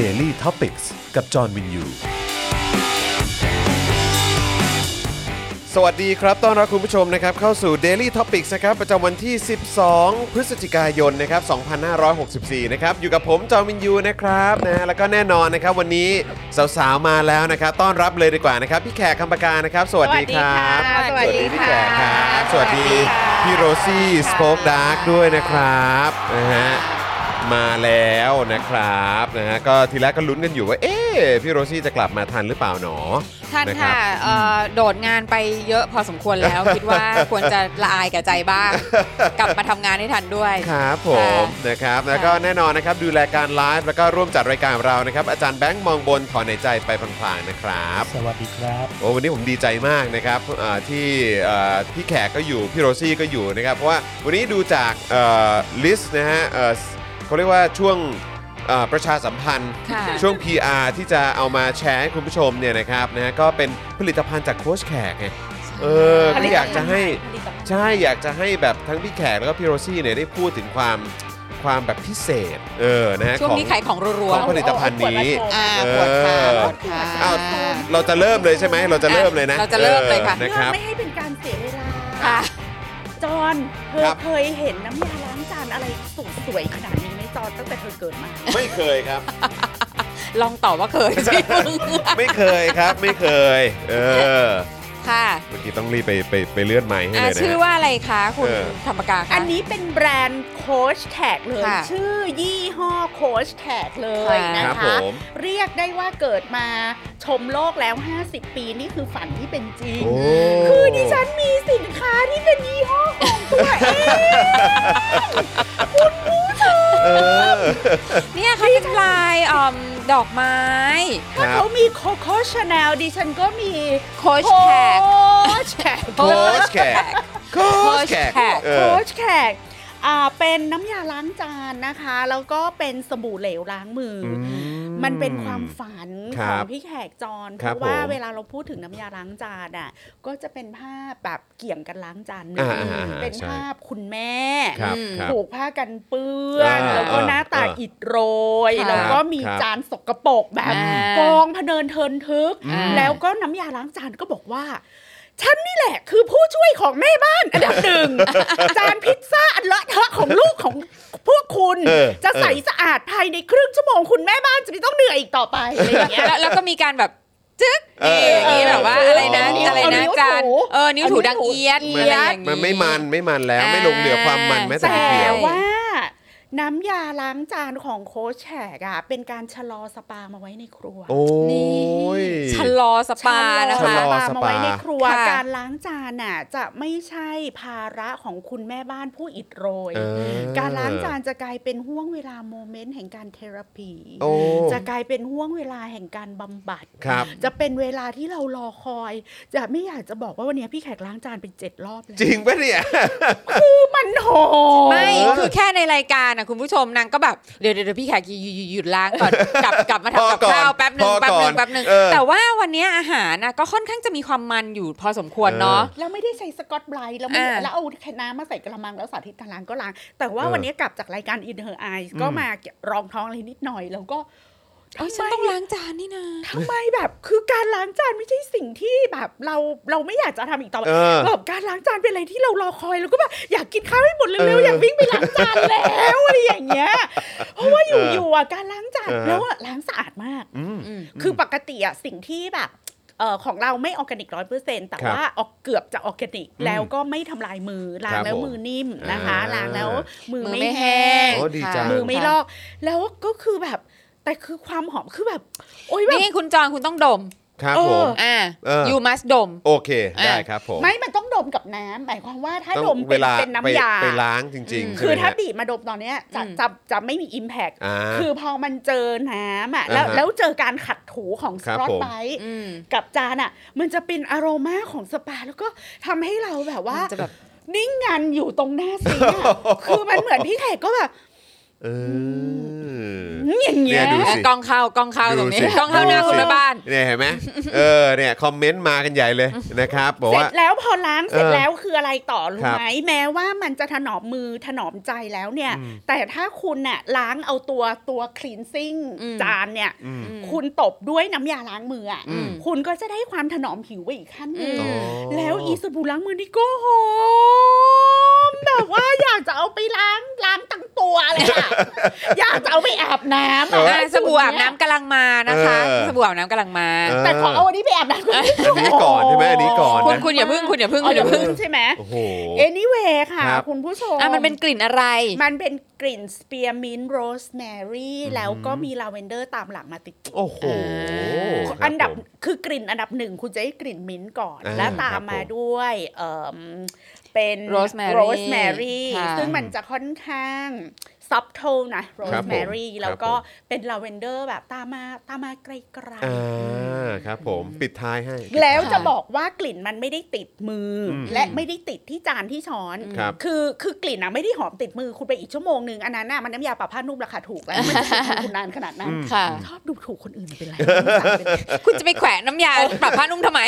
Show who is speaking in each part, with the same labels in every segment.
Speaker 1: Daily Topics กับจอห์นวินยู สวัสดีครับ ต้อนรับคุณผู้ชมนะครับ เข้าสู่ Daily Topics นะครับ ประจำวันที่ 12 พฤศจิกายนนะครับ 2564 นะครับ อยู่กับผมจอห์นวินยูนะครับนะฮะแล้วก็แน่นอนนะครับ วันนี้สาวๆ มาแล้วนะครับ ต้อนรับเลยดีกว่านะครับ พี่แขกคำปากานะครับ สวัสดีครับ
Speaker 2: สวัสดี
Speaker 1: พี่
Speaker 2: ค่ะ
Speaker 1: แขกครับสวัสดี
Speaker 2: ค่ะ
Speaker 1: พี่โรซี่สป็อคดาร์กด้วยนะครับนะฮะมาแล้วนะครับนะฮะก็ทีแรกก็ลุ้นกันอยู่ว่าเอ๊ะพี่โรซี่จะกลับมาทันหรือเปล่าหนอ
Speaker 2: ท่าน
Speaker 1: รับ
Speaker 2: ค่ะเอ่อโดดงานไปเยอะพอสมควรแล้ว คิดว่าควรจะละอายแก่ใจบ้าง กลับมาทำงานให้ทันด้วย
Speaker 1: ครับผมนะครับแล้วก็
Speaker 2: ค่ะ
Speaker 1: แน่นอนนะครับดูแลการไลฟ์แล้วก็ร่วมจัดรายการเรานะครับอาจารย์แบงค์มองบนถอนในใจไปพลางๆนะครับ
Speaker 3: สวัสดีครับ
Speaker 1: โอ้วันนี้ผมดีใจมากนะครับอ่าที่อ่าพี่แขกก็อยู่ พี่โรซี่ก็อยู่นะครับ เพราะว่าวันนี้ดูจากลิสต์นะฮะเอ่อเขาเรียกว่าช่วงเอ่อประชาสัมพันธ์
Speaker 2: ค่ะ
Speaker 1: ช่วง PR ที่จะเอามาแชร์ให้คุณผู้ชมเนี่ยนะครับนะฮะก็เป็นผลิตภัณฑ์จากโค้ชแขกไงเออ
Speaker 2: ผ
Speaker 1: ก็
Speaker 2: ลิตภัณฑ์
Speaker 1: อยากจะให้ใช่อยากจะให้แบบทั้งพี่แขกแล้วก็พี่โรซี่เนี่ยได้พูดถึงความความแบบพิเศษเออนะฮะ
Speaker 2: ช่วง
Speaker 1: ของ
Speaker 2: นี้ขายของรั
Speaker 1: ข
Speaker 2: ว
Speaker 1: องผลิตภัณฑ์นี้
Speaker 2: ๆอ่าปวดขาปวดขา
Speaker 1: เอ้า เราจะเริ่มเลยใช่ไหมเราจะเริ่มเลยนะ
Speaker 2: เราจะเริ่มเลยค่ะ
Speaker 1: ออนะครับ
Speaker 4: ไม่ให้เป็นการเสียเวลา
Speaker 2: ค่ะ
Speaker 4: จอนเธอ
Speaker 1: ครับ
Speaker 4: เคยเห็นน้ำยาล้างจานอะไรสวยๆขนาดนี้ไหมจอนตั้งแต่เธอเกิดมา
Speaker 1: ไม่เคยครับ
Speaker 2: ลองตอบว่าเคยสิมึง
Speaker 1: ไม่เคย ครับ ไม่เคย เออ
Speaker 2: ค่ะ
Speaker 1: เมื่อกี้ต้องรีบไปไปไปเลื่อนไม้ให้
Speaker 2: อ่า
Speaker 1: เลยนะ
Speaker 2: ชื่อว่าอะไรคะ คุณ
Speaker 1: เออ
Speaker 2: ธรรมกาคะ
Speaker 4: อันนี้เป็นแบรนด์โคชแท็กเลย
Speaker 2: ค่ะ
Speaker 4: ชื่อยี่ห้อโคชแท็กเลย
Speaker 2: ค่ะ
Speaker 4: นะครับ
Speaker 1: ผ
Speaker 4: คะ
Speaker 1: ม
Speaker 4: เรียกได้ว่าเกิดมาชมโลกแล้ว 50 ปีนี่คือฝันที่เป็นจริง
Speaker 1: โอ้
Speaker 4: คือดิฉันมีสินค้าที่เป็นยี่ห้อของตัวเอง
Speaker 1: เออ
Speaker 2: เนี่ยค่ะเป็นลายอ่อมดอกไม้
Speaker 1: ครั
Speaker 4: เขา
Speaker 1: บ
Speaker 4: มีโคโค่ชาแนลดิฉันก็มี
Speaker 2: โค้ชแขก
Speaker 4: โคชแท็ก
Speaker 1: โค้ชแขก โค้ชแขก
Speaker 2: โค้ชแขก
Speaker 1: เอ
Speaker 4: โค้
Speaker 1: อ
Speaker 4: ชแขกอ่าเป็นน้ำยาล้างจานนะคะ แล้วก็เป็นสบู่เหลวล้างมืออ
Speaker 1: ม
Speaker 4: มันเป็นความฝัน
Speaker 1: ค
Speaker 4: ข
Speaker 1: รั
Speaker 4: อง
Speaker 1: บ
Speaker 4: พี่แขกจอน
Speaker 1: ค
Speaker 4: เพ
Speaker 1: รับ
Speaker 4: ราะว่า
Speaker 1: ผม
Speaker 4: เวลาเราพูดถึงน้ำยาล้างจานอ่ะก็จะเป็นภาพแบบเกี่ยงกันล้างจานหนึ่ง
Speaker 1: อ่าอ่าอ่า
Speaker 4: เป็น
Speaker 1: ใช่
Speaker 4: ภาพคุณแม่
Speaker 1: ครับ
Speaker 2: อืม
Speaker 1: ครับ
Speaker 4: ผูกผ้ากันเปื้อน
Speaker 1: อ่า
Speaker 4: แล้วก็หน้าตา
Speaker 1: อ่า
Speaker 4: อิดโรย
Speaker 2: ครับ
Speaker 4: แล้วก็มี
Speaker 1: ครับ
Speaker 4: จานสกปรกแบบ
Speaker 2: อ่าก
Speaker 4: องพะเนินเทินทึก
Speaker 2: อ่า
Speaker 4: แล้วก็น้ำยาล้างจานก็บอกว่า ฉันนี่แหละคือผู้ช่วยของแม่บ้านอันดับหนึ่ง จานพิซซ่าอันเลอะเทอะของลูกของพวกคุณ
Speaker 1: เออ
Speaker 4: จะใส
Speaker 1: เออ
Speaker 4: สะอาดภายในครึ่งชั่วโมงคุณแม่บ้านจะไม่ต้องเหนื่อยอีกต่อไปอะไรอย่างเงี้ย
Speaker 2: แล้วแล้วก็มีการแบบจึ๊ก
Speaker 1: เออ
Speaker 2: นี่นี่แบบว่าอะไรนะ
Speaker 1: เอานิ้ว
Speaker 2: อะไรนะ
Speaker 4: เอานิ้ว
Speaker 2: จาน
Speaker 4: ถู
Speaker 2: เออนิ้วถูดังเอียด
Speaker 4: เอานิ้วถู
Speaker 2: อะไรอย่าง
Speaker 1: มันไม่มันไม่มันแล้วไม่ลงเหลือความมันแม้แต่นิด
Speaker 4: แต่
Speaker 1: เดียว
Speaker 4: ว่าน้ำยาล้างจานของโค้ชแขกอะเป็นการชะลอสปามาไว้ในครัว
Speaker 1: โอ้ย
Speaker 2: ชะลอสปานะ
Speaker 1: ชะ
Speaker 2: คะ
Speaker 1: ลอ
Speaker 4: ปลามาไว้ในครัว
Speaker 2: ค่ะ
Speaker 4: การล้างจานน่ะจะไม่ใช่ภาระของคุณแม่บ้านผู้อิดโรย
Speaker 1: เออ
Speaker 4: การล้างจานจะกลายเป็นห่วงเวลาโมเมนต์แห่งการเทราปี
Speaker 1: โอ้
Speaker 4: จะกลายเป็นห่วงเวลาแห่งการบำบัด
Speaker 1: ครับ
Speaker 4: จะเป็นเวลาที่เรารอคอย จะไม่อยากจะบอกว่าวันนี้พี่แขกล้างจานเป็นเจ็ดรอบแล้ว
Speaker 1: จริงปะเนี่ย
Speaker 4: คือมันโหด
Speaker 2: ไม่คือแค่ในรายการ นะคุณผู้ชมนางก็แบบเดี๋ยวเดี๋ยวพี่แขกหยุดหยุดหยุดล้าง ก่อนกลับกลับมาทำกั
Speaker 1: พอ
Speaker 2: บ
Speaker 1: ก่อน
Speaker 2: ข้าวแป๊บหนึ่
Speaker 1: พ
Speaker 2: ง
Speaker 1: อ
Speaker 2: แป๊
Speaker 1: ก่
Speaker 2: บ
Speaker 1: อ
Speaker 2: ห
Speaker 1: น
Speaker 2: นึ่งแป๊บหนึ่ง
Speaker 1: เออ
Speaker 2: แต่ว่าวันเนี้ยอาหารนะก็ค่อนข้างจะมีความมันอยู่พอสมควรเนาะ
Speaker 1: เออ
Speaker 4: แล้วไม่ได้ใช้สกอตไบรท์แล้วไม่
Speaker 2: อ่า
Speaker 4: แล้วเอาแค่น้ำมาใส่กระมังแล้วสาธิตการล้างก็ล้าง แต่ว่า
Speaker 1: เออ
Speaker 4: วันนี้กลับจากรายการ In Her Eyes
Speaker 1: อืม
Speaker 4: ก็มารองท้องอะไรนิดหน่อย แล้วก็
Speaker 2: เอ้ย
Speaker 4: ทำ
Speaker 2: ฉัน
Speaker 4: ไม
Speaker 2: ต้องล้างจานนี่นะ
Speaker 4: ทำไมแบบคือการล้างจานไม่ใช่สิ่งที่แบบเราเราไม่อยากจะทำอีกต่อไป
Speaker 1: เออ
Speaker 4: แบบการล้างจานเป็นอะไรที่เรารอคอยแล้วก็แบบอยากกินข้าวให้หมด
Speaker 1: เอ
Speaker 4: เร็ว
Speaker 1: อ
Speaker 4: ๆ
Speaker 1: อ
Speaker 4: อยากวิ่งไปล้างจานแล้วอะไรอย่างเงี้ยเพราะว่าอยู่
Speaker 1: เออ
Speaker 4: ๆอ่ะการล้างจาน
Speaker 1: เออ
Speaker 4: แล้วอ่ะล้างสะอาดมาก
Speaker 1: อืม
Speaker 2: อืม
Speaker 4: คือปกติอะสิ่งที่แบบเออของเราไม่ออร์แกนิกร้อยเปอร์เซ็นต์แต่
Speaker 1: ครับ
Speaker 4: ว่าออกเกือบจะออร์แกนิก
Speaker 1: อืม
Speaker 4: แล้วก็ไม่ทำลายมือล้า
Speaker 1: ค
Speaker 4: ง
Speaker 1: รับ
Speaker 4: แล้ว
Speaker 1: ผม
Speaker 4: มือนิ่มนะคะ
Speaker 1: อ่า
Speaker 4: ล้างแล้วมือ
Speaker 2: มือ
Speaker 4: ไม่
Speaker 2: ไม่
Speaker 4: แห้
Speaker 2: แห้
Speaker 4: ง
Speaker 2: ง
Speaker 1: โอ้ดีจัง
Speaker 2: ค่ะ
Speaker 4: มือไม่ลอก แล้วก็คือแบบ แต่คือความหอมคือแบบ โอ๊ยแบบ
Speaker 2: นี่คุณจอนคุณต้องดม
Speaker 1: ครับ
Speaker 4: เอ
Speaker 1: ผม
Speaker 4: อ
Speaker 2: อ่า
Speaker 1: เออ
Speaker 2: you must ดม
Speaker 1: โอเค
Speaker 2: อ่ะ
Speaker 1: ได้ครับผม
Speaker 4: ไม่มันต้องดมกับน้ำหมายความว่าถ้า
Speaker 1: ต้อง
Speaker 4: ดม
Speaker 1: เว
Speaker 4: เป็น
Speaker 1: ลา
Speaker 4: เป็นน้ำ
Speaker 1: ไป
Speaker 4: ยา
Speaker 1: ไปล้างจริง
Speaker 2: อื
Speaker 1: ๆ
Speaker 2: ม
Speaker 1: ใช่
Speaker 4: คื
Speaker 1: ไห
Speaker 4: อ
Speaker 1: ม
Speaker 4: ถ้า
Speaker 1: ฮะ
Speaker 4: บีบมาดมตอนเนี้ยจะ
Speaker 2: อืม
Speaker 4: จะจะไม่มีอิมแพค
Speaker 1: อ่า
Speaker 4: คือพอมันเจอน้ำอะแล้ว
Speaker 1: อ่าฮะ
Speaker 4: แล้วเจอการขัดถูของส
Speaker 1: ครับ
Speaker 4: กอต
Speaker 1: ผม
Speaker 4: ไบรท์
Speaker 2: อืม
Speaker 4: กับจานอ่ะ มันจะเป็นอารมาของสปาแล้วก็ทำให้เราแบบว่า
Speaker 2: นจะแบบ
Speaker 4: นิ่งงันอยู่ตรงหน้าซิ งค์อะ คือมันเหมือนพี่แขกก็แบบ
Speaker 1: เออ
Speaker 4: อย่างเงี้ย
Speaker 1: เนี่ยดู สิ
Speaker 2: กล้องเข้ากล้องเข้าตรงนี้กล้องเข้าหน้าคุณแม่บ้าน
Speaker 1: เนี่ยเห็นไหมเออเนี่ยคอมเมนต์มากันใหญ่เลยนะครับบอก
Speaker 4: เสร็
Speaker 1: ว่า
Speaker 4: จแล้วพอล้างเสร็จ
Speaker 1: เออ
Speaker 4: แล้วคืออะไรต่อรู้
Speaker 1: ครับ
Speaker 4: ไหมแม้ว่ามันจะถนอมมือถนอมใจแล้วเนี่ย
Speaker 1: อืม
Speaker 4: แต่ถ้าคุณน่ะล้างเอาตัวตัวคลีนซิ่ง
Speaker 2: อืม
Speaker 4: จานเนี่ย
Speaker 1: อืม
Speaker 4: คุณตบด้วยน้ำยาล้างมืออ่ะ
Speaker 1: อืม
Speaker 4: คุณก็จะได้ความถนอมผิวไปอีกขั้นหนึ่ง
Speaker 1: อ๋อ
Speaker 4: แล้วอีสบู่ล้างมือนี่ก็หอมแบบว่าอยากจะเอาไปล้างล้างตั้งตัวเลย อะ อยากจะเอาไปอาบน้ำ
Speaker 1: เอ
Speaker 4: อะ
Speaker 1: อ
Speaker 2: อ่าสบู่อาบน้ำกำลังมานะคะ
Speaker 1: เออ
Speaker 2: สบู่อาบน้ำกำลังมา
Speaker 4: แต่ขอเอาอันนี้ไปอาบน้ำก่อน
Speaker 1: อันนี้ก่อนใช่ไหมอันนี้ก่อน
Speaker 2: คุณ
Speaker 1: นะ
Speaker 2: คุณอย่าพึ่งคุณอย่าพึ่ง
Speaker 4: อ๋
Speaker 2: คุ
Speaker 4: อ
Speaker 2: ณอย่
Speaker 4: อา
Speaker 2: ย่าพึ่
Speaker 4: พึ่
Speaker 2: ง
Speaker 4: งใช่ไหม
Speaker 1: โอ้โห
Speaker 4: anyway ค่ะ
Speaker 1: ครับ
Speaker 4: คุณผู้ชม
Speaker 2: อ่ะมันเป็นกลิ่นอะไร
Speaker 4: มันเป็นกลิ่นสเปียร์มินต์โรสแมรี่แล้วก็มีลาเวนเดอร์ตามหลังมาติด
Speaker 1: โอ้โห
Speaker 4: ๆ
Speaker 1: ครับ
Speaker 4: อันดับ
Speaker 1: ผม
Speaker 4: คือกลิ่นอันดับหนึ่งคุณจะได้กลิ่นมิ้นต์ก่อน
Speaker 1: อ่า
Speaker 4: แล้วตา
Speaker 1: ครั
Speaker 4: ม
Speaker 1: บ
Speaker 4: มา
Speaker 1: ผม
Speaker 4: ด้วยเอิ่มเป็น
Speaker 2: Rosemary
Speaker 4: โรสแมรี่
Speaker 2: ค่ะ
Speaker 4: ซึ่งมันจะค่อนข้างซับโทนนะโร
Speaker 1: ครับ
Speaker 4: ส
Speaker 1: ผม
Speaker 4: แมรี่
Speaker 1: ครับ
Speaker 4: แล้วก็เป็นลาเวนเดอร์แบบตามมาตามมาไกล
Speaker 1: อ่าครับผมปิดท้ายให้
Speaker 4: ๆแล้วจะบอกว่ากลิ่นมันไม่ได้ติดมืออ
Speaker 1: ม
Speaker 4: และไม่ได้ติดที่จานที่ช้อน
Speaker 1: ครับ
Speaker 4: อคือกลิ่นอะไม่ได้หอมติดมือคุณไปอีกชั่วโมงหนึ่งอันนั้นน่ะมันน้ำยาปรับผ้านุ่มราคาถูก แล้วมันจะติดมือคุณนานขนาดนั้น
Speaker 1: อืม
Speaker 2: ค่ะ
Speaker 4: ชอบดูถูกคนอื่นเป็นไร ไม่รู้จักเป็นไร
Speaker 2: คุณจะไปแขวะน้ำ ยาปรับผ้านุ่มทำไม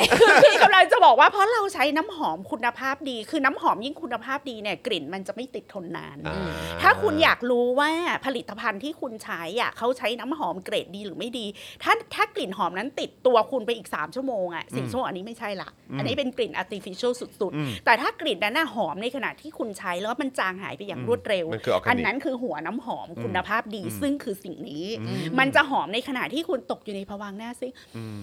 Speaker 4: คือกำลังจะบอกว่าเพราะเราใช้น้ำหอมคุณภาพดี คือน้ำหอมยิ่งคุณภาพดีเนี่ยกลิ่นมันจะไม่ติดทนนาน
Speaker 1: อ่า
Speaker 4: ถ้าคุณอยากรู้ว่าผลิตภัณฑ์ที่คุณใช้อ่ะเขาใช้น้ำหอมเกรดดีหรือไม่ดี ถ้าถ้ากลิ่นหอมนั้นติดตัวคุณไปอีก 3 ชั่วโมงอ่ะสี่ชั่วโมงอันนี้ไม่ใช่ละ อันนี้เป็นกลิ่น artificial สุด
Speaker 1: อืม
Speaker 4: ๆ แต่ถ้ากลิ่นนั้นน่ะหอมในขณะที่คุณใช้แล้วมันจางหายไปอย่างรวดเร็ว
Speaker 1: มันคือออร์แกนิก
Speaker 4: อันนั้นคือหัวน้ำหอมคุณภาพดี
Speaker 1: อืม
Speaker 4: ซึ่งคือสิ่งนี้
Speaker 2: อืม
Speaker 4: มันจะหอมในขณะที่คุณตกอยู่ในภวังค์หน้าซิ
Speaker 1: อืม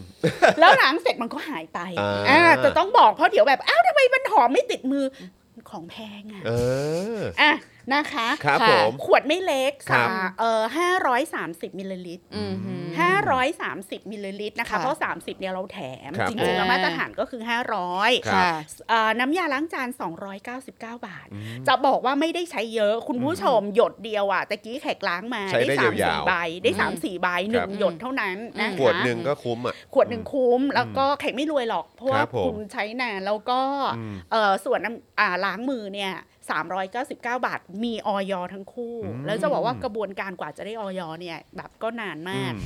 Speaker 4: แล้วหลังเสร็จมันก็หายไป
Speaker 1: อ่า
Speaker 4: อ่าจะต้องบอกเพราะเดี๋ยวแบบ อ้าวทำไมมันหอมไม่ติดมือของแพงอ่ะ
Speaker 1: เออ
Speaker 4: อ่ะนะคะ
Speaker 1: ครับ
Speaker 2: ค่ะ
Speaker 1: ผม
Speaker 4: ขวดไม่เล็ก
Speaker 1: ครั
Speaker 4: ค่ะ
Speaker 1: บ
Speaker 4: เอ่อห้าร้อยสามสิบมิลลิลิตร
Speaker 2: อืม
Speaker 4: ห้าร้อยสามสิบมิลลิลิตรนะคะ
Speaker 2: ค่ะ
Speaker 4: เพราะสามสิบเนี่ยเราแถม
Speaker 1: ครับ
Speaker 4: จริงๆแล้ว
Speaker 2: ผม
Speaker 4: มาตรฐานก็คือห้าร้อย
Speaker 1: ครับ
Speaker 2: ค่ะ
Speaker 4: น้ำยาล้างจาน 299 บาท
Speaker 1: อืม
Speaker 4: จะบอกว่าไม่ได้ใช้เยอะคุณผู้ชมหยดเดียวอ่ะตะกี้แขกล้างมา
Speaker 1: ใช้ได้
Speaker 4: สามสี่
Speaker 1: ยาวๆ
Speaker 4: ใบได้
Speaker 1: อืม
Speaker 4: สามสี่ใบหนึ่ง
Speaker 1: ครับ
Speaker 4: หยดเท่านั้นนะคะ
Speaker 1: ขวดหนึ่งก็คุ้มอ่ะ
Speaker 4: ขวดหนึ่งคุ้มแล้วก็แขกไม่รวยหรอก เพราะ
Speaker 1: ค
Speaker 4: ว่า
Speaker 1: รับผม
Speaker 4: คุณใช้นานแล้วก็
Speaker 1: อืม
Speaker 4: เออส่วนน้ำอ่าล้างมือเนี่ย399 บาท มีออยอทั้งคู่
Speaker 1: อืม
Speaker 4: แล้วจะบอกว่ากระบวนการกว่าจะได้ออยอเนี่ยแบบก็นาน
Speaker 1: อื
Speaker 4: มาก
Speaker 1: ม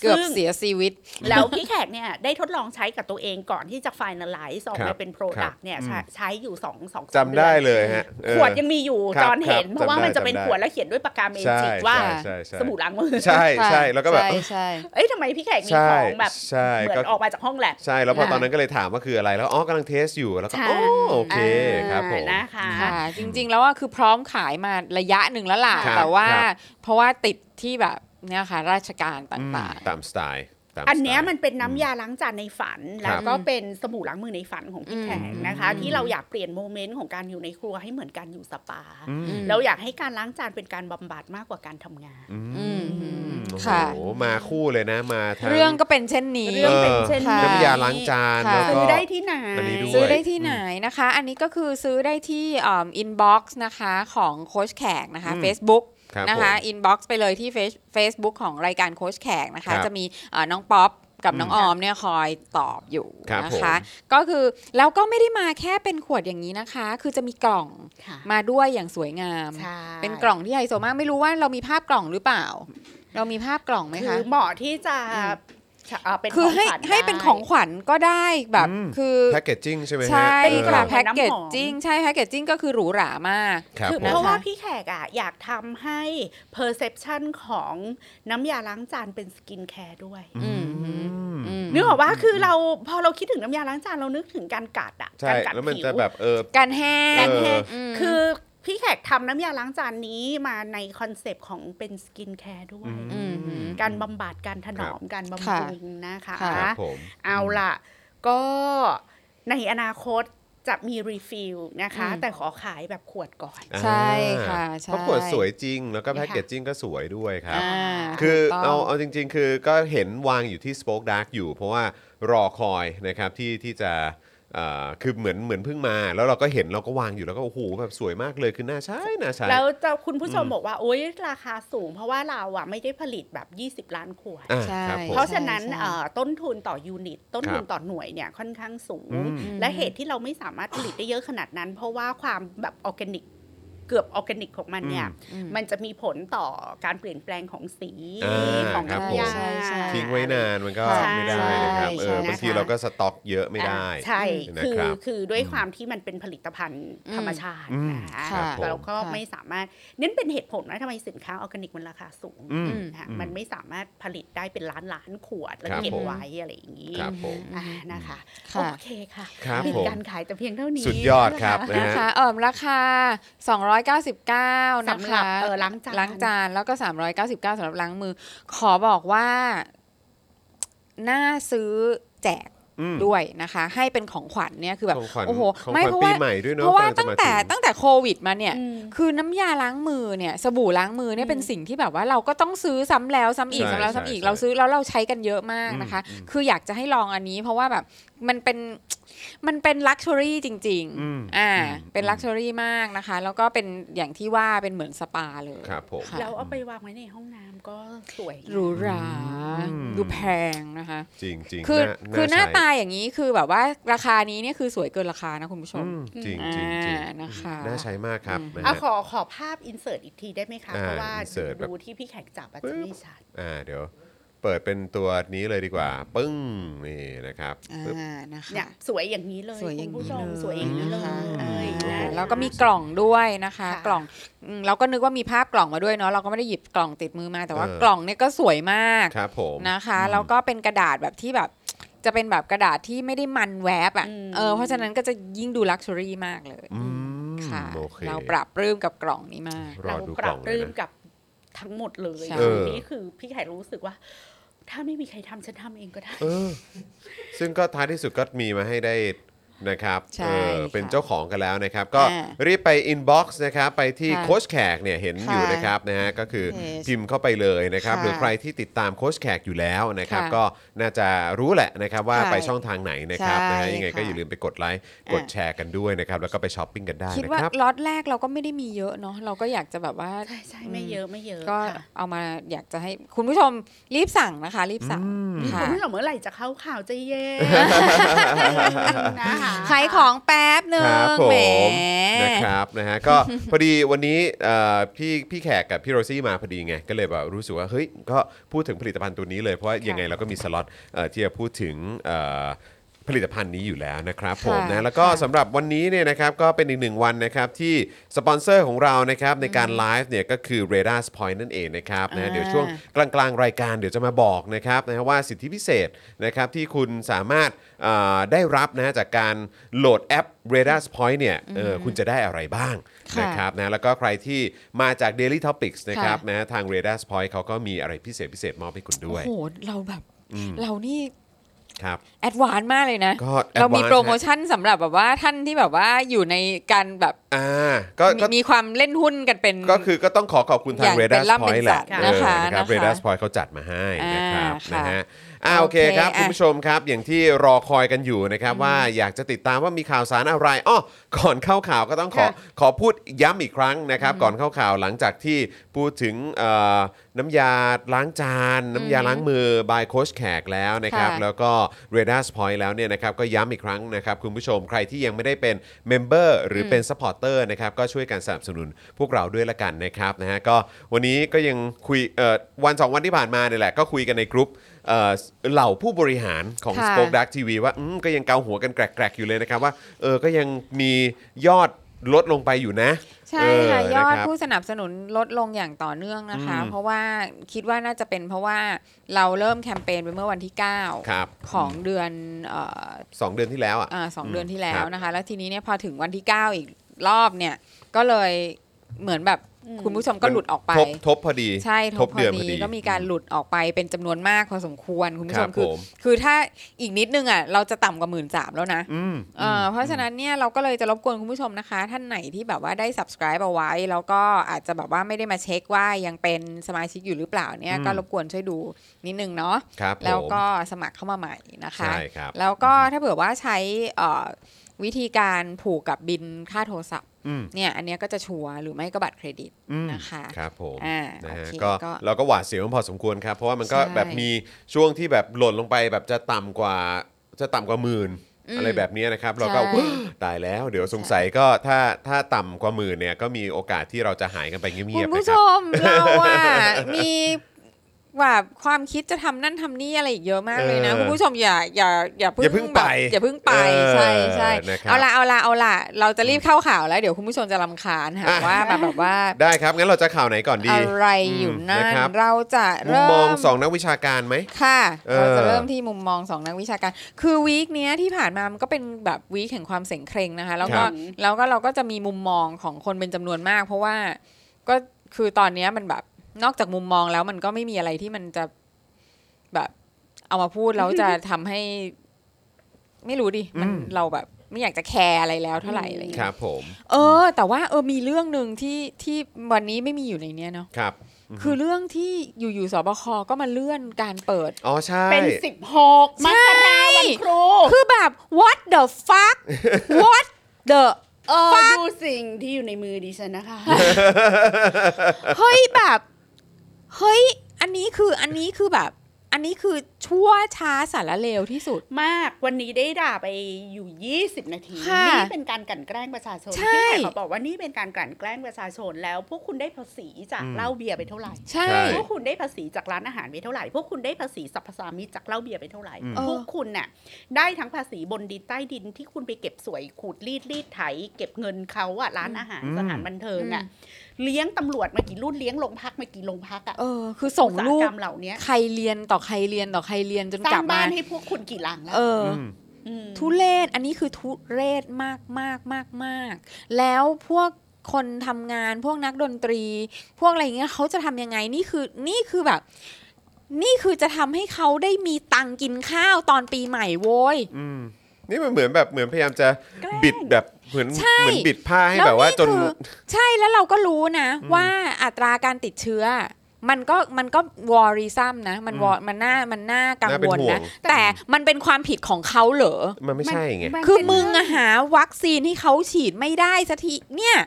Speaker 2: เกือบ
Speaker 4: ซึ่ง
Speaker 2: เสียชีวิต
Speaker 4: แล้วพี่แขกเนี่ยได้ทดลองใช้กับตัวเองก่อนที่จะ finalize ออก
Speaker 1: ครั
Speaker 4: มา
Speaker 1: บ
Speaker 4: เป็น product เนี่ยใช้
Speaker 1: อืม
Speaker 4: ใช้อยู่2องสอง
Speaker 1: จำได้เลยฮะเออ
Speaker 4: ขวดยังมีอยู่
Speaker 1: ครับ
Speaker 4: จอนเห็น
Speaker 1: ครับ
Speaker 4: เพราะว่า
Speaker 1: จำได้
Speaker 4: มันจะเป็น
Speaker 1: จำได้
Speaker 4: ขวดแล้วเขียนด้วยปากกาเม
Speaker 1: ใช่
Speaker 4: จิกว่า
Speaker 1: ใช่ใช่
Speaker 4: สบู่ล้างมือ
Speaker 1: ใช่ใช่แล้วก็แบบ
Speaker 2: ใช่ใช่
Speaker 4: เอ้ยทำไมพี่แขกมี
Speaker 1: ใช่
Speaker 4: ของแบบ
Speaker 1: ใช่
Speaker 4: เหมือ
Speaker 1: ก็
Speaker 4: นออกมาจากห้องแลบ
Speaker 1: ใช่แล้วพอ
Speaker 2: ค่ะ
Speaker 1: ตอนนั้นก็เลยถามว่าคืออะไรแล้วอ๋อกำลังเทสอยู่แล้วก็
Speaker 4: ใช่
Speaker 1: อ๋อโอเคครับผม
Speaker 4: อ่านะคะ
Speaker 2: ค่ะ จริงๆ แล้วว่าคือพร้อมขายมาระยะหนึ่งแล้วล่ะ
Speaker 1: ครับ
Speaker 2: แต่ว่า
Speaker 1: ครับ
Speaker 2: เพราะว่าติดที่แบบเนี่ยค่ะ ราชการต่าง
Speaker 1: อืมตามสไตล์ตามสไตล์
Speaker 4: อันเนี้ยมันเป็นน้ำยาล้างจานในฝัน
Speaker 1: ครั
Speaker 4: แล้
Speaker 1: บ
Speaker 4: วก็เป็นสบู่ล้างมือในฝันของพี่แขกนะคะ
Speaker 1: อืม
Speaker 4: ที่เราอยากเปลี่ยนโมเมนต์ของการอยู่ในครัวให้เหมือนการอยู่สปา
Speaker 1: อืม
Speaker 2: ม
Speaker 4: เราอยากให้การล้างจานเป็นการบำบัดมากกว่าการทำงาน
Speaker 1: อืม
Speaker 2: อืม
Speaker 1: โอ้โห
Speaker 2: ค่ะ
Speaker 1: มาคู่เลยนะมาทั้
Speaker 2: ๆ เรื่องก็เป็นเช่นนี้
Speaker 4: เรื่องเป็นเช่นนี้
Speaker 1: น้ำยาล้างจาน
Speaker 2: ค่ะ
Speaker 1: แล้ว
Speaker 4: ซื้
Speaker 1: ก็
Speaker 4: อได้ที่ไหน
Speaker 1: อันนี้ด้วย
Speaker 2: ซื้อได้ที่ไหนนะคะ อันนี้ก็คือซื้อได้ที่อินบ็อกซ์นะคะของโค้ชแขกนะคะ
Speaker 1: อืม
Speaker 2: Facebook
Speaker 1: รับ
Speaker 2: นะคะ
Speaker 1: ผม
Speaker 2: อินบ็อกซ์ไปเลยที่ Face- Facebook ของรายการโค้ชแขกนะ
Speaker 1: ครั
Speaker 2: คะ
Speaker 1: บ
Speaker 2: จะมีเอ่อน้องป๊อป กับน้อง
Speaker 1: อืม
Speaker 2: ออมเนี่ยคอยตอบอยู่
Speaker 1: ครับ
Speaker 2: นะ
Speaker 1: ผม
Speaker 2: คะ ก็คือแล้วก็ไม่ได้มาแค่เป็นขวดอย่างนี้นะคะ คือจะมีกล่อง
Speaker 4: ค่ะ
Speaker 2: มาด้วยอย่างสวยงาม
Speaker 4: ใช่
Speaker 2: เป็นกล่องที่ไฮโซมากไม่รู้ว่าเรามีภาพกล่องหรือเปล่า เรามีภาพกล่องไหม
Speaker 4: คื
Speaker 2: คะ
Speaker 4: อเหมาะที่จะ
Speaker 2: อืม
Speaker 4: เอ่อเป็น
Speaker 2: คือ
Speaker 4: ขง
Speaker 2: ให้
Speaker 4: ขวัญ
Speaker 2: ให้
Speaker 4: ได้
Speaker 2: เป็นของขวัญก็ได้แบบ
Speaker 1: อืม
Speaker 2: คือ
Speaker 1: แพคเกจจิ้งใช่ไหมฮะ
Speaker 2: ใช่
Speaker 1: เออ
Speaker 2: ค่ะ
Speaker 4: เป็นกล่อง
Speaker 2: แพ็ก
Speaker 4: น้ำหอม
Speaker 2: เกจจิ้งใช่แพ็กเกจจิ้งก็คือหรูหรามาก
Speaker 1: ครับ
Speaker 4: คือ
Speaker 1: ผม
Speaker 4: เพราะว่า
Speaker 2: นะคะ
Speaker 4: พี่แขกอ่ะอยากทำให้ perception ของน้ำยาล้างจานเป็นสกินแคร์ด้วย
Speaker 2: อืมอืม
Speaker 4: นึกออกว่าคือเราพอเราคิดถึงน้ำยาล้างจานเรานึกถึงการกัดอ่ะ
Speaker 1: ใช่
Speaker 4: การกัด
Speaker 1: แล้วมัน
Speaker 4: ผิว
Speaker 1: จะแบบเออ
Speaker 2: การแห้
Speaker 4: กาง รแห้ง
Speaker 1: เออ
Speaker 2: ม
Speaker 4: คือพี่แขกทำน้ำยาล้างจานนี้มาในคอนเซปต์ของเป็นสกินแคร์ด้วย
Speaker 1: อื
Speaker 2: ม
Speaker 4: การบำบัดการถนอมการบำรุงนะคะ
Speaker 2: ค่ะ
Speaker 1: ครับผม
Speaker 4: เอาล่ะ ก็ในอนาคตจะมีรีฟิลนะคะ
Speaker 2: อืม
Speaker 4: แต่ขอขายแบบขวดก่อน
Speaker 1: อ่า
Speaker 2: ใช่ค่ะใช่
Speaker 1: เพราะขวดสวยจริง แล้วก็แพ
Speaker 4: นี่
Speaker 1: ค
Speaker 4: ค่ะ
Speaker 1: เกจจิ้งก็สวยด้วยครับ
Speaker 2: อ่า
Speaker 1: คือ
Speaker 2: ถูกต้
Speaker 1: เอา
Speaker 2: ง
Speaker 1: เอาจริง ๆ คือก็เห็นวางอยู่ที่ Spoke Dark อยู่ เพราะว่ารอคอยนะครับที่ที่จะเอ่อคือเหมือนเหมือนเพิ่งมา แล้วเราก็เห็นเราก็วางอยู่แล้วก็โอ้โหแบบสวยมากเลยคือน่าใช้น่าใช้
Speaker 4: แล้วเจะคุณผู้ชม
Speaker 1: อืม
Speaker 4: บอกว่า โอ๊ยราคาสูง เพราะว่าเราอ่ะไม่ได้ผลิตแบบ 20 ล้านขวด
Speaker 1: อ่า
Speaker 2: ใช่
Speaker 1: ครับผม
Speaker 4: เพราะฉะนั้น
Speaker 2: ใช่ใช่
Speaker 4: เอ่อต้นทุนต่อยูนิต ต้น
Speaker 1: คน
Speaker 4: ทุ
Speaker 1: รับ
Speaker 4: ต่อหน่วยเนี่ยค่อนข้างสูง
Speaker 1: อืม
Speaker 2: ม
Speaker 4: และเหตุที่เราไม่สามารถผลิตได้เยอะขนาดนั้น เพราะว่าความแบบออร์แกนิก เกือบออร์แกนิกของมันเนี่ย
Speaker 1: อืม
Speaker 2: อืม
Speaker 4: มันจะมีผลต่อการเปลี่ยนแปลงของสี
Speaker 1: อ่า
Speaker 4: ของ
Speaker 1: ครับผม
Speaker 4: น้ำยา
Speaker 2: ใช่ใช่
Speaker 1: ทิ้งไว้นานมันก็
Speaker 2: ใช่
Speaker 1: ไม่ได้นะครับเอ
Speaker 2: ใช่
Speaker 1: อบางทีเราก็สต็อกเยอะไม่ได้
Speaker 4: ใช่
Speaker 1: นะ
Speaker 4: คือ
Speaker 1: ครับ
Speaker 4: คือด้วยความที่มันเป็นผลิตภัณฑ์ธรรมชาติ
Speaker 1: อืม
Speaker 4: นะคะ
Speaker 2: ครับผม
Speaker 4: เราก็
Speaker 2: ค่ะ
Speaker 4: ไม่สามารถนั่นเป็นเหตุผลว่าทำไมสินค้าออร์แกนิกมันราคาสูง
Speaker 1: อืม
Speaker 4: นะคะ
Speaker 1: อืม
Speaker 4: มันไม่สามารถผลิตได้เป็นล้านล้านๆขวดแล้ว
Speaker 1: ครับ
Speaker 4: เก็บ
Speaker 1: ผม
Speaker 4: ไว้อะไรอย่างนี้
Speaker 1: ครับผม
Speaker 4: อ่านะคะ
Speaker 2: ค่ะ
Speaker 4: โอเคค่ะ
Speaker 1: ครับ
Speaker 4: ปิด
Speaker 1: ผม
Speaker 4: การขายแต่เพียงเท่านี้
Speaker 1: สุดยอดครับ
Speaker 4: นะะ
Speaker 1: นะ
Speaker 2: นะ
Speaker 1: ฮะ
Speaker 2: คะเอ่มราคา 299 นะ
Speaker 4: สำหรั
Speaker 2: คะ
Speaker 4: บเอ่อล้างจาน
Speaker 2: ล้างจานแล้วก็ 399สำหรับล้างมือ ขอบอกว่า น่าซื้อแจก
Speaker 1: อืม
Speaker 2: ด้วยนะคะ ให้เป็นของขวัญเนี่ยคือแบบ
Speaker 1: ของขวัญ
Speaker 2: โอ้โห
Speaker 1: ของ
Speaker 2: ไม่
Speaker 1: ขวัญปี
Speaker 2: เพราะว่า
Speaker 1: ใหม่ด้วยเนอะ
Speaker 2: เพราะ
Speaker 1: ำ
Speaker 2: ว่า
Speaker 1: ลั
Speaker 2: ตั้ง
Speaker 1: จม
Speaker 2: แต่
Speaker 1: ถึ
Speaker 2: ตั้งแต่โควิดมาเนี่ย
Speaker 4: อืม
Speaker 2: คือน้ำยาล้างมือเนี่ย สบู่ล้างมือเนี่ย
Speaker 4: อืม
Speaker 2: เป็นสิ่งที่แบบว่าเราก็ต้องซื้อซ้ำแล้วซ้ำอีก
Speaker 1: ใช่
Speaker 2: ซ้ำแล้วซ้ำอีก
Speaker 1: ใช่
Speaker 2: เราซื้อแล้วเราใช้กันเยอะมาก
Speaker 1: อืม
Speaker 2: นะคะ
Speaker 1: อืม
Speaker 2: คืออยากจะให้ลองอันนี้เพราะว่าแบบมันเป็นมันเป็นลักชัวรี่จริง
Speaker 1: อืม
Speaker 2: อ่า
Speaker 1: อืม
Speaker 2: เป็นลักชัวรี่มากนะคะ แล้วก็เป็นอย่างที่ว่าเป็นเหมือนสปาเลย
Speaker 1: ครับผม
Speaker 2: ะ
Speaker 4: แล้วเอาไปวางไว้ในห้องน้ำก็สวย
Speaker 2: หรูหรา
Speaker 1: อืม
Speaker 2: ดูแพงนะคะ
Speaker 1: จริงจริง
Speaker 2: คือคือหน้า
Speaker 1: ใช้
Speaker 2: ตาอย่างนี้คือแบบว่าราคานี้เนี่ยคือสวยเกินราคานะคุณผู้ชม
Speaker 1: อืมจริงจริงจริง
Speaker 2: อ่านะคะ
Speaker 1: น่าใช้มากครับนะ
Speaker 4: เอา
Speaker 1: ฮะ
Speaker 4: ขอขอภาพอินเสิร์ตอีกทีได้ไหมคะ
Speaker 1: อ่า
Speaker 4: เพราะว่า
Speaker 1: insert แบบ
Speaker 4: ดูที่พี่แขกจับอาจ
Speaker 1: ปึ๊
Speaker 4: จะ
Speaker 1: บ
Speaker 4: ไม่ชัด
Speaker 1: อ่าเดี๋ยวเปิดเป็นตัวนี้เลยดีกว่า ปึ้งนี่นะครับ
Speaker 2: อ่
Speaker 1: ปึ๊บ
Speaker 2: านะคะ
Speaker 4: เนี่ยสวยอย่างนี้เลย
Speaker 2: สวยอ
Speaker 4: คุ
Speaker 2: ย่าง
Speaker 4: ณ
Speaker 2: นี้
Speaker 4: ผู้ช
Speaker 2: เล
Speaker 4: ม
Speaker 2: ย
Speaker 4: สวยอย่างนี้เล
Speaker 2: นะ
Speaker 4: ย
Speaker 2: คะ
Speaker 4: เอ้ย
Speaker 2: อ่า
Speaker 4: นะ
Speaker 2: แล้วก็มีกล่องด้วยนะคะ
Speaker 4: ค่ะ
Speaker 2: กล่องอืมเราก็นึกว่ามีภาพกล่องมาด้วยเนาะเราก็ไม่ได้หยิบกล่องติดมือมาแต่ว่า
Speaker 1: เออ
Speaker 2: กล่องเนี่ยก็สวยมาก
Speaker 1: ครับผม
Speaker 2: นะคะ
Speaker 1: อืม
Speaker 2: แล้วก็เป็นกระดาษแบบที่แบบ จะเป็นแบบกระดาษที่ไม่ได้มันแวบอ่ะ
Speaker 4: อืม
Speaker 2: เออเพราะฉะนั้นก็จะยิ่งดูลักชัวรี่มากเลย
Speaker 1: อืม
Speaker 2: ค่ะ
Speaker 1: โอเค
Speaker 2: เราปรับปรื้มกับกล่องนี้มาก
Speaker 1: รอ
Speaker 4: เรา
Speaker 1: ดู
Speaker 4: ป
Speaker 1: ก
Speaker 4: รั
Speaker 1: ล่
Speaker 4: บ
Speaker 1: อง
Speaker 4: ป
Speaker 1: เลย
Speaker 4: รื้ม
Speaker 1: นะ
Speaker 4: กับทั้งหมดเลย
Speaker 2: ใช่
Speaker 1: เออ
Speaker 4: นี่คือพี่แขกรู้สึกว่า ถ้าไม่มีใครทำฉันทำเองก็ได้
Speaker 1: เออ ซึ่งก็ท้ายที่สุดก็มีมาให้ได้นะครับ
Speaker 2: ใช่
Speaker 1: เออ
Speaker 2: ค่ะ
Speaker 1: เป็นเจ้าของกันแล้วนะครับ ก็
Speaker 2: อ่า
Speaker 1: รีบไป inbox นะครับไปที่
Speaker 2: ค่ะ
Speaker 1: โค้ชแขกเนี่ยเห็น
Speaker 2: ค่ะ
Speaker 1: อยู่นะครับนะฮะก็คือ
Speaker 2: เพจ
Speaker 1: พิมพ์เข้าไปเลยนะครับ
Speaker 2: ค่ะ
Speaker 1: หรือใครที่ติดตามโค้ชแขกอยู่แล้วนะครับ
Speaker 2: ค่ะ
Speaker 1: ก็น่าจะรู้แหละนะครับว่า
Speaker 2: ใช่
Speaker 1: ไปช่องทางไหนนะครับนะฮะ
Speaker 2: ใช่
Speaker 1: ยังไงก็
Speaker 2: ค่ะ
Speaker 1: อย่าลืมไปกดไลค์
Speaker 2: อ่าก ก
Speaker 1: ดแชร์กันด้วยนะครับ แล้วก็ไปช้อปปิ้งกันได้
Speaker 2: คิด
Speaker 1: นะ
Speaker 2: ว่า
Speaker 1: ครับ
Speaker 2: ล็อตแรกเราก็ไม่ได้มีเยอะเนาะเราก็อยากจะแบบว่า
Speaker 4: ใช่ใช่ไม่เยอะไม่เยอะ
Speaker 2: ก็
Speaker 4: ค่ะ
Speaker 2: เอามาอยากจะให้คุณผู้ชมรีบสั่งนะคะ รีบสั่ง
Speaker 1: อืม
Speaker 2: ค่ะ
Speaker 4: คุณผู้ชมเมื่อไหร่จะเข้าข่าวใจเย็นนะคะ
Speaker 2: ขายของแป๊บหนึ่
Speaker 1: ค
Speaker 2: ง
Speaker 1: รับผ
Speaker 2: แหม
Speaker 1: มนะครับนะฮะ ก็พอดีวันนี้เอ่อพี่พี่แขกกับพี่โรซี่มาพอดีไงก็เลยแบบรู้สึกว่าเฮ้ยก็พูดถึงผลิตภัณฑ์ตัวนี้เลยเพราะว่ายังไงเราก็มีสล็อตเอ่อที่จะพูดถึงเอ่อผลิตภัณฑ์นี้อยู่แล้วนะครับผม
Speaker 2: ค่ะ
Speaker 1: นะแล้วก็
Speaker 2: ค่ะ
Speaker 1: สำหรับวันนี้เนี่ยนะครับก็เป็นอีกหนึ่งวันนะครับที่สปอนเซอร์ของเรานะครับในการไลฟ์เนี่ยก็คือ r a d a r Point นั่นเองนะครับนะเดี๋ยวช่วง กลางๆรายการเดี๋ยวจะมาบอกนะครับนะว่าสิทธิพิเศษนะครับที่คุณสามารถอ่าได้รับนะจากการโหลดแอป r a d a r Point เนี่ยเออคุณจะได้อะไรบ้าง
Speaker 2: ค่ะ
Speaker 1: นะครับนะแล้วก็ใครที่มาจาก Daily Topics นะครับ
Speaker 2: ค่ะ
Speaker 1: นะทาง r a d a r Point เขาก็มีอะไรพิเศษพิเศษมอบให้คุณด้วย
Speaker 2: โอ้โห เราแบบ เรานี่
Speaker 1: ครับ
Speaker 2: แอดวานซ์มากเลยนะ
Speaker 1: ก็ advance
Speaker 2: เรามีโปรโมชั่นสำหรับแบบว่าท่านที่แบบว่าอยู่ในการแบบ
Speaker 1: อ่าก็
Speaker 2: มี
Speaker 1: ก็
Speaker 2: มีความเล่นหุ้นกันเป็น
Speaker 1: ก็คือก็ต้องขอขอบคุณทา
Speaker 2: อง ย่าง
Speaker 1: r a d a r
Speaker 2: เป็นล่ำเป็น
Speaker 1: Point แหละ
Speaker 2: สัตว์นะคะ
Speaker 1: เออนะครับ
Speaker 2: นะ
Speaker 1: r a
Speaker 2: คะ
Speaker 1: d a r Point เขาจัดมาให้นะครับ
Speaker 2: อ่าค่ะ
Speaker 1: นะฮะ อ่าโอเค
Speaker 2: โอเค
Speaker 1: ครับ
Speaker 2: อ่ะ
Speaker 1: คุณผู้ชมครับ อย่างที่รอคอยกันอยู่นะครับ ว่าอยากจะติดตามว่ามีข่าวสารอะไรอ้อก่อนเข้าข่าวก็ต้องขอ
Speaker 4: ค่ะ
Speaker 1: ขอพูดย้ำอีกครั้งนะครับ ก่อนเข้าข่าวหลังจากที่พูดถึงเอ่อน้ำยาล้างจาน น้ำยาล้างมือบายโคชแขกแล้วนะครับ
Speaker 2: ค่ะ
Speaker 1: แล้วก็ r a d a r s Point แล้วเนี่ยนะครับก็ย้ำอีกครั้งนะครับ คุณผู้ชมใครที่ยังไม่ได้เป็นเมมเบอร์หรือเป็น s u p p อร์เตอร์นะครับก็ช่วยกันสนับสนุนพวกเราด้วยละกันนะครับนะฮะก็วันนี้ก็ยังคุยเอ่อวัน 2 วันที่ผ่านมาเนี่ยแหละ ก็คุยกันในกลุ่มเอ่อเหล่าผู้บริหารของ
Speaker 2: ค่ะ
Speaker 1: Spoke Dark TV ว่าอืมก็ยังเกาหัวกันแกรกๆ อยู่เลยนะครับว่าเออก็ยังมียอดลดลงไปอยู่นะ
Speaker 2: ใช่ค่ะ
Speaker 1: เ
Speaker 2: ยอด
Speaker 1: นะครับ
Speaker 2: ผู้สนับสนุนลดลงอย่างต่อเนื่องนะคะ
Speaker 1: อืม
Speaker 2: เพราะว่าคิดว่าน่าจะเป็นเพราะว่าเราเริ่มแคมเปญไปเมื่อวันที่ 9
Speaker 1: ครับ
Speaker 2: ของเดือนเอ่อ
Speaker 1: สองเดือนที่แล้วอ่ะ
Speaker 2: อ่าสอง
Speaker 1: อืม
Speaker 2: เดือนที่แล้
Speaker 1: ครั
Speaker 2: ว
Speaker 1: บ
Speaker 2: นะคะ แล้วทีนี้เนี่ยพอถึงวันที่ 9 อีกรอบเนี่ย ก็เลยเหมือนแบบ
Speaker 4: อืม
Speaker 2: คุณผู้ชมก็หลุดออกไป
Speaker 1: ทบทบพอดี
Speaker 2: ใช่ท
Speaker 1: ท
Speaker 2: บบ พ
Speaker 1: เดือน
Speaker 2: อ
Speaker 1: พอ
Speaker 2: ดี
Speaker 1: ดี
Speaker 2: ก็มีการหลุดออกไปเป็นจำนวนมากพอสมควรคุณผู้ชม
Speaker 1: ครับ
Speaker 2: คือ
Speaker 1: ผม
Speaker 2: คือถ้าอีกนิดนึงอ่ะเราจะต่ำกว่าหมื่นสามแล้วนะ
Speaker 1: อืม
Speaker 2: เอ่อเพราะฉะนั้นเนี่ยเราก็เลยจะรบกวนคุณผู้ชมนะคะ ท่านไหนที่แบบว่าได้ subscribe เอาไว้ แล้วก็อาจจะแบบว่าไม่ได้มาเช็คว่ายังเป็นสมาชิกอยู่หรือเปล่าเนี่ย
Speaker 1: อืม
Speaker 2: ก็รบกวนช่วยดูนิดนึงเนาะ
Speaker 1: ครับผม
Speaker 2: แล้วก็สมัครเข้ามาใหม่นะคะ
Speaker 1: ใช่ครับ
Speaker 2: แล้วก็ถ้าเผื่อว่าใช้เอ่อวิธีการผูกกับบินค่าโทรศัพท์
Speaker 1: อืม
Speaker 2: เนี่ยอันเนี้ยก็จะชัวร์หรือไม่ก็บัตรเครดิต
Speaker 1: อืม
Speaker 2: นะคะ
Speaker 1: ครับผม
Speaker 2: อ่า
Speaker 1: นะฮะ
Speaker 2: โอเค
Speaker 1: ก็
Speaker 2: ก็
Speaker 1: เราก็หวาดเสียวพอสมควรครับ เพราะว่ามันก็
Speaker 2: ใช่
Speaker 1: แบบมีช่วงที่แบบหล่นลงไปแบบจะต่ำกว่าจะต่ำกว่าหมื่น
Speaker 2: อืม
Speaker 1: อะไรแบบนี้นะครับ เราก็
Speaker 2: ใช่
Speaker 1: อุ๊ยตายแล้ว เดี๋ยวสงสัยก็ถ้าถ้าต่ำกว่าหมื่นเนี่ยก็มีโอกาสที่เราจะหายกันไปเงี
Speaker 2: คุ
Speaker 1: ยบๆ
Speaker 2: ณ
Speaker 1: นะ
Speaker 2: ผู้
Speaker 1: ค
Speaker 2: ช
Speaker 1: รับ
Speaker 2: มเราอะมีแบบความคิดจะทำนั่นทำนี่อะไรอีกเยอะมากเลยนะ
Speaker 1: เออ
Speaker 2: คุณผู้ชมอย่าอย่าอย่าเพิ่
Speaker 1: อ
Speaker 2: ง
Speaker 1: ย่าเพิ่งไป
Speaker 2: แบบอย่าเพิ่งไป
Speaker 1: เออ
Speaker 2: ใช่ใช่
Speaker 1: นะครับ
Speaker 2: เอาละเอาละเอาละเราจะรีบเข้าข่าวแล้ว เดี๋ยวคุณผู้ชมจะรำคาญหา
Speaker 1: อ่ะ
Speaker 2: ว่าแบบแบบว่า
Speaker 1: ได้ครับ งั้นเราจะข่าวไหนก่อนดี
Speaker 2: อะไรอยู่นั่
Speaker 1: อืม
Speaker 2: น
Speaker 1: นะครับ
Speaker 2: เราจะ
Speaker 1: มุม
Speaker 2: เริ่
Speaker 1: มอง
Speaker 2: ม
Speaker 1: สองนักวิชาการไหม
Speaker 2: ค่ะ
Speaker 1: เออ
Speaker 2: เราจะเริ่มที่มุมมองสองนักวิชาการ คือวีคเนี้ยที่ผ่านมามันก็เป็นแบบวีคแห่งความเสยงเครงนะคะ แล้วก็
Speaker 4: ครับ
Speaker 2: แล้วก็เราก็จะมีมุมมองของคนเป็นจำนวนมาก เพราะว่า ก็คือตอนเนี้ยมันแบบนอกจากมุมมองแล้วมันก็ไม่มีอะไรที่มันจะแบบเอามาพูดแล้วจะทำให้ ไม่รู้ดิมัน
Speaker 1: อืม
Speaker 2: เราแบบ ไม่อยากจะแคร์อะไรแล้วเท่าไหร่อะไร
Speaker 1: ค
Speaker 2: เงี้ย
Speaker 1: รับผม
Speaker 2: เออ แต่ว่าเออมีเรื่องหนึ่งที่ที่วันนี้ไม่มีอยู่ในเนี้ยเนาะ
Speaker 1: ครับ
Speaker 2: คือเรื่องที่อยู่ๆสบคก็มาเลื่อนการเปิด
Speaker 1: อ๋อใช่
Speaker 4: เป็น 16 มกราวันครู
Speaker 2: คือแบบ what the fuck what the
Speaker 4: เออ
Speaker 2: Fuck
Speaker 4: ดูสิ่งที่อยู่ในมือดิฉันนะคะ
Speaker 2: เฮ้ยแบบเฮ้ย อันนี้คืออันนี้คือแบบ อันนี้คือชั่วช้าสารเลวที่สุด
Speaker 4: มากวันนี้ได้ด่าไปอยู่ 20 นาที
Speaker 2: ค่ะ
Speaker 4: นี่เป็นการกลั่นแกล้งประชาชน
Speaker 2: ใช่
Speaker 4: ที่แขกเขาบอกว่านี่เป็นการกลั่นแกล้งประชาชนแล้วพวกคุณได้ภาษีจากเหล้าเบียร์ไปเท่าไหร่
Speaker 2: ใช่
Speaker 4: พวกคุณได้ภาษีจากร้านอาหารไปเท่าไหร่ พวกคุณได้ภาษีสรรพสามิตจากเหล้าเบียร์ไปเท่าไหร่
Speaker 2: เออ
Speaker 4: พวกคุณน่ะได้ทั้งภาษีบนดินใต้ดินที่คุณไปเก็บสวยขูดรีดรีดไถ เก็บเงินเขาอะร้านอาหารสถานบันเทิงอะเลี้ยงตำรวจมากี่รุ่นเลี้ยงโรงพักมากี่โรงพักอะ
Speaker 2: เออ คือส่ง
Speaker 4: อุตสาห
Speaker 2: ลู
Speaker 4: ก
Speaker 2: ก
Speaker 4: รรมเหล่านี้
Speaker 2: ใครเรียนต่อใครเรียนต่อใครเรียนจน
Speaker 4: ส
Speaker 2: ก
Speaker 4: ร้า
Speaker 2: ลั
Speaker 4: งบ้า
Speaker 2: บา
Speaker 4: ม
Speaker 2: น
Speaker 4: ให้พวกคุณกี่หลังแล้ว
Speaker 2: เอออ
Speaker 1: ม
Speaker 4: ม
Speaker 2: ทุเรศอันนี้คือทุเรศมากมากมากมากแล้วพวกคนทำงานพวกนักดนตรี พวกอะไรอย่างเงี้ยเขาจะทำยังไงนี่คือนี่คือแบบ นี่คือจะทำให้เขาได้มีตังค์กินข้าวตอนปีใหม่โว้ย
Speaker 1: อืม นี่มันเหมือนแบบเหมือนพยายามจะ
Speaker 4: แกล้ง
Speaker 1: บิดแบบเหมือน
Speaker 2: ใช่
Speaker 1: เหมือนบิดผ้าให้แบบว่าจน
Speaker 2: คือใช่แล้วเราก็รู้นะ
Speaker 1: อืม
Speaker 2: ว่าอัตราการติดเชื้อ มันก็มันก็วอริซัมนะ มันวอมันน่ามันน่ากังวล
Speaker 1: น่าเป็นห่วง
Speaker 2: นะ แต่มันเป็นความผิดของเขาเหรอ
Speaker 1: มันไม่ใช่ไง
Speaker 4: น
Speaker 2: คือ
Speaker 4: เป็น
Speaker 2: มึง
Speaker 4: เรื่
Speaker 2: อะหาวัคซีนที่เขาฉีดไม่ได้สักทีเนี่ย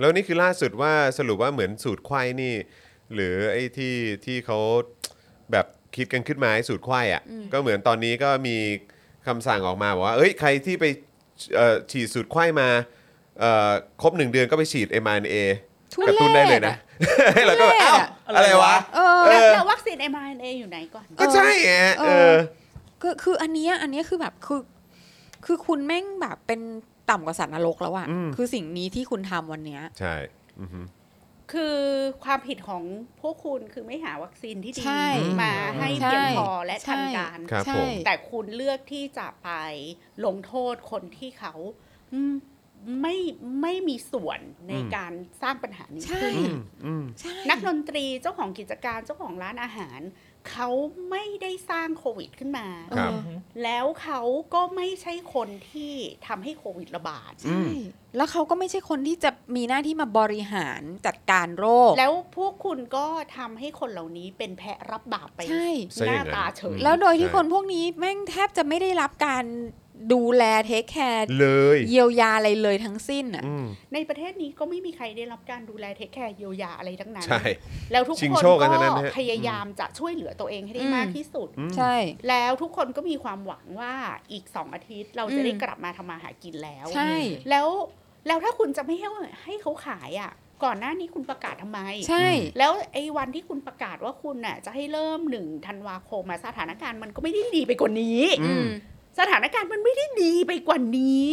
Speaker 1: แล้วนี่คือล่าสุดว่าสรุปว่าเหมือนสูตรไข้นี่ หรือไอ้ที่ที่เขาแบบคิดกันขึ้นมาให้สูตรไข้อะก็เหมือนตอนนี้ก็มีคำสั่งออกมาบอกว่าเอ้ยใครที่ไปเอ่อฉีดสูตรไข้มาเอ่อครบหนึ่งเดือนก็ไปฉีด m r n a
Speaker 2: ทุ
Speaker 1: ก
Speaker 2: เรศ
Speaker 1: ระตุ้นได้เลยนะ แล้วก็แบบเอ้า
Speaker 2: ทุเรศอะ
Speaker 1: อะไรวะ
Speaker 2: เออ
Speaker 1: เออ
Speaker 4: แล้ววัคซีน mRNA อยู่ไหนก่อน
Speaker 1: ก็ใช่ไง
Speaker 2: เออ
Speaker 1: เออ
Speaker 2: คือคืออันเนี้ยอันเนี้ยคือแบบคือ คือคุณแม่งแบบเป็นต่ำกว่าสัตว์นรกแล้วอะ
Speaker 1: อืม
Speaker 2: คือสิ่งนี้ที่คุณทำวันเนี้ย
Speaker 1: ใช่อือฮึ
Speaker 4: คือความผิดของพวกคุณคือไม่หาวัคซีนที่ดี
Speaker 2: ใช่
Speaker 4: มาให้เพียง
Speaker 2: ใช่
Speaker 4: พอและทัน
Speaker 2: ใช่
Speaker 4: การ
Speaker 1: ครับ
Speaker 2: ใช่
Speaker 1: ผม
Speaker 4: แต่คุณเลือกที่จะไปลงโทษคนที่เขาอืมไม่ไม่มีส่วนใน
Speaker 1: อืม
Speaker 4: การสร้างปัญหานี้
Speaker 2: ใช่
Speaker 4: ขึ้น
Speaker 1: อืมอืม
Speaker 2: ใช่
Speaker 4: นักดนตรีเจ้าของกิจการเจ้าของร้านอาหาร เขาไม่ได้สร้างโควิดขึ้นมา
Speaker 1: ครับ
Speaker 2: เออ
Speaker 4: แล้วเขาก็ไม่ใช่คนที่ทำให้โควิดระบาด
Speaker 1: อื
Speaker 2: ใช่
Speaker 1: ม
Speaker 2: แล้วเขาก็ไม่ใช่คนที่จะมีหน้าที่มาบริหารจัดการโรค
Speaker 4: แล้วพวกคุณก็ทำให้คนเหล่านี้เป็นแพะรับบาปไป
Speaker 2: ใช่
Speaker 1: ซะ
Speaker 4: ห
Speaker 1: อย่
Speaker 4: น้าง
Speaker 1: นั้น
Speaker 4: ตาเฉย
Speaker 2: แล้วโดยที่
Speaker 1: ใช่
Speaker 2: คนพวกนี้แม่งแทบจะไม่ได้รับการดูแลเทคแคร์
Speaker 1: เลย
Speaker 2: เยียวยาอะไรเลยทั้งสิ้นอ่ะ
Speaker 1: อืม
Speaker 4: ในประเทศนี้ก็ไม่มีใครได้รับการดูแลเทคแคร์เยียวยาอะไรทั้งนั้น
Speaker 1: ใช่
Speaker 4: แล้วทุก
Speaker 1: ชิง
Speaker 4: คน
Speaker 1: โชคกันทั้
Speaker 4: ก็
Speaker 1: งนั้นนะฮะ
Speaker 4: พยายามจะช่วยเหลือตัวเองให้ได้
Speaker 2: อืม
Speaker 4: มากที่สุด
Speaker 1: อืม
Speaker 2: ใช่
Speaker 4: แล้วทุกคนก็มีความหวังว่าอีกสองอาทิตย์เราจะได้
Speaker 2: อืม
Speaker 4: กลับมาทำมาหากินแล้ว
Speaker 2: ใช่
Speaker 4: แล้วแล้วถ้าคุณจะไม่ให้ให้เขาขายอ่ะ ก่อนหน้านี้คุณประกาศทำไม
Speaker 2: ใช่
Speaker 4: แล้วไอ้วันที่คุณประกาศว่าคุณน่ะจะให้เริ่มหนึ่งธันวาคมมาสถานการณ์มันก็ไม่ได้ดีไปกว่านี้
Speaker 1: อื
Speaker 2: อื
Speaker 1: ม
Speaker 2: ม
Speaker 4: สถานการณ์มันไม่ได้ดีไปกว่านี้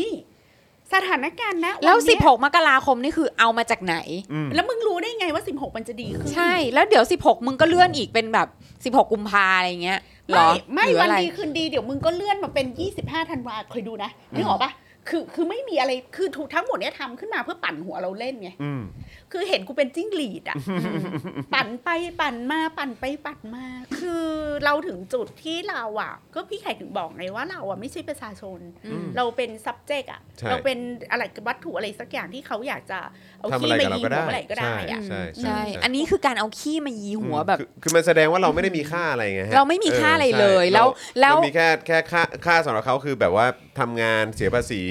Speaker 4: สถานการณ์นะน
Speaker 2: แล้ว
Speaker 4: เนี้ย
Speaker 2: 16 มกราคมนี่คือเอามาจากไหน
Speaker 1: อืม
Speaker 4: แล้วมึงรู้ได้ไงว่า 16 มันจะดีขึ้น
Speaker 2: ใช่ แล้วเดี๋ยว 16 มึงก็เลื่อนอีกเป็นแบบ 16 กุมภาอะไรเงี้ยเหรอ
Speaker 4: ไม่ไม่
Speaker 2: หรือ
Speaker 4: วั
Speaker 2: อะ
Speaker 4: น
Speaker 2: ไร
Speaker 4: ดีคืนดีเดี๋ยวมึงก็เลื่อนมาเป็น 25ธันวาคอยดูนะนึกออกปะคือคือไม่มีอะไรคือถูกทั้งหมดเนี้ยทำขึ้นมาเพื่อปั่นหัวเราเล่นไง
Speaker 1: อืม
Speaker 4: คือเห็นกูเป็นจิ้งหรีดอะปั่นไปปั่นมาปั่นไปปั่นมา คือเราถึงจุดที่เราอะก็พี่ไข่ถึงบอกไงว่าเราอะไม่ใช่ประชาชน
Speaker 2: อืม
Speaker 4: เราเป็น subject อะ
Speaker 1: ใช่
Speaker 4: เราเป็นอะไรวัตถุอะไรสักอย่างที่เขาอยากจะเอา
Speaker 1: ทำอะ
Speaker 4: ขี้
Speaker 1: ไร
Speaker 4: มา
Speaker 1: กับเราก็
Speaker 4: ยีหั
Speaker 1: ได้
Speaker 4: วอะไรก็ได้อะ
Speaker 1: ใช่
Speaker 2: ใช่
Speaker 1: ใช่
Speaker 2: อันนี้คือการเอาขี้มายีหัวแบบ
Speaker 1: คือคือมันแสดงว่าเราไม่ได้มีค่าอะไรไงฮะ
Speaker 2: เราไม่มีค่าอะไรเลย
Speaker 1: ใช่
Speaker 2: แล้ว แล้ว
Speaker 1: มันมีแค่แค่ค่าค่าสำหรับเขาคือแบบว่าทำงานเสียภาษี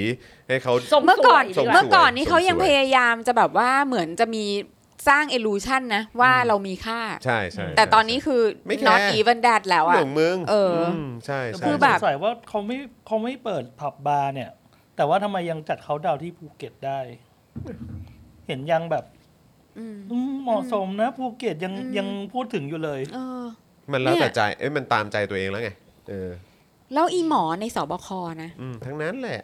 Speaker 1: ให้เขา
Speaker 4: ส่ง
Speaker 2: เมื่อก่อน
Speaker 4: สวย
Speaker 1: ง
Speaker 4: ดีกว่า
Speaker 2: เมื่อก่อนนี้เขายัง
Speaker 1: สวย
Speaker 2: พยายามจะแบบว่าเหมือนจะมีสร้าง illusion นะ ว่าเรามีค่า
Speaker 1: ใช่ใช่
Speaker 2: แต่ตอน
Speaker 1: ใช่
Speaker 2: นี้คือ
Speaker 1: ไม่แคร์
Speaker 2: not even that แล้ว
Speaker 1: เรื่อ
Speaker 2: อะ
Speaker 1: งของมึง
Speaker 2: เอออื
Speaker 1: มใช่ใช่
Speaker 2: คือแบบ
Speaker 3: ผมสงสัยว่าเขาไม่เขาไม่เปิดผับบาร์เนี่ย แต่ว่าทำไมยังจัดเขาน์ดาวน์ที่ภูเก็ตได้ เห็นยังแบบ
Speaker 2: อืม
Speaker 3: อืมเหมาะสมนะภูเก็ตยัง
Speaker 2: อืม
Speaker 3: ยังพูดถึงอยู่เลย
Speaker 2: เออ
Speaker 1: มันแล้ว
Speaker 2: เนี่
Speaker 1: แต่
Speaker 2: ย
Speaker 1: ใจ เอ้ยมันตามใจตัวเองแล้วไง เออ
Speaker 2: แล้วอีหมอในสบคนะ
Speaker 1: อืม ทั้งนั้นแหละ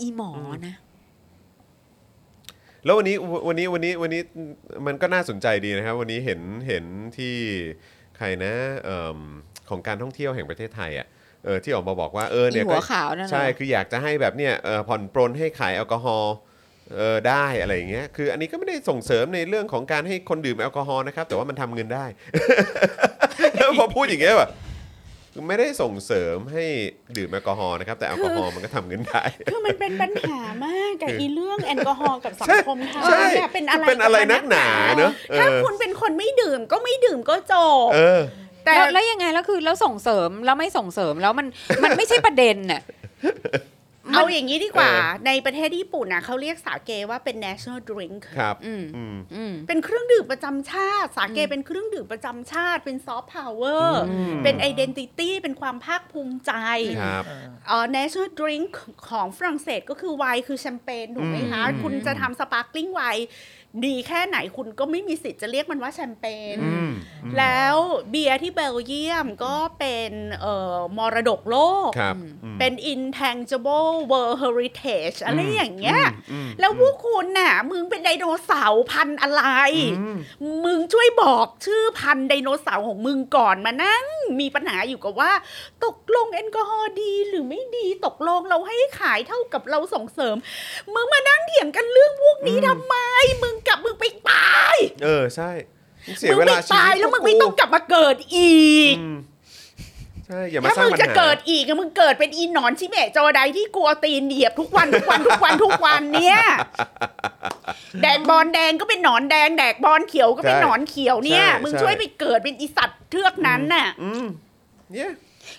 Speaker 2: อีหมอนะ
Speaker 1: แล้ววันนี้ววันนี้วันนี้วันนี้มันก็น่าสนใจดีนะครับ วันนี้เห็นเห็นที่ใครนะเอมของการท่องเที่ยวแห่งประเทศไทยอ่ะเออที่ออกมาบอกว่าเออ
Speaker 2: อี
Speaker 1: เนี่ย
Speaker 2: หั
Speaker 1: ก็
Speaker 2: วขาวนั่น
Speaker 1: ใช่
Speaker 2: น่ะ
Speaker 1: คืออยากจะให้แบบเนี่ยเอ่อผ่อนปรนให้ขายแอลกอฮอล์เออได้อะไรอย่างเงี้ยคืออันนี้ก็ไม่ได้ส่งเสริมในเรื่องของการให้คนดื่มแอลกอฮอล์นะครับ แต่ว่ามันทำเงินได้ แล้วพอพูดอย่างเงี้ยแบบไม่ได้ส่งเสริมให้ดื่มแอลกอฮอล์นะครับแต่แอลกอฮอล์มันก็ทำเงินได้
Speaker 4: คือมันเป็นปัญหามากกับอีเรื่องแอลกอฮอล์กับสังคมไทย
Speaker 1: ใช่
Speaker 4: เนี่ยเป็นอะไร
Speaker 1: เป็นอะไรนักหนาเนอะเออ
Speaker 4: ถ้าคุณเป็นคนไม่ดื่มก็ไม่ดื่มก็จบ
Speaker 1: เออ
Speaker 4: แต่
Speaker 2: แล้วแล้วยังไงแล้วคือแล้วส่งเสริมแล้วไม่ส่งเสริมแล้วมัน มันไม่ใช่ประเด็นน่ะ
Speaker 4: เอาอย่างนี้ดีกว่า
Speaker 1: เออ
Speaker 4: ในประเทศญี่ปุ่นนะเขาเรียกสาเกว่าเป็น national drink
Speaker 1: ครับ
Speaker 2: อืม
Speaker 1: อืม
Speaker 2: อืม
Speaker 4: เป็นเครื่องดื่มประจำชาติ สาเก
Speaker 2: อืม
Speaker 4: เป็นเครื่องดื่มประจำชาติ เป็นซอฟต์พาวเวอร์
Speaker 1: อืม
Speaker 4: เป็น identity เป็นความภาคภูมิใจ
Speaker 1: ครับ
Speaker 4: เอ่อ national drink ของฝรั่งเศสก็คือไวน์คือแชมเปญถูกไหมคะ
Speaker 1: อืม
Speaker 4: คุณจะทำสปาร์คลิ g งไวน์ดีแค่ไหนคุณก็ไม่มีสิทธิ์จะเรียกมันว่าแชมเปญ
Speaker 1: อืม
Speaker 4: แล้วเบียร์ที่เบลเยียมก็เป็นเอ่อมรดกโลก
Speaker 1: ครับ
Speaker 4: เป็น intangible world heritage อะไรอย่างเงี้ย
Speaker 1: อืม
Speaker 4: แล้วพวกคุณน่ะ มึงเป็นไดโนเสาร์พันธุ์อะไร มึงช่วยบอกชื่อพันธุ์ไดโนเสาร์ของมึงก่อนมานั่ง มีปัญหาอยู่กับว่า ตกลงแอลกอฮอล์ดีหรือไม่ดีตกลงเราให้ขายเท่ากับเราส่งเสริม มึงมานั่งเถียงกันเรื่องพวกนี้ทำไม มึงกลับมึงไปตาย
Speaker 1: เออ ใช่ เสีย
Speaker 4: มึง
Speaker 1: เว
Speaker 4: ไป
Speaker 1: ลาชีวิ
Speaker 4: ตาย
Speaker 1: ต
Speaker 4: แล้วมึงไม่ต้องกลับมาเกิดอีก
Speaker 1: อืมใช่ อย่ามา
Speaker 4: ถ้า
Speaker 1: สร้าง
Speaker 4: มึง
Speaker 1: ปัญ
Speaker 4: จะ
Speaker 1: หา
Speaker 4: เกิดอีกอะมึงเกิดเป็นอีหนอนชิเมะจอไดที่กลัวตีนเหยียบทุกวันทุกวันทุกวันทุกวันเนี่ย แดกบอลแดงก็เป็นหนอนแดง แดกบอลเขียวก็เป็นหนอนเขียวเนี่ย มึงช่วยไปเกิดเป็นอีสัตว์เทือกนั้นน่ะ
Speaker 1: อืมเนี่ย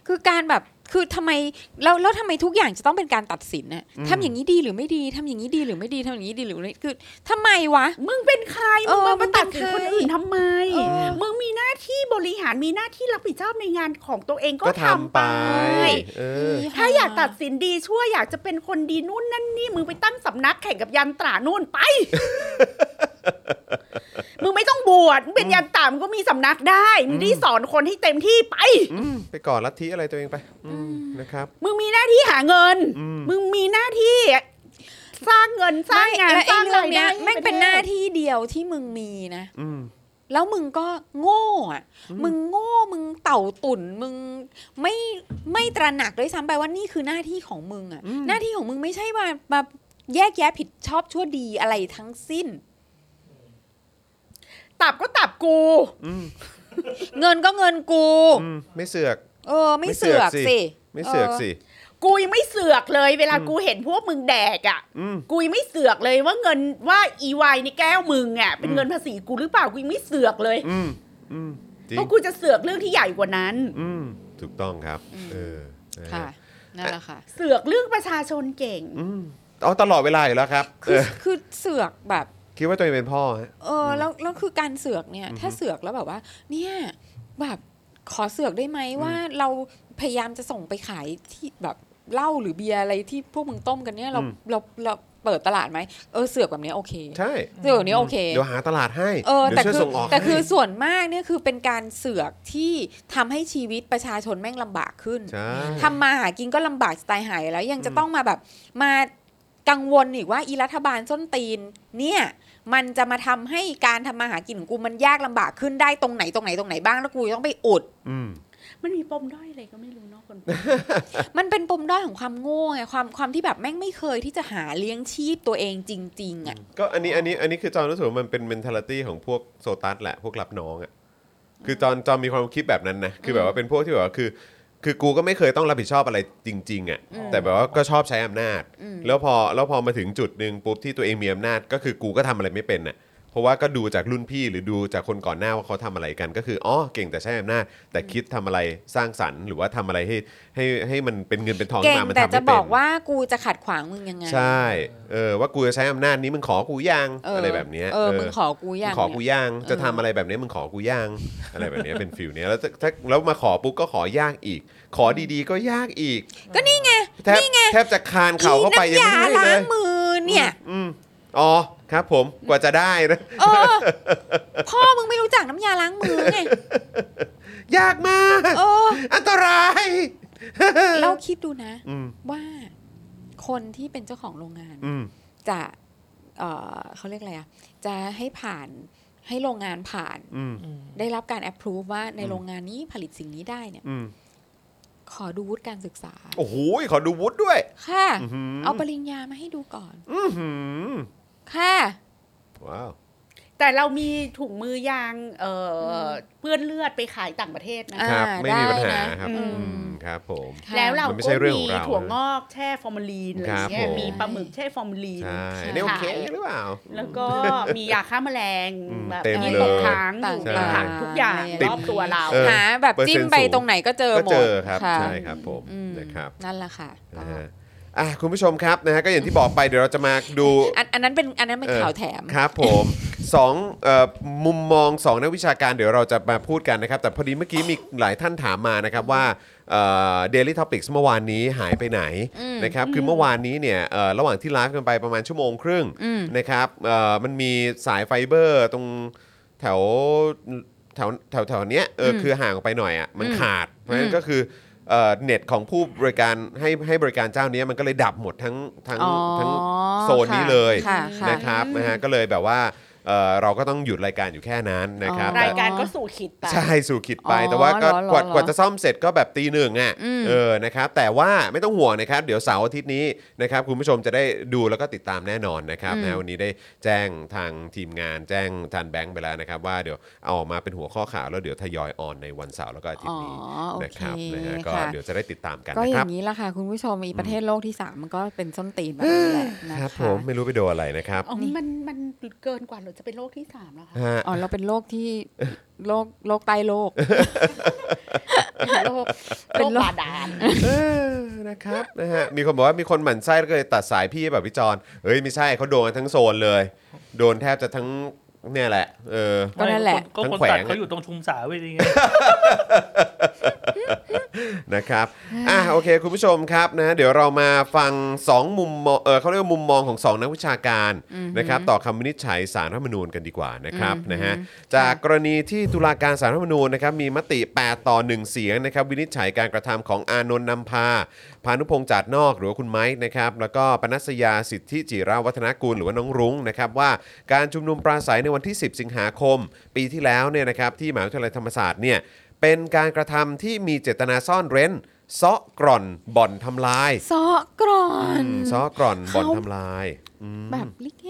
Speaker 2: คือการแบบคือทำไมแล้วแล้วทำไมทุกอย่างจะต้องเป็นการตัดสินน่ะทำอย่างนี้ดีหรือไม่ดีทำอย่างนี้ดีหรือไม่ดีทำอย่างนี้ดีหรือไม่คือทำไมวะ
Speaker 4: มึงเป็นใคร
Speaker 2: เอ
Speaker 4: มึง
Speaker 2: อ
Speaker 4: มา
Speaker 2: มึ
Speaker 4: ป
Speaker 2: ง
Speaker 4: ระ
Speaker 2: เป็
Speaker 4: ตัด
Speaker 2: น
Speaker 4: สิน
Speaker 2: ใคร
Speaker 4: คนอื่นทำไม
Speaker 2: เออ
Speaker 4: มึงมีหน้าที่บริหารมีหน้าที่รับผิดชอบในงานของตัวเองก็
Speaker 1: ก็
Speaker 4: ทำ
Speaker 1: ทำ
Speaker 4: ไป
Speaker 1: ไป เออ
Speaker 4: ถ้าอยากตัดสินดีชั่วอยากจะเป็นคนดีนู่นนั่นนี่มึงไปตั้งสำนักแข่งกับยันตรานู่น ไป มึงไม่ต้องบวชมึงเป็นยันตรามึงก็มีสำนักได้ มึงได้สอนคนให้เต็มที่ไป
Speaker 1: อืม ไปก่อนลัทธิอะไรตัวเองไป อืม นะครับ
Speaker 4: มึงมีหน้าที่หาเงิน
Speaker 1: อืม
Speaker 4: มึงมีหน้าที่ สร้างเงินสร้างงาน
Speaker 2: ไม่แล้ว
Speaker 4: ส
Speaker 2: ไอ้
Speaker 4: ร้าง
Speaker 2: เรื่
Speaker 4: รา
Speaker 2: อง
Speaker 4: ย
Speaker 2: เนี้ย
Speaker 4: ได้ให้
Speaker 2: แม่ง
Speaker 4: ระทศ
Speaker 2: เป็นหน้าที่เดียวที่มึงมีนะ
Speaker 1: อืม
Speaker 2: แล้วมึงก็โง่อะมึงโง่ มึงเต่าตุ่น มึงไม่ไม่ตระหนักด้วยซ้ำไปว่านี่คือหน้าที่ของมึงอะ
Speaker 1: อืม
Speaker 2: หน้าที่ของมึงไม่ใช่มามาแยกแยะผิดชอบชั่วดีอะไรทั้งสิ้น
Speaker 4: ตับก็ตับกู
Speaker 1: อืม
Speaker 2: เงินก็เงินกู
Speaker 1: อืมไม่เสือก
Speaker 2: เออ ไม่เสือก
Speaker 1: ไม่เสือกสิ
Speaker 2: สิ
Speaker 1: ไม่เสือกสิ
Speaker 4: กูยังไม่เสือกเลย เวลากูเห็นพวกมึงแดกอ่ะ
Speaker 1: อืม
Speaker 4: กูยังไม่เสือกเลยว่าเงินว่าอีวายในแก้วมึงอ่ะเป็นเงินภาษีกูหรือเปล่ากูยังไม่เสือกเลย
Speaker 1: อืมอืมจริง
Speaker 4: เพราะกูจะเสือกเรื่องที่ใหญ่กว่านั้น
Speaker 1: อืมถูกต้องครับ เออนะ
Speaker 2: เออ
Speaker 1: ฮะ
Speaker 2: ค่ะนั่นแหละค่ะ
Speaker 4: เสือกเรื่องประชาชนเก่ง
Speaker 1: อืมเอาตลอดเวลาอยู่แล้วครับ
Speaker 2: คื
Speaker 1: เอ
Speaker 2: อ
Speaker 1: อ
Speaker 2: คือเสือกแบบ
Speaker 1: คิดว่าตัวเองเป็นพ่อฮะ
Speaker 2: เออแล้วแล้วคือการเสือกเนี่ย ถ้าเสือกแล้วแบบว่า เนี่ยแบบขอเสือกได้ไหมว่าเราพยายามจะส่งไปขายที่แบบเหล้าหรือเบียร์อะไรที่พวกมึงต้มกันเนี่ย เรา
Speaker 1: อืม
Speaker 2: เราเราเปิดตลาดไหมเออเสือกแบบเนี้ยโอเค
Speaker 1: ใช่
Speaker 2: เสือกแบบเนี้ยโอเค
Speaker 1: เดี๋ยวหาตลาดให้
Speaker 2: เออ
Speaker 1: ดี๋ยว
Speaker 2: แต่
Speaker 1: ช่วย
Speaker 2: คือ
Speaker 1: ส่งออก
Speaker 2: แต่คือ
Speaker 1: ให้
Speaker 2: ส่วนมากเนี่ยคือเป็นการเสือกที่ทำให้ชีวิตประชาชนแม่งลำบากขึ้น
Speaker 1: ใช่
Speaker 2: ทำมาหากินก็ลำบากสไตล์หายแล้ว ยังจะต้องมาแบบมากังวลอีกว่าอีรัฐบาลส้นตีน เนี่ยมันจะมาทำให้การทำมาหากินของกูมันยากลำบากขึ้นได้ตรงไหนตรงไหนตรงไหนบ้างแล้วกูต้องไปอุด
Speaker 1: อืม
Speaker 4: มันมีปมด้อยอะไรก็ไม่รู้เน อกคน
Speaker 2: มันเป็นปมด้อยของความโง่ไงความความที่แบบแม่งไม่เคยที่จะหาเลี้ยงชีพตัวเองจริง ๆอ่ะ
Speaker 1: ก็อันนี้อันนี้อันนี้คือจอนรู้สึกว่ามันเป็น mentality ของพวกโซตัสแหละพวกรับน้องอะ่ะคือจอนจอนมีความคิดแบบนั้นนะคือแบบว่าเป็นพวกที่แบบว่าคือ คือกูก็ไม่เคยต้องรับผิดชอบอะไรจริง ๆอะ่ะ
Speaker 2: อืม
Speaker 1: แต่แบบว่าก็ชอบใช้อำนาจ
Speaker 2: อืม
Speaker 1: แล้วพอแล้วพอมาถึงจุดหนึ่งปุ๊บที่ตัวเองมีอำนาจ ก็คือกูก็ทำอะไรไม่เป็นน่ะเพราะว่าก็ดูจากรุ่นพี่หรือดูจากคนก่อนหน้าว่าเขาทำอะไรกัน ก็คืออ๋อเก่งแต่ใช้อำนาจ แต่คิดทำอะไรสร้างสรรค์หรือว่าทำอะไรให้ให้ให้มันเป็นเงินเป็นทองขึ้
Speaker 2: เก่
Speaker 1: น
Speaker 2: ง
Speaker 1: มามัน
Speaker 2: แต่
Speaker 1: ทำไม่
Speaker 2: จะ
Speaker 1: เป็น
Speaker 2: บอกว่ากูจะขัดขวางมึงยังไง
Speaker 1: ใช่ เออ ว่ากูจะใช้อำนาจนี้มึงขอกูย่าง
Speaker 2: เ
Speaker 1: อะไรแบบเนี้ย
Speaker 2: เออ
Speaker 1: เออ
Speaker 2: มึงขอกู
Speaker 1: มึ
Speaker 2: ยัง ง
Speaker 1: ขอกู
Speaker 2: เนี่ย
Speaker 1: ย่าง จะ
Speaker 2: เออ
Speaker 1: ทำอะไรแบบนี้มึงขอกูย่าง อะไรแบบเนี้ยเป็นฟิลเนี้ยแล้วถ้าถ้าแล้วมาขอปุ๊บก็ขอย่างอีก ขอดีๆก็ย่างอีก
Speaker 2: ก็นี่ไง
Speaker 1: แทบแทบจะคานเข่าเข้าไป
Speaker 2: อี
Speaker 1: ยัง
Speaker 2: น้ำยา
Speaker 1: ไม่ได้เล
Speaker 2: ล้าง
Speaker 1: ย
Speaker 2: มือ เนี่ย
Speaker 1: อืมอ๋อครับผมกว่าจะได้นะ
Speaker 2: เออ พ่อมึงไม่รู้จักน้ำยาล้างมือไง
Speaker 1: ยากมาก
Speaker 2: เออ
Speaker 1: อันตราย
Speaker 2: แล้วคิดดูนะ
Speaker 1: อืม
Speaker 2: ว่าคนที่เป็นเจ้าของโรงงาน
Speaker 1: อืม
Speaker 2: จะ เออเขาเรียกอะไรอะจะให้ผ่านให้โรงงานผ่าน
Speaker 1: อืม
Speaker 3: อืม
Speaker 2: ได้รับการแอปพรูฟว่าในโรงงานนี้ผลิตสิ่งนี้ได้เนี่ย
Speaker 1: อืม
Speaker 2: ขอดูวุฒิการศึกษา
Speaker 1: โอ้โหขอดูวุฒิด้วย
Speaker 2: ค่ะ
Speaker 1: อื้อหือ
Speaker 2: เอาปริญญามาให้ดูก่อน
Speaker 1: อื้อหือ
Speaker 2: ค่ะ
Speaker 1: ว้าว
Speaker 4: แต่เรามีถุงมือยางเอ่ออเปื้อนเลือดไปขายต่างประเทศนะ
Speaker 2: อ่า
Speaker 1: ครับ ไม่มีปัญหา
Speaker 2: ได้นะครับอืม
Speaker 1: อืมครับผม
Speaker 2: ค่ะ
Speaker 4: แล้วเรา
Speaker 1: มันไม่ใช่
Speaker 4: ก็
Speaker 1: เรื่องข
Speaker 4: มี
Speaker 1: องเรา
Speaker 4: ถั่วงอกแช่ฟอร์มาลีนอะไร
Speaker 1: ครับ
Speaker 4: เงี้ย
Speaker 1: ผม
Speaker 4: มีปลาหมึกแช่ฟอร์มาลีน
Speaker 1: ใช่
Speaker 2: ใช่
Speaker 1: นี่โอเค
Speaker 4: ค่ะ
Speaker 1: หรือเปล่า
Speaker 4: แล้วก็มียาฆ่าแมลง
Speaker 1: อืม
Speaker 4: แบบ
Speaker 1: เต็ม
Speaker 4: ที่
Speaker 1: เลย
Speaker 4: ตกค้างอ
Speaker 2: ต่าง
Speaker 4: ยู่
Speaker 1: ใช่
Speaker 4: ในถังทุกอย่าง
Speaker 2: ติด
Speaker 4: รอบตัวเรา
Speaker 1: เออ
Speaker 2: หาแบบจิ้มไป
Speaker 1: เปอร์เซ็นต์สูง
Speaker 2: ตรงไหนก็เจอ
Speaker 1: ก็
Speaker 2: หม
Speaker 1: เจ
Speaker 2: ด
Speaker 1: อครับ
Speaker 2: ะ
Speaker 1: ใช่ครับผม
Speaker 2: อืม
Speaker 1: นะครับ
Speaker 2: นั่นแหละค่ะ
Speaker 1: นะฮะอ่ะคุณผู้ชมครับนะฮะก็อย่างที่บอกไปเดี๋ยวเราจะมาดู
Speaker 2: อันอันนั้นเป็นอันนั้นเป็น
Speaker 1: เออ
Speaker 2: ข่าวแถม
Speaker 1: ครับผมสองเอ่อมุมมองสองนักวิชาการเดี๋ยวเราจะมาพูดกันนะครับ แต่พอดีเมื่อกี้มีหลายท่านถามมานะครับว่าเดลิทอพิกส์เมื่อวานนี้หายไปไหน
Speaker 2: อืม
Speaker 1: นะครับคือเมื่อวานนี้เนี่ยเอ่อระหว่างที่ไลฟ์กันไปประมาณชั่วโมงครึ่ง
Speaker 2: อืม
Speaker 1: นะครับเอ่อมันมีสายไฟเบอร์ตรงแถวแถวแถวแถวเนี้ยเอออ
Speaker 2: ม
Speaker 1: คือห่างออกไปหน่อยอ่ะมัน
Speaker 2: อืม
Speaker 1: ขาด เพราะฉะนั้
Speaker 2: อื
Speaker 1: น
Speaker 2: ม
Speaker 1: ก็คือเอ่อเน็ตของผู้บริการให้ให้บริการเจ้าเนี้ยมันก็เลยดับหมดทั้งทั้ง
Speaker 2: อ๋อ
Speaker 1: ทั้งโซนนี้
Speaker 2: ค่ะ
Speaker 1: เลย
Speaker 2: ค่ะค่ะ
Speaker 1: นะครับ
Speaker 4: อืม
Speaker 1: นะฮะก็เลยแบบว่าเอ่อเราก็ต้องหยุดรายการอยู่แค่นั้นนะครับ
Speaker 2: อ๋อ
Speaker 1: แต่
Speaker 4: รายการก็สู่ขิดไป
Speaker 1: ใช่สู่ขิดไป
Speaker 2: อ๋อ
Speaker 1: แต่ว่าก็
Speaker 2: เหรอเหรอก
Speaker 1: ว่ากว่าจะซ่อมเสร็จก็แบบตีหนึ่งอ่ะ
Speaker 2: อืม
Speaker 1: เออนะครับแต่ว่าไม่ต้องห่วงนะครับ เดี๋ยวเสาร์อาทิตย์นี้นะครับคุณผู้ชมจะได้ดูแล้วก็ติดตามแน่นอนนะครับ
Speaker 2: อืม
Speaker 1: นะวันนี้ได้แจ้งทางทีมงานแจ้งทานแบงค์ไปแล้วนะครับ ว่าเดี๋ยวเอาออกมาเป็นหัวข้อข่าวแล้วเดี๋ยวทยอยออนในวันเสาร์แล้วก็อาทิต
Speaker 2: อ๋อ
Speaker 1: ย์นี้
Speaker 2: โอ
Speaker 1: นะ
Speaker 2: เค
Speaker 1: ครับนะฮะก็
Speaker 2: ค่ะ
Speaker 1: เดี๋ยวจะได้ติดตามกัน
Speaker 2: ก็อ
Speaker 1: นะค
Speaker 2: ย่า
Speaker 1: รับ
Speaker 2: งนี้ละค่ะ คุณผู้ชมอีประเทศโลกที่ 3 มันก็เป็นส้นตีนแบบนี้แหละ
Speaker 1: ค
Speaker 2: นะคะ
Speaker 1: รับผมไม่รู้ไปโดนอะไรนะครับ
Speaker 4: อ๋อมันมันเกินกว่าหรือจะเป็นโรคที่สามแล้วคะ
Speaker 1: ฮะ
Speaker 2: อ๋อเราเป็นโรคที่โรคโรคใต้โลก
Speaker 4: เป็นโรค
Speaker 2: เป็น
Speaker 4: โร
Speaker 2: โร
Speaker 4: ค
Speaker 2: ค
Speaker 4: บาดาล
Speaker 1: เออนะครับนะฮะมีคนบอกว่ามีคนหมั่นไส้แล้วก็เลยตัดสายพี่แบบพี่จอนเฮ้ยไม่ใช่เขาโดนทั้งโซนเลย โดนแทบจะทั้งเนี่ยแหละ เออ
Speaker 2: ก็นั่นแหละ
Speaker 3: ก็
Speaker 1: ทั้
Speaker 3: คน
Speaker 1: งแขว
Speaker 3: ตัด
Speaker 1: ง
Speaker 3: เขาอยู่ตรงชุมสาเว้ยนี่ไง
Speaker 1: นะครับอ่ะโอเค คุณผู้ชมครับนะเดี๋ยวเรามาฟัง 2 มุมมองเออเขาเรียกว่ามุมมองของ 2 นักวิชาการนะครับต่อคำวินิจฉัยสารรัฐธรรมนูญกันดีกว่านะครับ
Speaker 2: อืม
Speaker 1: นะฮะจากกรณีที่ตุลาการสารรัฐธรรมนูญนะครับมีมติ 8 ต่อ 1 เสียงนะครับวินิจฉัยการกระทำของอานนท์นำพา พานุพงษ์จัดนอกหรือว่าคุณไม้นะครับแล้วก็ปนัสยาสิทธิจิราวัฒนากุลหรือว่าน้องรุ้งนะครับว่าการชุมนุมปราศัยในวันที่ 10 สิงหาคม ปีที่แล้วเนี่ยนะครับที่หมหาวิทยาลัยธรรมศาสตร์เนี่ยเป็นการกระทำที่มีเจตนาซ่อนเร้นเซาะกร่อนบ่อนทำลาย
Speaker 2: ซอกร่อน
Speaker 1: เซาะกร่อนบ่อนทำลายอืม
Speaker 2: แบบลิเก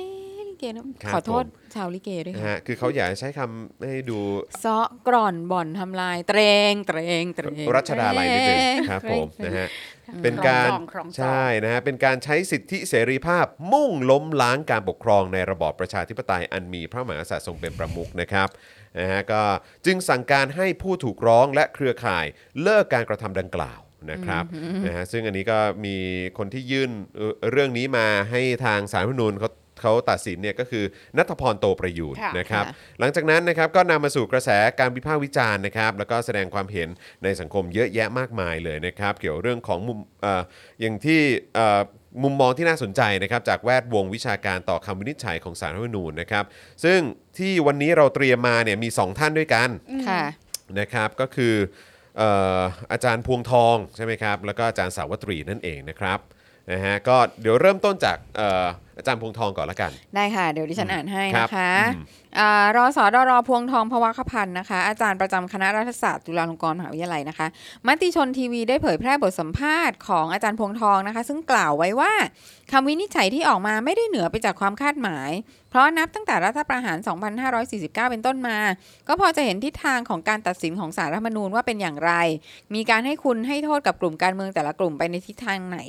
Speaker 2: ลิเก เกนะ
Speaker 1: ครับ
Speaker 2: ขอโทษ
Speaker 1: ผม
Speaker 2: ชาวลิเกด้วย
Speaker 1: นะ
Speaker 2: ค่ะ
Speaker 1: ฮะคือเขาอยากจะใช้คำให้ดู
Speaker 2: เซาะกร่อนบ่อนทำลาย เตรง เตรงเตรง
Speaker 1: รัชดาลัยนิดนึงครับ
Speaker 2: เต
Speaker 1: ผ
Speaker 2: ง
Speaker 1: มนะฮะ
Speaker 4: ง
Speaker 1: เป็นการ
Speaker 4: ครองจองครองจอง
Speaker 1: ใช่นะฮะเป็นการใช้สิทธิเสรีภาพมุ่งล้มล้างการปกครองในระบอบประชาธิปไตยอันมีพระมหากษัตริย์ทรงเป็นประมุขนะครับนะฮะก็จึงสั่งการให้ผู้ถูกร้องและเครือข่ายเลิกการกระทำดังกล่าวนะครับนะฮะซึ่งอันนี้ก็มีคนที่ยื่นเอ่อเรื่องนี้มาให้ทางสาลรฐธรรมนูญเขาเขาตัดสินเนี่ยก็คือนัทพรโตประยูน
Speaker 4: ค่ะ
Speaker 1: นะครับ หลังจากนั้นนะครับก็นำมาสู่กระแสการวิพากษ์วิจารณ์นะครับแล้วก็แสดงความเห็นในสังคมเยอะแยะมากมายเลยนะครับ เกี่ยวเรื่องของมุมเอออย่างที่เอ่อมุมมองที่น่าสนใจนะครับจากแวดวงวิชาการต่อคำวินิจฉัยของสาลรฐธรรมนูญนะครับ ซึ่งที่วันนี้เราเตรียมมาเนี่ยมี 2 ท่านด้วยกัน
Speaker 2: ค่ะ
Speaker 1: นะครับก็คือเอ่ออาจารย์พวงทองใช่ไหมครับแล้วก็อาจารย์สาวัตรีนั่นเองนะครับนะฮะก็เดี๋ยวเริ่มต้นจากเอ่ออาจารย์พวงทองก่อนละกัน
Speaker 2: ได้ค่ะ เดี๋ยวดิฉันอ่านให้
Speaker 1: ครับ
Speaker 2: นะคะ
Speaker 1: อืม
Speaker 2: อ่ารอสอดอรอพวงทองพวัคพันธ์นะคะ อาจารย์ประจำคณะรัฐศาสตร์จุฬาลงกรณ์มหาวิทยาลัยนะคะ มติชนทีวีได้เผยแพร่บทสัมภาษณ์ของอาจารย์พวงทองนะคะ ซึ่งกล่าวไว้ว่าคำวินิจฉัยที่ออกมาไม่ได้เหนือไปจากความคาดหมาย เพราะนับตั้งแต่รัฐประหาร 2549 เป็นต้นมา ก็พอจะเห็นทิศทางของการตัดสินของสารรัฐธรรมนูญว่าเป็นอย่างไร มีการให้คุณให้โทษกับกลุ่มการเมืองแต่ละกลุ่มไปในทิศทางไหน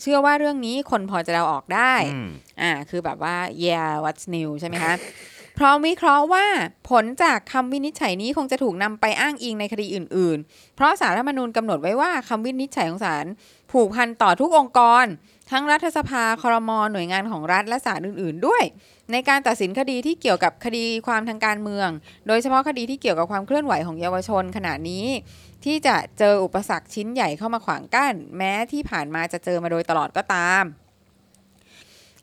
Speaker 2: เชื่อว่าเรื่องนี้คนพอจะเดาออกได้
Speaker 1: อืม
Speaker 2: อ่า คือแบบว่า yeah what's new ใช่ไหมคะ พร้อมวิเคราะห์ว่าผลจากคำวินิจฉัยนี้คงจะถูกนำไปอ้างอิงในคดีอื่น ๆ เพราะสารรัฐธรรมนูญกำหนดไว้ว่าคำวินิจฉัยของศาลผูกพันต่อทุกองค์กร ทั้งรัฐสภาคอรมอหน่วยงานของรัฐและศาลอื่น ๆ ด้วย ในการตัดสินคดีที่เกี่ยวกับคดีความทางการเมือง โดยเฉพาะคดีที่เกี่ยวกับความเคลื่อนไหวของเยาวชนขณะนี้ ที่จะเจออุปสรรคชิ้นใหญ่เข้ามาขวางกั้น แม้ที่ผ่านมาจะเจอมาโดยตลอดก็ตาม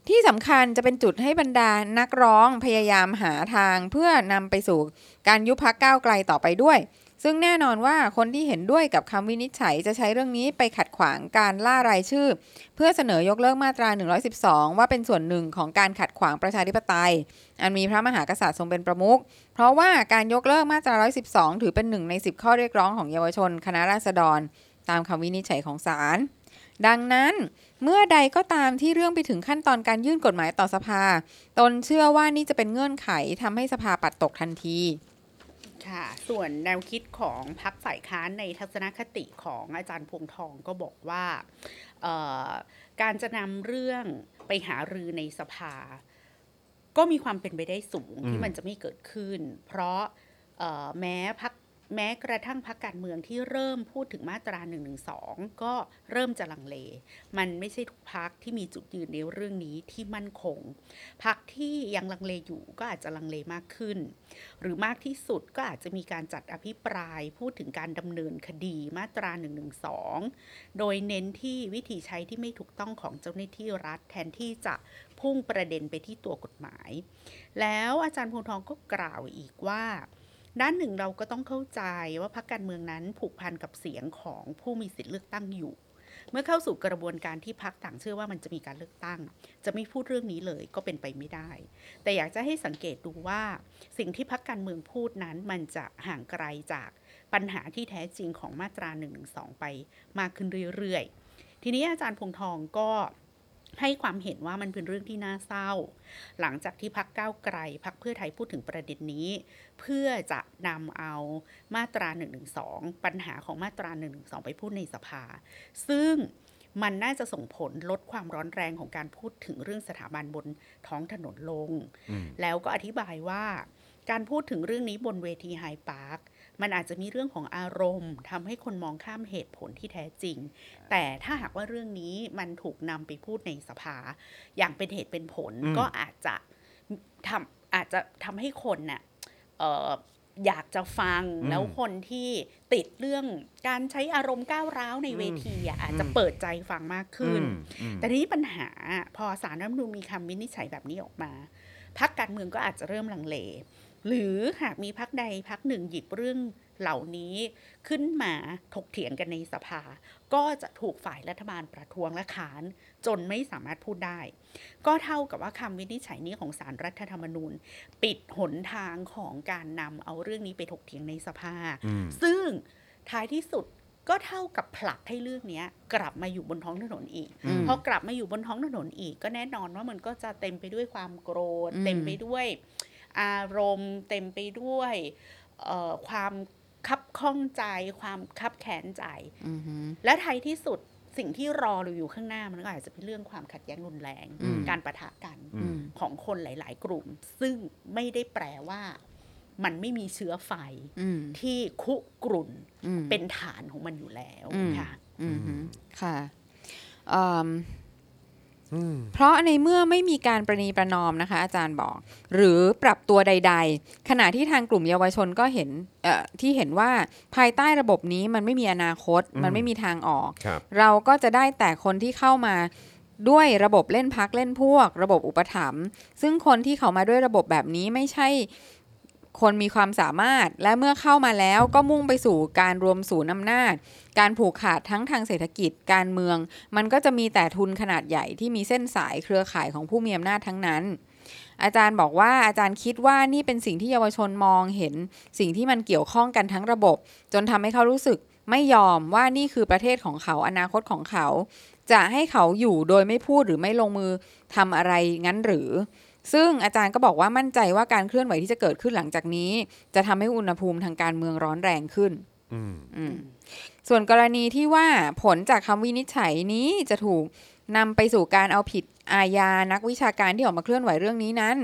Speaker 2: ที่สำคัญจะเป็นจุดให้บรรดานักร้องพยายามหาทางเพื่อนำไปสู่การยุบพักก้าวไกลต่อไปด้วย ซึ่งแน่นอนว่าคนที่เห็นด้วยกับคำวินิจฉัยจะใช้เรื่องนี้ไปขัดขวางการล่ารายชื่อ เพื่อเสนอยกเลิกมาตรา 112 ว่าเป็นส่วนหนึ่งของการขัดขวางประชาธิปไตย อันมีพระมหากษัตริย์ทรงเป็นประมุขเพราะว่าการยกเลิกมาตรา 112 ถือเป็นหนึ่งใน 10 ข้อเรียกร้องของเยาวชน คณะราษฎร ตามคำวินิจฉัยของศาลดังนั้น เมื่อใดก็ตามที่เรื่องไปถึงขั้นตอนการยื่นกฎหมายต่อสภา ตนเชื่อว่านี่จะเป็นเงื่อนไขทำให้สภาปัดตกทันที
Speaker 4: ค่ะ ส่วนแนวคิดของพักฝ่ายค้านในทัศนคติของอาจารย์พวงทองก็บอกว่าเอ่อการจะนำเรื่องไปหารือในสภา ก็มีความเป็นไปได้สูงที่มันจะไม่เกิดขึ้น เพราะเอ่อแม้พักแม้กระทั่งพักการเมืองที่เริ่มพูดถึงมาตรา1นึก็เริ่มจะลังเล มันไม่ใช่ทุกพักที่มีจุดยืนในเรื่องนี้ที่มั่นคง พักที่ยังลังเลอยู่ก็อาจจะลังเลมากขึ้น หรือมากที่สุดก็อาจจะมีการจัดอภิปรายพูดถึงการดำเนินคดีมาตรา1นึโดยเน้นที่วิธีใช้ที่ไม่ถูกต้องของเจ้าหน้าที่รัฐ แทนที่จะพุ่งประเด็นไปที่ตัวกฎหมาย แล้วอาจารย์พวงทองก็กล่าวอีกว่า ด้านหนึ่งเราก็ต้องเข้าใจว่าพรรคการเมืองนั้นผูกพันกับเสียงของผู้มีสิทธิเลือกตั้งอยู่ เมื่อเข้าสู่กระบวนการที่พักต่างเชื่อว่ามันจะมีการเลือกตั้ง จะไม่พูดเรื่องนี้เลยก็เป็นไปไม่ได้ แต่อยากจะให้สังเกตดูว่าสิ่งที่พักการเมืองพูดนั้นมันจะห่างไกลจากปัญหาที่แท้จริงของมาตรา1นึไปมากขึ้นเรื่อยๆ ทีนี้อาจารย์พงษ์ทองก็ให้ความเห็นว่ามันเป็นเรื่องที่น่าเศร้า หลังจากที่พักก้าวไกลพักเพื่อไทยพูดถึงประเด็นนี้ เพื่อจะนำเอามาตรา1นึปัญหาของมาตรา1นึไปพูดในสภา ซึ่งมันน่าจะส่งผลลดความร้อนแรงของการพูดถึงเรื่องสถาบันบนท้องถนนลง แล้วก็อธิบายว่า การพูดถึงเรื่องนี้บนเวทีไฮพาร์คมันอาจจะมีเรื่องของอารมณ์ทำให้คนมองข้ามเหตุผลที่แท้จริง แต่ถ้าหากว่าเรื่องนี้มันถูกนำไปพูดในสภา อย่างเป็นเหตุเป็นผล
Speaker 1: อืม
Speaker 4: ก็อาจจะทำอาจจะทำให้คนน่ะเอ่ออยากจะฟัง
Speaker 1: อืม
Speaker 4: แล้วคนที่ติดเรื่องการใช้อารมณ์ก้าวร้าวในเวทีอ่ะอาจจะ
Speaker 1: อืม
Speaker 4: เปิดใจฟังมากขึ้น
Speaker 1: อืมอืม
Speaker 4: แต่ทีนี้ปัญหาพอสารรัฐธรรมนูญมีคำวินิจฉัยแบบนี้ออกมา พักการเมืองก็อาจจะเริ่มลังเล หรือหากมีพักใดพักหนึ่งหยิบเรื่องเหล่านี้ขึ้นมาถกเถียงกันในสภา ก็จะถูกฝ่ายรัฐบาลประท้วงและขาน จนไม่สามารถพูดได้ ก็เท่ากับว่าคำวินิจฉัยนี้ของสารรัฐธรรมนูญ ปิดหนทางของการนำเอาเรื่องนี้ไปถกเถียงในสภา
Speaker 1: อืม
Speaker 4: ซึ่งท้ายที่สุด ก็เท่ากับผลักให้เรื่องเนี้ยกลับมาอยู่บนท้องถนนอีก
Speaker 1: อืม
Speaker 4: พอกลับมาอยู่บนท้องถนนอีก ก็แน่นอนว่ามันก็จะเต็มไปด้วยความโกรธ
Speaker 2: อืม
Speaker 4: เต็มไปด้วย อารมณ์เต็มไปด้วยเอ่อความคับข้องใจ ความคับแค้นใจ
Speaker 2: อือหือ
Speaker 4: และท้ายที่สุดสิ่งที่รอเราอยู่ข้างหน้ามันก็อาจจะเป็นเรื่องความขัดแย้งรุนแรง
Speaker 2: อืม
Speaker 4: การประทะกัน
Speaker 1: อื
Speaker 2: อื
Speaker 1: ม
Speaker 2: ม
Speaker 4: ของคนหลาย ๆ กลุ่ม ซึ่งไม่ได้แปลว่า มันไม่มีเชื้อไฟ
Speaker 2: อืม
Speaker 4: ที่คุกรุ่น
Speaker 2: อืม
Speaker 4: เป็นฐานของมันอยู่แล้ว
Speaker 2: อืม
Speaker 4: ค่ะ
Speaker 2: อืมฮึค่ะเอิ่ม
Speaker 1: อืม
Speaker 2: เพราะในเมื่อไม่มีการประนีประนอมนะคะ อาจารย์บอก หรือปรับตัวใด ๆ ขณะที่ทางกลุ่มเยาวชนก็เห็นเอ่อที่เห็นว่าภายใต้ระบบนี้มันไม่มีอนาคต
Speaker 1: อืม
Speaker 2: มันไม่มีทางออก
Speaker 1: ครับ
Speaker 2: เราก็จะได้แต่คนที่เข้ามาด้วยระบบเล่นพักเล่นพวก ระบบอุปถัมภ์ซึ่งคนที่เขามาด้วยระบบแบบนี้ไม่ใช่คนมีความสามารถ และเมื่อเข้ามาแล้วก็มุ่งไปสู่การรวมศูนย์อำนาจ การผูกขาดทั้งทางเศรษฐกิจการเมือง มันก็จะมีแต่ทุนขนาดใหญ่ที่มีเส้นสายเครือข่ายของผู้มีอำนาจทั้งนั้น อาจารย์บอกว่าอาจารย์คิดว่านี่เป็นสิ่งที่เยาวชนมองเห็น สิ่งที่มันเกี่ยวข้องกันทั้งระบบ จนทำให้เขารู้สึกไม่ยอมว่านี่คือประเทศของเขาอนาคตของเขา จะให้เขาอยู่โดยไม่พูดหรือไม่ลงมือทำอะไรงั้นหรือ ซึ่งอาจารย์ก็บอกว่ามั่นใจว่าการเคลื่อนไหวที่จะเกิดขึ้นหลังจากนี้ จะทำให้อุณหภูมิทางการเมืองร้อนแรงขึ้น
Speaker 1: อืม
Speaker 2: อืมส่วนกรณีที่ว่าผลจากคำวินิจฉัยนี้จะถูกนำไปสู่การเอาผิดอาญานักวิชาการที่ออกมาเคลื่อนไหวเรื่องนี้นั้น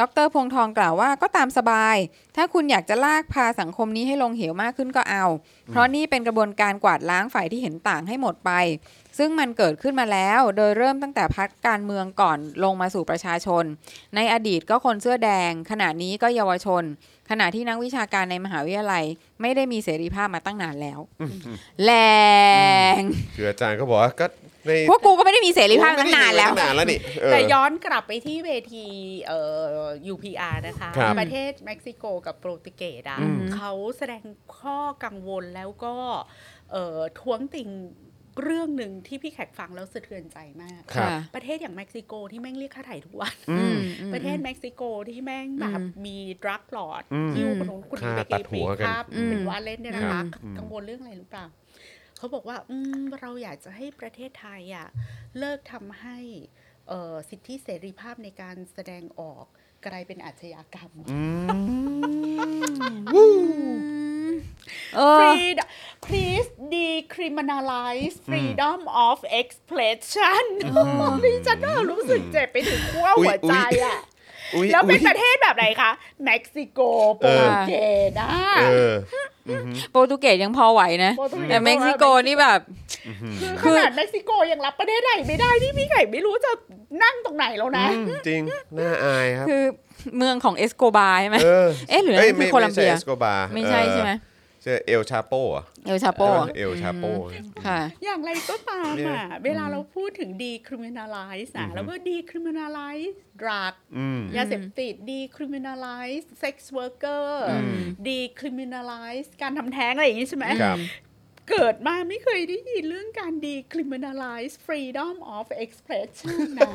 Speaker 2: ดรพงษ์ทองกล่าวว่าก็ตามสบาย ถ้าคุณอยากจะลากพาสังคมนี้ให้ลงเหวมากขึ้นก็เอา เพราะนี่เป็นกระบวนการกวาดล้างฝ่ายที่เห็นต่างให้หมดไป ซึ่งมันเกิดขึ้นมาแล้ว โดยเริ่มตั้งแต่พักการเมืองก่อนลงมาสู่ประชาชน ในอดีตก็คนเสื้อแดง ขณะนี้ก็เยาวชน ขณะที่นักวิชาการในมหาวิทยาลัย ไม่ได้มีเสรีภาพมาตั้งนานแล้ว แรง
Speaker 1: คืออาจารย์ก็บอกว่าก็ใน
Speaker 2: พวกกูก็ไม่ได้มีเสรีภาพตั้งนานแล้ว
Speaker 1: นานแล้วนี่เออ
Speaker 4: แต่ย้อนกลับไปที่เวทีเอ่อ UPR นะคะ
Speaker 1: ครับ
Speaker 4: ประเทศเม็กซิโกกับโปรตุเกสอ่ะ
Speaker 2: อืม
Speaker 4: เขาแสดงข้อกังวลแล้วก็เอ่อท้วงติงเรื่องหนึ่งที่พี่แขกฟังแล้วสะเทือนใจมาก
Speaker 1: ครับ
Speaker 4: ประเทศอย่างเม็กซิโกที่แม่งเรียกค่าไถ่ทุกวัน
Speaker 1: อื
Speaker 2: อื
Speaker 1: ม
Speaker 2: ม
Speaker 4: ประเทศเม็กซิโกที่แม่งแบบ
Speaker 2: อืม
Speaker 4: มีดรักหลอด
Speaker 1: อืม
Speaker 4: ยิ้วคนนู้นคนนี้
Speaker 1: ฆ่า
Speaker 4: ไป
Speaker 1: ตั
Speaker 4: กี
Speaker 1: ดหั
Speaker 4: ปี
Speaker 1: วกัน
Speaker 4: ภาพ
Speaker 2: อืม
Speaker 4: เป็นว่าเล่นเนี่ยนะ
Speaker 2: ครั
Speaker 4: คะ
Speaker 2: บ
Speaker 4: กังวลเรื่องอะไรหรือเปล่าเขาบอกว่าอืมเราอยากจะให้ประเทศไทยอ่ะเลิกทำให้เอ่อสิทธิเสรีภาพในการแสดงออกกลายเป็นอาชญากรรม
Speaker 2: เอ
Speaker 4: ฟ
Speaker 2: อ
Speaker 4: รี please decriminalize freedom of expression ดิฉันน่ะรู้สึกเจ็บไปถึงขั้ว
Speaker 1: อุ๊ย
Speaker 4: หัวใจ
Speaker 1: อุ๊ย
Speaker 4: อ่ะ
Speaker 1: อุ๊ย
Speaker 4: แล้วเป็น
Speaker 1: อุ๊ย
Speaker 4: ประเทศแบบไหนคะ เม็กซิโกโป
Speaker 1: เออ
Speaker 4: รตุเกสอ่ะ
Speaker 1: เออ
Speaker 2: โปรตุเกสยังพอไหวนะ
Speaker 4: โปรตุส
Speaker 2: แต่เม็กซิโกนี่แบบ
Speaker 4: คือ
Speaker 2: คื
Speaker 4: ข
Speaker 2: อ
Speaker 4: นาดเม็กซิโกยังรับประเทศไหนไม่ได้นี่พี่ไก่ไม่รู้จะนั่งตรงไหนแล้วนะ
Speaker 1: อืมจริง น่าอายครับ
Speaker 2: คือเมืองของเอสโกบาร์ใช่ไหม
Speaker 1: เออ
Speaker 2: เอ๊ะหรือนั่น
Speaker 1: ย
Speaker 2: คือโคลัมเบีย
Speaker 1: ไใช่อสโกบาร์
Speaker 2: ไม่ใช่ใช่ไหม
Speaker 1: เชื่อเอลชาโป้เหรอ
Speaker 2: เอลชาโป
Speaker 1: เอลชาโป้
Speaker 2: ค่ะ
Speaker 4: อย่างไรก็ตาม
Speaker 1: เนี่ย
Speaker 4: อ่ะ เวลาเราพูดถึง decriminalize
Speaker 1: อือ
Speaker 4: นะ
Speaker 1: ฮึ
Speaker 4: แล้วก็ decriminalize ดรัก
Speaker 1: อืม
Speaker 4: ยาเสพติด decriminalize sex worker
Speaker 2: อืม
Speaker 4: decriminalize การทำแท้งอะไรอย่างนี้ใช่ไหม
Speaker 1: ครับ
Speaker 4: เกิดมาไม่เคยได้ยินเรื่องการ decriminalize freedom of expression นะ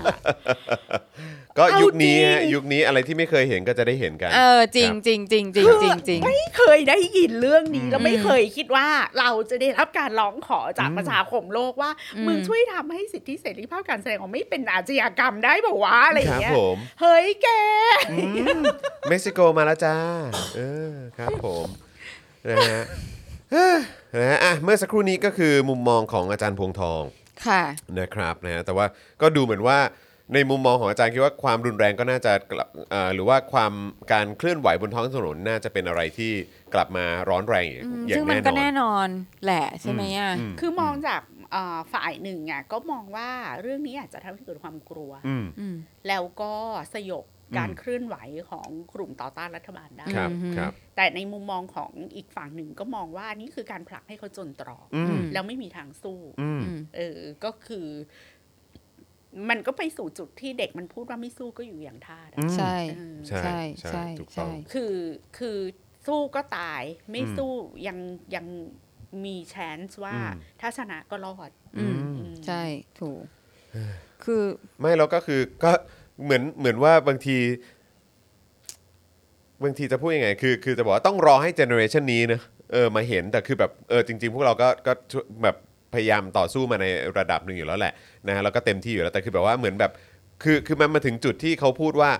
Speaker 1: ก็
Speaker 4: เอา
Speaker 1: ยุคนี้ฮะ
Speaker 4: จริง
Speaker 1: ยุคนี้อะไรที่ไม่เคยเห็นก็จะได้เห็นกัน
Speaker 2: เออจริง
Speaker 1: ครับ
Speaker 2: จริงจริงจริงจริงจริง
Speaker 4: ไม่เคยได้ยินเรื่องนี้ แล้ว
Speaker 2: อืม
Speaker 4: ไม่เคยคิดว่าเราจะได้รับการร้องขอจากประชาคมโลกว่า
Speaker 2: อืม
Speaker 4: มึงช่วยทำให้สิทธิเสรีภาพการแสดงออกไม่เป็นอาชญากรรมได้บอกว่าวะอะไรอ
Speaker 1: ครั
Speaker 4: ย่าง
Speaker 1: บผ
Speaker 4: เงี้ย
Speaker 1: ม
Speaker 4: เฮ้ยแก
Speaker 1: อืมเม็กซิโกมาแล้วจ้า เออครับผมนะฮะเอ้อนะฮะอ่ะเมื่อสักครู่นี้ก็คือมุมมองของอาจารย์พวงทอง
Speaker 2: ค่ะ
Speaker 1: นะครับนะฮะแต่ว่าก็ดูเหมือนว่าในมุมมองของอาจารย์คิดว่าความรุนแรงก็น่าจะกลับเอ่อหรือว่าความการเคลื่อนไหวบนท้องถนนน่าจะเป็นอะไรที่กลับมาร้อนแรงอย่าง
Speaker 2: อืม
Speaker 1: อย่า
Speaker 2: ซึ่ง
Speaker 1: ง
Speaker 2: มัน
Speaker 1: แน่น
Speaker 2: ก็
Speaker 1: อน
Speaker 2: แน่นอนแหละใช่ไหมอ่ะ
Speaker 1: อืม
Speaker 4: คือมองจากเอ่อฝ่ายหนึ่งอ่ะก็มองว่าเรื่องนี้อาจจะทำให้เกิดความกลัว
Speaker 1: อืม
Speaker 2: อืม
Speaker 4: แล้วก็สยบการ
Speaker 1: อืม
Speaker 4: เคลื่อนไหวของกลุ่มต่อต้านรัฐบาลได้
Speaker 1: ครับ
Speaker 2: อืม
Speaker 1: ครับ
Speaker 4: แต่ในมุมมองของอีกฝั่งหนึ่งก็มองว่าอันนี่คือการผลักให้เขาจนตรอก
Speaker 1: อืม
Speaker 4: แล้วไม่มีทางสู้
Speaker 1: อืม
Speaker 2: อืม
Speaker 4: เออ ก็คือ มันก็ไปสู่จุดที่เด็กมันพูดว่าไม่สู้ก็อยู่อย่างท่าอะ
Speaker 1: อืม
Speaker 2: ใช่
Speaker 4: เออ
Speaker 1: ใช่
Speaker 2: ใช่
Speaker 1: ใช่
Speaker 2: ใช่
Speaker 1: ถูกต้อง
Speaker 2: ใช่
Speaker 4: คือคือสู้ก็ตาย ไม่
Speaker 1: อืม
Speaker 4: สู้ยังยังมีแชนส์ว่า
Speaker 1: อืม
Speaker 4: ถ้าชนะก็รอด
Speaker 2: อืม
Speaker 4: อืม
Speaker 2: ใช่ถูก คือ
Speaker 1: ไม่แล้วก็คือก็เหมือนเหมือนว่าบางที บางทีจะพูดยังไง คือ คือจะบอกว่าต้องรอให้เจเนอเรชันนี้เนอะเอ เออมาเห็นแต่คือแบบเออจริง ๆ พวกเราก็ก็แบบพยายามต่อสู้มาในระดับหนึ่งอยู่แล้วแหละนะฮะแล้วก็เต็มที่อยู่แล้วแต่คือแบบว่าเหมือนแบบคือคือมันมาถึงจุดที่เขาพูดว่า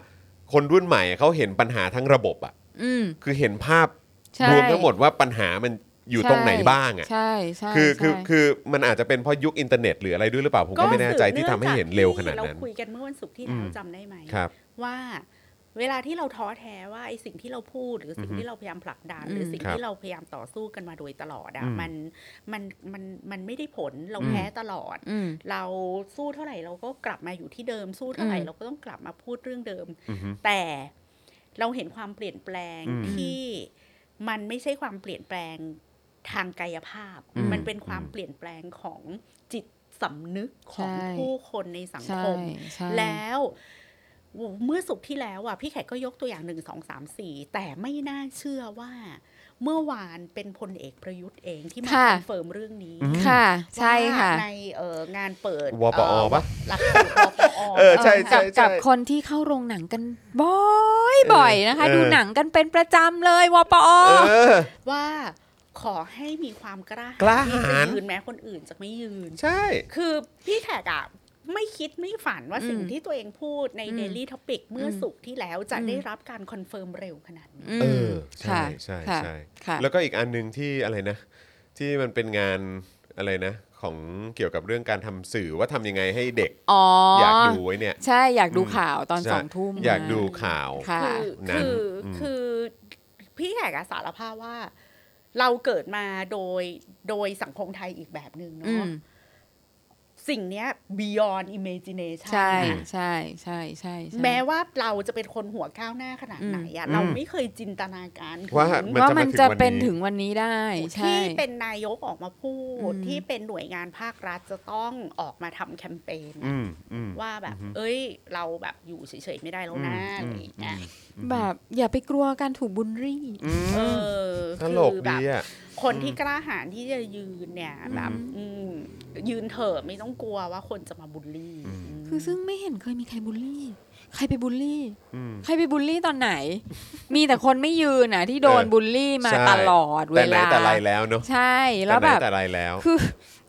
Speaker 1: คนรุ่นใหม่เขาเห็นปัญหาทั้งระบบอะ
Speaker 2: อืม
Speaker 1: คือเห็นภาพ
Speaker 2: ใช่
Speaker 1: รวมทั้งหมดว่าปัญหามันอยู่ตรงไหนบ้างอะ
Speaker 2: ใช่ใช่
Speaker 1: คือคือ
Speaker 2: ใช่
Speaker 1: คือมันอาจจะเป็นเพราะยุคอินเทอร์เน็ตหรืออะไรด้วยหรือเปล่า ผมก็ไม่แน่ใจที่ทำให้เห็นเร็วขนาดนั้น
Speaker 4: เราคุยกันเมื่อวันศุกร์ที่
Speaker 1: อื
Speaker 4: แล้
Speaker 1: ม
Speaker 4: วจำได้ไหม
Speaker 1: ครับ
Speaker 4: ว่าเวลาที่เราท้อแท้ว่าไอ้สิ่งที่เราพูดหรือสิ่ง
Speaker 1: อือฮึ
Speaker 4: ที่เราพยายามผลักดัน
Speaker 2: อืม
Speaker 4: หรือสิ่ง
Speaker 1: ครับ
Speaker 4: ที่เราพยายามต่อสู้กันมาโดยตลอด
Speaker 1: อื
Speaker 4: อะ
Speaker 1: ม
Speaker 4: มันมันมันมันไม่ได้ผลเรา
Speaker 1: อืม
Speaker 4: แพ้ตลอด
Speaker 2: อืม
Speaker 4: เราสู้เท่าไหร่เราก็กลับมาอยู่ที่เดิมสู้เท่าไหร่
Speaker 2: อืม
Speaker 4: เราก็ต้องกลับมาพูดเรื่องเดิม
Speaker 1: อือฮึ
Speaker 4: แต่เราเห็นความเปลี่ยนแปลง
Speaker 1: อืม
Speaker 4: ที่มันไม่ใช่ความเปลี่ยนแปลงทางกายภาพ
Speaker 1: อืม
Speaker 4: มันเป็นความ
Speaker 1: อืม
Speaker 4: เปลี่ยนแปลงของจิตสำนึกของ
Speaker 2: ใช่
Speaker 4: ผู้คนในสัง
Speaker 2: ใช่
Speaker 4: คม
Speaker 2: ใช่
Speaker 4: แล้วเมื่อสุกร์ที่แล้วอ่ะพี่แขกก็ยกตัวอย่างหนึ่งสองสามสี่แต่ไม่น่าเชื่อว่า เมื่อวานเป็นพลเอกประยุทธ์เองที่มา
Speaker 2: ค่ะ
Speaker 4: คอนเฟิร์มเรื่องนี้
Speaker 1: อืม
Speaker 2: ค่ะ ใช่
Speaker 4: ว่า
Speaker 2: ค่ะ
Speaker 4: ในเอ่องานเปิด
Speaker 1: วปอ
Speaker 4: เอ่อ
Speaker 1: ปะ
Speaker 4: หลักสูตรวปอ
Speaker 1: เออใช่ใช่
Speaker 2: กับ
Speaker 1: ใช่
Speaker 2: กับคนที่เข้าโรงหนังกันบ่อยบ่อยนะคะ
Speaker 1: เออ
Speaker 2: ดูหนังกันเป็นประจำเลยวปอ
Speaker 1: เออ
Speaker 4: ว่าขอให้มีความกล้าก
Speaker 1: ล้าหาญ
Speaker 4: ที่จะยืนแม้คนอื่นจะไม่ยืน
Speaker 1: ใช่
Speaker 4: คือพี่แขกอ่ะไม่คิดไม่ฝันว่า
Speaker 2: อืม
Speaker 4: สิ่งที่ตัวเองพูดใน
Speaker 2: อืม
Speaker 4: Daily Topic เมื่อสุกร์ที่แล้วจะ
Speaker 2: อืม
Speaker 4: ได้รับการคอนเฟิร์มเร็วขนาดนี้
Speaker 2: อื
Speaker 1: เอ
Speaker 2: ม
Speaker 1: อใช่
Speaker 2: ค่ะ
Speaker 1: ใช่
Speaker 2: ค่ะ
Speaker 1: ใช่
Speaker 2: ค่ะ
Speaker 1: แล้วก็อีกอันหนึ่งที่อะไรนะ ที่มันเป็นงานอะไรนะ ของเกี่ยวกับเรื่องการทำสื่อว่าทำยังไงให้เด็ก
Speaker 2: อ๋ออ
Speaker 1: อยากดูไว้เนี่ย
Speaker 2: ใช่อยากดู
Speaker 1: อืม
Speaker 2: ข่าวตอน
Speaker 1: ใช่
Speaker 2: สองทุ่ม
Speaker 1: อยากดูข่าว
Speaker 2: ค่ะ
Speaker 4: คือ
Speaker 1: นะ
Speaker 4: คือ
Speaker 1: อืม
Speaker 4: คือพี่แขกอะสารภาพว่า เราเกิดมาโดยโดยสังคมไทยอีกแบบหนึ่ง
Speaker 2: อื
Speaker 4: เนาะ
Speaker 2: ม
Speaker 4: สิ่งเนี้ย beyond imagination
Speaker 2: ใช่
Speaker 4: อะ
Speaker 2: ใช่ใช่ใช่ใช่
Speaker 4: แม้ว่าเราจะเป็นคนหัวก้าวหน้าขนาดไหนอะ
Speaker 1: อืม
Speaker 4: เราไม่เคยจินตนาการถึง
Speaker 1: ว่ามัน
Speaker 2: ว่ามันจะเป็น
Speaker 1: มันจะมาถึ
Speaker 2: ถึ
Speaker 1: ง
Speaker 2: ง
Speaker 1: วั
Speaker 2: วัน น
Speaker 1: นี้
Speaker 2: นี้ได้ใช่
Speaker 4: ที่เป็นนายกออกมาพูด
Speaker 2: อืม
Speaker 4: ที่เป็นหน่วยงานภาครัฐจะต้องออกมาทำแคมเปญ
Speaker 1: อืมอืม
Speaker 4: ว่าแบบ
Speaker 1: อือฮึ
Speaker 4: เอ้ย เราแบบอยู่เฉยๆไม่ได้แล้วนะอะไรอย่างเงี้ย
Speaker 2: แบบอย่าไปกลัวการถูกบุลลี่
Speaker 1: อื
Speaker 4: เอ
Speaker 1: ม
Speaker 4: อ
Speaker 1: ตลก
Speaker 4: คือแบ
Speaker 1: ดี
Speaker 4: บ
Speaker 1: อ่ะ
Speaker 4: คนที่กล้าหาญที่จะยืนเนี่ย
Speaker 2: อืม
Speaker 4: แบบอืมยืนเถอะไม่ต้องกลัวว่าคนจะมาบูลลี่
Speaker 1: อืม
Speaker 4: ม
Speaker 2: คือซึ่งไม่เห็นเคยมีใครบูลลี่ ใครไปบูลลี่
Speaker 1: อืม
Speaker 2: ใครไปบูลลี่ตอน ไหน มีแต่คนไม่ยืนน่ะ ที่โดน
Speaker 1: เออ
Speaker 2: บูลลี่มา
Speaker 1: ใช่
Speaker 2: ตลอดเว
Speaker 1: แต่ไหน
Speaker 2: ลา
Speaker 1: แต่ไรแล้วเนอะ
Speaker 2: ใช่แล้วแบ
Speaker 1: ต่
Speaker 2: บ
Speaker 1: ไหนแต่ไรแล้ว
Speaker 2: คือ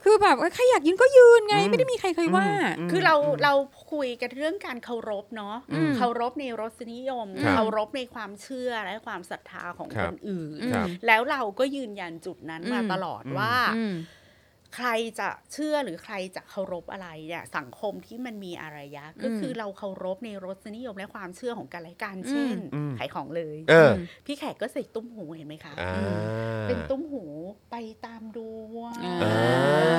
Speaker 2: คือแบบเอ้ยใครอยากยืนก็ยืนไง
Speaker 1: อืม
Speaker 2: ไม่ได้มีใครเคยว่า
Speaker 1: ม
Speaker 4: คือเราเราคุยกันเรื่องการเคารพเนาะ
Speaker 2: อืม
Speaker 4: เคารพในรสนิยม
Speaker 1: ครับ
Speaker 4: เคารพในความเชื่อและความศรัทธาของ
Speaker 1: ครั
Speaker 4: ค
Speaker 1: บ
Speaker 4: นอื่น
Speaker 1: ครับ
Speaker 4: แล้วเราก็ยืนยันจุดนั้นมา
Speaker 2: อืม
Speaker 4: ตลอด
Speaker 1: อืม
Speaker 4: ว่า
Speaker 2: อืม
Speaker 4: ใครจะเชื่อหรือใครจะเคารพอะไรเนี่ยสังคมที่มันมีอารยะ ก็
Speaker 2: อืม
Speaker 4: คือเราเคารพในรสนิยมและความเชื่อของกันและกัน
Speaker 2: อืม
Speaker 4: เช่น
Speaker 1: อืม
Speaker 4: ขายของเลย
Speaker 1: เออ
Speaker 4: พี่แขกก็ใส่ตุ้มหูเห็นไหมคะ
Speaker 1: อ่า
Speaker 4: เป็นตุ้มหูไปตามดวง
Speaker 2: อ่า
Speaker 4: เอ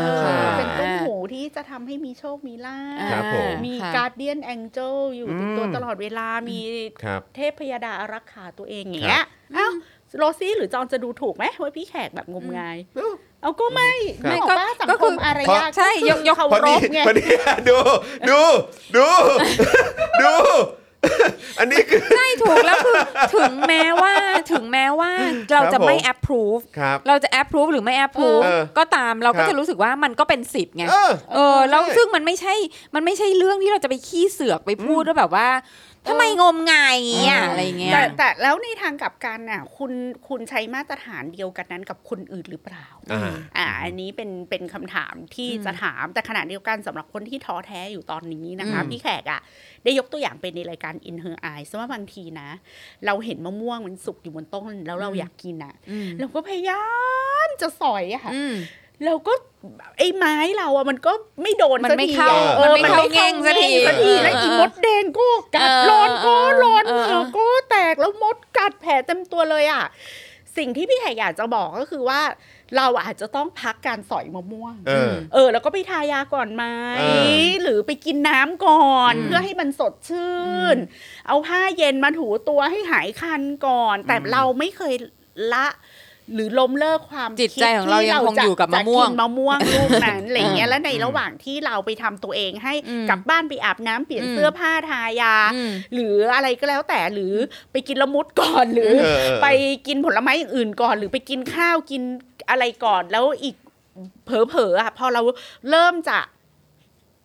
Speaker 4: อ
Speaker 1: ค่ะ
Speaker 4: เป็นตุ้มหูที่จะทำให้มีโชค มีลา
Speaker 2: อ่า
Speaker 1: ครับ
Speaker 4: ภ
Speaker 1: ผม
Speaker 4: มี
Speaker 2: ค่ะ
Speaker 4: การเดียนแองเจลอยู่ติดตัว
Speaker 1: อืม
Speaker 4: ตลอดเวลา มี
Speaker 1: ครับ
Speaker 4: เทพพยาดาอารักขาตัวเองอย่างเงี้ย
Speaker 2: ครับ
Speaker 4: เอ้าโรซี่หรือจอนจะดูถูกไหมว่าพี่แขกแบบงมงาย เอาก็ไม่
Speaker 1: ครับ
Speaker 4: ไม่บอกว่าสัง
Speaker 2: ก็
Speaker 4: ค
Speaker 2: คือ
Speaker 4: มอาร
Speaker 2: เพ
Speaker 4: ยะ
Speaker 2: ราะใช่ยกยก
Speaker 4: เคา
Speaker 1: พอ
Speaker 4: ร
Speaker 1: ดี
Speaker 4: พไง
Speaker 1: พอดี ดูดูดูดู อันนี้คือ
Speaker 2: ใช่ถูกแล้วคือ ถึงแม้ว่าถึงแม้ว่าเรา
Speaker 1: ครับ
Speaker 2: จะไม่
Speaker 1: ผม
Speaker 2: approve
Speaker 1: ครับ
Speaker 2: เราจะ approve หรือไม่ approve
Speaker 1: เออ
Speaker 2: ก็ตามเรา
Speaker 1: ครั
Speaker 2: ก็
Speaker 1: บ
Speaker 2: จะรู้สึกว่ามันก็เป็นสิทธิ์ไง
Speaker 1: เออ
Speaker 2: เออแล้ว
Speaker 1: ใช่
Speaker 2: ซึ่งมันไม่ใช่มันไม่ใช่เรื่องที่เราจะไปขี้เสือกไปพูดว่าแบบว่าทำไมงมงายอย่างเงี้ย
Speaker 1: เอออ
Speaker 2: อะไรอย่างเงี้ย
Speaker 4: แต่แต่แล้วในทางกลับกันน่ะคุณคุณใช้มาตรฐานเดียวกันนั้นกับคนอื่นหรือเปล่า
Speaker 1: อ่า
Speaker 4: อ่าอันนี้เป็นเป็นคำถามที่
Speaker 2: อืม
Speaker 4: จะถามแต่ขณะเดียวกันสำหรับคนที่ท้อแท้อยู่ตอนนี้นะคะ
Speaker 2: อืม
Speaker 4: พี่แขกอะ่ะ ได้ยกตัวอย่างเป็นในรายการ In Her Eyes ว่าบางทีนะ เราเห็นมะม่วงมันสุกอยู่บนต้น แล้วเราอยากกินอะ่ะ
Speaker 2: อืม
Speaker 4: เราก็พยายามจะสอยอะค่ะ
Speaker 2: อืม
Speaker 4: เราก็ไอ้ไม้เราอะมันก็ไม่โดน
Speaker 2: มัน
Speaker 4: สัก
Speaker 2: ไม่
Speaker 4: ที
Speaker 2: เข้า
Speaker 4: อะอ
Speaker 2: มัน
Speaker 4: อ
Speaker 2: ไม่เข้าแง่งสักที
Speaker 4: สักที
Speaker 2: เออ
Speaker 4: แล้วอี
Speaker 2: เออ
Speaker 4: มดแดงก็กัด
Speaker 2: เออ
Speaker 4: ร้อนก็ร้อน
Speaker 2: เออ
Speaker 4: เห
Speaker 2: เออ
Speaker 4: งื่อก็แตกแล้วมดกัดแผลเต็มตัวเลยอะสิ่งที่พี่แขกอยากจะบอกก็คือว่า เราอาจจะต้องพักการสอยมะม่วง
Speaker 1: เออ
Speaker 4: เออแล้วก็ไปทายาก่อนไหม
Speaker 1: เออ
Speaker 4: หรือไปกินน้ำก่อน
Speaker 1: อืม
Speaker 4: เพื่อให้มันสดชื่น เอาผ้าเย็นมาถูตัวให้หายคันก่อน แต่
Speaker 1: อืม
Speaker 4: เราไม่เคยละ หรือล้มเลิกความ
Speaker 2: จิตใจ
Speaker 4: คิด
Speaker 2: ของเรา
Speaker 4: ที่
Speaker 2: ยังคง
Speaker 4: จะ
Speaker 2: อยู่กับมะม่วง
Speaker 4: จกินมะม่วงลูกนั้นอะไรเงี้ย
Speaker 2: อืม
Speaker 4: แล้วในระหว่างที่เราไปทำตัวเองให้
Speaker 2: อืม
Speaker 4: กลับบ้านไปอาบน้ำเปลี่ยน
Speaker 2: อืม
Speaker 4: เสื้อผ้าทายา
Speaker 2: อืม
Speaker 4: หรืออะไรก็แล้วแต่หรือไปกินละมุดก่อนหรือ
Speaker 1: เออเออ
Speaker 4: ไปกินผลไม้อย่างอื่นก่อน หรือไปกินข้าวกินอะไรก่อนแล้วอีกเผลอๆอะพอเราเริ่มจะ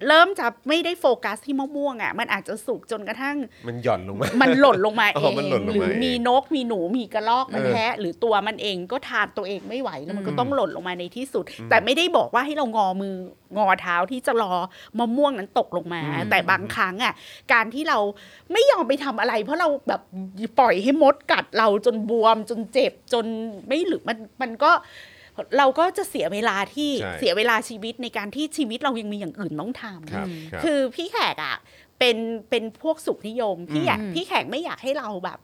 Speaker 4: เริ่มจะไม่ได้โฟกัสที่มะม่วงอ่ะ มันอาจจะสุกจนกระทั่ง
Speaker 1: มันหย่อนลงมา
Speaker 4: มันหล่นลงมา
Speaker 1: อ๋
Speaker 4: เอ
Speaker 1: อง มันหล่นลงมา
Speaker 4: หรือ
Speaker 1: เอง
Speaker 4: มีนกมีหนูมีกระรอกมัน
Speaker 1: เออ
Speaker 4: แทะหรือตัวมันเองก็ทานตัวเองไม่ไหวแล้วมันก็
Speaker 1: อืม
Speaker 4: ต้องหล่นลงมาในที่สุด แต่ไม่ได้บอกว่าให้เรางอมืองอเท้าที่จะรอมะม่วงนั้นตกลงมา
Speaker 1: อืม
Speaker 4: แต่บางครั้งอ่ะการที่เราไม่ยอมไปทำอะไร เพราะเราแบบปล่อยให้มดกัดเราจนบวม จนเจ็บจนไม่หรือมันมันก็เราก็จะเสียเวลาที่
Speaker 1: ใช่
Speaker 4: เสียเวลาชีวิตในการที่ชีวิตเรายังมีอย่างอื่นต้องทำ
Speaker 1: ครับครับ
Speaker 4: คือพี่แขกอ่ะเป็นเป็นพวกสุขนิยม พี่อยาก
Speaker 2: อืม
Speaker 4: พี่แขกไม่อยากให้เราแบบ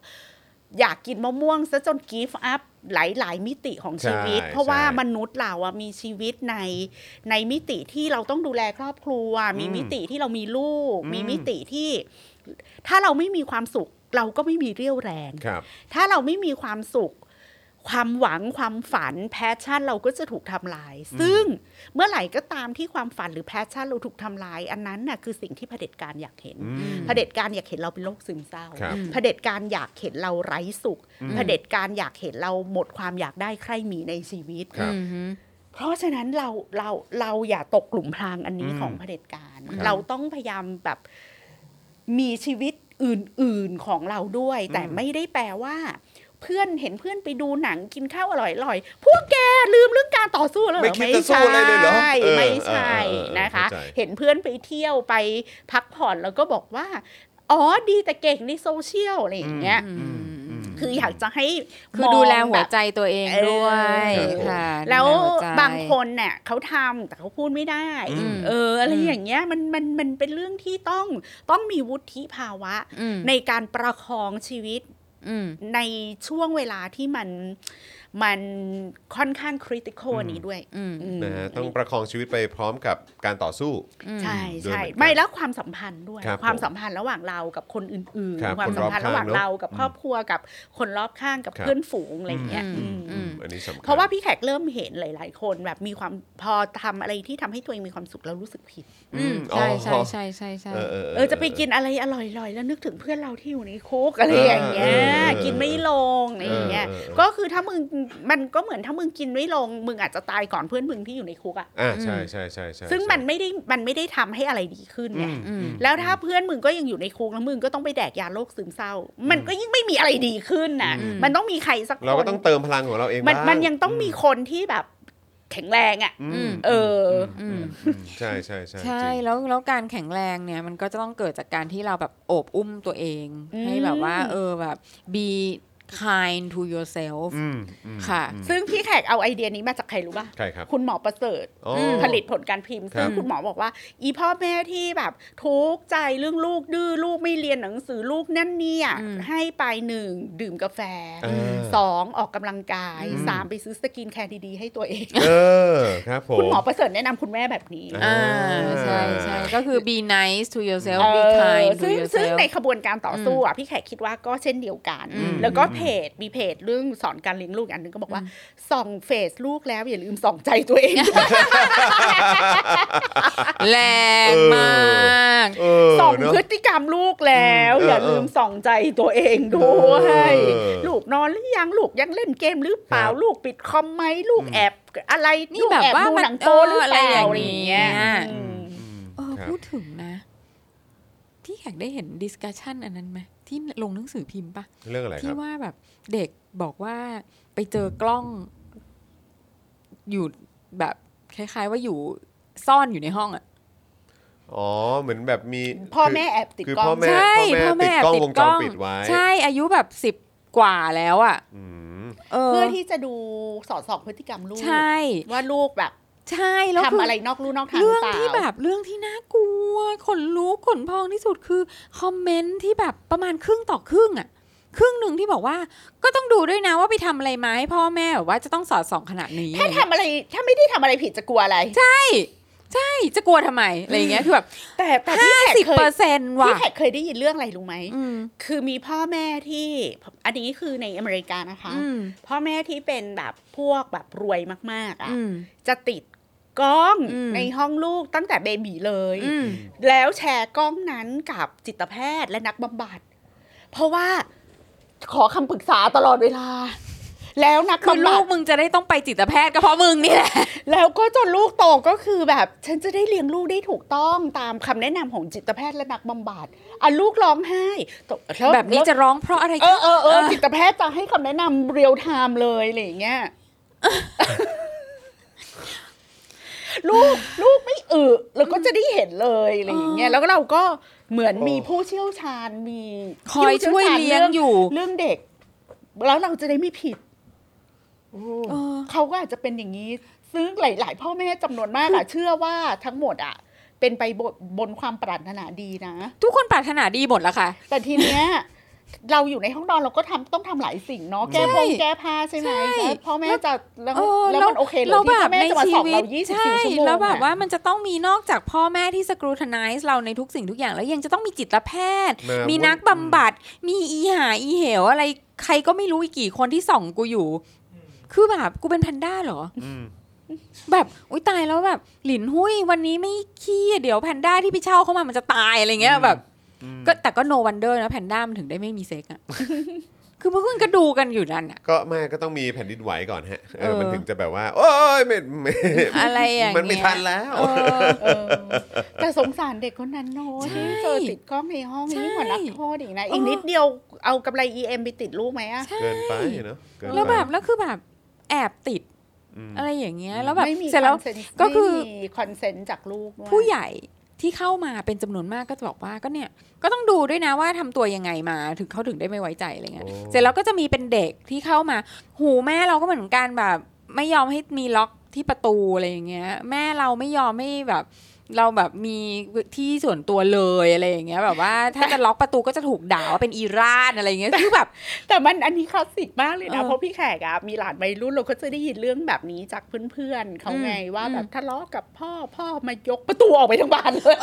Speaker 4: อยากกินมะม่วงซะจนกีฟอัพหลายหลายมิติของชีวิต
Speaker 1: ใช่
Speaker 4: เพราะว่า
Speaker 1: ใช่
Speaker 4: มนุษย์เราอะมีชีวิตในในมิติที่เราต้องดูแลครอบครัว มี
Speaker 1: อืม
Speaker 4: มิติที่เรามีลูก
Speaker 1: อืม
Speaker 4: มีมิติที่ ถ้าเราไม่มีความสุข เราก็ไม่มีเรี่ยวแรง
Speaker 1: ครับ
Speaker 4: ถ้าเราไม่มีความสุข ความหวังความฝันแพชชั่นเราก็จะถูกทำลาย ซึ่งเมื่อไหร่ก็ตามที่ความฝันหรือแพชชั่นเราถูกทำลาย อันนั้นน่ะคือสิ่งที่เผด็จการอยากเห็น
Speaker 1: อืม
Speaker 4: เผด็จการอยากเห็นเราเป็นโรคซึมเศร้า
Speaker 1: ครับ
Speaker 4: เผด็จการอยากเห็นเราไร้สุขเผด็จการอยากเห็นเราหมดความอยากได้ใครมีในชีวิต
Speaker 1: ครับ
Speaker 2: อือหือ
Speaker 4: เพราะฉะนั้นเราเราเราอย่าตกกลุ่มพรางอันนี้
Speaker 1: อืม
Speaker 4: ของเผด็จการ
Speaker 1: ครับ
Speaker 4: เราต้องพยายามแบบมีชีวิตอื่น ๆของเราด้วย แต่
Speaker 1: อืม
Speaker 4: ไม่ได้แปลว่า เพื่อนเห็นเพื่อนไปดูหนังกินข้าวอร่อยๆ พวกแกลืมเรื่องการต่อสู้แล้วเหรอ
Speaker 1: ไม่คิดจะสู้อะไรเลยเหรอ
Speaker 4: ไม่ใช่
Speaker 1: เออ
Speaker 4: ไม่ใช่
Speaker 1: เออเออเออ
Speaker 4: นะคะ
Speaker 1: เข้าใจ
Speaker 4: เห็นเพื่อนไปเที่ยวไปพักผ่อนแล้วก็บอกว่า อ๋อดีแต่เก่งในโซเชียลอะไรอย่างเงี้ย
Speaker 2: อืม
Speaker 1: อืม
Speaker 4: คืออยากจะให้
Speaker 2: คือดูแลหั
Speaker 4: ม
Speaker 2: ว
Speaker 4: องบบ
Speaker 2: ใจตัวเองด้วย
Speaker 4: เออ
Speaker 2: ค่ะ
Speaker 4: แล้ว
Speaker 2: ดูหัใจ
Speaker 4: บางคนเนี่ยเขาทำแต่เขาพูดไม่ได้
Speaker 1: อืม
Speaker 4: เอออะไร
Speaker 2: อืม
Speaker 4: อย่างเงี้ยมันมันมันเป็นเรื่องที่ต้องต้องมีวุฒิภาวะ
Speaker 2: อืม
Speaker 4: ในการประคองชีวิต
Speaker 2: อืม
Speaker 4: ในช่วงเวลาที่มันมันค่อนข้างคริติคอลนี้ด้วย
Speaker 2: อืม
Speaker 4: อืม
Speaker 1: นะฮะต้องประคองชีวิตไปพร้อมกับการต่อสู้
Speaker 4: ใช่
Speaker 1: ด้วย
Speaker 4: ใช่
Speaker 1: เหมือนกัน
Speaker 4: ไม่แล้วความสัมพันธ์ด้วย
Speaker 1: ครับ
Speaker 4: ความสัมพันธ์ระหว่างเรากับคนอื่น
Speaker 1: ครับ
Speaker 4: ๆ ความสัมพันธ์ระหว่าง
Speaker 1: คนรอบข้างเนอะ
Speaker 4: เรากับครอบครัวกับคนรอบข้างกับ
Speaker 1: ครับ
Speaker 4: เพื่อนฝูงอะไรอย่างเงี้ย
Speaker 2: อืม
Speaker 4: อืม
Speaker 1: อืมอันนี้สำคัญ
Speaker 4: เพราะว่าพี่แขกเริ่มเห็นหลาย ๆ คนแบบมีความพอทำอะไรที่ทำให้ตัวเองมีความสุขแล้วรู้สึกผิด
Speaker 2: อืม
Speaker 1: อ๋อ
Speaker 2: ใช่ใช่ใช่ใช่ใช่
Speaker 1: เออเออ
Speaker 4: เออจะไปกินอะไรอร่อยๆ แล้วนึกถึงเพื่อนเราที่อยู่ในคุกอะไรอย่างเงี้ยกินไม่ลงอะไรอย่างเงี้ยก็คือถ้ามึงมันก็เหมือนถ้ามึงกินไม่ลง มึงอาจจะตายก่อนเพื่อนมึงที่อยู่ในคุกอ่ะ
Speaker 1: อ่าใช่ใช่ใช่ใช่
Speaker 4: ซึ่งมันไม่ได้มันไม่ได้ทำให้อะไรดีขึ้น
Speaker 1: อื
Speaker 4: ไง
Speaker 1: ม
Speaker 2: อืม
Speaker 4: แล้วถ้าเพื่อนมึงก็ยังอยู่ในคุกแล้วมึงก็ต้องไปแดกยาโรคซึมเศร้า มันก็ยิ่งไม่มีอะไรดีขึ้นนะ
Speaker 2: อืม
Speaker 4: มันต้องมีใครสักคน
Speaker 1: เราก็ต้องเติมพลังของเราเอง
Speaker 4: มัน
Speaker 1: บ้า
Speaker 4: มันยังต้องมีคนที่แบบแข็งแรงอ่ะ
Speaker 1: อื
Speaker 2: อื
Speaker 1: ม
Speaker 2: ม
Speaker 4: เออ
Speaker 2: อืม
Speaker 1: อืมใช่ใช่ใช่
Speaker 2: ใช่
Speaker 1: จริง
Speaker 2: แล้วแล้วการแข็งแรงเนี่ยมันก็จะต้องเกิดจากการที่เราแบบโอบอุ้มตัวเอง ให้แบบว่า เออแบบ be kind to yourself
Speaker 1: อืมอืม
Speaker 2: ค่ะ
Speaker 1: อืม
Speaker 4: ซึ่งพี่แขกเอาไอเดียนี้มาจากใครรู้ป่ะ
Speaker 1: ใช่ครับ
Speaker 4: คุณหมอประเสริฐ
Speaker 1: อ๋อ
Speaker 4: ผลิตผลการพิมพ์ ซึ่ง
Speaker 1: ครับ
Speaker 4: คุณหมอบอกว่า อีพ่อแม่ที่แบบทุกข์ใจเรื่องลูกดื้อลูกไม่เรียนหนังสือลูกนั่นเนี่ย
Speaker 2: อืม
Speaker 4: ให้ไปหนึ่งดื่มกาแฟ
Speaker 1: เออ
Speaker 4: สองออกกำลังกาย
Speaker 1: อืม
Speaker 4: สามไปซื้อสกินแคร์ดีๆให้ตัวเอง
Speaker 1: เออครับผม
Speaker 4: คุณหมอประเสริฐแนะนำคุณแม่แบบนี้
Speaker 1: อ่ะ
Speaker 2: อ่าใช่ใช่ก็คือ be nice to yourself
Speaker 4: เอ
Speaker 2: be
Speaker 4: อ
Speaker 2: kind to
Speaker 4: ซึ่งซึ่ง
Speaker 2: yourself
Speaker 4: ในขบวนการต่อสู้อ่ะพี่แขกคิดว่าก็เช่นเดียวกัน
Speaker 2: อืม
Speaker 4: แล้วก็เพจมีเพจเรื่องสอนการเลี้ยงลูกอันหนึงก็บอกว่า ส่องเฟซลูกแล้วอย่าลืมส่องใจตัวเอง
Speaker 2: แรงมาก
Speaker 1: เออ
Speaker 4: ส่อง
Speaker 1: เนะ
Speaker 4: พฤติกรรมลูกแล้ว
Speaker 1: อืม
Speaker 4: อย่า
Speaker 1: เออ
Speaker 4: ลืมส่องใจตัวเองด้วย
Speaker 1: เออ
Speaker 4: ลูกนอนหรือยังลูกยังเล่นเกมหรือเปล่า
Speaker 1: ครับ
Speaker 4: ลูกปิดคอมไหมลูกแอบอะไร
Speaker 2: นี่
Speaker 4: ลูก
Speaker 2: แบบ
Speaker 4: แอบ
Speaker 2: ว่า
Speaker 4: ดู
Speaker 2: มัน
Speaker 4: หนังโป๊หรือเปล่า
Speaker 2: เออ
Speaker 4: อะ
Speaker 2: อะไร ไรอย่
Speaker 4: อา
Speaker 2: ย่าง งเงี้
Speaker 4: เงี้ย
Speaker 2: ย
Speaker 4: อืม
Speaker 1: อืม
Speaker 2: เออ
Speaker 1: ครับ
Speaker 2: พูดถึงนะ พี่อยากได้เห็น discussion อันนั้นไหมที่ลงหนังสือพิมพ์ปะ
Speaker 1: เรื่องอะไรค
Speaker 2: ที่
Speaker 1: รับ
Speaker 2: ว่าแบบเด็กบอกว่าไปเจอกล้อง อยู่แบบคล้าย ๆ ว่าอยู่ซ่อนอยู่ในห้องอ่ะ
Speaker 1: อ๋อเหมือนแบบมี
Speaker 4: พ่อ
Speaker 1: คื
Speaker 4: แม่แอบติด
Speaker 1: คือก
Speaker 4: ล้อ
Speaker 1: พ่อง แม่
Speaker 2: ใช่
Speaker 1: พ่อแม่ติดกล้องวงจรปิดไว้
Speaker 2: ใช่อายุแบบสิบ10 กว่าแล้วอ่ะ
Speaker 1: อืม
Speaker 2: เออ
Speaker 4: เพื่อที่จะดูสอดส่องพฤติกรรมลูก
Speaker 2: ใช่
Speaker 4: ว่าลูกแบบ
Speaker 2: ใช่แล้วคื
Speaker 4: ทำอะไรนอกลู่นอกทางห
Speaker 2: เรื่อง
Speaker 4: เปล่า
Speaker 2: ที่แบบเรื่องที่น่ากลัวขนลุกขนพองที่สุดคือคอมเมนต์ที่แบบประมาณครึ่งต่อครึ่งอ่ะ ครึ่งหนึ่งที่บอกว่า ก็ต้องดูด้วยนะว่าไปทำอะไรมาให้พ่อแม่แบบว่าจะต้องสอดส่องขนาดนี้
Speaker 4: ถ้าทำอะไรถ้าไม่ได้ทำอะไรผิดจะกลัวอะไร
Speaker 2: ใช่จะกลัวทำไมอะไรอย่างเงี้ยคือแบบ
Speaker 4: แต่แต่พี่
Speaker 2: ห้า
Speaker 4: แขก
Speaker 2: สิบ
Speaker 4: เค
Speaker 2: เปอย ร์เซ็นต์ว่ะ
Speaker 4: พี่แขกเคยได้ยินเรื่องอะไรรู้ไหม
Speaker 2: อืม
Speaker 4: คือมีพ่อแม่ที่อันนี้คือในอเมริกานะคะ
Speaker 2: อืม
Speaker 4: พ่อแม่ที่เป็นแบบพวกแบบรวยมากๆอ่ะ
Speaker 2: อืม
Speaker 4: จะติดกล้อง
Speaker 2: อืม
Speaker 4: ในห้องลูกตั้งแต่เบบีเลย
Speaker 2: อืม
Speaker 4: แล้วแชร์กล้องนั้นกับจิตแพทย์และนักบำบัด เพราะว่าขอคำปรึกษาตลอดเวลา แล้วนัก
Speaker 2: คือบ
Speaker 4: ำ
Speaker 2: ลู
Speaker 4: บัด
Speaker 2: กมึงจะได้ต้องไปจิตแพทย์ก็เพราะมึงนี่แหละ
Speaker 4: แล้วก็จนลูกโตก็คือแบบ ฉันจะได้เลี้ยงลูกได้ถูกต้องตามคำแนะนำของจิตแพทย์และนักบำบัดอ่ะลูกร้องไห้ตกล้ว
Speaker 2: แบบนี้จะร้องเพราะอะไร
Speaker 4: เอ
Speaker 2: คะ
Speaker 4: อเออเออจิตแพทย์จะให้คำแนะนำเรียลไทม์เลยอะไรอย่างเงี้ยลูกลูกไม่อึแล้วก็จะได้เห็นเลยอะไรอย่างเงี้ยแล้วก็เราก็เหมือนมีผู้เชี่ยวชาญมี
Speaker 2: คอยช่วยเลี้ยงอยู่
Speaker 4: เรื่องเด็ก แล้วเราจะได้ไม่ผิด
Speaker 2: เออ
Speaker 4: เขาก็อาจจะเป็นอย่างนี้ ซึ่งหลาย ๆ พ่อแม่จำนวนมากอะเชื่อว่าทั้งหมดอะเป็นไปบนบนความปรารถนาดีนะ
Speaker 2: ทุกคนปรารถนาดีหมดแล้วค่ะ
Speaker 4: แต่ทีเนี้ย เราอยู่ในห้องนอนเราก็ทำต้องทำหลายสิ่งเนาะแก้พงแก้ผ้าใช่ไหม
Speaker 2: ใช่
Speaker 4: แล้วพ่อแม่จะแล้ว
Speaker 2: เออ
Speaker 4: แล้วมันโอเคเลยที่พ่อแม่จะมาสอบเรา24ชั่วโมง
Speaker 2: แล้วแบบ
Speaker 4: อะ
Speaker 2: ว่ามันจะต้องมีนอกจากพ่อแม่ที่สกรูทนายเราในทุกสิ่งทุกอย่างแล้วยังจะต้องมีจิตแพทย์
Speaker 1: มา
Speaker 2: มีนักบำบัด มีอีหาอีเหวอะไรใครก็ไม่รู้อีกกี่คนที่ส่องกูอยู่ คือแบบกูเป็นแพนด้าเหรอ
Speaker 1: อืม
Speaker 2: แบบอุ้ยตายแล้วแบบหลินหุ้ยวันนี้ไม่ขี้เดี๋ยวแพนด้าที่ไปเช่าเข้ามามันจะตายอะไรเงี้ยแบบก็แต่ก็โนวันเดอร์นะแพนด้ามันถึงได้ไม่มีเซ็กอะ คือเพิ่งก็ดูกันอยู่นั่นอะ
Speaker 1: ก็ไม่ก็ต้องมีแผ่นดินไหวก่อนฮะเอ
Speaker 2: เอ
Speaker 1: อ
Speaker 2: อ
Speaker 1: มันถึงจะแบบว่า โอ้ยไม่ไม่
Speaker 2: อะไรอย่างเงี้ย
Speaker 1: มันไม่ทันแล้ว
Speaker 2: เออ
Speaker 4: เออแต่สงสารเด็กคนนั้นเนอะที่เจอติดกล้องในห้อง
Speaker 2: ใช่
Speaker 4: นี่งกว่านักโทษอีกนะ
Speaker 2: เอออี
Speaker 4: อีกนิดเดียวเอากำไร EM ไปติดลูกไหมอะ
Speaker 2: ใช่
Speaker 1: เกินไปเนาะเกินไป
Speaker 2: แล้วแบบแล้วคือแบบแอบติด
Speaker 1: อืม
Speaker 2: อะไรอย่างเงี้ยแล้วแบบ
Speaker 4: ไม่มี
Speaker 2: เสร็จแล้ว
Speaker 4: คอนเซนต์
Speaker 2: ก็คือ
Speaker 4: ไม่มีคอนเซนต์จากลูกด้วย
Speaker 2: ผู้ใหญ่ที่เข้ามาเป็นจำนวนมากก็จะบอกว่าก็เนี่ยก็ต้องดูด้วยนะว่าทำตัวยังไงมาถึงเขาถึงได้ไม่ไว้ใจอะไรเงี้ย
Speaker 1: โอ้
Speaker 2: เสร็จแล้วก็จะมีเป็นเด็กที่เข้ามา หูแม่เราก็เหมือนกันแบบ ไม่ยอมให้มีล็อกที่ประตูอะไรอย่างเงี้ย แม่เราไม่ยอมให้แบบ เราแบบมีที่ส่วนตัวเลยอะไรอย่างเงี้ย แบบว่าถ้าจะล็อกประตูก็จะถูกด่าว่าเป็นอีราดอะไรอย่างเงี้ยคือแบบ
Speaker 4: แต่มันอันนี้คลาสสิกมากเลยนะ
Speaker 2: เออ
Speaker 4: เพราะพี่แขกอะมีหลานวัยรุ่นเราก็จะได้ยินเรื่องแบบนี้จากเพื่อนๆเขาไง
Speaker 2: อืม
Speaker 4: ว่าแบบ
Speaker 2: อืม
Speaker 4: ทะเลาะกับพ่อพ่อมายกประตูออกไปทั้งบานเลย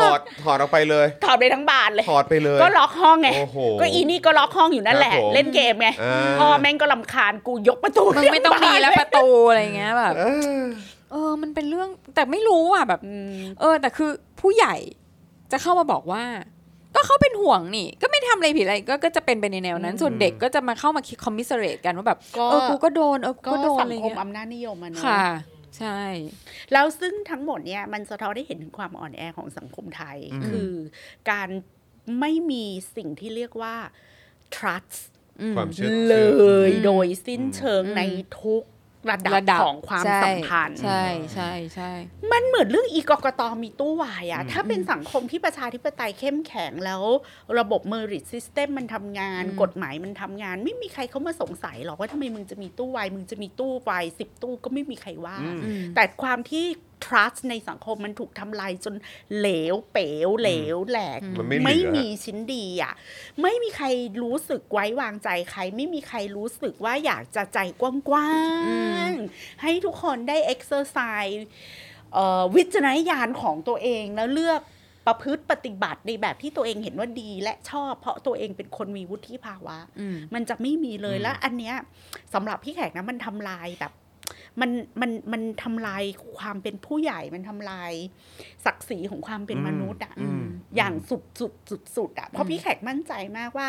Speaker 1: ถอดถอดออกไปเลย
Speaker 4: ถอดไปทั้งบานเลย
Speaker 1: ถอดไปเลย
Speaker 4: ก็ล็อกห้องไง
Speaker 1: โอ้โห
Speaker 4: ก็อีนี่ก็ล็อกห้องอยู่นั่นแหละ
Speaker 1: ครับผม
Speaker 4: เล่นเกมไง
Speaker 1: อ่า
Speaker 4: พ่อแม่งก็ลำคาญกูยกประตู
Speaker 2: มึงไม่ต้องมีแล้วประตูอะไรอย่างเงี้ยแบบ
Speaker 1: เออ
Speaker 2: เออมันเป็นเรื่องแต่ไม่รู้อ่ะแบบ
Speaker 4: อืม
Speaker 2: เออแต่คือผู้ใหญ่จะเข้ามาบอกว่า ก็เขาเป็นห่วงนี่ ก็ไม่ทำอะไรผิดอะไรก็ก็จะเป็นไปในแนวนั้น ส่วนเด็กก็จะมาเข้ามาคิดคอมมิสเรตกันว่าแบบ
Speaker 4: ก็
Speaker 2: เออกูก็โดนเออกู
Speaker 4: ก็
Speaker 2: ก็โดน
Speaker 4: สั
Speaker 2: อะ
Speaker 4: ง
Speaker 2: ไร
Speaker 4: คม
Speaker 2: เงี้ย
Speaker 4: อำนาจนิยมมัน
Speaker 2: ค่ะ ใช่
Speaker 4: แล้วซึ่งทั้งหมดเนี่ยมันสะท้อนได้เห็นถึงความอ่อนแอของสังคมไทย คือการไม่มีสิ่งที่เรียกว่า trust
Speaker 2: อืม
Speaker 1: ความเชื่อ
Speaker 4: เล
Speaker 1: ชื่อ
Speaker 4: ยโดยสิ้นเชิง
Speaker 2: อืม
Speaker 4: ในทุกระดับ
Speaker 2: ระดับ
Speaker 4: ของความ
Speaker 2: ใช่
Speaker 4: สัมพันธ์
Speaker 2: ใช่ใช่ใช่
Speaker 4: มันเหมือนเรื่องอีกกตมีตู้วายอะ
Speaker 1: อืม
Speaker 4: ถ้าเป็นสังคมที่ประชาธิปไตยเข้มแข็งแล้ว ระบบเมอริ t ซิสเต็มมันทำงาน กฎหมายมันทำงาน ไม่มีใครเขามาสงสัยหรอกว่าทำไมมึงจะมีตู้วายมึงจะมีตู้วายสิบตู้ก็ไม่มีใครว่า
Speaker 1: อืม
Speaker 2: อืม
Speaker 4: แต่ความที่ trust ในสังคมมันถูกทำลายจนเหลวเป๋วเหลวแหลก
Speaker 1: มันไม่เหลือ
Speaker 4: มีชิ้นดีอ่ะ ไม่มีใครรู้สึกไว้วางใจใคร ไม่มีใครรู้สึกว่าอยากจะใจกว้างๆ ให้ทุกคนได้ exercise เอ่อวิจารณญาณของตัวเองแล้วเลือกประพฤติปฏิบัติในแบบที่ตัวเองเห็นว่าดีและชอบ เพราะตัวเองเป็นคนมีวุฒิภาวะ
Speaker 2: อืม
Speaker 4: มันจะไม่มีเลย
Speaker 1: อืม
Speaker 4: แล้วอันเนี้ยสำหรับพี่แขกนะมันทำลายแบบ มันมันมันทำลายความเป็นผู้ใหญ่มันทำลาย ศักดิ์ศรีของความเป็นมนุษย์อะ
Speaker 1: อืม
Speaker 4: อย่างสุดสุดสุดสุดอะเพราะพี่แขกมั่นใจมากว่า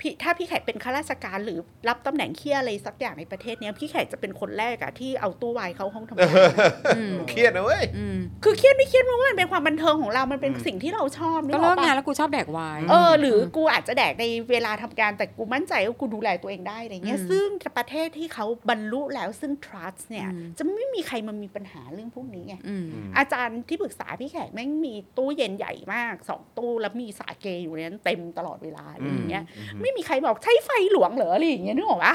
Speaker 4: พี่ถ้าพี่แขกเป็นข้าราชการหรือรับตำแหน่งเคียอะไรสักอย่างในประเทศเนี้ยพี่แขกจะเป็นคนแรกอะที่เอาตู้วายเข้าห้องทำงานอะ
Speaker 2: อืม
Speaker 1: เครียดนะเว้ย
Speaker 2: อืม
Speaker 4: คือเครียดไม่เครียดมันก็มันเป็นความบันเทิงของเรามันเป็น
Speaker 1: อืม
Speaker 4: สิ่งที่เราชอบนึ
Speaker 2: ก็
Speaker 4: อ
Speaker 2: เลิ
Speaker 4: อก ปะ
Speaker 2: งานแล้วกูชอบแดกไวน์
Speaker 4: เออหรือกูอาจจะแดกในเวลาทำการแต่กูมั่นใจว่ากูดูแลตัวเองได้อะไรเงี้ย
Speaker 2: อืม
Speaker 4: ซึ่งประเทศที่เขาบรรลุแล้วซึ่ง trust เนี่ย
Speaker 2: อืม
Speaker 4: จะไม่มีใครมามีปัญหาเรื่องพวกนี้ไง
Speaker 2: อืม
Speaker 4: อาจารย์ที่ปรึกษาพี่แขกแม่งมีตู้เย็นใหญ่มากสองตู้แล้วมีสาเกอยู่ในนั้นเต็มตลอดเวลาอะไรอย่างเงี้ยไม่มีใครบอกใช้ไฟหลวงเหรออะไรอย่างเงี้ยนึกออกปะ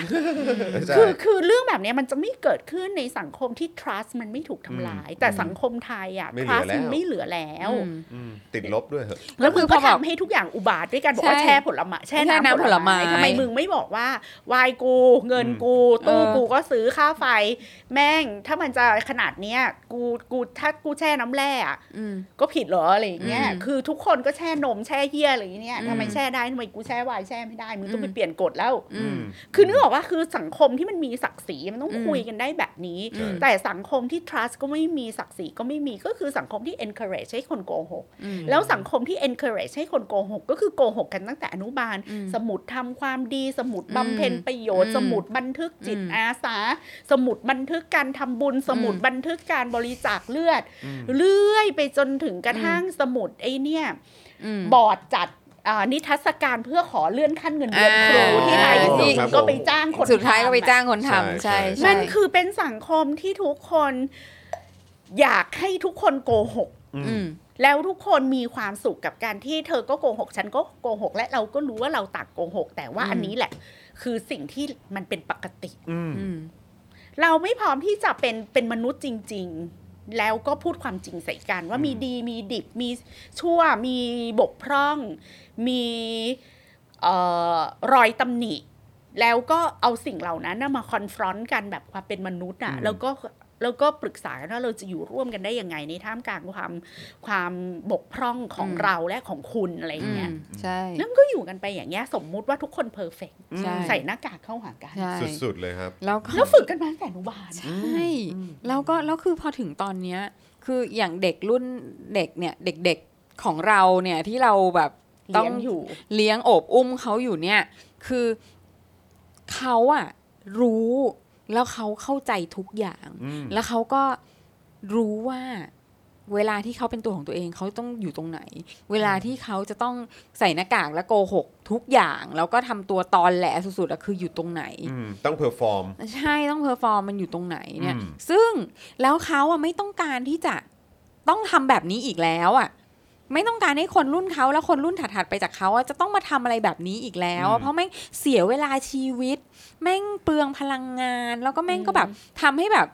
Speaker 1: ใช่
Speaker 4: คือคือเรื่องแบบเนี้ยมันจะไม่เกิดขึ้นในสังคมที่ trust มันไม่ถูกทำลาย แต่สังคมไทยอ่ะ
Speaker 1: ไม่เหลือ
Speaker 4: trust
Speaker 1: แล้ว
Speaker 4: มันไม่เหลือแล้ว
Speaker 2: อืม
Speaker 1: อืมติดลบด้วยเหรอ
Speaker 4: แล้วมึง
Speaker 2: ก็คือพ
Speaker 4: ก็
Speaker 2: อแบบ
Speaker 4: ทำให้ทุกอย่างอุบาทด้วยการบอกว่า
Speaker 2: ใช่
Speaker 4: แช่ผลไม้แช่
Speaker 2: แช่น้ำ
Speaker 4: น้ำผลไม้
Speaker 2: ผลไม้
Speaker 4: ทำไมมึงไม่บอกว่าวายกู เงินกู ตู้
Speaker 2: เออ
Speaker 4: กูก็ซื้อค่าไฟ แม่งถ้ามันจะขนาดเนี้ยกูกูถ้ากูแช่น้ำแร่อะ
Speaker 2: อืม
Speaker 4: ก็ผิดเหรออะไรอย่างเงี้ย
Speaker 2: อืม
Speaker 4: คือทุกคนก็แช่นมแช่เหี้ยอะไรอย่างเงี้ย
Speaker 2: อืม
Speaker 4: ทำไมแช่ได้ทำไมกูแช่ไวายแช่ไม่ได้มึงต้องไป
Speaker 2: อืม
Speaker 4: เปลี่ยนกฎแล้ว
Speaker 2: อืม
Speaker 4: คือนึกออกว่าคือสังคมที่มันมีศักดิ์ศรีมันต้อง
Speaker 2: อืม
Speaker 4: คุยกันได้แบบนี้
Speaker 2: อืม
Speaker 4: แต่สังคมที่ trust ก็ไม่มีศักดิ์ศรีก็ไม่มีก็คือสังคมที่ encourage ให้คนโกหก
Speaker 2: อืม
Speaker 4: แล้วสังคมที่ encourage ให้คนโกหก ก็คือโกหกกันตั้งแต่อนุบาล
Speaker 2: อืม
Speaker 4: สมุดทำความดีสมุด
Speaker 2: อืม
Speaker 4: บำเพ็ญประโยชน์
Speaker 2: อืม
Speaker 4: สมุดบันทึกจิต
Speaker 2: อืม
Speaker 4: อาสา สมุดบันทึกการทำบุญ สมุด
Speaker 2: อืม
Speaker 4: บันทึกการบริจาคเลือด
Speaker 1: อืม
Speaker 4: เรื่อยไปจนถึงกระทั่งสมุดไอเนี่ย
Speaker 2: ม
Speaker 4: บอร์ดจัดอ่านิทรรศการเพื่อขอเลื่อนขั้นเงินเดือนครู
Speaker 2: อ่า
Speaker 4: ที่นาย
Speaker 2: อ่า
Speaker 4: สิง
Speaker 1: ครับ
Speaker 4: ก็ไป
Speaker 1: ผม
Speaker 4: จ้างคน
Speaker 2: สุดท้ายก็ไป
Speaker 4: ทำอะ
Speaker 2: จ้างคนทำ
Speaker 1: ใช่
Speaker 2: ใช่
Speaker 1: ใช่
Speaker 2: ใช่
Speaker 4: มันคือเป็นสังคมที่ทุกคนอยากให้ทุกคนโกหก
Speaker 2: อืม
Speaker 4: แล้วทุกคนมีความสุขกับการที่เธอก็โกหก ฉันก็โกหก และเราก็รู้ว่าเราต่างโกหก แต่ว่า
Speaker 2: อืม
Speaker 4: อันนี้แหละ คือสิ่งที่มันเป็นปกติ
Speaker 1: อืม
Speaker 2: อืม
Speaker 4: เราไม่พร้อมที่จะเป็นเป็นมนุษย์จริง ๆ แล้วก็พูดความจริงใส่กันว่า
Speaker 1: อืม
Speaker 4: มีดีมีดิบมีชั่วมีบกพร่อง มีเอ่อรอยตำหนิ แล้วก็เอาสิ่งเหล่านั้นน่ะมาคอนฟรอนต์กันแบบความเป็นมนุษย์อ่ะแล้วก็แล้วก็ปรึกษากันว่าเราจะอยู่ร่วมกันได้ยังไงในท่ามกลางความความบกพร่องของ
Speaker 2: อืม
Speaker 4: เราและของคุณอะไรอย่างเงี้ย
Speaker 2: ใช่
Speaker 4: แล้วมันก็อยู่กันไปอย่างเงี้ยสมมุติว่าทุกคนเพอร์เฟก
Speaker 2: ใช่
Speaker 4: ใส่หน้ากากเข้าหากัน
Speaker 2: ใช่
Speaker 1: สุดๆเลยครับ
Speaker 2: แล้วก็
Speaker 4: แล้วฝึกกันมาตั้งแต่อนุบาล
Speaker 2: ใช่แล้วก็แล้วคือพอถึงตอนเนี้ยคืออย่างเด็กรุ่นเด็กเนี่ยเด็กๆของเราเนี่ยที่เราแบบต้อง
Speaker 4: เลี้ยงอยู่
Speaker 2: เลี้ยงโอบอุ้มเขาอยู่เนี่ย คือเขาอะรู้แล้วเขาเข้าใจทุกอย่าง
Speaker 1: อืม
Speaker 2: แล้วเขาก็รู้ว่าเวลาที่เขาเป็นตัวของตัวเองเขาต้องอยู่ตรงไหน เวลาที่เขาจะต้องใส่หน้ากากและโกหกทุกอย่าง แล้วก็ทำตัวตอนแหลสุดๆอะคืออยู่ตรงไหน
Speaker 1: อืมต้องเพอร์ฟอร์ม
Speaker 2: ใช่ ต้องเพอร์ฟอร์มมันอยู่ตรงไหนเนี่ย
Speaker 1: อืม
Speaker 2: ซึ่งแล้วเขาอ่ะไม่ต้องการที่จะต้องทำแบบนี้อีกแล้วอ่ะ ไม่ต้องการให้คนรุ่นเขาและคนรุ่นถัดๆไปจากเขาอะจะต้องมาทำอะไรแบบนี้อีกแล้วอะเพราะแม่งเสียเวลาชีวิต แม่งเปลืองพลังงาน แล้วก็แม่งก็แบบทำให้แบบ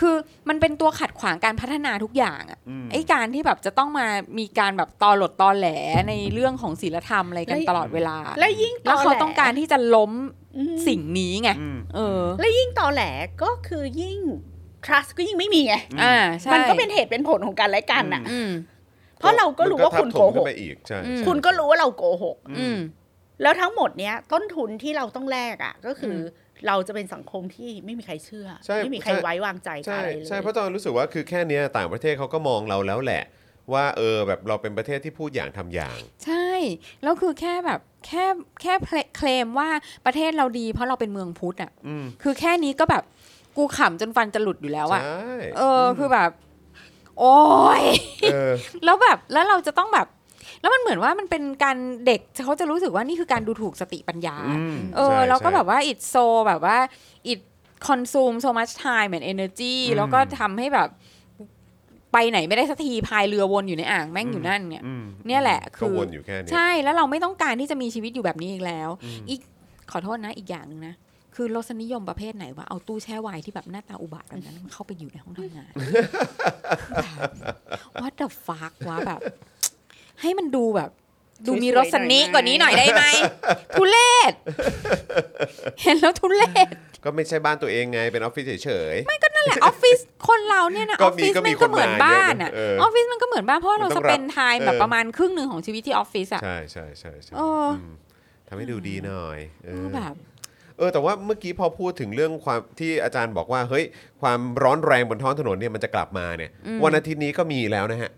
Speaker 2: คือมันเป็นตัวขัดขวางการพัฒนาทุกอย่างอ่ะ
Speaker 1: ม
Speaker 2: ไอ้การที่แบบจะต้องมามีการแบบตอหลดตอแหลในเรื่องของศีลธรรมอะไรกันตลอดเวลา
Speaker 4: และยิ่ง
Speaker 2: แล้วเขาต้องการที่จะล้ม
Speaker 4: อืม
Speaker 2: สิ่งนี้ไง
Speaker 1: อืม
Speaker 2: เออ
Speaker 4: และยิ่งตอแหลก็คือยิ่ง trust ก็ยิ่งไม่มีไง
Speaker 1: อืม
Speaker 2: อ่าใช่
Speaker 4: มันก็เป็นเหตุเป็นผลของการและกันน่ะ
Speaker 2: อืม
Speaker 4: เพราะเราก็รู้ว่าคุณโก
Speaker 1: มันทับ
Speaker 4: ห
Speaker 1: ถม
Speaker 4: ก
Speaker 1: นไปอีกใช่
Speaker 2: อืม
Speaker 1: ใช่
Speaker 4: คุณก็รู้ว่าเราโกหก
Speaker 2: อืม
Speaker 4: แล้วทั้งหมดเนี้ยต้นทุนที่เราต้องแลกอ่ะ ก็คืออ
Speaker 2: ม
Speaker 4: เราจะเป็นสังคมที่ไม่มีใครเชื่อ
Speaker 1: ใช่
Speaker 4: ไม่มีใคร
Speaker 1: ใช่
Speaker 4: ไว้วางใจกับ
Speaker 1: ใช่
Speaker 4: อะไรเลย
Speaker 1: ใช่เพราะตอนรู้สึกว่าคือแค่เนี้ยต่างประเทศเขาก็มองเราแล้วแหละ ว่าเออแบบเราเป็นประเทศที่พูดอย่างทำอย่าง
Speaker 2: ใช่ แล้วคือแค่แบบแค่แค่เคลมว่าประเทศเราดีเพราะเราเป็นเมืองพุทธอ่ะ
Speaker 1: อืม
Speaker 2: คือแค่นี้ก็แบบกูขำจนฟันจะหลุดอยู่แล้วอ่ะ
Speaker 1: ใช่
Speaker 2: เออคือแบบ โอ้ย
Speaker 1: เออ
Speaker 2: แล้วแบบแล้วเราจะต้องแบบ แล้วมันเหมือนว่ามันเป็นการเด็กเขาจะรู้สึกว่านี่คือการดูถูกสติปัญญา
Speaker 1: ม
Speaker 2: เออ
Speaker 1: ใช่
Speaker 2: แล้วก็
Speaker 1: ใช่
Speaker 2: แบบว่า it's so แบบว่า it consume so much time and energy
Speaker 1: อืม
Speaker 2: แล้วก็ทำให้แบบไปไหนไม่ได้สักทีพายเรือวนอยู่ในอ่างแม่งอยู่นั่นเนี่ย
Speaker 1: อืม
Speaker 2: เนี่ยแหละคือ
Speaker 1: ก็วนอยู่แค่เนี้ย
Speaker 2: ใช่แล้วเราไม่ต้องการที่จะมีชีวิตอยู่แบบนี้อีกแล้ว
Speaker 1: อืม
Speaker 2: อีกขอโทษนะอีกอย่างหนึ่งนะ คือรสนิยมประเภทไหนว่าเอาตู้แช่ไวน์ที่แบบหน้าตาอุบาทแบบนั้น เข้าไปอยู่ในห้องทำงาน ว่าแต่ฟักวะแบบ ให้มันดูแบบ ดูมีรสนิกว่านี้หน่อยได้ไหมทุเลศเห็นแล้วทุเลศ
Speaker 1: ก็ไม่ใช่บ้านตัวเองไงเป็นออฟฟิศเฉย
Speaker 2: นั่นแหละออฟฟิศคนเราเนี่ยนะอ
Speaker 1: ก็
Speaker 2: อฟ
Speaker 1: มี
Speaker 2: ฟิศ
Speaker 1: ก็มี
Speaker 2: มันก็เหมือ
Speaker 1: ค
Speaker 2: น
Speaker 1: นมา
Speaker 2: บ้าน
Speaker 1: เยอะนะ
Speaker 2: อ่ะ
Speaker 1: เอ
Speaker 2: อ
Speaker 1: อ
Speaker 2: อฟฟิศมันก็เหมือนบ้านเพราะว่า
Speaker 1: มั
Speaker 2: เรา
Speaker 1: นต้
Speaker 2: ส
Speaker 1: อง
Speaker 2: เป
Speaker 1: รับ
Speaker 2: นไทม์แบบ
Speaker 1: เออ
Speaker 2: ประมาณครึ่งหนึ่งของชีวิตที่ออฟฟิศ
Speaker 1: ๆ
Speaker 2: อ่ะ
Speaker 1: ใช่ใช่ใช่ใช่
Speaker 2: เอออื
Speaker 1: มทำให้ดูดีหน่อยเออ
Speaker 2: แบบ
Speaker 1: เออแต่ว่าเมื่อกี้พอพูดถึงเรื่องความที่อาจารย์บอกว่าเฮ้ยความร้อนแรงบนท้องถนนเนี่ยมันจะกลับมาเนี่ย
Speaker 2: อืม
Speaker 1: วันอาทิตย์นี้ก็มีแล้วนะฮะ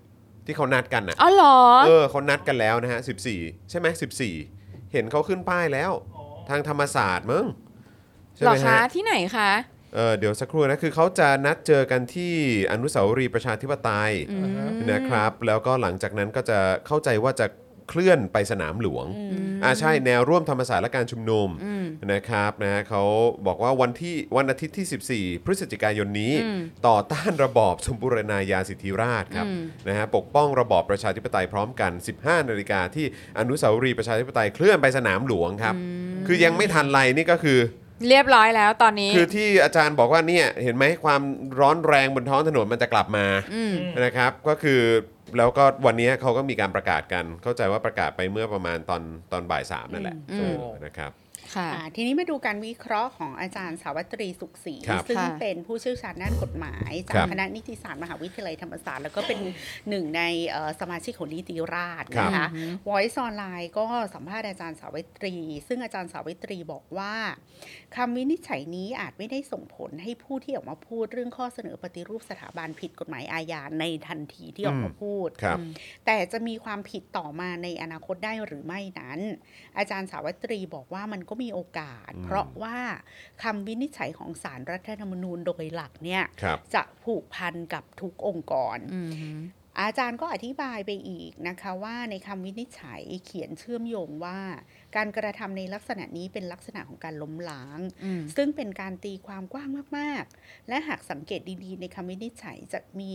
Speaker 1: ที่เขานัดกันอ่ะ
Speaker 2: อ๋อเหรอ
Speaker 1: เออเขานัดกันแล้วนะฮะ 14 ใช่ไหม14 เห็นเขาขึ้นป้ายแล้ว ทางธรรมศาสตร์มั้งใช่
Speaker 2: เหร
Speaker 1: ไห
Speaker 2: อ
Speaker 1: ม
Speaker 2: คะ
Speaker 1: ฮะ
Speaker 2: ที่ไหนคะ
Speaker 1: เออเดี๋ยวสักครู่นะคือเขาจะนัดเจอกันที่อนุสาวรีย์ประชาธิปไตย
Speaker 2: อืม
Speaker 1: นะครับ แล้วก็หลังจากนั้นก็จะเข้าใจว่าจะเคลื่อนไปสนามหลวงอ่าใช่แนวร่วมธรรมศาสตร์และการชุมนุม
Speaker 2: อืม
Speaker 1: นะครับนะเขาบอกว่าวันที่วันอาทิตย์ที่ 14 พฤศจิกายนนี้
Speaker 2: อืม
Speaker 1: ต่อต้านระบอบสมบูรณาญาสิทธิราชครับ
Speaker 2: อืม
Speaker 1: นะฮะปกป้องระบอบประชาธิปไตยพร้อมกัน 15 นาฬิกาที่อนุสาวรีย์ประชาธิปไตยเคลื่อนไปสนามหลวงครับ คือยังไม่ทันไรนี่ก็คือ
Speaker 2: เรียบร้อยแล้วตอนนี้
Speaker 1: คือที่อาจารย์บอกว่าเนี่ยเห็นไหมความร้อนแรงบนท้องถนนมันจะกลับมา
Speaker 2: อืม
Speaker 1: นะครับก็คือแล้วก็วันนี้เขาก็มีการประกาศกัน เข้าใจว่าประกาศไปเมื่อประมาณตอนตอนบ่ายสามนั่นแหละ
Speaker 2: อืม
Speaker 1: เออนะครับ
Speaker 2: ค่ะ
Speaker 4: อ่าทีนี้มาดูการวิเคราะห์ของอาจารย์สาวัตรีสุขศรี
Speaker 1: ครับ
Speaker 4: ซึ่ง
Speaker 2: ค่ะ
Speaker 4: เป็นผู้เชี่ยวชาญด้านกฎหมาย จา
Speaker 1: ค
Speaker 4: ก
Speaker 1: รับ
Speaker 4: คณะนิติศาสตร์มหาวิทยาลัยธรรมศาสตร์ แล้วก็เป็นหนึ่งในเอ่อสมาชิกของนิติราช
Speaker 1: ครับ
Speaker 4: นะคะ
Speaker 2: อือฮึ
Speaker 4: Voice Online ก็สัมภาษณ์อาจารย์สาวิตรี ซึ่งอาจารย์สาวิตรีบอกว่าคำวินิจฉัยนี้อาจไม่ได้ส่งผลให้ผู้ที่ออกมาพูดเรื่องข้อเสนอปฏิรูปสถาบันผิดกฎหมายอาญาในทันทีที่ออกมาพูด
Speaker 1: ครับ
Speaker 4: แต่จะมีความผิดต่อมาในอนาคตได้หรือไม่นั้น อาจารย์สาวัตรีบอกว่ามันก็มีโอกาส
Speaker 1: อืม
Speaker 4: เพราะว่าคำวินิจฉัยของสารรัฐธรรมนูญโดยหลักเนี่ย
Speaker 1: ครับ
Speaker 4: จะผูกพันกับทุกองค์กร
Speaker 2: อืมฮึ
Speaker 4: อาจารย์ก็อธิบายไปอีกนะคะว่าในคำวินิจฉัยเขียนเชื่อมโยงว่า การกระทำในลักษณะนี้เป็นลักษณะของการล้มล้าง
Speaker 2: อืม
Speaker 4: ซึ่งเป็นการตีความกว้างมาก ๆ และหากสังเกตดี ๆ ในคำวินิจฉัยจะมี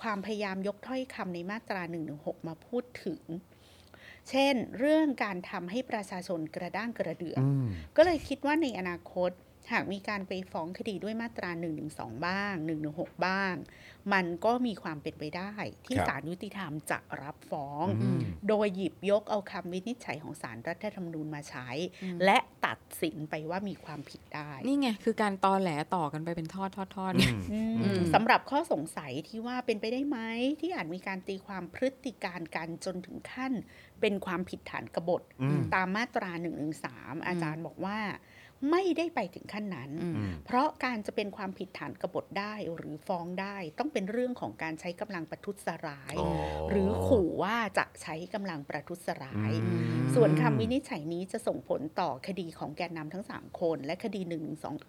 Speaker 4: ความพยายามยกถ้อยคำในมาตรา 116 มาพูดถึง เช่น เรื่องการทำให้ประชาชนกระด้างกระเดือก
Speaker 1: อืม
Speaker 4: ก็เลยคิดว่าในอนาคต หากมีการไปฟ้องคดีด้วยมาตรา1นึบ้าง1นึบ้าง มันก็มีความเป็นไปได้ ที่
Speaker 1: ครับ
Speaker 4: ศาลยุติธรรมจะรับฟ้อง
Speaker 1: อืม
Speaker 4: โดยหยิบยกเอาคำวินิจฉัยของศาลรัฐธรรมนูญมาใช้
Speaker 2: อืม
Speaker 4: และตัดสินไปว่ามีความผิดได้
Speaker 2: นี่ไง คือการตอแหลต่อกันไปเป็นทอดทอดทอด อืม
Speaker 4: สำหรับข้อสงสัยที่ว่าเป็นไปได้ไหมที่อาจมีการตีความพฤติการการจนถึงขั้น เป็นความผิดฐานกบฏ
Speaker 1: อืม
Speaker 4: ตามมาตรา1นึอาจารย์บอกว่า ไม่ได้ไปถึงขั้นนั้น
Speaker 2: อืม
Speaker 1: อืม
Speaker 4: เพราะการจะเป็นความผิดฐานกบฏได้หรือฟ้องได้ ต้องเป็นเรื่องของการใช้กำลังประทุษร้าย
Speaker 1: อ๋อ
Speaker 4: หรือขู่ว่าจะใช้กำลังประทุษร้า
Speaker 1: อื
Speaker 4: ย
Speaker 1: ม
Speaker 4: ส่วนคำวินิจฉัยนี้จะส่งผลต่อคดีของแกนนำทั้ง 3 คน และคดี1นึ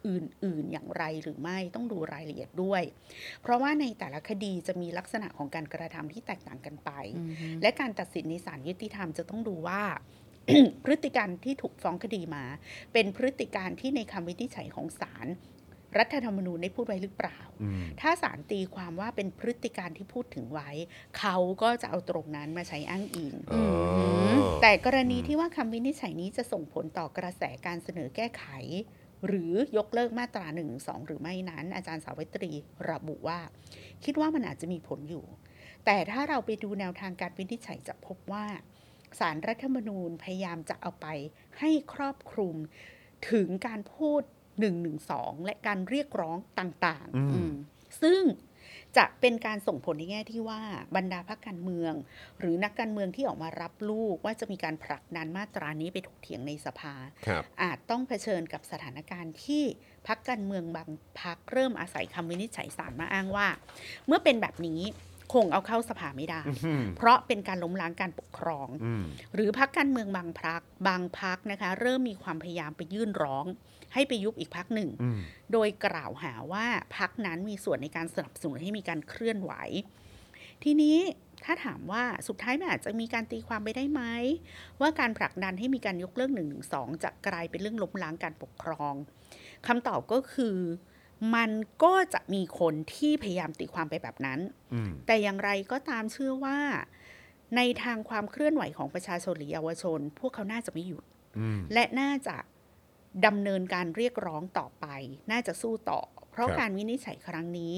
Speaker 4: อื่น ๆ อย่างไรหรือไม่ต้องดูรายละเอียดด้วย เพราะว่าในแต่ละคดีจะมีลักษณะของการกระทำที่แตกต่างกันไป
Speaker 2: อืมฮึ
Speaker 4: และการตัดสินในศาลยุติธรรมจะต้องดูว่า พฤติการที่ถูกฟ้องคดีมา เป็นพฤติการที่ในคำวินิจฉัยของศาลรัฐธรรมนูญได้พูดไว้หรือเปล่า
Speaker 1: อืม
Speaker 4: ถ้าศาลตีความว่าเป็นพฤติการที่พูดถึงไว้ เขาก็จะเอาตรงนั้นมาใช้อ้างอิง
Speaker 1: อ๋อ
Speaker 4: แต่กรณีที่ว่าคำวินิจฉัยนี้จะส่งผลต่อกระแสการเสนอแก้ไข หรือยกเลิกมาตรา1นึหรือไม่นั้น อาจารย์สาวิตรีระบุว่า คิดว่ามันอาจจะมีผลอยู่ แต่ถ้าเราไปดูแนวทางการวินิจฉัยจะพบว่าสารรัฐธรรมนูญพยายามจะเอาไปให้ครอบคลุมถึงการพูด1นึและการเรียกร้องต่าง
Speaker 1: อืม
Speaker 4: ๆอืมซึ่งจะเป็นการส่งผลในแง่ที่ว่าบรรดาพรรคการเมือง หรือนักการเมืองที่ออกมารับลูกว่าจะมีการผลักดันมาตรานี้ไปถกเถียงในสภา
Speaker 1: ครับ
Speaker 4: อาจต้องเผชิญกับสถานการณ์ที่พักการเมืองบางพักเริ่มอาศัยคำวินิจฉัยสารมาอ้างว่า เมื่อเป็นแบบนี้คงเอาเข้าสภาไม่ได้
Speaker 1: อืม
Speaker 4: เพราะเป็นการล้มล้างการปกครอง
Speaker 1: อืม
Speaker 4: หรือพักการเมืองบางพักบางพักนะคะ เริ่มมีความพยายามไปยื่นร้อง ให้ไปยุบอีกพักหนึ่ง
Speaker 1: อืม
Speaker 4: โดยกล่าวหาว่าพักนั้นมีส่วนในการสนับสนุนให้มีการเคลื่อนไหว ทีนี้ถ้าถามว่าสุดท้ายมันอาจจะมีการตีความไปได้ไหม ว่าการผลักดันให้มีการยกเลิกหนึ่งหนึ่งสองจะกลายเป็นเรื่องล้มล้างการปกครองคำตอบก็คือมันก็จะมีคนที่พยายามตีความไปแบบนั้น
Speaker 1: อืม
Speaker 4: แต่อย่างไรก็ตามเชื่อว่า ในทางความเคลื่อนไหวของประชาชนหรือเยาวชน พวกเขาน่าจะไม่หยุด
Speaker 1: อืม
Speaker 4: และน่าจะดำเนินการเรียกร้องต่อไป น่าจะสู้ต่อ เพราะ
Speaker 1: ครับ
Speaker 4: การวินิจฉัยครั้งนี้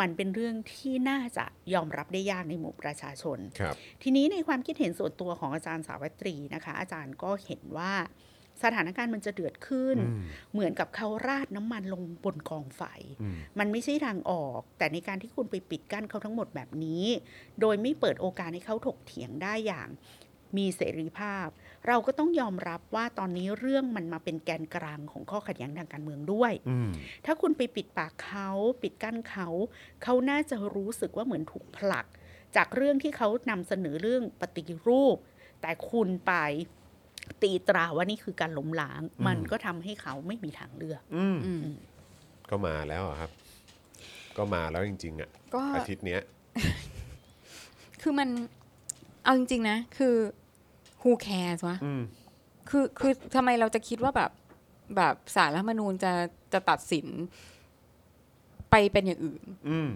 Speaker 4: มันเป็นเรื่องที่น่าจะยอมรับได้ยากในหมู่ประชาชน
Speaker 1: ครับ
Speaker 4: ทีนี้ในความคิดเห็นส่วนตัวของอาจารย์สาวัตรีนะคะ อาจารย์ก็เห็นว่าสถานการณ์มันจะเดือดขึ้น
Speaker 1: อืม
Speaker 4: เหมือนกับเขาราดน้ำมันลงบนกองไฟ
Speaker 1: อืม
Speaker 4: มันไม่ใช่ทางออก แต่ในการที่คุณไปปิดกั้นเขาทั้งหมดแบบนี้ โดยไม่เปิดโอกาสให้เขาถกเถียงได้อย่างมีเสรีภาพ เราก็ต้องยอมรับว่าตอนนี้เรื่องมันมาเป็นแกนกลางของข้อขัดแย้งทางการเมืองด้วย
Speaker 1: อืม
Speaker 4: ถ้าคุณไปปิดปากเขาปิดกั้นเขา เขาน่าจะรู้สึกว่าเหมือนถูกผลัก จากเรื่องที่เขานำเสนอเรื่องปฏิรูป แต่คุณไปตีตราว่านี่คือการล้มล้าง มันก็ทำให้เขาไม่มีทางเลือก
Speaker 1: อืม
Speaker 2: อืม
Speaker 1: ก็มาแล้วอะครับ ก็มาแล้วจริง ๆ อ่ะ
Speaker 2: ก็
Speaker 1: อาทิตย์เนี้ย
Speaker 2: คือมันเอาจริง ๆ นะ คือ who cares วะ
Speaker 1: อืม
Speaker 2: คือคือทำไมเราจะคิดว่าแบบแบบสารรัฐธรรมนูญจะจะตัดสินไปเป็นอย่างอื่น
Speaker 1: อืม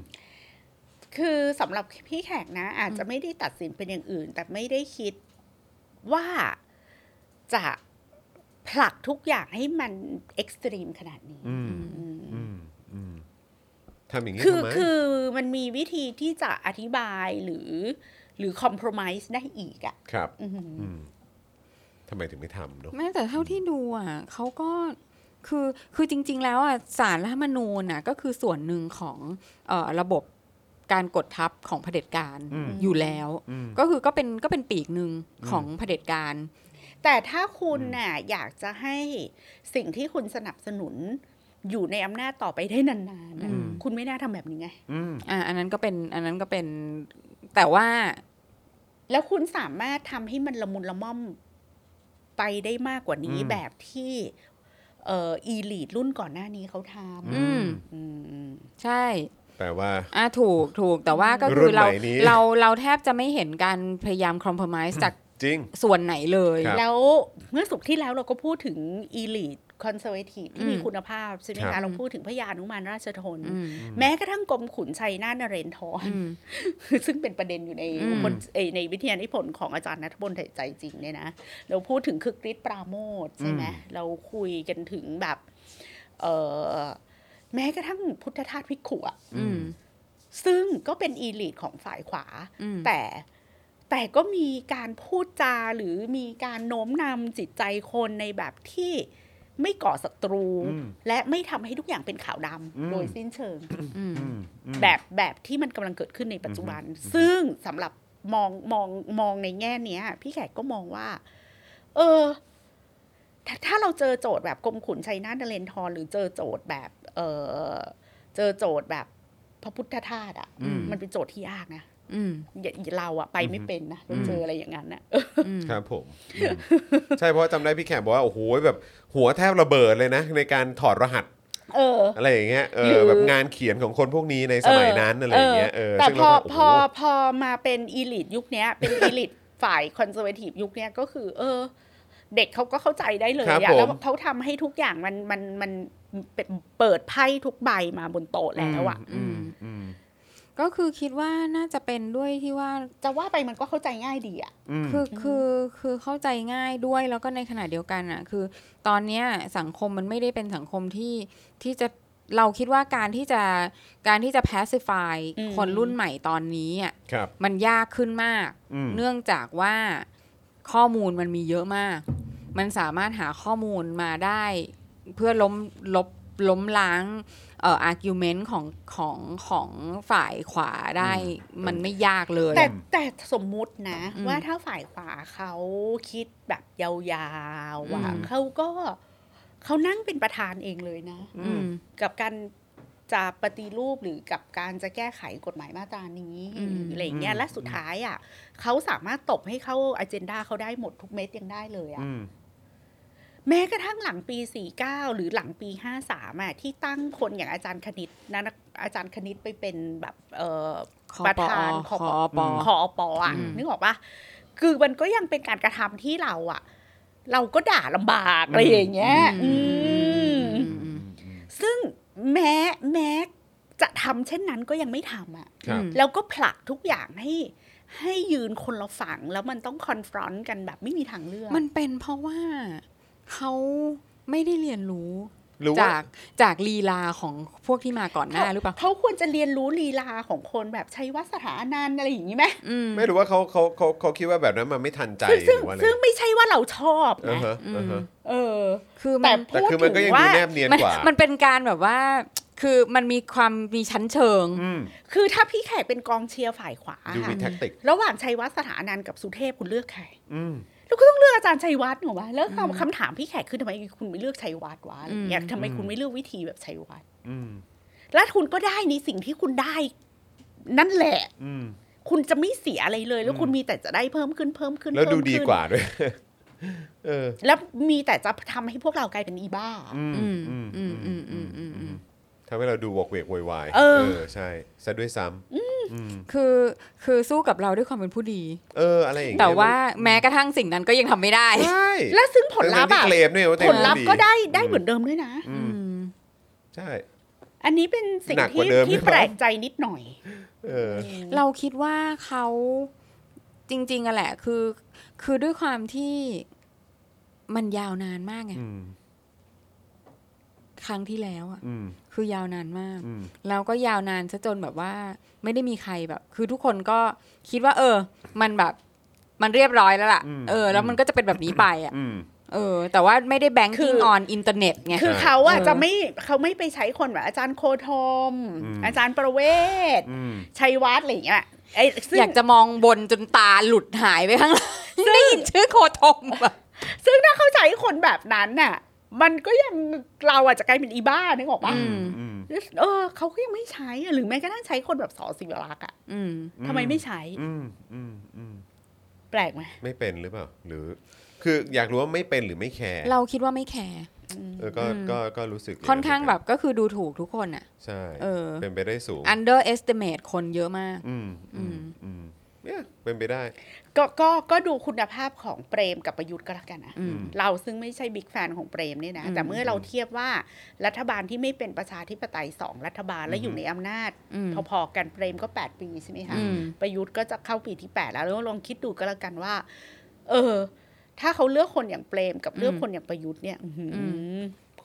Speaker 4: คือสำหรับพี่แขกนะ อาจจะไม่ได้ตัดสินเป็นอย่างอื่น แต่ไม่ได้คิดว่าจะผลักทุกอย่างให้มันเอ็กซ์ตรีมขนาดนี้
Speaker 1: อืม
Speaker 4: อืม
Speaker 1: อืม อืมทำอย่างนี้
Speaker 4: คือ
Speaker 1: ทำไม
Speaker 4: คือมันมีวิธีที่จะอธิบายหรือ หรือคอม p r o m i s e ได้อีกอะ
Speaker 1: ครับ
Speaker 4: อืม
Speaker 1: อืม ทำไมถึงไม่ทำเนาะ
Speaker 2: แม้แต่เท่าที่ดูอ่ะเขาก็คือคือจริง ๆ แล้วอ่ะสารรัฐธรรมนูญน่ะก็คือส่วนหนึ่งของเอ่อระบบการกดทับของเผด็จการ
Speaker 1: อืม
Speaker 2: อยู่แล้ว ก็คือก็เป็นก็เป็นปีกหนึ่งของเผด็จการ
Speaker 4: แต่ถ้าคุณน่ะอยากจะให้สิ่งที่คุณสนับสนุนอยู่ในอำนาจต่อไปได้นานๆน่ะ
Speaker 2: อืม
Speaker 4: คุณไม่น่าทำแบบนี้ไง
Speaker 2: อ่ะอันนั้นก็เป็นอันนั้นก็เป็นแต่ว่า
Speaker 4: แล้วคุณสามารถทำให้มันละมุนละม่อมไปได้มากกว่านี้
Speaker 1: อืม
Speaker 4: แบบที่เอ่ออีลีดรุ่นก่อนหน้านี้เขาท
Speaker 2: อืม
Speaker 4: ำอืม
Speaker 2: ใช่
Speaker 1: แปลว่า
Speaker 2: อ่ะถูกถูกแต่ว่าก็
Speaker 1: รุ่
Speaker 2: คือน เรา
Speaker 1: ไหนนี้
Speaker 2: เราเราแทบจะไม่เห็นการพยายามคอมเพลมไ s e จาก
Speaker 1: จริง
Speaker 2: ส่วนไหนเลย
Speaker 1: ครับ
Speaker 4: แล้วเมื่อสุกร์ที่แล้วเราก็พูดถึงอีลีทคอนเซอร์เวทีฟที่มี
Speaker 2: อืม
Speaker 4: คุณภาพใช่ไหม
Speaker 1: ครั
Speaker 4: คะ
Speaker 1: บ
Speaker 4: เราพูดถึงพระยานุมานราชทน
Speaker 2: อืม
Speaker 4: แม้กระทั่งกรมขุนชัยนาทนเรนทร
Speaker 2: อืม
Speaker 4: ซึ่งเป็นประเด็นอยู่ใน
Speaker 2: อืม
Speaker 4: บทเอ่ยในวิทยานิพนธ์ของอาจารย์นัทบลไถ่ใจจริงเนี่ยนะเราพูดถึงคึกฤทธิ์ปราโมทใช่ไหมเราคุยกันถึงแบบเออแม้กระทั่งพุทธทาสวิกขุอะ
Speaker 2: อืม
Speaker 4: ซึ่งก็เป็นอีลีทของฝ่ายขวา
Speaker 2: อืม
Speaker 4: แต่แต่ก็มีการพูดจาหรือมีการโน้มนำจิตใจคนในแบบที่ไม่ก่อศัตรู
Speaker 1: อืม
Speaker 4: และไม่ทำให้ทุกอย่างเป็นขาวด
Speaker 1: อืม
Speaker 4: ำโดยสิ้นเชิง
Speaker 2: อืม
Speaker 4: แบบแบบที่มันกำลังเกิดขึ้นในปัจจุบัน ซึ่งสำหรับมองมองมองในแง่เนี้ย พี่แขกก็มองว่า เออถาถ้าเราเจอโจทย์แบบกรมขุนชัยนาทนเรนทรหรือเจอโจทย์แบบ เออเจอโจทย์แบบพระพุทธทาสอ่ะ
Speaker 2: อืม
Speaker 4: มันเป็นโจทย์ที่ยากนะ
Speaker 2: อืม
Speaker 4: อย่าเราอะไปไม่เป็นนะเราเจออะไรอย่างนั้นนะ
Speaker 2: อืม
Speaker 1: ครับผมอืมใช่เพราะจำได้พี่แขกบอกว่าโอ้โหแบบหัวแทบระเบิดเลยนะ ในการถอดรหัส
Speaker 4: เออ
Speaker 1: อะไรอย่างเงี้ยเอ
Speaker 4: หรือ อ
Speaker 1: แบบงานเขียนของคนพวกนี้ในสมัยนั้นอะไรอย่างเงี้ยเออ
Speaker 4: แต่
Speaker 1: ซึ่ง
Speaker 4: พ
Speaker 1: เรา
Speaker 4: อ
Speaker 1: ก็โอ้
Speaker 4: พ
Speaker 1: โห
Speaker 4: อพอมาเป็นอีลิทยุคเนี้ย เป็นอีลิท ฝ่ายคอนเซอร์เวทีฟยุคเนี้ยก็คือ เออ เด็กเขาก็เข้าใจได้เลย
Speaker 1: ครับ
Speaker 4: อะ
Speaker 1: ผม
Speaker 4: แล้วเขาทำให้ทุกอย่างมันมันมันเป็นเปิดไพ่ทุกใบมาบนโต๊ะแล้วอะ
Speaker 2: อืม ก็คือคิดว่าน่าจะเป็นด้วยที่ว่า
Speaker 4: จะว่าไปมันก็เข้าใจง่ายดีอะ
Speaker 2: คือคือคือเข้าใจง่ายด้วยแล้วก็ในขณะเดียวกันอ่ะ คือ ตอนเนี้ยสังคมมันไม่ได้เป็นสังคมที่ที่จะเราคิดว่าการที่จะการที่จะ pacify
Speaker 4: อืม
Speaker 2: คนรุ่นใหม่ตอนนี้อ่ะ
Speaker 1: ครับ
Speaker 2: มันยากขึ้นมาก
Speaker 1: อืม
Speaker 2: เนื่องจากว่าข้อมูลมันมีเยอะมาก มันสามารถหาข้อมูลมาได้เพื่อล้มลบล้มล้างเอ่ออาร์กิวเมนต์ของของของฝ่ายขวาได้มันไม่ยากเลย
Speaker 4: แต่แต่สมมุตินะ
Speaker 2: อืม
Speaker 4: ว่าถ้าฝ่ายขวาเขาคิดแบบยาวๆว่า
Speaker 2: อืม
Speaker 4: เขาก็เขานั่งเป็นประธานเองเลยนะ
Speaker 2: อืม
Speaker 4: กับการจะปฏิรูปหรือกับการจะแก้ไขกฎหมายมาตรานี้
Speaker 2: อืม
Speaker 4: หรืออะไรอย่างเงี้ยและสุดท้ายอ่ะเขาสามารถตบให้เข้าอ g เจนดาเขาได้หมดทุกเม็ดยังได้เลยอ่ะ
Speaker 1: อืม
Speaker 4: แม้กระทั่งหลังปี 49 หรือหลังปี 53อ่ะที่ตั้งคนอย่างอาจารย์คณิตนะนะอาจารย์คณิตไปเป็นแบบเอ่อ
Speaker 2: ค
Speaker 4: ประธาน
Speaker 2: ค
Speaker 4: ค
Speaker 2: อ
Speaker 4: อ
Speaker 2: ป
Speaker 4: ป
Speaker 2: อ
Speaker 4: คอปอ่ะ
Speaker 2: อืม
Speaker 4: นึกออกปะคือมันก็ยังเป็นการกระทำที่เราอ่ะ เราก็ด่าลำบากอะไรอย่างเงี้ย
Speaker 2: อืม
Speaker 4: อืม ซึ่งแม้แม้จะทำเช่นนั้นก็ยังไม่ทำอะ
Speaker 1: ครับ
Speaker 4: แล้วก็ผลักทุกอย่างให้ ให้ยืนคนละฝั่งแล้วมันต้องคอนฟรอนต์กันแบบไม่มีทางเลือก
Speaker 2: มันเป็นเพราะว่าเขาไม่ได้เรียนรู้
Speaker 1: หรือว่า
Speaker 2: จากจากลีลาของพวกที่มาก่อนหน้าหรือเปล่า
Speaker 4: เขาควรจะเรียนรู้ลีลาของคนแบบชัยวัฒน์สถานันท์อะไรอย่างนี้ไหม
Speaker 2: อืม
Speaker 1: ไม่รู้ว่าเขาเขาเขาเขาคิดว่าแบบนั้นมันไม่ทันใจ
Speaker 4: ซึ่ง
Speaker 1: หรือว่าอะไร
Speaker 4: ซึ่งซึ่งไม่ใช่ว่าเราชอบ
Speaker 1: อ่า
Speaker 4: นะ
Speaker 1: ฮะอ่าฮะ
Speaker 2: อืม
Speaker 4: เออ
Speaker 2: คือ
Speaker 4: แต่
Speaker 2: มัน
Speaker 1: แต่
Speaker 4: พูด
Speaker 1: คือมันก็
Speaker 4: ถึ
Speaker 1: ยัง
Speaker 4: ง
Speaker 1: ดู
Speaker 4: ว่า
Speaker 1: แนบเนียน
Speaker 2: มัน
Speaker 1: กว่า
Speaker 2: มันเป็นการแบบว่า คือมันมีความมีชั้นเชิง
Speaker 1: อืม
Speaker 4: คือถ้าพี่แขกเป็นกองเชียร์ฝ่ายขวา
Speaker 1: ดูมี
Speaker 4: ค่ะ
Speaker 1: แท็กติก
Speaker 4: ระหว่างชัยวัฒน์สถานันท์กับสุเทพคุณเลือกใคร
Speaker 1: อืม
Speaker 4: เราก็ต้องเลือกอาจารย์ชัยวัฒน์หนูว่าแล้ว
Speaker 2: อืม
Speaker 4: คำคำถามพี่แขกคือทำไมคุณไม่เลือกชัยวัฒน์วะอะไรอย่างเงี้ย
Speaker 2: อืม
Speaker 4: ทำไมคุ
Speaker 1: อื
Speaker 4: ณ
Speaker 1: ม
Speaker 4: ไม่เลือกวิธีแบบชัยวัฒน์
Speaker 1: อืม
Speaker 4: และคุณก็ได้ในสิ่งที่คุณได้นั่นแหละ
Speaker 1: อืม
Speaker 4: คุณจะไม่เสียอะไรเลย แล้ว
Speaker 1: อืม
Speaker 4: คุณมีแต่จะได้เพิ่มขึ้นเพิ่มขึ้น
Speaker 1: แล้วดู
Speaker 4: เพิ่ม
Speaker 1: ดี
Speaker 4: ขึ้น
Speaker 1: กว่าด้วย เออ
Speaker 4: แล้วมีแต่จะทำให้พวกเรากลายเป็นอีบ้า
Speaker 1: อืม
Speaker 2: อืม
Speaker 1: อืม
Speaker 2: อืมอืมอืมอืมอืม
Speaker 1: ทำให้เราดูวอกเวกโวยวาย
Speaker 4: เออ
Speaker 1: ใช่ซะด้วยซ้ำอืม
Speaker 2: คือคือสู้กับเราด้วยความเป็นผู้ดี
Speaker 1: เอออะไรอย่างเงี้ย
Speaker 2: แต่ว่าแม้กระทั่งสิ่งนั้นก็ยังทำไม่ได้
Speaker 1: ใช่
Speaker 4: และซึ่งผลลัพธ์
Speaker 1: ทั้งๆที่
Speaker 4: อะ
Speaker 1: เคลมด้วยว่าตัวเอ
Speaker 4: ผ
Speaker 1: ง
Speaker 4: ลลัพธ์
Speaker 1: ดี
Speaker 4: ก็ได้ได้เหมือนเดิมด้วยนะ
Speaker 1: อื
Speaker 2: อื
Speaker 1: ม
Speaker 2: ม
Speaker 1: ใช่
Speaker 4: อันนี้เป็นสิ่ง
Speaker 1: หนักกว่า
Speaker 4: ที่
Speaker 1: เดิม
Speaker 4: ที่
Speaker 1: ด้วย
Speaker 4: แปลกใจนิดหน่อย
Speaker 1: เออ
Speaker 2: เราคิดว่าเขาจริงๆอะแหละ คือ คือด้วยความที่มันยาวนานมากไง
Speaker 1: อืม
Speaker 2: ครั้งที่แล้วอะ
Speaker 1: อืม
Speaker 2: คือยาวนานมาก
Speaker 1: อืม
Speaker 2: แล้วก็ยาวนานซะจนแบบว่า ไม่ได้มีใครแบบ คือทุกคนก็คิดว่า เออ มันแบบ มันเรียบร้อยแล้วล่ะ
Speaker 1: อืม
Speaker 2: เออ แล้วมันก็จะเป็นแบบนี้ไปอ่ะ
Speaker 1: อืม
Speaker 2: เออ แต่ว่าไม่ได้แบงกิ้ง
Speaker 4: คือ
Speaker 2: อ
Speaker 4: อ
Speaker 2: อนอินเทอร์เน็ตไง
Speaker 4: คือเขาอะ
Speaker 2: เออ
Speaker 4: จะไม่เขาไม่ไปใช้คนแบบอาจารย์โคธม
Speaker 1: อืม
Speaker 4: อาจารย์ประเวศ
Speaker 1: อืม
Speaker 4: ชัยวัฒน์อะไรอย่างเงี้ยไอ้ซึ่ง
Speaker 2: อยากจะมองบนจนตาหลุดหายไปข้างหล่างได้ยินชื่อโคทมอะ
Speaker 4: ซึ่งถ้าเข้าใจคนแบบนั้นน่ะ มันก็ยังเราอาจจะกลายเป็นอีบ้านึกออกปะ
Speaker 2: อืม
Speaker 1: อืม
Speaker 4: เออเขาก็ยังไม่ใช้อะหรือแม้กระทั่งใช้คนแบบสอสิวรักษ์อะ
Speaker 2: อืม
Speaker 4: ทำไมไม่ใช้
Speaker 1: อืมอืมอืม
Speaker 4: แปลกไหม
Speaker 1: ไม่เป็นหรือเปล่า หรือ คืออยากรู้ว่าไม่เป็นหรือไม่แคร์
Speaker 2: เราคิดว่าไม่แคร์
Speaker 1: เออก็
Speaker 2: อืม
Speaker 1: ก็ก็รู้สึกย่
Speaker 2: ค่อนข้าง
Speaker 1: เหมื
Speaker 2: แบบก็คือดูถูกทุกคนอ่ะ
Speaker 1: ใช่
Speaker 2: เออ
Speaker 1: เป็นไปได้สูง
Speaker 2: underestimate คนเยอะมาก
Speaker 1: อืมอืมอืมเนี่ยเป็นไปได้
Speaker 4: ก็ก็ก็ดูคุณภาพของเปรมกับประยุทธ์ก็แล้วกันนะ
Speaker 2: อืม
Speaker 4: เราซึ่งไม่ใช่บิ๊กแฟนของเปรมเนี่ยนะ
Speaker 2: อืม
Speaker 4: แต่เมื่อเราเทียบว่ารัฐบาลที่ไม่เป็นประชาธิปไตยสองรัฐบาลและอยู่ในอำนาจ
Speaker 2: อืม
Speaker 4: พอๆกันเปรมก็ 8 ปีใช่ไหมคะ
Speaker 2: อืม
Speaker 4: ประยุทธ์ก็จะเข้าปีที่ 8 แล้วแล้วลองคิดดูก็แล้วกันว่า เออ ถ้าเขาเลือกคนอย่างเปรมกับเลือกคนอย่างประยุทธ์เนี่ยอื้อหืออ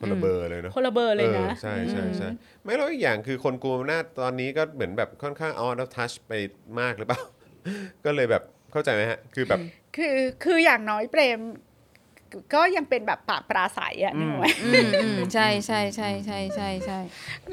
Speaker 1: คนละเบอร์เลยเนอะ
Speaker 4: คนละเบอร์เลยนะ
Speaker 1: ออใช่ใช่ใช่ไม่แล้วอีกอย่างคือคนกลัวอำนาจตอนนี้ก็เหมือนแบบค่อนข้าง out of touch ไปมากหรือเปล่า ก็เลยแบบเข้าใจไหมฮะ คือแบบ
Speaker 4: คือคืออย่างน้อยเปรม ก็ยังเป็นแบบปากปราศัยอะ
Speaker 1: อืม
Speaker 4: นึกออกไหม
Speaker 2: อืมอืมใช่ใช่ใช่ใช่ใช่ใช่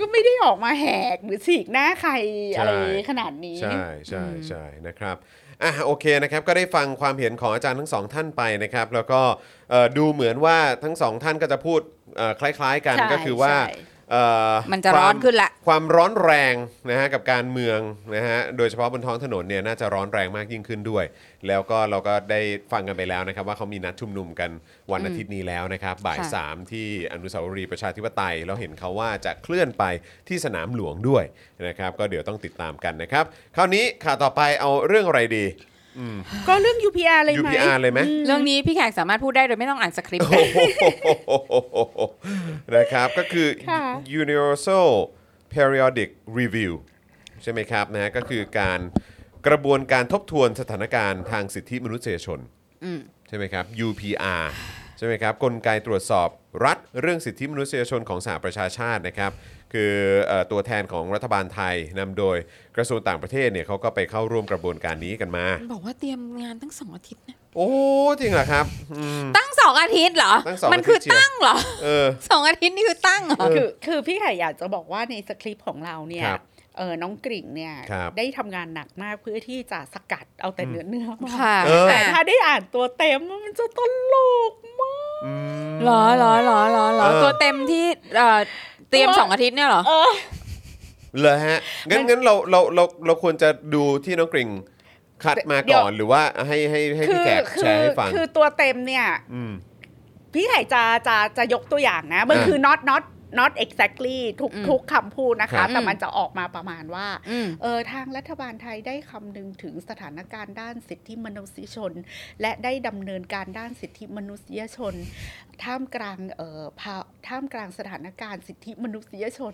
Speaker 4: ก็ไม่ได้ออกมาแหกหรือฉีกหน้าใครอะไรขนาดนี้
Speaker 1: ใช่ใช่ใช่นะครับอ่ะโอเคนะครับก็ได้ฟังความเห็นของอาจารย์ทั้งสองท่านไปนะครับ แล้วก็เอ่อดูเหมือนว่าทั้งสองท่านก็จะพูดเอ่อคล้าย ๆ กัน
Speaker 4: ใช่
Speaker 1: ก็คือว่า
Speaker 4: ใช่
Speaker 1: เอ่อ
Speaker 2: มันจะร้อ
Speaker 1: ควา
Speaker 2: น
Speaker 1: ม
Speaker 2: ขึ้นละ
Speaker 1: ความร้อนแรงนะฮะกับการเมืองนะฮะโดยเฉพาะบนท้องถนนเนี่ยน่าจะร้อนแรงมากยิ่งขึ้นด้วย แล้วก็เราก็ได้ฟังกันไปแล้วนะครับ ว่าเขามีนัดชุมนุมกันวันอาทิตย์นี้แล้วนะครับ บ่าย
Speaker 2: ค่ะ
Speaker 1: สามที่อนุสาวรีย์ประชาธิปไตยแล้วเห็นเขาว่าจะเคลื่อนไปที่สนามหลวงด้วยนะครับ ก็เดี๋ยวต้องติดตามกันนะครับ คราวนี้ข่าวต่อไปเอาเรื่องอะไรดี
Speaker 4: ก็เรื่อง UPR เลยไหม
Speaker 1: UPR เลยไหม
Speaker 2: เรื่องนี้พี่แขกสามารถพูดได้โดยไม่ต้องอ่านสคริปต์
Speaker 1: โอ้โหนะครับก็คือ
Speaker 4: ค่ะ
Speaker 1: Universal Periodic Review ใช่ไหมครับนะฮะก็คือการกระบวนการทบทวนสถานการณ์ทางสิทธิมนุษยชน ใช่ไหมครับ UPR ใช่ไหมครับกลไกตรวจสอบรัฐเรื่องสิทธิมนุษยชนของสหประชาชาตินะครับ คือเอ่อตัวแทนของรัฐบาลไทยนำโดยกระทรวงต่างประเทศเนี่ยเขาก็ไปเข้าร่วมกระบวนการนี้กันมา
Speaker 2: บอกว่าเตรียมงานตั้งสองอาทิตย์นะ
Speaker 1: โอ้จริงเหรอครับอืม
Speaker 2: ตั้งสองอาทิตย์เหรอ
Speaker 1: ตั้งสอง
Speaker 2: มัคือ
Speaker 1: อาทิตย์เชียว
Speaker 2: ตั้งเหรอ
Speaker 1: เออ
Speaker 2: สองอาทิตย์นี่คือตั้งเหรอ
Speaker 4: คือคือพี่ไข่อยากจะบอกว่าในสคริปต์ของเราเนี่ย
Speaker 1: ครับ
Speaker 4: เออน้องกริ่งเนี่ย
Speaker 1: ครับ
Speaker 4: ได้ทำงานหนักมากเพื่อที่จะสกัดเอาแต่เนื้อเนื้อมา
Speaker 2: ค่ะ
Speaker 1: เออ
Speaker 4: แต่ถ้าได้อ่านตัวเต็มมันจะตลกมาก
Speaker 1: อืม
Speaker 2: เหรอเหรอเหรอเหรอเหรอ
Speaker 1: เออ
Speaker 2: ตัวเต็มที่เอ่อเตรียม
Speaker 4: เออ
Speaker 2: สองอาทิตย์เนี่ยเหรอ
Speaker 4: เออ
Speaker 1: เหรอฮะงั้น
Speaker 4: มัน
Speaker 1: งั้นเราเราเราเราควรจะดูที่น้องกริ่งคัดมาก่อนหรือว่าให้ให้ให้
Speaker 4: คื
Speaker 1: พี่
Speaker 4: อ
Speaker 1: แขก
Speaker 4: คื
Speaker 1: แชร์ให้ฟัง
Speaker 4: คือตัวเต็มเนี่ย
Speaker 1: อืม
Speaker 4: พี่ไข่จะจะจะยกตัวอย่างนะ มัน
Speaker 1: อ่า
Speaker 4: คือ not not not exactly ทุก
Speaker 2: อืม
Speaker 4: ทุกคำพูดนะ
Speaker 1: ครั
Speaker 4: คะ
Speaker 1: บ
Speaker 4: แต่มันจะออกมาประมาณว่า
Speaker 2: อืม
Speaker 4: เออทางรัฐบาลไทยได้คำนึงถึงสถานการณ์ด้านสิทธิมนุษยชน และได้ดำเนินการด้านสิทธิมนุษยชน ท่ามกลางเอ่อภาท่ามกลางสถานการณ์สิทธิมนุษยชน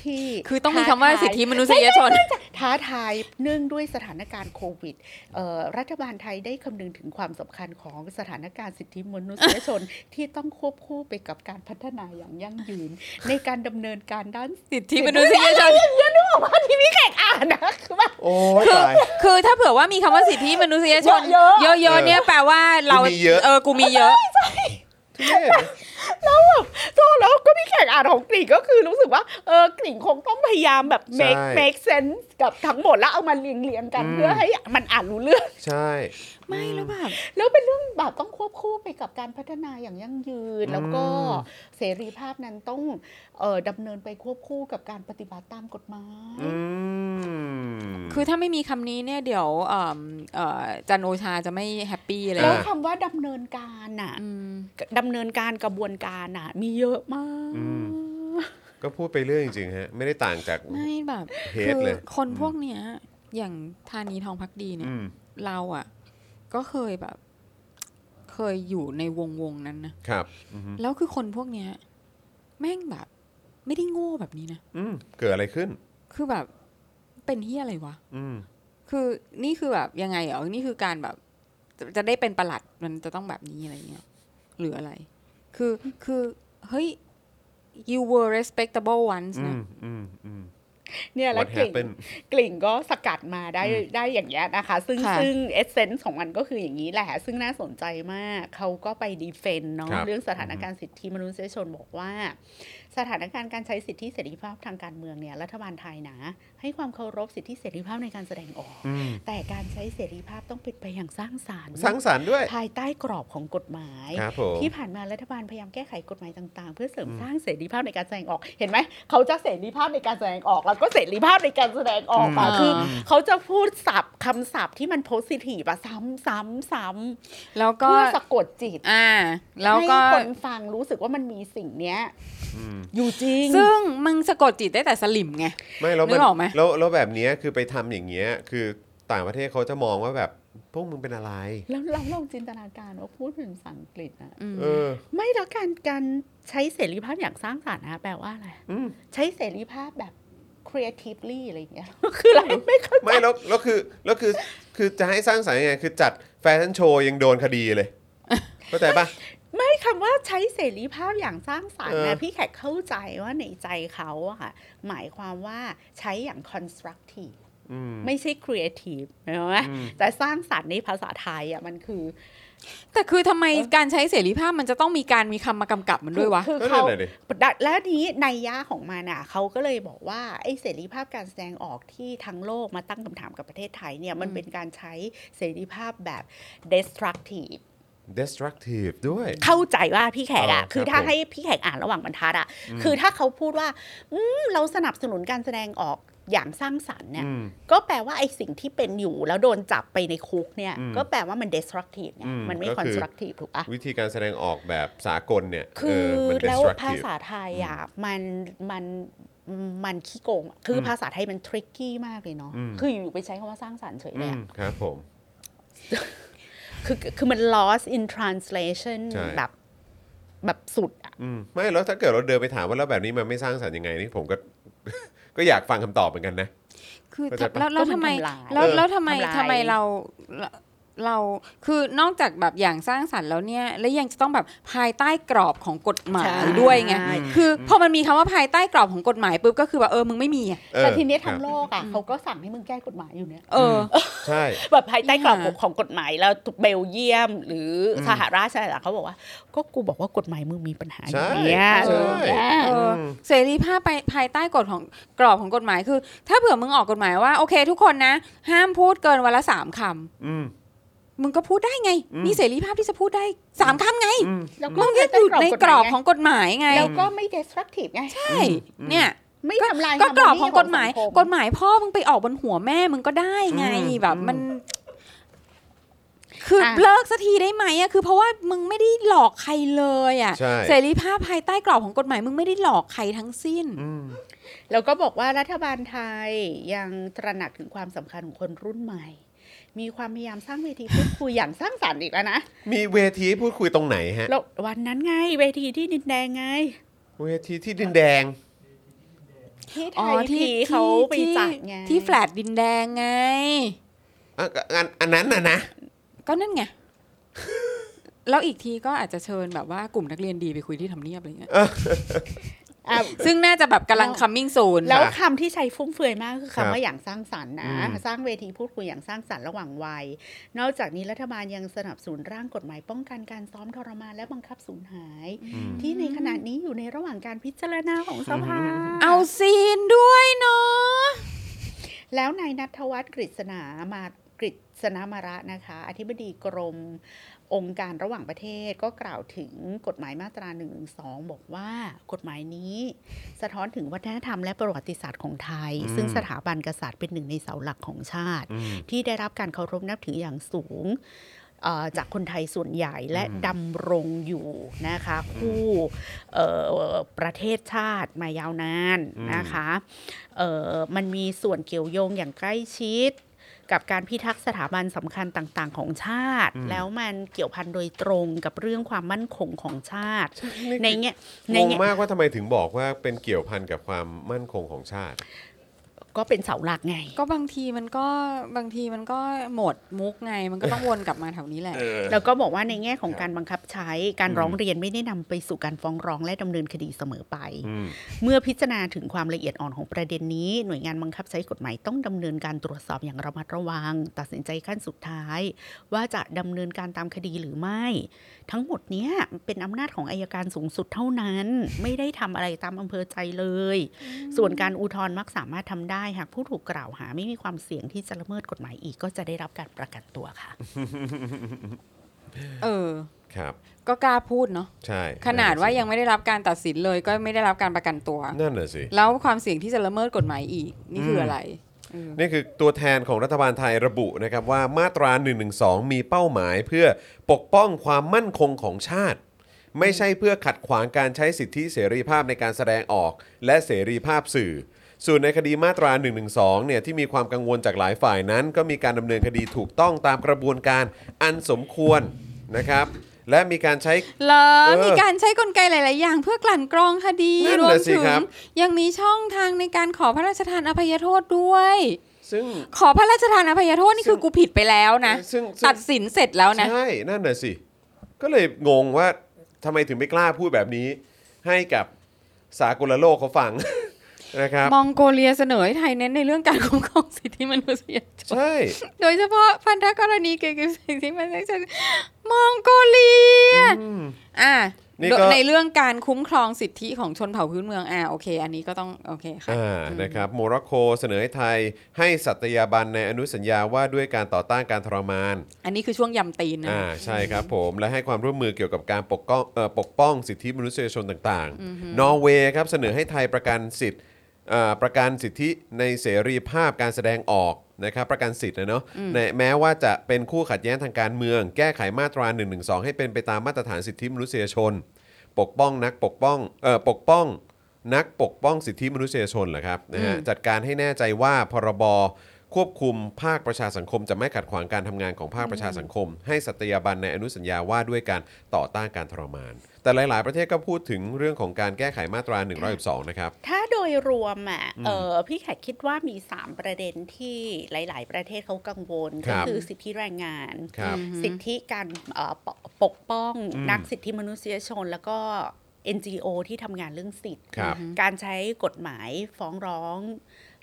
Speaker 4: ที่
Speaker 2: คือต้องมีคำว่า
Speaker 4: ท้ทย
Speaker 2: สิทธิมนุษยชน
Speaker 4: ท้าทายเนื่องด้วยสถานการณ์โควิดเอ่อรัฐบาลไทยได้คำนึงถึงความสำคัญของสถานการณ์สิทธิมนุษยช น ที่ต้องควบคู่ไปกับการพัฒนาอย่างยั่งยืน ในการดำเนินการด้าน
Speaker 2: สิทธิมนุษยชน
Speaker 4: เรื่องนึกออกว่าที่พี่แขกอ่านนะ คือแบบ
Speaker 1: โอ้ยตาย
Speaker 2: คือถ้าเผื่อว่ามีคำว่าสิทธิมนุษยชน
Speaker 4: เยอะๆ
Speaker 2: เยอะๆเนี่ยแปลว่าเรา
Speaker 1: กูมีเยอะ
Speaker 2: เออกูมีเยอะ
Speaker 1: ทุเรศนะ
Speaker 4: แล้วแบบโตแล้วก็พี่แขกอ่านของกลิ่งก็คือรู้สึกว่าเออกลิ่งคงต้องพยายามแบบ make
Speaker 1: ใช่
Speaker 4: make sense กับทั้งหมดแล้วเอามาเรียงเรียงๆกัน
Speaker 1: อืม
Speaker 4: เพื่อให้มันอ่านรู้เรื่อง
Speaker 1: ใช่
Speaker 2: ไม่แล้วแบบ
Speaker 4: แล้วเป็นเรื่องแบบต้องควบคู่ไปกับการพัฒนาอย่างยั่งยืน แล้วก็เสรีภาพนั้นต้องเอ่อดำเนินไปควบคู่กับการปฏิบัติตามกฎหมาย
Speaker 1: อืม
Speaker 2: คือถ้าไม่มีคำนี้เนี่ยเดี๋ยวเอิ่มเอ่อจันโอชาจะไม่แฮปปี้เลย
Speaker 4: แล้ว
Speaker 1: อ่า
Speaker 4: คำว่าดำเนินการน่ะ
Speaker 2: อืม
Speaker 4: ดำเนินการกระบวนการน่ะ มีเยอะมาก
Speaker 1: อืม ก็พูดไปเรื่อยจริงๆฮะไม่ได้ต่างจาก
Speaker 2: ไม่แบบ
Speaker 1: เฮด
Speaker 2: คื
Speaker 1: เลย
Speaker 2: คนพวกเนี้ย อย่างธานีทองพักดีเนี่ย
Speaker 1: อืม
Speaker 2: เราอ่ะ ก็เคยแบบ เคยอยู่ในวงวงนั้นนะครับ
Speaker 1: อือฮึ
Speaker 2: แล้วคือคนพวกเนี้ย แม่งแบบ ไม่ได้โง่แบบนี้นะ
Speaker 1: อืมเกิดอะไรขึ้น
Speaker 2: คือแบบเป็นเฮียอะไรวะ
Speaker 1: อืม
Speaker 2: คือนี่คือแบบยังไงเหรอ นี่คือการแบบจะจะได้เป็นประหลัดมันจะต้องแบบนี้อะไรเงี้ยหรืออะไร คือคือเฮ้ย you were respectable once
Speaker 1: อื
Speaker 2: นะ
Speaker 1: มอืมอืม
Speaker 4: เนี่ยแล้ว
Speaker 1: What
Speaker 4: กลิ่น
Speaker 1: happened
Speaker 4: กลิ่นก็สกัดมาได้
Speaker 1: อืม
Speaker 4: ได้อย่างเงี้ยนะคะ ซึ่ง
Speaker 2: ค่ะ
Speaker 4: ซึ่งเอเซนส์ของมันก็คืออย่างนี้แหละ ซึ่งน่าสนใจมากเขาก็ไปดีเฟนเนาะ
Speaker 1: ครับ
Speaker 4: เรื่องสถานการณ์สิทธิมนุษยชนบอกว่า สถานการณ์การใช้สิทธิเสรีภาพทางการเมืองเนี่ยรัฐบาลไทยนะ ให้ความเคารพสิทธิเสรีภาพในการแสดงออก
Speaker 1: อืม
Speaker 4: แต่การใช้เสรีภาพต้องเป็นไปอย่างสร้างสรรค์
Speaker 1: สร้างสรรค์ด้วย
Speaker 4: ภายใต้กรอบของกฎหมาย
Speaker 1: ครับผม
Speaker 4: ที่ผ่านมารัฐบาลพยายามแก้ไขกฎหมายต่างๆ เพื่อเสริมสร้างเสรีภาพในการแสดงออก เห็นไหมเขาจะเสรีภาพในการแสดงออก แล้วก็เสรีภาพในการแสดงออกอะ
Speaker 2: อืม
Speaker 4: คือเขาจะพูดศัพท์คำศัพท์ที่มันโพสิทีฟอะซ้ำซ้ำซ้
Speaker 2: แล้ว
Speaker 4: ำ
Speaker 2: ก็
Speaker 4: เพื่อสะกดจิต
Speaker 2: อ่า แล้ว
Speaker 4: ให้
Speaker 2: ก็
Speaker 4: คนฟังรู้สึกว่ามันมีสิ่งเนี้ย
Speaker 1: อืม
Speaker 4: อยู่จริง
Speaker 2: ซึ่งมึงสะกดจิตได้แต่สลิมไง
Speaker 1: ไม่แล้ว
Speaker 2: นึ
Speaker 1: มัน
Speaker 2: กออกไหม
Speaker 1: แล้วแล้วแบบเนี้ยคือไปทำอย่างเงี้ยคือต่างประเทศเขาจะมองว่าแบบพวกมึงเป็นอะไร
Speaker 4: แล้วเราลองจินตนาการว่าพูดเป็นภาษาอังกฤษนะ
Speaker 2: อืม
Speaker 1: เออ
Speaker 4: ไม่แล้วการการใช้เสรีภาพอย่างสร้างสรรค์นะแปลว่าอะไร
Speaker 1: อืม
Speaker 4: ใช้เสรีภาพแบบ creatively อะไรอย่างเงี้ ย คืออะไรไม่เข้าใจ
Speaker 1: ไม่แล้วแล้วคือแล้วคือคือจะให้สร้างสรรค์ยังไงคือจัดแฟชั่นโชว์ยังโดนคดี เลยเข้าใจปะ
Speaker 4: ไม่คำว่าใช้เสรีภาพอย่างสร้างสรรค์
Speaker 1: เอ
Speaker 4: นะ
Speaker 1: อ
Speaker 4: พี่แขกเข้าใจว่าในใจเขาอะค่ะ หมายความว่าใช้อย่าง constructive
Speaker 1: อืม
Speaker 4: ไม่ใช่ creative เห็นไหม
Speaker 1: อืม
Speaker 4: แต่สร้างสรรค์ในภาษาไทยอะมันคือ
Speaker 2: แต่คือทำไมการใช้เสรีภาพมันจะต้องมีการมีคำมากำกับมันด้วยวะ
Speaker 4: คือ
Speaker 1: ก็นั่
Speaker 4: เขา
Speaker 1: นแหละดิ
Speaker 4: และนี้ในยยะของมันอะเขาก็เลยบอกว่าไอ้เสรีภาพการแสดงออกที่ทั้งโลกมาตั้งคำถามกับประเทศไทยเนี่ยมันเป็นการใช้เสรีภาพแบบ destructive
Speaker 1: destructive ด้วย
Speaker 4: เข้าใจว่าพี่แขก
Speaker 1: อ่า
Speaker 4: อ่ะ
Speaker 1: ครับ
Speaker 4: คือถ้า
Speaker 1: ผม
Speaker 4: ให้พี่แขกอ่านระหว่างบรรทัดอ่ะ
Speaker 1: อืม
Speaker 4: คือถ้าเขาพูดว่าอืมเราสนับสนุนการแสดงออกอย่างสร้างสรรค์เนี่ย
Speaker 1: อืม
Speaker 4: ก็แปลว่าไอ้สิ่งที่เป็นอยู่แล้วโดนจับไปในคุกเนี่ย
Speaker 1: อืม
Speaker 4: ก็แปลว่ามัน destructive ไง
Speaker 1: อืม
Speaker 4: มันไม่
Speaker 1: ก็คือ
Speaker 4: constructive ถูกปะ
Speaker 1: วิธีการแสดงออกแบบสากลเนี่ย
Speaker 4: คื
Speaker 1: เ
Speaker 4: อ
Speaker 1: มัน
Speaker 4: แล้วภา
Speaker 1: destructive
Speaker 4: ษาไทยอ่ะมันมันมันขี้โกงอะคืออ
Speaker 1: ม
Speaker 4: ภาษาไทยมัน tricky มากเลยเนาะ
Speaker 1: อืม
Speaker 4: คืออยู่ๆไปใช้คำว่าสร้างสรรค์เฉยเล
Speaker 1: อื
Speaker 4: ย
Speaker 1: ม
Speaker 4: อะ
Speaker 1: ครับผม
Speaker 4: คือคือมัน lost in translation
Speaker 1: ใช่
Speaker 4: แบบแบบสุดอะ
Speaker 1: อืมไม่แล้วถ้าเกิดเราเดินไปถามว่าแล้วแบบนี้มันไม่สร้างสรรค์ยังไงนี่ผมก็ ก็อยากฟังคำตอบเหมือนกันนะ
Speaker 2: คือ
Speaker 1: เข้าใจปะ
Speaker 2: แล้วแล้ว
Speaker 4: ก็มัน
Speaker 2: ทำไม
Speaker 4: ทำลาย
Speaker 2: แล้ว
Speaker 1: เออ
Speaker 2: แล้วทำไม
Speaker 4: ทำลาย
Speaker 2: ทำไมเราเราเราคือนอกจากแบบอย่างสร้างสรรค์แล้วเนี่ย แล้วยังจะต้องแบบภายใต้กรอบของกฎหมาย
Speaker 4: ใช่
Speaker 2: ด้วยไงคือพอมันมีคำว่าภายใต้กรอบของกฎหมายปุ๊บก็คือแบบเออมึงไม่มีอะ
Speaker 1: เออ
Speaker 4: แต่ทีเนี้
Speaker 1: ค
Speaker 4: ย
Speaker 1: รั
Speaker 4: ทั้
Speaker 1: บ
Speaker 4: งโลกอ่ะเขาก็สั่งให้มึงแก้กฎหมายอยู่เนี่ย
Speaker 2: เออ
Speaker 1: ใช่
Speaker 4: แบบภายใต้กรอบ
Speaker 2: อ่า
Speaker 4: ของกฎหมายแล้วเบลเยียม หรืออ
Speaker 1: ม
Speaker 4: สหราชอาณาจักรเขาบอกว่า ก็กูบอกว่ากฎหมายมึงมีปัญหาอ
Speaker 1: ใช่
Speaker 4: ย่างเงี้ย
Speaker 1: ใช่
Speaker 4: เออเนี่ย
Speaker 2: เออ
Speaker 1: ม
Speaker 2: เสรีภาพไปภายใต้กฎของกรอบของกฎหมายคือ ถ้าเผื่อมึงออกกฎหมายว่าโอเค ทุกคนนะ ห้ามพูดเกินวันละสามค
Speaker 1: อืม
Speaker 2: ำมึงก็พูดได้ไง
Speaker 1: อืม
Speaker 2: นี่เสรีภาพที่จะพูดได้สามคำไง
Speaker 1: อืม
Speaker 4: แล้ว
Speaker 2: มึ
Speaker 4: ก็
Speaker 2: งก็อยู่ในกรอบของกฎหมายไง
Speaker 4: แล้วก็ไม่ destructive ไง
Speaker 2: ใช่
Speaker 1: อืม
Speaker 2: เนี่ย
Speaker 4: ไม่ทำลาย
Speaker 2: ก็กรอบ
Speaker 4: harmony
Speaker 2: ของกฎหมาย
Speaker 4: สังค
Speaker 2: กฎหมายพ่อมึงไปออกบนหัวแม่มึงก็ได้ไง
Speaker 1: อืม
Speaker 2: แบบ
Speaker 1: อืม
Speaker 2: มัน คืออะ เลิกสักทีได้ไหมอะคือเพราะว่ามึงไม่ได้หลอกใครเลยอะ
Speaker 1: ใช่
Speaker 2: เสรีภาพภายใต้กรอบของกฎหมายมึงไม่ได้หลอกใครทั้งสิ้น
Speaker 1: อืม
Speaker 4: แล้วก็บอกว่ารัฐบาลไทยยังตระหนักถึงความสำคัญของคนรุ่นใหม่ มีความพยายามสร้างเวทีพูดคุยอย่างสร้างสรรค์อีกแล้วนะ
Speaker 1: มีเวทีพูดคุยตรงไหนฮะ
Speaker 4: แล้ววันนั้นไงเวทีที่ดินแดงไง
Speaker 1: เวทีที่ดินแดง
Speaker 4: ที่ไท
Speaker 2: อ๋อย ที่
Speaker 4: ทีเขาไป
Speaker 2: ที่
Speaker 4: จัดไง
Speaker 2: ที่แฟลตดินแดงไง
Speaker 1: อ่ะอันอันนั้นน่ะนะ
Speaker 2: ก็นั่น ไง แล้วอีกทีก็อาจจะเชิญแบบว่ากลุ่มนักเรียนดีไปคุยที่ทำเนียบอะไรเงี้ย
Speaker 4: อ่ะ
Speaker 2: ซึ่งน่าจะแบบกำลัง
Speaker 4: แล้ว
Speaker 2: coming soon
Speaker 4: แล้ว
Speaker 1: ค่ะ
Speaker 4: คำที่ใช้ฟุ่มเฟือยมากคือ
Speaker 1: ครับ
Speaker 4: คำว่าอย่างสร้างสรรค์
Speaker 1: อื
Speaker 4: นะ
Speaker 1: ม
Speaker 4: สร้างเวทีพูดคุยอย่างสร้างสรรค์ระหว่างวัย นอกจากนี้รัฐบาลยังสนับสนุนร่างกฎหมายป้องกันการซ้อมทรมานและบังคับสูญหาย
Speaker 1: อืม
Speaker 4: ที่ในขณะนี้อยู่ในระหว่างการพิจารณาของสภา
Speaker 2: เอาซีนด้วยเนาะ
Speaker 4: แล้วนายนัทวัฒน์กฤษณามากฤษณามาระนะคะ อธิบดีกรมองค์การระหว่างประเทศก็กล่าวถึงกฎหมายมาตรา1นึบอกว่ากฎหมายนี้ สะท้อนถึงวัฒนธรรมและประวัติศาสตร์ของไทย
Speaker 1: อืม
Speaker 4: ซึ่งสถาบันกษัตริย์เป็นหนึ่งในเสาหลักของชาติ
Speaker 1: อืม
Speaker 4: ที่ได้รับการเคารพนับถืออย่างสูงเอ่อจากคนไทยส่วนใหญ่และ
Speaker 1: อืม
Speaker 4: ดำรงอยู่นะคะ คู่เอ่อประเทศชาติมายาวนานนะคะเอ่อมันมีส่วนเกี่ยวโยงอย่างใกล้ชิด กับการพิทักษ์สถาบันสำคัญต่าง ๆ ของชาติ แล้วมันเกี่ยวพันโดยตรงกับเรื่องความมั่นคงของชาติ ในแง่ใน
Speaker 1: งง
Speaker 4: แง่
Speaker 1: มากว่าทำไมถึงบอกว่าเป็นเกี่ยวพันกับความมั่นคงของชาติ
Speaker 4: ก็เป็นเสาหลักไง
Speaker 2: ก็บางทีมันก็บางทีมันก็หมดมุกไงมันก็ต้องวนกลับมาแถวนี้แหละ
Speaker 1: เออ
Speaker 4: แล้วก็บอกว่าในแง่ของ
Speaker 1: ครับ
Speaker 4: การบังคับใช้การ
Speaker 1: อืม
Speaker 4: ร้องเรียนไม่ได้นำไปสู่การฟ้องร้องและดำเนินคดีเสมอไป
Speaker 1: อืม
Speaker 4: เมื่อพิจารณาถึงความละเอียดอ่อนของประเด็นนี้ หน่วยงานบังคับใช้กฎหมายต้องดำเนินการตรวจสอบอย่างระมัดระวัง ตัดสินใจขั้นสุดท้าย ว่าจะดำเนินการตามคดีหรือไม่ ทั้งหมดเนี้ยเป็นอำนาจของอายการสูงสุดเท่านั้น ไม่ได้ทำอะไรตามอำเภอใจเลย ส่วนการอุทธรณ์มักสามารถทำได้หากผู้ถูกกล่าวหาไม่มีความเสี่ยงที่จะละเมิดกฎหมายอีกก็จะได้รับการประกันตัวค่ะ
Speaker 2: เออ
Speaker 1: ครับ
Speaker 2: ก็กล้าพูดเนาะ
Speaker 1: ใช่
Speaker 2: ขนาดว่ายังไม่ได้รับการตัดสินเลยก็ไม่ได้รับการประกันตัว
Speaker 1: นั่นน่ะสิ
Speaker 2: แล้วความเสี่ยงที่จะละเมิดกฎหมายอีก นี่คืออะไรเออ
Speaker 1: นี่คือตัวแทนของรัฐบาลไทยระบุนะครับว่ามาตรา 112 มีเป้าหมายเพื่อปกป้องความมั่นคงของชาติ ไม่ใช่เพื่อขัดขวางการใช้สิทธิเสรีภาพในการแสดงออก และเสรีภาพสื่อ ส่วนในคดีมาตรา 112 เนี่ยที่มีความกังวลจากหลายฝ่ายนั้น ก็มีการดำเนินคดีถูกต้องตามกระบวนการอันสมควรนะครับ และมีการใช้
Speaker 2: เหรอ
Speaker 1: เออ
Speaker 2: มีการใช้กลไกหลาย ๆ อย่างเพื่อกลั่นกรองคดี
Speaker 1: นั่น
Speaker 2: รวม
Speaker 1: น่ะสิ
Speaker 2: ถึง
Speaker 1: ครับ
Speaker 2: ยังมีช่องทางในการขอพระราชทานอภัยโทษด้วย
Speaker 1: ซึ่ง
Speaker 2: ขอพระราชทานอภัยโทษนี่คือกูผิดไปแล้วนะ
Speaker 1: ซึ่งซึ่ง
Speaker 2: ตัดสินเสร็จแล้วนะ
Speaker 1: ใช่ นั่นน่ะสิ ก็เลยงงว่าทำไมถึงไม่กล้าพูดแบบนี้ ให้กับสากลโลกเขาฟัง นะครับ
Speaker 2: มองโกเลียเสนอให้ไทยเน้นในเรื่องการคุ้มครองสิทธิมนุษยชน
Speaker 1: ใช่
Speaker 2: โดยเฉพาะพันธกรณีเกี่ยวกับสิทธิมนุษยชนมองโกเลียอ่ะ
Speaker 1: นี่ก็
Speaker 2: ในเรื่องการคุ้มครองสิทธิของชนเผ่าพื้นเมืองอ่ะโอเค อันนี้ก็ต้องโอเคค่ะ
Speaker 1: อ่านะครับโมร็อกโกเสนอให้ไทย ให้สัตยาบันในอนุสัญญาว่าด้วยการต่อต้านการทรมาน
Speaker 2: อันนี้คือช่วงยำตีนนะ
Speaker 1: อ่าใช่ครับผมและให้ความร่วมมือเกี่ยวกับการปกป้องเอ่อปกป้องสิทธิมนุษยชนต่างๆ นอร์เวย์ครับเสนอให้ไทยประกันสิทธิ์เอ่อประกันสิทธิในเสรีภาพการแสดงออกนะครับประกันสิทธิ์นะเนาะในแม้ว่าจะเป็นคู่ขัดแย้งทางการเมือง แก้ไขมาตรา1นึให้เป็นไปตามมาตรฐานสิทธิมนุษยชน ปกป้องนักปกป้องเอ่อปกป้อง นักปกป้องสิทธิมนุษยชนเหรอครับนะฮะ
Speaker 2: อืม
Speaker 1: จัดการให้แน่ใจว่าพรบควบคุมภาคประชาสังคม จะไม่ขัดขวางการทำงานของภาคประชาสังคม ให้สัตยาบันในอนุสัญญาว่าด้วยการต่อต้านการทรมาน แต่หลาย ๆ ประเทศก็พูดถึงเรื่องของการแก้ไขมาตรา112นะครับ
Speaker 4: ถ้าโดยรวมอ่ะเออพี่แขกคิดว่ามี 3 ประเด็นที่หลาย ๆ ประเทศเขากังวล
Speaker 1: ค
Speaker 4: ก็
Speaker 1: รับ
Speaker 4: คือสิทธิแรงงาน
Speaker 1: ครับ
Speaker 4: สิทธิการเอ่อปปกป้อง
Speaker 1: อืม
Speaker 4: นักสิทธิมนุษยชน แล้วก็ NGO ที่ทำงานเรื่องสิทธิ์
Speaker 1: ครับ
Speaker 4: การใช้กฎหมายฟ้องร้อง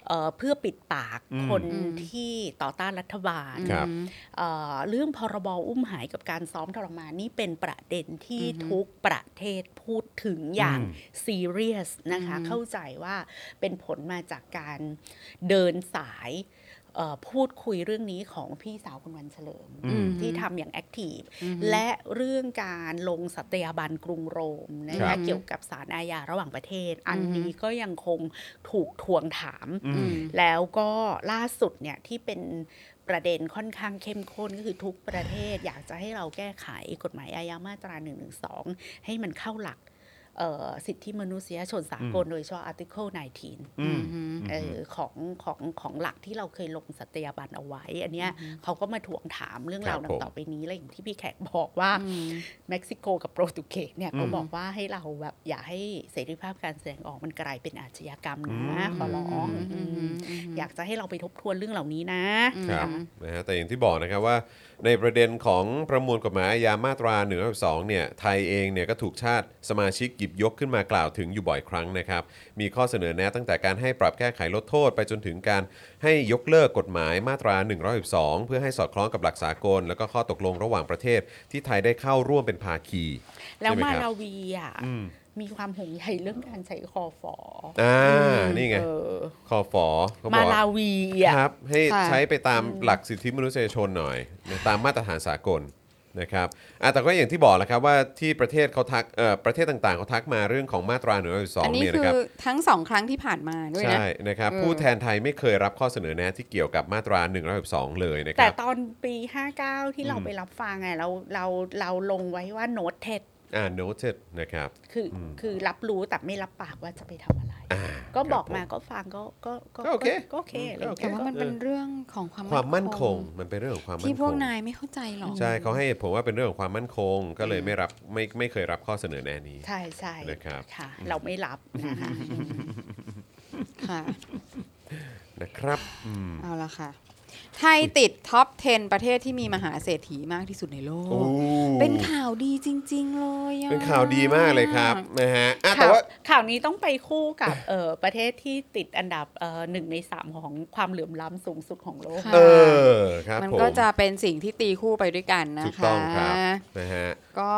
Speaker 4: เอ่อเพื่อปิดปาก
Speaker 1: อืม
Speaker 4: คน
Speaker 2: อืม
Speaker 4: ที่ต่อต้านรัฐบาล
Speaker 1: ครับ
Speaker 2: อืม
Speaker 4: เอ่อเรื่องพรบอุ้มหายกับการซ้อมทรมานนี่เป็นประเด็นที่ทุกประเทศพูดถึงอย่าง
Speaker 1: อืม
Speaker 4: ซีเรียสนะคะ เข้าใจว่าเป็นผลมาจากการเดินสายเอ่อพูดคุยเรื่องนี้ของพี่สาวคุณวันเฉลิม
Speaker 1: อืม
Speaker 4: ที่ทำอย่างแอคทีฟและเรื่องการลงสัตยาบันกรุงโรมนะ
Speaker 1: ครั
Speaker 4: คะ
Speaker 1: บ
Speaker 4: เกี่ยวกับสารอาญาระหว่างประเทศ อัน
Speaker 2: อือฮึ
Speaker 4: นี้ก็ยังคงถูกทวงถาม
Speaker 1: อื
Speaker 2: อื
Speaker 1: ม
Speaker 2: ม
Speaker 4: แล้วก็ล่าสุดเนี่ยที่เป็นประเด็นค่อนข้างเข้มข้นก็คือทุกประเทศ อยากจะให้เราแก้ไขกฎหมายอาญามาตรา1นึให้มันเข้าหลักเอ่อสิทธิมนุษยชนสากลโดยเฉพาะ Article 19
Speaker 1: อืม
Speaker 4: เออของของของหลักที่เราเคยลงสัตยาบันเอาไว้ อันเนี้ยเขาก็มาทวงถามเรื่องรา
Speaker 1: คว รับผ
Speaker 4: ดัง
Speaker 1: ม
Speaker 4: ต่อไปนี้และอย่างที่พี่แขกบอกว่า เม็กซิโกกับโปรตุเกสเนี่ยเขาบอกว่าให้เราแบบอย่าให้เสรีภาพการแสดงออกมันกลายเป็นอาชญากรรมนะขอร้อง
Speaker 2: อืม
Speaker 4: อืม
Speaker 2: อืม
Speaker 4: อยากจะให้เราไปทบทวนเรื่องเหล่านี้นะ
Speaker 1: ครับนะฮะแต่อย่างที่บอกนะครับว่า ในประเด็นของประมวลกฎหมายอาญามาตรา1นึเนี่ยไทยเองเนี่ยก็ถูกชาติสมาชิกหยิบยกขึ้นมากล่าวถึงอยู่บ่อยครั้งนะครับ มีข้อเสนอแนะตั้งแต่การให้ปรับแก้ไขลดโทษ ไปจนถึงการให้ยกเลิกกฎหมายมาตรา1นึเพื่อให้สอดคล้องกับหลักสากล แล้วก็ข้อตกลงระหว่างประเทศ ที่ไทยได้เข้าร่วมเป็นภาคี
Speaker 4: แล้ว
Speaker 1: ใช่ไห
Speaker 4: มา
Speaker 1: ค
Speaker 4: รา
Speaker 1: บ
Speaker 4: วีอ่ะ
Speaker 1: อืม
Speaker 4: มีความห่วงใยเรื่องการใช้คอฟอ
Speaker 1: อ่า
Speaker 4: อ
Speaker 1: นี่ไง
Speaker 4: เออ
Speaker 1: คอฟอเขาบ
Speaker 4: มา
Speaker 1: อก
Speaker 4: รา
Speaker 1: ว่า
Speaker 4: วีอ่ะ
Speaker 1: ครับให้
Speaker 2: ค่ะ
Speaker 1: ใช้ไปตามหลักสิทธิมนุษยชนหน่อยนะตามมาตรฐานสากลนะครับอ่ะแต่ก็อย่างที่บอกแหล้วครับว่าที่ประเทศเขาทักเอ่อประเทศต่างๆเขาทักมาเรื่องของมาตราหนึ่งร้อยสอง
Speaker 2: อันนี้
Speaker 1: เนี่ย
Speaker 2: คื
Speaker 1: นะค
Speaker 2: อ
Speaker 1: รับ
Speaker 2: ทั้งสองครั้งที่ผ่านมาด้วยนะ
Speaker 1: ใช่นะครับ
Speaker 2: เออ
Speaker 1: ผู้แทนไทยไม่เคยรับข้อเสนอแนะที่เกี่ยวกับมาตรา1นึเลยนะค
Speaker 4: แต่
Speaker 1: รับ
Speaker 4: ตอนปี 59 ที่เรา
Speaker 1: อืม
Speaker 4: ไปรับฟังไงเราเราเราลงไว้ว่าโน้ตเท็ด
Speaker 1: อ่า noted นะครับ
Speaker 4: คืออ
Speaker 1: ม
Speaker 4: คือรับรู้แต่ไม่รับปากว่าจะไปทำอะไร
Speaker 1: อ่า
Speaker 4: ก็บอก
Speaker 1: ครั
Speaker 4: มา
Speaker 1: ผ
Speaker 4: ก็ฟังก็ก็
Speaker 1: ก็โอเค
Speaker 4: ก็โอเคอะไรอย่าง
Speaker 2: แต่
Speaker 4: เงี้ย
Speaker 2: ว่ามันเป็นเรื่องของความ
Speaker 1: ความมั่นคงมันเป็นเรื่องของความมั่นคง
Speaker 2: ที่พวกนายไม่เข้าใจหรอก
Speaker 1: ใช่เขาให้ผมว่าเป็นเรื่องของความมั่นคง ก็เลยไม่รับไม่ไม่เคยรับข้อเสนอแนะนี้
Speaker 4: ใช่ใช่
Speaker 1: นะครับ
Speaker 4: ค่ะ เราไม่รับนะคะ
Speaker 2: ค่ะ
Speaker 1: นะครับอืม
Speaker 2: เอาละค่ะ ไทยติดท็อป 10 ประเทศที่มีมหาเศรษฐีมากที่สุดในโลก
Speaker 1: โอ้
Speaker 2: เป็นข่าวดีจริง ๆ เลยอะ
Speaker 1: เป็นข่าวดีมากเลยครับนะฮะอ่ะแต่
Speaker 4: ข่าว
Speaker 1: ว่า
Speaker 4: ข่าวนี้ต้องไปคู่กับเอ่อประเทศที่ติดอันดับเอ่อหนึ่งในสามของความเหลื่อมล้ำสูงสุดของโลก
Speaker 2: ค่ะ
Speaker 1: เออครับ
Speaker 2: มัน
Speaker 1: ผม
Speaker 2: ก็จะเป็นสิ่งที่ตีคู่ไปด้วยกันนะ
Speaker 1: ถูก
Speaker 2: คะ
Speaker 1: ต้องครับนะฮะ
Speaker 2: ก็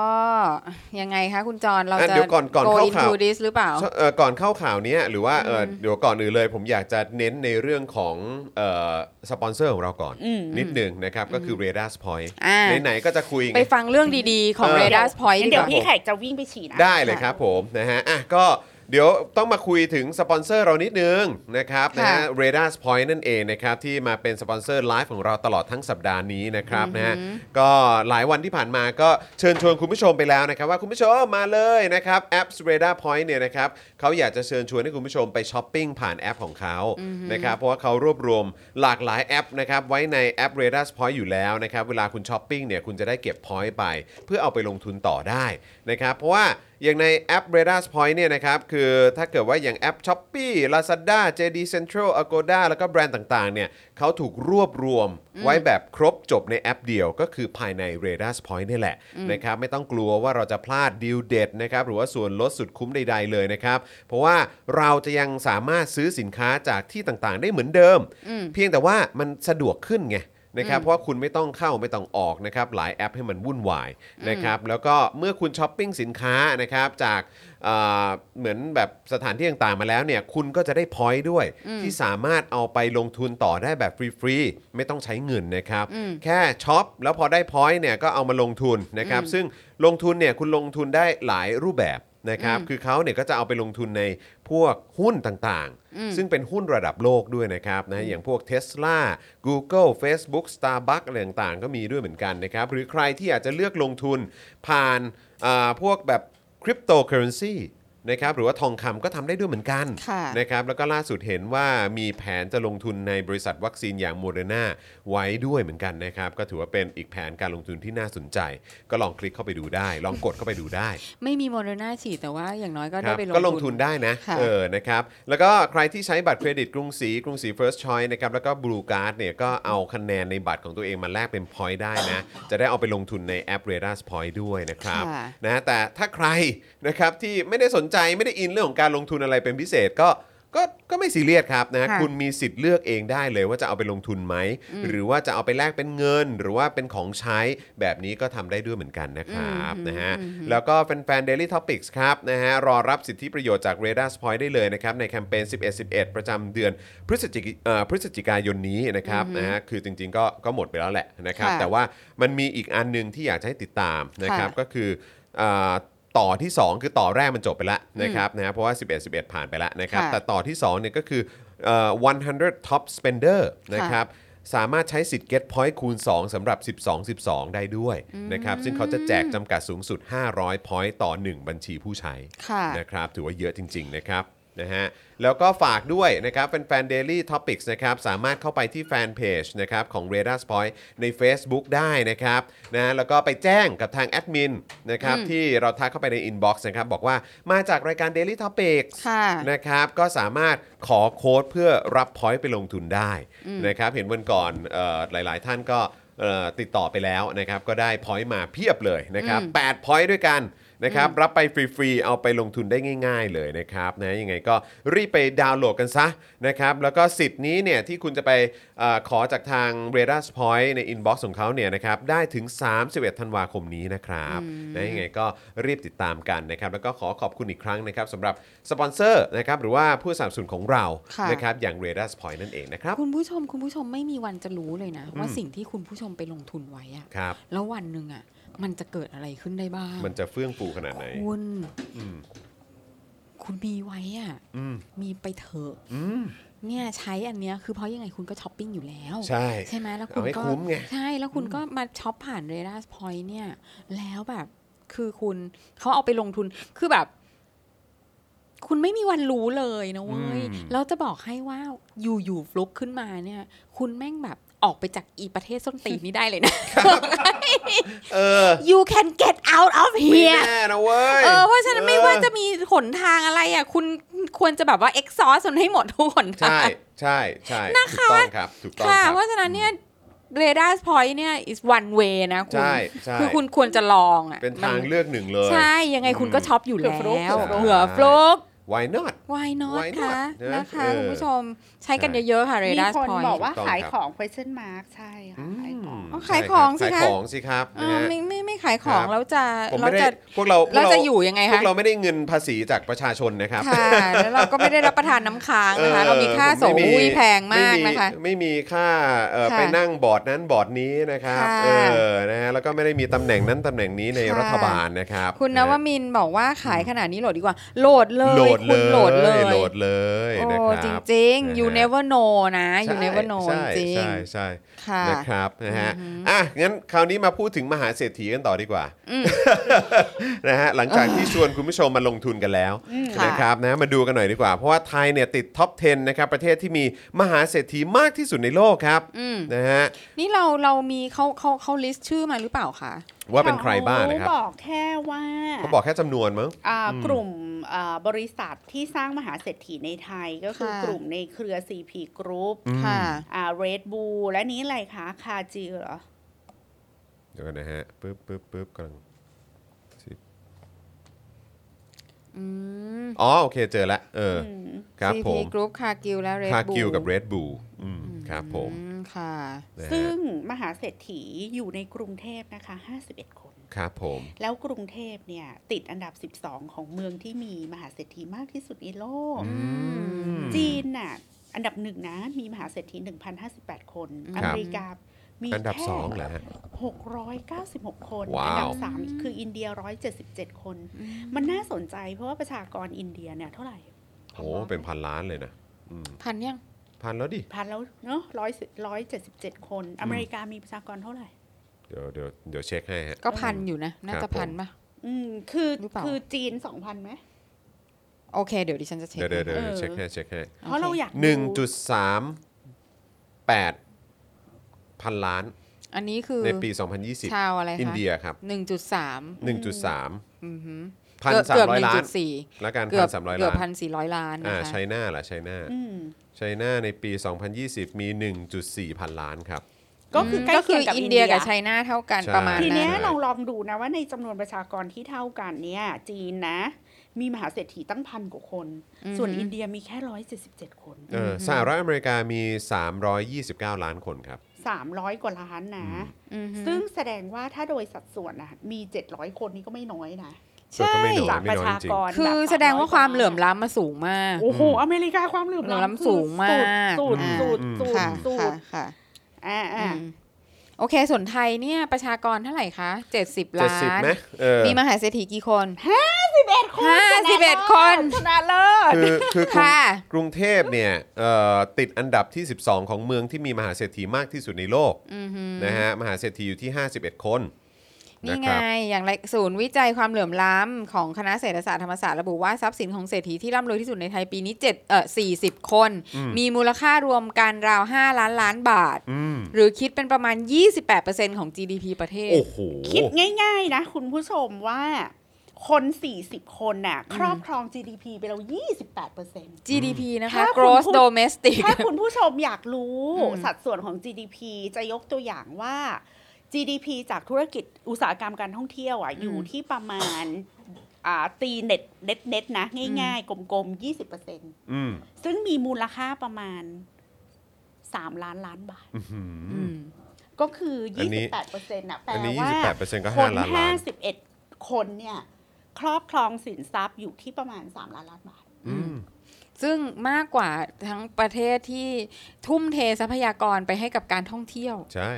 Speaker 2: ยังไงคะคุณจรเรา
Speaker 1: อ่ะ
Speaker 2: จะ
Speaker 1: เดี๋ยวก่อนก่อน
Speaker 2: go
Speaker 1: เข้าข่าว
Speaker 2: into this หรือเปล่า
Speaker 1: เอ่อก่อนเข้าข่าวเนี้ยหรือว่าเอ่ออ
Speaker 2: ม
Speaker 1: เดี๋ยวก่อนอื่นเลยผมอยากจะเน้นในเรื่องของเอ่อสปอนเซอร์ของเราก่อน
Speaker 4: อืม
Speaker 1: นิดหนึ่งนะครับก็คือ r a d a r Point
Speaker 2: อ่า
Speaker 1: ไหนๆก็จะคุยไง
Speaker 2: ไปฟังเรื่องดีๆ ของ
Speaker 1: เออ
Speaker 2: r a d a r Point ดี
Speaker 4: งั้น
Speaker 2: ก
Speaker 4: เดี๋ยว
Speaker 2: ว่า
Speaker 4: พี่แขกจะวิ่งไปฉี่นะ
Speaker 1: ได้เลยครับผมนะฮะอ่ะก็เดี๋ยวต้องมาคุยถึงสปอนเซอร์เรานิดนึงนะครับ
Speaker 2: ค่ะ
Speaker 1: นะฮะ r a d a r Point นั่นเองนะครับที่มาเป็นสปอนเซอร์ไลฟ์ของเราตลอดทั้งสัปดาห์นี้นะครับนะฮะก็หลายวันที่ผ่านมาก็เชิญชวนคุณผู้ชมไปแล้วนะครับ ว่าคุณผู้ชมมาเลยนะครับแอป r a d a r Point เนี่ยนะครับเขาอยากจะเชิญชวนให้คุณผู้ชมไปช้อปปิ้งผ่านแอปของเขานะครับเพราะว่าเขารวบรวมหลากหลายแอปนะครับไว้ในแอป r a d a r Point อยู่แล้วนะครับเวลาคุณช้อปปิ้งเนี่ยคุณจะได้เก็บ Point ไป เพื่อเอาไปลงทุนต่อได้นะครับเพราะว่า อย่างในแอป r a d a r Point เนี่ยนะครับ คือถ้าเกิดว่าอย่างแอป s h o p e e Lazada JD Central Agoda แล้วก็แบรนด์ต่างๆ เนี่ยเขาถูกรวบรวมไว้แบบครบจบในแอปเดียวก็คือภายใน r a d a r Point นี่แหละนะครับ ไม่ต้องกลัวว่าเราจะพลาดดีลเด็ดนะครับ หรือว่าส่วนลดสุดคุ้มใดๆเลยนะครับ เพราะว่าเราจะยังสามารถซื้อสินค้าจากที่ต่างๆ ได้เหมือนเดิม เพียงแต่ว่ามันสะดวกขึ้นไง นะครับเพราะว่าคุณไม่ต้องเข้าไม่ต้องออกนะครับหลายแอปให้มันวุ่นวายนะครับแล้วก็เมื่อคุณช้อปปิ้งสินค้านะครับจากเอ่อเหมือนแบบสถานที่ต่างๆมาแล้วเนี่ยคุณก็จะได้พอยต์ด้วย ที่สามารถเอาไปลงทุนต่อได้แบบฟรีๆไม่ต้องใช้เงินนะครับ
Speaker 2: อืม
Speaker 1: แค่ช็อปแล้วพอได้พอยต์เนี่ยก็เอามาลงทุนนะครับซึ่งลงทุนเนี่ยคุณลงทุนได้หลายรูปแบบนะครับคือเขาเนี่ยก็จะเอาไปลงทุนในพวกหุ้นต่างๆ ซึ่งเป็นหุ้นระดับโลกด้วยนะครับนะอย่างพวก Tesla Google Facebook Starbucks อะไรต่างๆ ก็มีด้วยเหมือนกันนะครับหรือใครที่อยากจะเลือกลงทุนผ่านอ่าพวกแบบคริปโตเคอเรนซีนะครับหรือว่าทองคำก็ทำได้ด้วยเหมือนกัน
Speaker 2: ค่ะ
Speaker 1: นะครับแล้วก็ล่าสุดเห็นว่ามีแผนจะลงทุนในบริษัทวัคซีนอย่างโมเดอร์นาไว้ด้วยเหมือนกันนะครับก็ถือว่าเป็นอีกแผนการลงทุนที่น่าสนใจ ก็ลองคลิกเข้าไปดูได้ ลองกดเข้าไปดูได้
Speaker 2: ไม่มีโมโนนาฉีดแต่ว่าอย่างน้อยก็
Speaker 1: ค
Speaker 2: ได้
Speaker 1: รับ
Speaker 2: ไปลง
Speaker 1: ก็ลงทุนได้นะ
Speaker 2: ค่ะ
Speaker 1: เออ นะครับ แล้วก็ใครที่ใช้บัตรเครดิตกรุงศรี กรุงศรี First Choice นะครับ แล้วก็ Blue Card เนี่ย ก็เอาคะแนนในบัตรของตัวเองมาแลกเป็น point ได้นะ จะได้เอาไปลงทุนในแอป r a d a r Point ด้วยนะครับ
Speaker 2: ค่ะ
Speaker 1: นะ แต่ถ้าใครนะครับที่ไม่ได้สนใจไม่ได้อินเรื่องของการลงทุนอะไรเป็นพิเศษก็ ก็ ก็ไม่ซีเรียสครับนะ
Speaker 2: ค่ะ
Speaker 1: คุณมีสิทธิ์เลือกเองได้เลยว่าจะเอาไปลงทุนไหม หรือว่าจะเอาไปแลกเป็นเงิน หรือว่าเป็นของใช้แบบนี้ก็ทำได้ด้วยเหมือนกันนะครับนะฮะ แล้วก็แฟนๆ Daily Topics ครับนะฮะรอรับสิทธิประโยชน์จาก r a d a r Point ได้เลยนะครับ ในแคมเปญ 11 11 ประจำเดือนพฤศจิกเอ่อพฤศจิกายนนี้นะครับนะฮะคือจริงๆก็ก็หมดไปแล้วแหละนะครับ
Speaker 2: ค่ะ
Speaker 1: แต่ว่ามันมีอีกอันหนึงที่อยากจะให้ติดตามนะครับ
Speaker 2: ค่ะ
Speaker 1: ก็คืออ่าต่อที่ 2 คือต่อแรกมันจบไปแล้วนะครับนะฮะเพราะว่า 11 11 ผ่านไปแล้วนะครับ
Speaker 2: ค่ะ
Speaker 1: แต่ต่อที่2เนี่ยก็คือเอ่อ100 top spender นะครับ สามารถใช้สิทธิ์ get point คูณ 2สำหรับ 12 12 ได้ด้วยนะครับ ซึ่งเขาจะแจกจำกัดสูงสุด 500 point ต่อ 1 บัญชีผู้ใช้
Speaker 2: ค่ะ
Speaker 1: นะครับ ถือว่าเยอะจริง ๆ นะครับนะฮะแล้วก็ฝากด้วยนะครับแฟนๆ Daily Topics นะครับสามารถเข้าไปที่แฟนเพจนะครับของ r a d a r Point ใน Facebook ได้นะครับนะแล้วก็ไปแจ้งกับทางแอดมินนะครับที่เราทักเข้าไปใน Inbox นะครับบอกว่ามาจากรายการ Daily Topics
Speaker 2: ค่ะ
Speaker 1: นะครับก็สามารถขอโค้ดเพื่อรับพอยต์ไปลงทุนได้นะครับเห็นวันก่อนเอ่อหลาย ๆ ท่านก็เอ่อติดต่อไปแล้วนะครับก็ได้พอยต์มาเพียบเลยนะครับ8พอยต์ด้วยกันนะครับรับไปฟรี ๆ เอาไปลงทุนได้ง่าย ๆ เลยนะครับนะยังไงก็รีบไปดาวน์โหลดกันซะนะครับแล้วก็สิทธิ์นี้เนี่ยที่คุณจะไปเออขอจากทาง r a d a r Point ใน Inbox ของเขาเนี่ยนะครับได้ถึง 31 ธันวาคมนี้นะครับนะยังไงก็รีบติดตามกันนะครับแล้วก็ขอขอบคุณอีกครั้งนะครับสำหรับสปอนเซอร์นะครับหรือว่าผู้สนับสนุนของเรา
Speaker 2: ค่ะ
Speaker 1: นะครับอย่าง r a d a r Point นั่นเองนะครับ
Speaker 2: คุณผู้ชมคุณผู้ชมไม่มีวันจะรู้เลยนะ ว่าสิ่งที่คุณผู้ชมไปลงทุนไว้อะ
Speaker 1: ครับ
Speaker 2: แล้ววันหนึ่งอะมันจะเกิดอะไรขึ้นได้บ้าง
Speaker 1: มันจะเฟื่องฟูขนาดไหน
Speaker 2: คุณ
Speaker 1: อืม
Speaker 2: คุณมีไว้อะ
Speaker 1: อืม
Speaker 2: มีไปเถอะ
Speaker 1: อืม
Speaker 2: เนี่ยใช้อันเนี้ยคือเพราะยังไงคุณก็ช้อปปิ้งอยู่แล้ว
Speaker 1: ใช่
Speaker 2: ใช่ไหมแล้วคุณ
Speaker 1: เอาให้
Speaker 2: ก็
Speaker 1: คุ้มไง
Speaker 2: ใช่แล้วคุณก็มาช็อปผ่านเรดาร์พอยต์เนี่ย แล้วแบบคือคุณเขาเอาไปลงทุนคือแบบ คุณไม่มีวันรู้เลยนะเว้ย
Speaker 1: อืม
Speaker 2: แล้วจะบอกให้ว่าอยู่อยู่ฟลุกขึ้นมาเนี่ย คุณแม่งแบบออกไปจากอีประเทศส้นตีนนี้ได้เลยนะ
Speaker 1: เออ
Speaker 2: you can get out of
Speaker 1: ไม่
Speaker 2: here
Speaker 1: แน่นะเว้ย
Speaker 2: เออเพราะฉะนั้นไม่ว่า
Speaker 1: เออ
Speaker 2: จะมีหนทางอะไรอ่ะ คุณควรจะแบบว่า exhaust มันให้หมดทุกหนทา
Speaker 1: ใช่
Speaker 2: ง
Speaker 1: ใช่ใช่
Speaker 2: นะคะ
Speaker 1: ถูกต้องครับถูกต้อง
Speaker 2: ค่ะ
Speaker 1: ครับ
Speaker 2: เพราะฉะนั้นเนี่ยเรดาร์พอยต์เนี่ย is one way นะคุณ
Speaker 1: ใช่ใช่
Speaker 2: คือคุณควรจะลองอ่ะ
Speaker 1: เป็นทาง
Speaker 2: มัน
Speaker 1: เลือกหนึ่งเลย
Speaker 2: ใช่ ยังไงคุณก็ช็อปอยู่แล้ว
Speaker 4: เผื่อฟลุก
Speaker 1: เผื่
Speaker 2: เผื่อ
Speaker 1: อ
Speaker 2: ฟ
Speaker 1: ฟลุ
Speaker 2: ลุก
Speaker 1: ก why not
Speaker 2: why not
Speaker 1: Why not
Speaker 2: คะ
Speaker 1: นะ
Speaker 2: นะคะ
Speaker 1: เออ
Speaker 2: คุณผู้ชมใช้กันเยอะๆค่ะเร
Speaker 4: มี
Speaker 2: ดาร์
Speaker 4: คน
Speaker 2: พอยต์
Speaker 4: บอกว่า
Speaker 1: ถูกต้อง
Speaker 4: ขาย
Speaker 1: ครับ
Speaker 4: ของ question mark ใช่ค่ะขายของ
Speaker 2: อ๋อขายของสิ
Speaker 1: ใช่
Speaker 2: คะ
Speaker 1: รับขายของสิครับนะฮะ
Speaker 2: ไม่ไม่ไม่ขายของ
Speaker 1: ครับ
Speaker 2: แล้วจะ
Speaker 1: ผม
Speaker 2: เรา
Speaker 1: ไม่ได้
Speaker 2: จะ
Speaker 1: พวกเราพวก
Speaker 2: เราจะอยู่ยังไง
Speaker 1: พว
Speaker 2: คะ
Speaker 1: กเราไม่ได้เงินภาษีจากประชาชนนะครับ
Speaker 2: ค่ะ แล้วเราก็ไม่ได้รับประทานน้ำค้างนะคะ
Speaker 1: ออ
Speaker 2: เรามีค่าส่ง
Speaker 1: ไม่มี
Speaker 2: อุ้ยแพงมากนะคะ
Speaker 1: ไม่มีไม่มีค่าเอ่อ
Speaker 2: ค่ะ
Speaker 1: ไปนั่งบอร์ดนั้นบอร์ดนี้นะครับ
Speaker 2: ค่ะ
Speaker 1: เออนะฮะแล้วก็ไม่ได้มีตำแหน่งนั้นตำแหน่งนี้ใน
Speaker 2: ค่ะ
Speaker 1: รัฐบาลนะครับ
Speaker 2: คุณน
Speaker 1: ฮ
Speaker 2: วมินทร์บอกว่าขายขนาดนี้โหลดดีกว่า โหลดเลย
Speaker 1: โหลดเล
Speaker 2: คุณ
Speaker 1: ย
Speaker 2: โหลดเลย
Speaker 1: โหลดเลย
Speaker 2: โอ้
Speaker 1: นะค
Speaker 2: จ
Speaker 1: รับ
Speaker 2: ริง
Speaker 1: นะ
Speaker 2: ๆ
Speaker 1: ฮะ
Speaker 2: you never know นะ you
Speaker 1: ใช่
Speaker 2: never know
Speaker 1: ใช่
Speaker 2: จริง
Speaker 1: ใช่ใช่
Speaker 2: ๆค่ะ
Speaker 1: นะครับนะฮะอ่ะงั้นคราวนี้มาพูดถึงมหาเศรษฐีกันต่อดีกว่านะฮะหลังจากที่ชวนคุณผู้ชมมาลงทุนกันแล้ว
Speaker 2: ค่ะ
Speaker 1: นะครับนะมาดูกันหน่อยดีกว่า เพราะว่าไทยเนี่ยติดท็อป 10 นะครับ ประเทศที่มีมหาเศรษฐีมากที่สุดในโลกครับนะฮะ
Speaker 2: นี่เราเรามีเขาเขาเขา list ชื่อมาหรือเปล่าคะ
Speaker 1: ว่าเป็นใครบ้างนะครับ
Speaker 4: บอกแค่ว่า
Speaker 1: เขาบอกแค่จำนวนมั้ง
Speaker 4: อ่ากลุ่มอ่าบริษัทที่สร้างมหาเศรษฐีในไทยก็คือกลุ่มในเครือ CP Group
Speaker 2: ค่ะ
Speaker 4: อ่า Red Bull และนี้อะไรคะคาจีเหรอ
Speaker 1: เดี๋ยวกันนะฮะปึ๊บปึ๊บปึ๊บกำลังสิบอ๋อโอเคเจอละเอออครับ
Speaker 2: CP
Speaker 1: ผม
Speaker 2: Group คากิลและ Red
Speaker 1: คา
Speaker 2: Bull
Speaker 1: กิวกับ Red Bull อืมครับผม
Speaker 2: อืมค่ะ
Speaker 1: นะฮะ
Speaker 4: ซึ่งมหาเศรษฐีอยู่ในกรุงเทพนะคะ 51 คน
Speaker 1: ครับผม
Speaker 4: แล้วกรุงเทพเนี่ย ติดอันดับ 12 ของเมืองที่มีมหาเศรษฐีมากที่สุดในโลก จีนน่ะอันดับหนึ่งนะ มีมหาเศรษฐี 1,058 คน อเมริกามี
Speaker 1: อันดับ
Speaker 4: แค่
Speaker 1: สองเหรอฮะ
Speaker 4: 696 คน
Speaker 1: ว้าว
Speaker 4: อัดับสามคืออินเดีย 177 คน มันน่าสนใจเพราะว่าประชากรอินเดียเนี่ยเท่าไหร่
Speaker 1: โหเป็นพันล้านเลยนะ
Speaker 2: พันยัง
Speaker 1: พันแล้วดิ
Speaker 4: พันแล้วเนาะร้อยร้อยเจ็ดสิบเจ็ดคน อเมริกามีประชากรเท่าไหร่
Speaker 1: เดี๋ยวเดี๋ยวเดี๋ยวเช็คให้ฮะ
Speaker 2: ก็พันอยู่นะ น่า
Speaker 1: ครั
Speaker 2: จะ
Speaker 1: บผม
Speaker 2: พันป่ะ
Speaker 4: อืมคือ
Speaker 2: หรือเปล่า
Speaker 4: คือจีนสองพันไหม
Speaker 2: โอเค เดี๋ยวดิฉันจะเช็ค
Speaker 1: เดี๋ยวเดี๋ยวเดี๋ยว
Speaker 4: เออ
Speaker 1: เช็คให้เช็คให้
Speaker 4: เพราะเราอยาก
Speaker 1: หนึ่งจุดสามแปดพันล้าน
Speaker 2: อันนี้คือ
Speaker 1: ในปี 2020
Speaker 2: ชาวอะไรคะ
Speaker 1: อินเดียครับ
Speaker 2: หนึ่งจุดสาม
Speaker 1: 1.3
Speaker 2: อือหือ
Speaker 1: พัน
Speaker 2: เกือบ
Speaker 1: สาม
Speaker 2: เกือบ
Speaker 1: ร้อย
Speaker 2: หนึ่ง
Speaker 1: ล้า
Speaker 2: จุ
Speaker 1: น
Speaker 2: ดสี่
Speaker 1: ละกัน
Speaker 2: เกื
Speaker 1: พั
Speaker 2: อบ
Speaker 1: นสามร้อย
Speaker 2: เกือบ
Speaker 1: ล้าน
Speaker 2: พันสี่ร้อยล้าน
Speaker 1: อ่า
Speaker 2: นะคะ
Speaker 1: ไชน่าล่ะไชน่า
Speaker 4: อืม
Speaker 1: ไชน่าในปี 2020 มี 1.4 พันล้านครับ
Speaker 4: ก็คือใกล้
Speaker 2: ก็
Speaker 4: เคี
Speaker 2: คื
Speaker 4: ย
Speaker 2: อง
Speaker 4: กับ
Speaker 2: อิ
Speaker 4: อิ
Speaker 2: น
Speaker 4: น
Speaker 2: เดี
Speaker 4: เดี
Speaker 2: ย
Speaker 4: ย
Speaker 2: กับไชน่าเท่ากัน
Speaker 1: ใช่
Speaker 2: ประมาณ
Speaker 4: ทีเนี้
Speaker 2: นั้
Speaker 4: ย
Speaker 2: น
Speaker 4: เราลองดูนะว่าในจำนวนประชากรที่เท่ากันเนี่ย จีนนะ มีมหาเศรษฐีตั้งพันกว่าคน ส่วนอินเดียมีแค่ร้อยเจ็ดสิบเจ็ดคน
Speaker 1: เออสหรัฐอเมริกามี 329 ล้านคนครับ
Speaker 4: สามร้อยกว่าล้านนะ ซึ่งแสดงว่าถ้าโดยสัดส่วนนะมีเจ็ดร้อยคนนี้ก็ไม่น้อยนะ
Speaker 1: ส่วนก็ไม่น้อย
Speaker 4: จาก
Speaker 1: ไม่
Speaker 4: ประ
Speaker 1: น้อย
Speaker 4: ชา
Speaker 1: จริง
Speaker 4: กร
Speaker 2: คือ
Speaker 4: บบ
Speaker 2: แสดงว่าความ
Speaker 4: 300
Speaker 2: เหลื่อมล้ำมาสูงมาก
Speaker 4: โอ้โห อเมริกาความเหลื่อม
Speaker 2: เหลื่อมล้ำ
Speaker 4: ล้ำ
Speaker 2: สูงมาก
Speaker 4: สูด
Speaker 2: อ่า
Speaker 4: สูดสูด
Speaker 2: ค่ะ
Speaker 4: สู
Speaker 2: ค่ะ
Speaker 4: ด
Speaker 2: ค่ะ
Speaker 4: อ่าอ่า
Speaker 2: อืมโอเค ส่วนไทยเนี่ยประชากรเท่าไหร่คะ70
Speaker 1: เจ็ด
Speaker 2: ล้า
Speaker 1: สิบ
Speaker 2: น
Speaker 1: ไหมเออ
Speaker 2: มีมหาเศรษฐีกี่คน
Speaker 4: สิบเอ็ดคน
Speaker 2: 51 คน
Speaker 4: ชนะเลิศ
Speaker 1: คือคือกรุง
Speaker 2: ค่ะ
Speaker 1: กรุงเทพเนี่ยเอ่อติดอันดับที่ 12 ของเมืองที่มีมหาเศรษฐีมากที่สุดในโลกนะฮะมหาเศรษฐีอยู่ที่ 51 คน
Speaker 2: นี่
Speaker 1: ะค
Speaker 2: ไง
Speaker 1: รับ
Speaker 2: อย่างไรศูนย์วิจัยความเหลื่อมล้ำของคณะเศรษฐศาสตร์ธรรมศาสตร์ระบุว่าทรัพย์สินของเศรษฐีที่ร่ำรวยที่สุดในไทยปีนี้7เอ่อ40 คน มีมูลค่ารวมกันราว 5 ล้านล้านบาท
Speaker 1: อืม
Speaker 2: หรือคิดเป็นประมาณ 28%ของ GDP ประเทศ
Speaker 1: โอ้โห
Speaker 4: คิดง่าย ๆ นะ คุณผู้ชมว่า คน 40 คนน่ะ ครอบครอง GDP ไปแล้ว 28%
Speaker 2: GDP นะคะ
Speaker 4: ถ้าคุณ
Speaker 2: gross
Speaker 4: พูด
Speaker 2: domestic
Speaker 4: ถ้าคุณผู้ชมอยากรู้
Speaker 2: อืม
Speaker 4: สัดส่วนของ GDP จะยกตัวอย่างว่า GDP จากธุรกิจอุตสาหกรรมการท่องเที่ยวอ่ะอยู่ที่ประมาณอ่าตีเน็ตเน็ตเน็ตนะ ง่ายๆ กลมๆ 20%
Speaker 1: อืม
Speaker 4: ซึ่งมีมูลค่าประมาณ 3 ล้านล้านบาท
Speaker 1: อื้อหือ
Speaker 2: อืม
Speaker 4: ก็คือ
Speaker 1: อันนี้
Speaker 4: 28%น่ะแปล
Speaker 1: อันนี้
Speaker 4: ว่า
Speaker 1: 28%ก็
Speaker 4: คน
Speaker 1: 5 ล้าน
Speaker 4: ห้า
Speaker 1: ล้าน
Speaker 4: สิบเอ็ดคนเนี่ย ครอบครองสินทรัพย์อยู่ที่ประมาณสามล้านล้านบาท
Speaker 1: อืม
Speaker 2: ซึ่งมากกว่าทั้งประเทศที่ทุ่มเททรัพยากรไปให้กับการท่องเที่ยว
Speaker 1: ใช่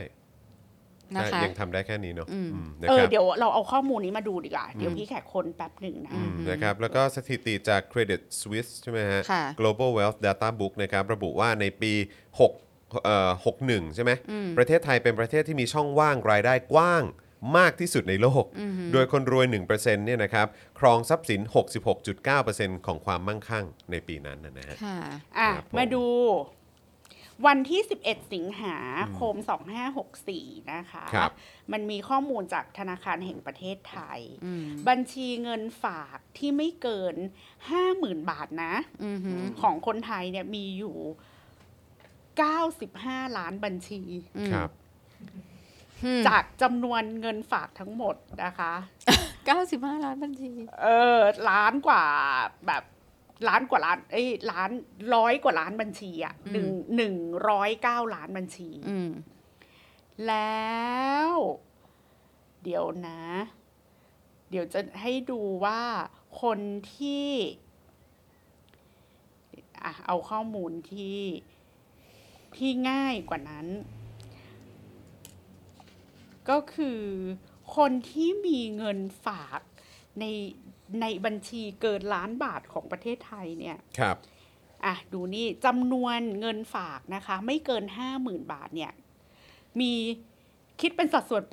Speaker 2: นะ
Speaker 1: ใช่
Speaker 2: คะ
Speaker 1: ยังทำได้แค่นี้เนาะ
Speaker 2: อืม
Speaker 1: อืมนะ
Speaker 4: เอ
Speaker 1: ค
Speaker 4: อ
Speaker 1: รับ
Speaker 4: เดี๋ยวเราเอาข้อมูลนี้มาดูดีกว่า เดี๋ยวพี่แขกคนแป๊บหนึ่งนะ
Speaker 1: อืมนะครับแล้วก็สถิติจาก Credit Suisse ใช่ไหมฮะ
Speaker 2: ค่ะ
Speaker 1: Global Wealth Data Book นะครับระบุว่าในปี6เอ่อ61 ใช่ไหมประเทศไทยเป็นประเทศที่มีช่องว่างรายได้กว้างมากที่สุดในโลก โดยคนรวย 1%เนี่ยนะครับครองทรัพย์สิน 66.9%ของความมั่งคั่งในปีนั้นนะฮะ
Speaker 2: ค่ะ
Speaker 4: อ่ะ
Speaker 1: ครับผม
Speaker 4: มาดู วันที่ 11 สิงหาคม 2564 นะคะ
Speaker 1: ครับ
Speaker 4: มันมีข้อมูลจากธนาคารแห่งประเทศไทย บัญชีเงินฝากที่ไม่เกิน 50,000 บาทนะ ของคนไทยเนี่ยมีอยู่ 95 ล้านบัญชี
Speaker 2: อืม
Speaker 1: ครับ
Speaker 2: อืม
Speaker 4: จากจำนวนเงินฝากทั้งหมดนะคะ
Speaker 2: เก้าสิบห้าล้านบัญชี
Speaker 4: เออล้านกว่าแบบล้านกว่าล้านเอ้ยล้านร้อยกว่าล้านบัญชีอะหนึ่งหนึ่งร้อยเก้าล้านบัญชี
Speaker 2: อืม
Speaker 4: แล้ว เดี๋ยวนะ เดี๋ยวจะให้ดูว่าคนที่อ่ะเอาข้อมูลที่ที่ง่ายกว่านั้น ก็คือคนที่มีเงินฝากในในบัญชีเกินล้านบาทของประเทศไทยเนี่ย
Speaker 1: ครับ
Speaker 4: อ่ะดูนี่จำนวนเงินฝากนะคะ ไม่เกินห้าหมื่นบาทเนี่ย มีคิดเป็นสัดส่วน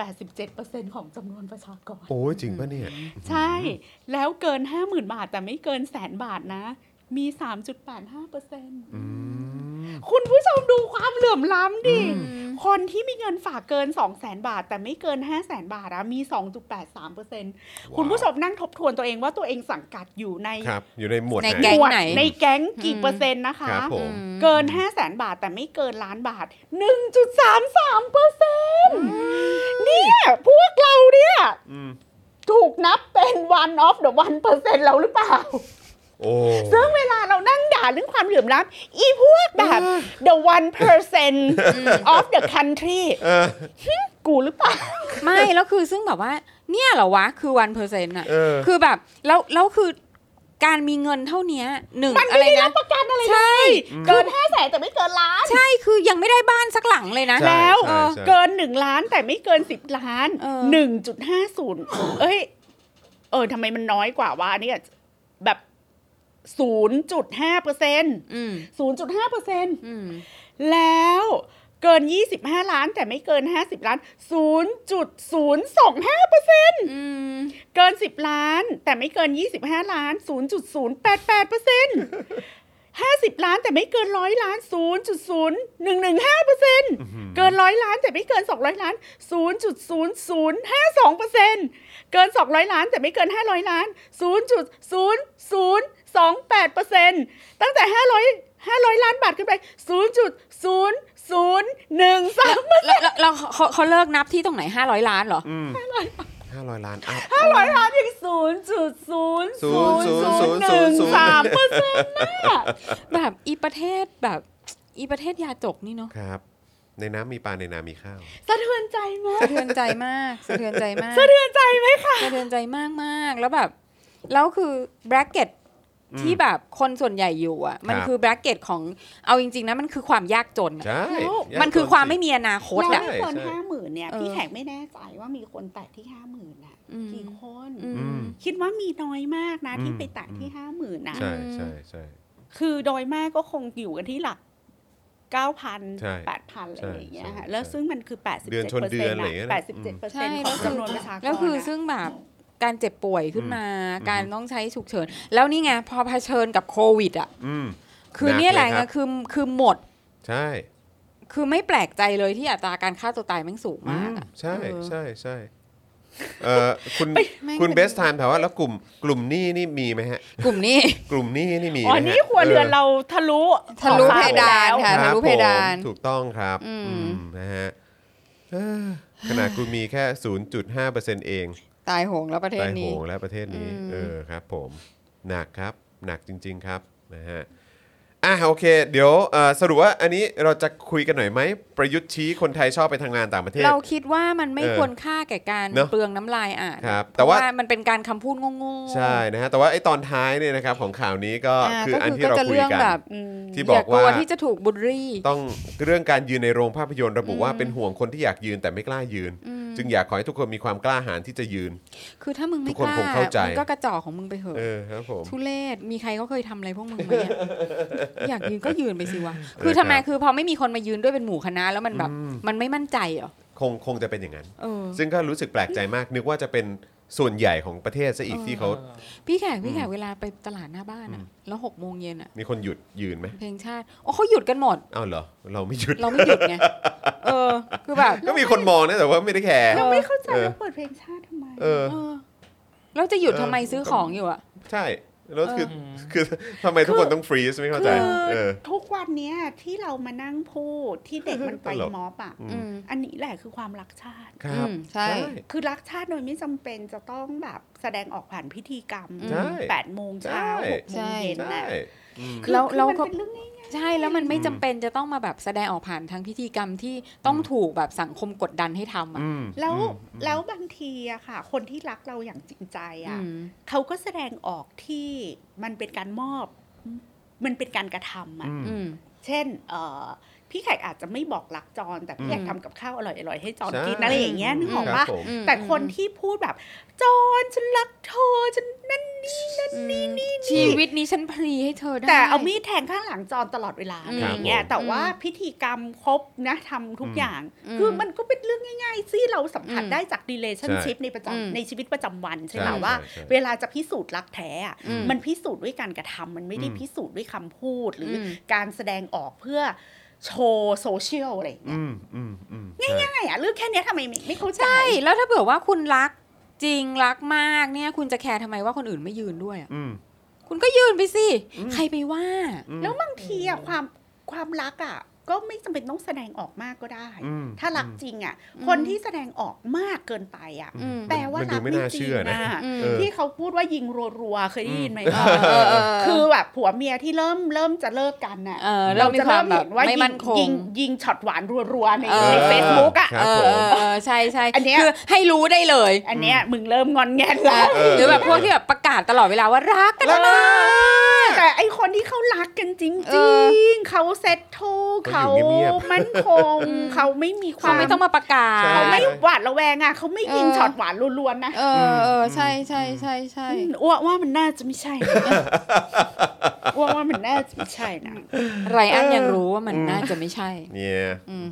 Speaker 4: 87%ของจำนวนประชากร
Speaker 1: โอ้ยจริงปะเนี่ย
Speaker 4: ใช่ แล้วเกิน 50,000 บาท แต่ไม่เกินแสนบาทนะ มี 3.85%
Speaker 1: อืม
Speaker 4: คุณผู้ชมดูความเหลื่อมล้ำดิ
Speaker 2: อืม
Speaker 4: คนที่มีเงินฝากเกิน 200,000 บาท แต่ไม่เกิน 500,000 บาทอะมี 2.83%คุณผู้ชมนั่งทบทวนตัวเองว่าตัวเองสังกัดอยู่ใน
Speaker 1: ครับ อยู่ในหมวด
Speaker 2: ใน
Speaker 1: ไหน
Speaker 2: แก๊ง
Speaker 4: หมวด
Speaker 2: ไหน
Speaker 4: ในแก๊งกี่
Speaker 2: อืม
Speaker 4: เปอร์เซ็นต์นะคะ
Speaker 1: ครับผม
Speaker 4: เกิน 5 0 0แสนบาทแต่ไม่เกินล้านบาท 1.33เปอร์เซ็นต์เนี่ย พวกเราเนี่ย
Speaker 1: อืม
Speaker 4: ถูกนับเป็น one of the one เปอร์เซ็นต์แล้วหรือเปล่า
Speaker 1: โอ้
Speaker 4: ซึ่งเวลาเรานั่งด่าเรื่องความเหลื่อมล้ำอีพวกแบบ the one percent of the country
Speaker 1: เออ
Speaker 4: กูหรือเปล่า
Speaker 2: ไม่แล้วคือซึ่งแบบว่า เนี่ยเหรอวะ คือวันเปอร์เซ็นต์อะ
Speaker 1: เออ
Speaker 2: คือแบบแล้วแล้วคือการมีเงินเท่าเนี้ยหนึ่ง
Speaker 4: มัน
Speaker 2: อะ
Speaker 4: ไม่
Speaker 2: ไร
Speaker 4: ได้รั
Speaker 2: นะ
Speaker 4: บประกันอะไร
Speaker 2: ใช่
Speaker 4: เลยเกิน5 0 0แสนแต่ไม่เกินล้าน
Speaker 2: ใช่คือยังไม่ได้บ้านสักหลังเลยนะ
Speaker 1: ใช่
Speaker 4: แล้ว
Speaker 1: ใช่ใช่
Speaker 4: เกิน 1 ล้านแต่ไม่เกิน 10 ล้าน
Speaker 2: เออ
Speaker 4: 1.50 เอ้ย เออทำไมมันน้อยกว่าว่าเนี่ยแบบ 0.5เปอร์เซ็นต์
Speaker 2: อืม
Speaker 4: 0.5เปอร์เซ็นต์
Speaker 2: อืม
Speaker 4: แล้วเกิน 25 ล้านแต่ไม่เกิน 50 ล้าน 0.025เปอร์เซ็นต์
Speaker 2: อืม
Speaker 4: เกิน 10 ล้าน แต่ไม่เกิน 25 ล้าน 0.088เปอร์เซ็นต์50 ล้านแต่ไม่เกิน 100 ล้าน 0.0115เปอร์เซ็นต์ เกินร้อยล้านแต่ไม่เกิน 200 ล้าน 0.0052เปอร์เซ็นต์เกิน 200 ล้านแต่ไม่เกิน 500 ล้าน 0.0028เปอร์เซ็นต์ตั้งแต่ 500 500 ล้านบาทขึ้นไป 0.0013เปอร์เซ็นต์
Speaker 2: แล้วแล้วแล้วเขาเขาเลิกนับที่ตรงไหนห้าร้อยล้านเหรอ
Speaker 1: อืมห้าร้อยล้านอัพ
Speaker 4: 500 ล้านยัง0.0013เปอร์เซ็นต์น่ะ
Speaker 2: แบบอีประเทศแบบอีประเทศยาจกนี่เนาะ
Speaker 1: ครับ ในน้ำมีปลาในนามีข้าว
Speaker 4: สะเทือนใจมาก
Speaker 2: สะเทือนใจมากสะเทือนใจมาก
Speaker 4: สะเทือนใจไหมคะ
Speaker 2: สะเทือนใจมากมากๆแล้วแบบแล้วคือแบร c เกต
Speaker 1: อืม
Speaker 2: ที่แบบคนส่วนใหญ่อยู่อ่ะ มัน
Speaker 1: ครับ
Speaker 2: คือแบร c เกตของเอาจริง ๆนะมันคือความยากจนอะ
Speaker 1: ใช่
Speaker 4: แล้ว
Speaker 1: ยก
Speaker 2: มันคือความ
Speaker 1: จ
Speaker 2: ไม่
Speaker 1: ริง
Speaker 2: มีอนาคต
Speaker 4: แล้ว
Speaker 2: อ่ะ
Speaker 4: ไม่เกิน
Speaker 1: ใช่
Speaker 4: ห้าหมื่นเนี่ย
Speaker 2: เออ
Speaker 4: พี่แขกไม่แน่ใจว่ามีคนแตะที่ห้าหมื่นอ่ะ
Speaker 2: อืม
Speaker 4: กี่คน
Speaker 2: อื
Speaker 1: อื
Speaker 2: ม
Speaker 1: ม
Speaker 4: คิดว่ามีน้อยมากนะ
Speaker 1: อืม
Speaker 4: ที่ไปแตะที่ห้าหมื่นนะ
Speaker 1: ใช่ใช่ใช่
Speaker 4: คือโดยมากก็คงอยู่กันที่หลักเก้าพัน
Speaker 1: ใช่
Speaker 4: แปดพันอะไรอย่างเงี้ย
Speaker 1: ใช่
Speaker 4: ค่ะ
Speaker 1: ใช่
Speaker 4: แล้วซึ่งมันคือแปดสิบ
Speaker 1: เดือน
Speaker 4: เจ็ด
Speaker 1: ชน
Speaker 4: เปอร์
Speaker 1: เดื
Speaker 4: เซ็
Speaker 1: อน น
Speaker 4: ต์
Speaker 1: อะไรอย่างเงี้ยนะ
Speaker 4: แปดสิบเจ็ดเปอร์
Speaker 2: ใช่
Speaker 4: เซ็นต์ขอ
Speaker 2: แล้วคือ
Speaker 4: งจำนวนประชากร
Speaker 2: แล้วคือ
Speaker 4: อะ
Speaker 2: ซึ่งแบบการเจ็บป่วยขึ้นมา
Speaker 1: อืม
Speaker 2: การต้องใช้ฉุกเฉิน แล้วนี่ไงพอเผชิญกับโควิดอ่ะ
Speaker 1: อืม
Speaker 2: คือเนี่ยแหละ
Speaker 1: หนักเลยครับ
Speaker 2: คือคือหมด
Speaker 1: ใช่
Speaker 2: คือไม่แปลกใจเลยที่อัตราการฆ่าตัวตายแม่งสูง
Speaker 1: อื
Speaker 2: มาก
Speaker 1: ม
Speaker 2: อะ
Speaker 1: ใช่
Speaker 2: เออ
Speaker 1: ใช่ใช่เออคุณ
Speaker 2: ไม่
Speaker 1: คุณ
Speaker 2: เป็น
Speaker 1: เบสไทม์ถามว่าแล้วกลุ่มกลุ่มหนี้นี่มีไหมฮะ
Speaker 2: กลุ่มนี้
Speaker 1: กลุ่มหนี้นี่มีไหม
Speaker 4: อ๋อ
Speaker 1: ฮะ
Speaker 4: นี่ครัวเรือนเราทะลุ
Speaker 2: ทะลุเพดาน
Speaker 4: แล้ว
Speaker 2: ค่ะ
Speaker 1: รับ
Speaker 2: ทะลุเพดาน
Speaker 1: ผมถูกต้องครับ
Speaker 2: อืม
Speaker 1: อืมนะฮะเอ้อขนาดกูมีแค่ 0.5%เอง
Speaker 2: ตายโหงแล้วประเทศ
Speaker 1: ตายโห
Speaker 2: นี้
Speaker 1: งและประเทศนี้
Speaker 2: อืม
Speaker 1: เออครับผม หนักครับ หนักจริง ๆครับนะฮะอ่ะโอเค เดี๋ยวเอ่อสรุปว่าอันนี้เราจะคุยกันหน่อยไหม ประยุทธ์ชี้คนไทยชอบไปทางงานต่างประเทศ
Speaker 2: เราคิดว่ามันไม่
Speaker 1: เออ
Speaker 2: ควรค่าแก่การ
Speaker 1: เนอะ
Speaker 2: เปลืองน้ำลายอ่าน
Speaker 1: ครับ
Speaker 2: เพ
Speaker 1: แต่
Speaker 2: ราะ
Speaker 1: ว่า
Speaker 2: ว่ามันเป็นการคำพูดโง่ๆ
Speaker 1: ใช่นะฮะแต่ว่าไอ้ตอนท้ายเนี่ยนะครับของข่าวนี้ก็
Speaker 2: า
Speaker 1: คืออันที่
Speaker 2: ก็
Speaker 1: เรา
Speaker 2: จะ
Speaker 1: คุย
Speaker 2: เรื่อง
Speaker 1: กัน
Speaker 2: แบบ
Speaker 4: อืม
Speaker 1: ที่บอย่
Speaker 2: อาก กลัว
Speaker 1: ว่า
Speaker 2: ที่จะถูกบุลลี่
Speaker 1: ต้องเรื่องการยืนในโรงภาพยนตร์ระบุว่าเป็นห่วงคนที่อยากยืนแต่ไม่กล้ายืน จึงอยากขอให้ทุกคนมีความกล้าหาญที่จะยืน
Speaker 2: คือถ้ามึงไม่
Speaker 1: ทุกคน
Speaker 2: ก
Speaker 1: ค
Speaker 2: ล้า
Speaker 1: งเข้าใจ
Speaker 2: มึงก็กระจอกของมึงไปเถอะ
Speaker 1: เออครับผม
Speaker 2: ทุเลศมีใครเขาเคยทำอะไรพวกมึงไหม อะ อยากยืนก็ยืนไปสิวะคือทำไม
Speaker 1: ครับ
Speaker 2: คือพอไม่มีคนมายืนด้วยเป็นหมู่คณะแล้วมันแบบ
Speaker 1: อืม
Speaker 2: มันไม่มั่นใจเหรอ
Speaker 1: คงคงจะเป็นอย่างนั้น
Speaker 2: เออ
Speaker 1: ซึ่งก็รู้สึกแปลกใจมากนึกว่าจะเป็นส่วนใหญ่ของประเทศซะอีก
Speaker 2: เออ
Speaker 1: ที่เขา
Speaker 2: พี่แขกพี่แข
Speaker 1: อื
Speaker 2: ก
Speaker 1: ม
Speaker 2: เวลาไปตลาดหน้าบ้าน
Speaker 1: อื
Speaker 2: อะ
Speaker 1: ม
Speaker 2: แล้วหกโมงเย็นอะ
Speaker 1: มีคนหยุดยืนไหม
Speaker 2: เพลงชาติโอ้เขาหยุดกันหมด
Speaker 1: อ้าวเหรอ เราไม่หยุด
Speaker 2: เราไม่หยุด ไงเออ คือแบบ
Speaker 1: ก็มีคนมองนะแต่ว่าไม่ได้แคร์
Speaker 4: เราไม่เข้าใจ
Speaker 1: เออ
Speaker 4: เราเปิดเพลงชาติทำไม
Speaker 1: เออ
Speaker 2: เออ เราจะหยุด
Speaker 1: เออ
Speaker 2: ทำไมซื้อของอยู่อะ
Speaker 1: ใช่ แล้วคือ
Speaker 3: อืม
Speaker 1: คือ ทำไมทุกคนต้องฟรีซไม่เข้าใจ
Speaker 4: คือ
Speaker 1: เออ
Speaker 4: ทุกวันเนี้ยที่เรามานั่งพูดที่เด็กมันไป
Speaker 1: ตลก
Speaker 4: มอบอ่ะ
Speaker 1: อื
Speaker 2: อื
Speaker 1: ม
Speaker 2: ม
Speaker 4: อันนี้แหละคือความรักชาติ
Speaker 1: ครับ
Speaker 2: อืมใช่
Speaker 4: คือรักชาติโดยไม่จำเป็นจะต้องแบบแสดงออกผ่านพิธีกรรม
Speaker 2: ใช่
Speaker 4: แปดโมงเช้า
Speaker 1: ใช่
Speaker 4: หกโมงเย็น
Speaker 1: ใช่
Speaker 4: น่ะ
Speaker 1: อืม
Speaker 4: คือ
Speaker 2: แล้ว
Speaker 4: คือ
Speaker 2: แล้ว
Speaker 4: มัน
Speaker 2: ก็
Speaker 4: เป็นเรื่องง่าย
Speaker 2: ใช่แล้วมันไม่จำเป็นจะต้องมาแบบแสดงออกผ่านทางพิธีกรรมที่ต้อง
Speaker 1: อืม
Speaker 2: ถูกแบบสังคมกดดันให้ทำอ่ะ
Speaker 1: อืม
Speaker 4: แล้ว
Speaker 1: อืม
Speaker 4: แล้วบางทีอะค่ะ คนที่รักเราอย่างจริงใจอะ
Speaker 2: อืม
Speaker 4: เขาก็แสดงออกที่มันเป็นการมอบ มันเป็นการกระทำอะ
Speaker 2: อืม
Speaker 4: เช่นเอ่อพี่แขกอาจจะไม่บอกรักจอนแต่พี่แขก
Speaker 2: อืม
Speaker 4: ทำกับข้าวอร่อยๆให้จอน
Speaker 1: ใช่
Speaker 4: กินอะไรอย่างเงี้ยนึกออก
Speaker 1: ครั
Speaker 4: ปะ
Speaker 1: บผม
Speaker 2: อืม
Speaker 4: แต่คนที่พูดแบบ จอนฉันรักเธอฉันนั่นนี่นั่น
Speaker 2: อืมชีวิตนี้ฉันพลีให้เธอได้
Speaker 4: แต่เอามีดแทงข้างหลังจอนตลอดเวลา
Speaker 2: อืม
Speaker 4: อะไรอย่างเงี้ย
Speaker 1: ครับผม
Speaker 4: แต่ว่าพิธีกรรมครบนะทำทุกอย่าง
Speaker 2: อืม
Speaker 4: คือมันก็เป็นเรื่องง่ายๆที่เราสัมผัส
Speaker 2: อืม
Speaker 4: ได้จาก relationship ในประ
Speaker 2: อืม
Speaker 4: จำในชีวิตประจำวันใช่ไหม
Speaker 1: ใช่
Speaker 4: ว่า
Speaker 1: ใช่ใช่
Speaker 4: เวลาจะพิสูจน์รักแท้อะ
Speaker 2: อืม
Speaker 4: มันพิสูจน์ด้วยการกระทำมันไม่ได้
Speaker 1: อืม
Speaker 4: พิสูจน์ด้วยคำพูดหรืออ
Speaker 2: ม
Speaker 4: การแสดงออกเพื่อโชว์โซเชียลอะไรอย่างเงี้
Speaker 1: อื
Speaker 4: ย
Speaker 1: มอืมอืมใช่
Speaker 4: ง่ายอะเรื่องแค่เนี้ยทำไมไม่ไม่เข้าใจ
Speaker 2: ใช่ แล้วถ้าเผื่อว่าคุณรักจริงรักมากเนี่ย คุณจะแคร์ทำไมว่าคนอื่นไม่ยืนด้วยอะ
Speaker 1: อืม
Speaker 2: คุณก็ยืนไปสิ
Speaker 1: อืม
Speaker 2: ใครไปว่า
Speaker 1: อืม
Speaker 4: แล้วบางทีอะความความรักอะก็ไม่จำเป็นต้องแสดงออกมากก็ได้
Speaker 1: อืม
Speaker 4: ถ้ารักจริงอะ
Speaker 2: อืม
Speaker 4: คนที่แสดงออกมากเกินไปอะ
Speaker 2: อืม
Speaker 4: แปลว่า
Speaker 1: มันดู
Speaker 4: รัก
Speaker 1: ไม่
Speaker 4: ไม่
Speaker 1: น่า
Speaker 4: จ
Speaker 1: เชื่
Speaker 4: ริง
Speaker 1: อนะ
Speaker 4: นะ
Speaker 2: อืม
Speaker 1: เออ
Speaker 4: ที่เขาพูดว่ายิงรัวๆเคยได้ยินไหมคะ
Speaker 2: เออเออ
Speaker 4: คือแบบผัวเมียที่เริ่มเริ่มจะเลิกกันน่ะ
Speaker 2: เออเรามี
Speaker 4: จะ
Speaker 2: ความ
Speaker 4: ม
Speaker 2: แบบ
Speaker 4: เห็นว่า
Speaker 2: ไม่
Speaker 4: ยิง
Speaker 2: มั่นคง
Speaker 4: ยิงยิงช็อตหวานรัวๆใน
Speaker 2: เออ
Speaker 4: ในเฟซบุ๊กอ่ะ
Speaker 1: ค รั บ
Speaker 2: เอ
Speaker 1: ผ
Speaker 2: อ
Speaker 1: ม
Speaker 2: เออเออใช่ใช่
Speaker 4: อันเนี้ย
Speaker 2: คือให้รู้ได้เลย
Speaker 4: อันเนี้ยมึงเริ่มงอนแงนแล้ว
Speaker 1: เออ
Speaker 2: หรือแบบพวกที่แบบประกาศตลอดเวลาว่ารักกัน
Speaker 4: รัก
Speaker 2: มาก
Speaker 4: แต่ไอคนที่เขารักกันจริง
Speaker 2: เอ
Speaker 4: ๆเขาเซ็ตโท
Speaker 1: เขา
Speaker 4: เขา
Speaker 1: อยู่เงียบๆ
Speaker 4: มั่นคงเขาไม่มีค
Speaker 2: เขา
Speaker 4: วาม
Speaker 2: ไม่ต้องมาประกาศ
Speaker 1: ใช่
Speaker 4: เขาไม่หวาดระแวงอ่ะเขาไม่ยิง
Speaker 2: เออ
Speaker 4: ช็อตหวานรัวๆนะ
Speaker 2: เออเออใช่ใช่ใช่ใช่
Speaker 4: อืมอ้วกว่ามันน่าจะไม่ใช่ นะอ้วกว่ามันน่าจะไม่ใช่นะ
Speaker 2: ไรอันยังรู้ว่ามันน่าจะไม่ใช่
Speaker 1: เนี่ย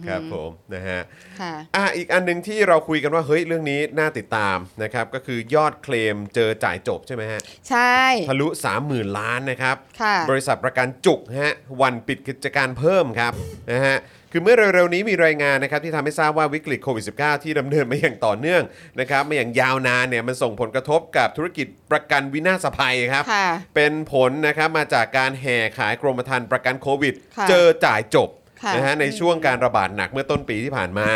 Speaker 1: ครับผมนะฮะ
Speaker 2: ค่ะ
Speaker 1: อ่ะอีกอันหนึ่งที่เราคุยกันว่าเฮ้ยเรื่องนี้น่าติดตามนะครับก็คือยอดเคลมเจอจ่ายจบใช่ไหมฮะ
Speaker 2: ใช่
Speaker 1: ทะลุ 30,000 ล้านนะครับ
Speaker 2: ค่ะ
Speaker 1: บริษัทประกันจุกฮะวันปิดกิจการเพิ่มครับนะฮะคือเมื่อเร็วๆนี้มีรายงานนะครับที่ทำให้ทราบว่าวิกฤตโควิด -19 ที่ดำเนินมาอย่างต่อเนื่องนะครับมาอย่างยาวนานเนี่ยมันส่งผลกระทบกับธุรกิจประกันวินาศภัยครับ
Speaker 2: ค่ะ
Speaker 1: เป็นผลนะครับมาจากการแห่ขายกรมธรรม์ประกันโควิด
Speaker 2: ค่ะ
Speaker 1: เจอจ่ายจบ
Speaker 2: ค่ะ
Speaker 1: นะฮะในช่วงการระบาดหนักเมื่อต้นปีที่ผ่านมา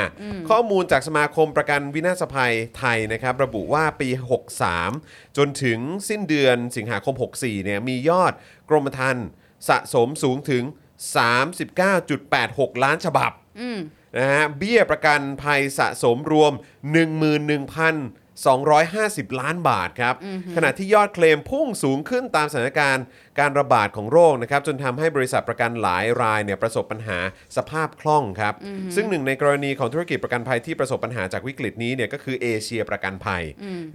Speaker 1: ข้อมูลจากสมาคมประกันวินาศภัยไทยนะครับ ระบุว่าปี 63 จนถึงสิ้นเดือนสิงหาคม 64เนี่ยมียอดกรมธรรม์สะสมสูงถึง 39.86 ล้านฉบับ
Speaker 2: อืม
Speaker 1: นะฮะเบี้ยประกันภัยสะสมรวม 11,250 ล้านบาทครับ ขณะที่ยอดเคลมพุ่งสูงขึ้นตามสถานการณ์การระบาดของโรคนะครับจนทำให้บริษัทประกันหลายรายเนี่ยประสบปัญหาสภาพคล่องครับ ซึ่งหนึ่งในกรณีของธุรกิจประกันภัยที่ประสบปัญหาจากวิกฤตนี้เนี่ยก็คือเอเชียประกันภัย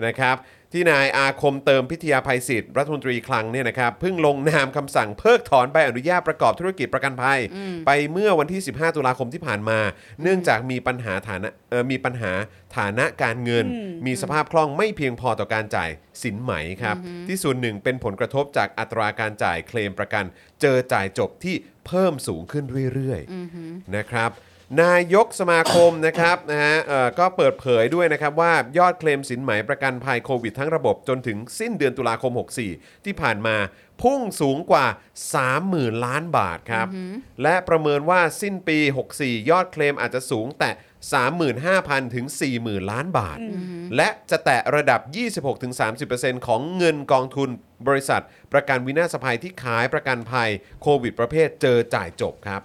Speaker 1: นะครับที่นายอาคมเติมพิทยาภัยศิษย์รัฐมนตรีคลังเนี่ยนะครับเพิ่งลงนามคำสั่งเพิกถอนใบอนุญาตประกอบธุรกิจประกันภัย ไปเมื่อวันที่ 15 ตุลาคมที่ผ่านมา เนื่องจากมีปัญหาฐานะเอ่อมีปัญหาฐานะการเงิน
Speaker 4: อืม
Speaker 1: มีสภาพคล่องไม่เพียงพอต่อการจ่ายสินไหมครับ ที่ส่วนหนึ่งเป็นผลกระทบจากอัตราการจ่ายเคลมประกัน เจอจ่ายจบที่เพิ่มสูงขึ้นเรื่อยๆนะครับ นายกสมาคม นะครับนะฮะเอ่อก็เปิดเผยด้วยนะครับว่ายอดเคลมสินไหมประกันภัยโควิดทั้งระบบจนถึงสิ้นเดือนตุลาคม 64 ที่ผ่านมา พุ่งสูงกว่า 30,000 ล้านบาทครับ และประเมินว่าสิ้นปี 64 ยอดเคลมอาจจะสูงแต่ 35,000 ถึง 40,000 ล้านบาท และจะแตะระดับ 26-30%ของเงินกองทุนบริษัท ประกันวินาศภัยที่ขายประกันภัยโควิดประเภทเจอจ่ายจบครับ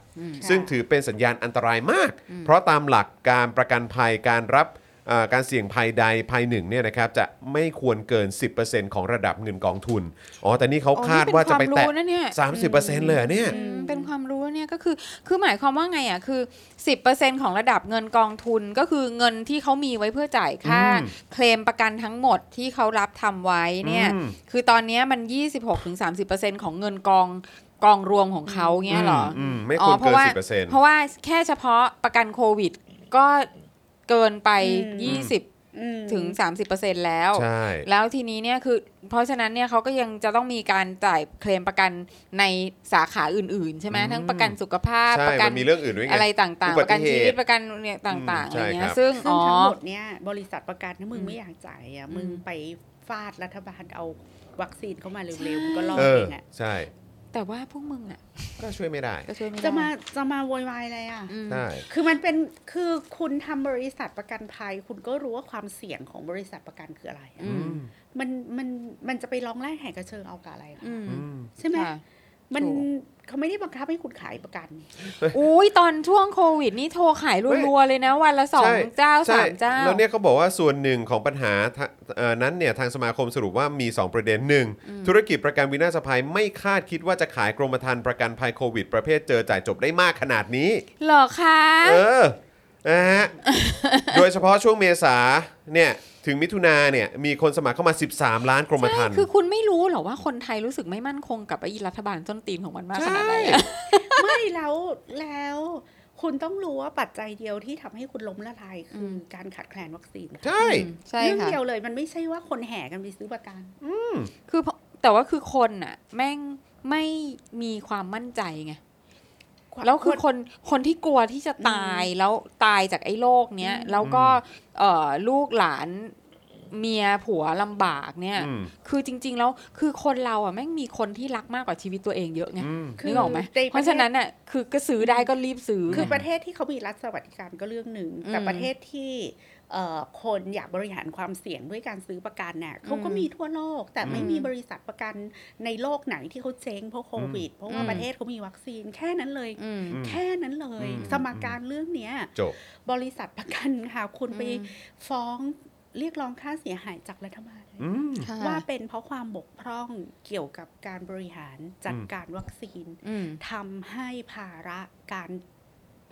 Speaker 1: ซึ่งถือเป็นสัญญาณอันตรายมาก เพราะตามหลักการประกันภัยการรับเอ่อการเสี่ยงภัยใดภัยหนึ่งเนี่ยนะครับจะไม่ควรเกิน 10%ของระดับเงินกองทุน อ๋อ แต่นี่เขา
Speaker 2: อ๋อ
Speaker 1: คาดว่าจะไปแตะ
Speaker 2: นี่เป็นความรู้นะเนี่ย
Speaker 1: 30%เลยเหรอเนี่ย
Speaker 2: อืมเป็นความรู้เนี่ยก็คือ คือหมายความว่าไงอ่ะ คือ 10%ของระดับเงินกองทุนก็คือเงินที่เขามีไว้เพื่อจ่ายค่า
Speaker 1: อืม
Speaker 2: เคลมประกันทั้งหมดที่เขารับทำไว้เนี่ย
Speaker 1: อืม
Speaker 2: คือตอนเนี้ยมัน 26-30%ของเงินกองกองรวมของเขาเงี้ยเหรอ
Speaker 1: ม
Speaker 2: อ
Speaker 1: อืมไม่ควร
Speaker 2: อ๋อเพราะว่า
Speaker 1: เกิน10%
Speaker 2: เพราะว่าแค่เฉพาะประกันโควิด ก็เกินไป
Speaker 4: อืม
Speaker 2: 20
Speaker 4: อืม
Speaker 2: ถึง30%แล้ว
Speaker 1: ใช่
Speaker 2: แล้วทีนี้เนี่ยคือเพราะฉะนั้นเนี่ยเขาก็ยังจะต้องมีการจ่ายเคลมประกันในสาขาอื่นๆ ใช่ไหม
Speaker 1: อืม
Speaker 2: ทั้งประกันสุขภาพ
Speaker 1: ใช่
Speaker 2: ประกั
Speaker 1: มันมีเรื่องอื่นด้วยไง
Speaker 2: อะไรต่าง
Speaker 1: อุ
Speaker 2: ๆ ป
Speaker 1: บั
Speaker 2: ระ
Speaker 1: ติ
Speaker 2: กัน
Speaker 1: เหตุ
Speaker 2: ชีวิตประกันเนี่ยต่างๆ
Speaker 1: อืม
Speaker 2: อะไรเงี้
Speaker 1: ใช่ครั
Speaker 2: ย
Speaker 1: บ
Speaker 2: ซึ่ง
Speaker 4: ซึ่ง
Speaker 2: อ๋อ
Speaker 4: ทั้งหมดเนี่ยบริษัทประกันถ้ามึง
Speaker 2: อืม
Speaker 4: ไม่อยากจ่ายอ่ะ
Speaker 2: อืม
Speaker 4: มึงไป ฟาดรัฐบาลเอาวัคซีนเข้ามาเร็วๆมันก็รอด
Speaker 1: เออ
Speaker 4: เองอะ
Speaker 1: ใช่
Speaker 2: แต่ว่าพวกมึงอ่ะ
Speaker 1: ก็ช่วยไม่ได้
Speaker 2: ก็ช่วยไม่ได้
Speaker 4: จะมาจะมาโวยวายอะไรอ่ะ
Speaker 2: อืม
Speaker 1: ใช่
Speaker 4: คือมันเป็นคือคุณทำบริษัทประกันภัย คุณก็รู้ว่าความเสี่ยงของบริษัทประกันคืออะไรอะ
Speaker 2: อืม
Speaker 4: มันมันมันจะไปร้องแรกแหกกระเชิงเอากับอะไรอะ
Speaker 2: อืม
Speaker 4: ใช่ไหม
Speaker 2: ค่ะ
Speaker 4: มัน
Speaker 2: ถูก
Speaker 4: เขาไม่ได้บังคับให้คุณขายประกัน
Speaker 2: อุ้ยตอนช่วงโควิดนี่โทรขายรัวๆเลยนะ วันละสอง
Speaker 1: ใช่
Speaker 2: เจ้า
Speaker 1: ใช่
Speaker 2: สามเจ้า
Speaker 1: แล้วเนี่ยเขาบอกว่าส่วนหนึ่งของปัญหาทะเอ่อนั้นเนี่ยทางสมาคมสรุปว่ามี 2 ประเด็นหนึ่งธุรกิจประกันวินาศภัยไม่คาดคิดว่าจะขายกรมธรรม์ประกันภัยโควิด ประเภทเจอจ่ายจบได้มากขนาดนี้
Speaker 2: เหรอคะ
Speaker 1: เออนะฮะ โดยเฉพาะช่วงเมษาเนี่ยถึงมิถุนาเนี่ยมีคนสมัครเข้ามา 13 ล้านกรมธรรม์
Speaker 2: คือคุณไม่รู้เหรอว่าคนไทยรู้สึกไม่มั่นคงกับไอ้รัฐบาลต้นตีนของมันมากขนาดไหนอะ
Speaker 4: ไม่แล้วแล้วคุณต้องรู้ว่าปัจจัยเดียวที่ทำให้คุณล้มละลายคืออการขาดแคลนวัคซีนค่ะ
Speaker 1: ใช่
Speaker 2: อืมใช่
Speaker 4: เรื่อง
Speaker 2: ค่ะ
Speaker 4: เดียวเลยมันไม่ใช่ว่าคนแห่กันไปซื้อประกัน
Speaker 2: คือเพราะแต่ว่าคือคนน่ะ แม่งไม่มีความมั่นใจไง แล้วคือคนคนที่กลัวที่จะตายแล้วตายจากไอ้โรคเนี้ย แล้วก็เอ่อลูกหลานเมียผัวลำบากเนี่ย
Speaker 1: อืม
Speaker 2: คือจริง ๆ แล้วคือคนเราอ่ะแม่งมีคนที่รักมากกว่าชีวิตตัวเองเยอะไง
Speaker 1: อืม
Speaker 2: นึกออกไหม
Speaker 4: คือในประเทศ
Speaker 2: เพราะฉะนั้นอ่ะคือก็ซื้อได้ก็รีบซื้อไง
Speaker 4: คือประเทศที่เขามีรัฐสวัสดิการก็เรื่องหนึ่งแต่
Speaker 2: อืม
Speaker 4: ประเทศที่เอ่อคนอยากบริหารความเสี่ยงด้วยการซื้อประกันน่ะเขาก็มีทั่วโลก แต่ไม่มีบริษัทประกันในโลกไหนที่เขาเจ๊งเพราะโควิด เพราะว่า
Speaker 2: อืม
Speaker 4: ประเทศเขามีวัคซีนแค่นั้นเลย
Speaker 2: อืม
Speaker 1: อืม
Speaker 4: แค่นั้นเลย
Speaker 1: อืม
Speaker 4: สมการเรื่องเนี้ย
Speaker 1: จบ
Speaker 4: บริษัทประกันค่ะ คุณไป
Speaker 2: อืม
Speaker 4: ฟ้องเรียกร้องค่าเสียหายจากรัฐบาล
Speaker 1: อืม
Speaker 2: ค่ะ
Speaker 4: ว่าเป็นเพราะความบกพร่องเกี่ยวกับการบริหารจัด
Speaker 1: อืม
Speaker 4: การวัคซีน
Speaker 2: อืม
Speaker 4: ทำให้ภาระการ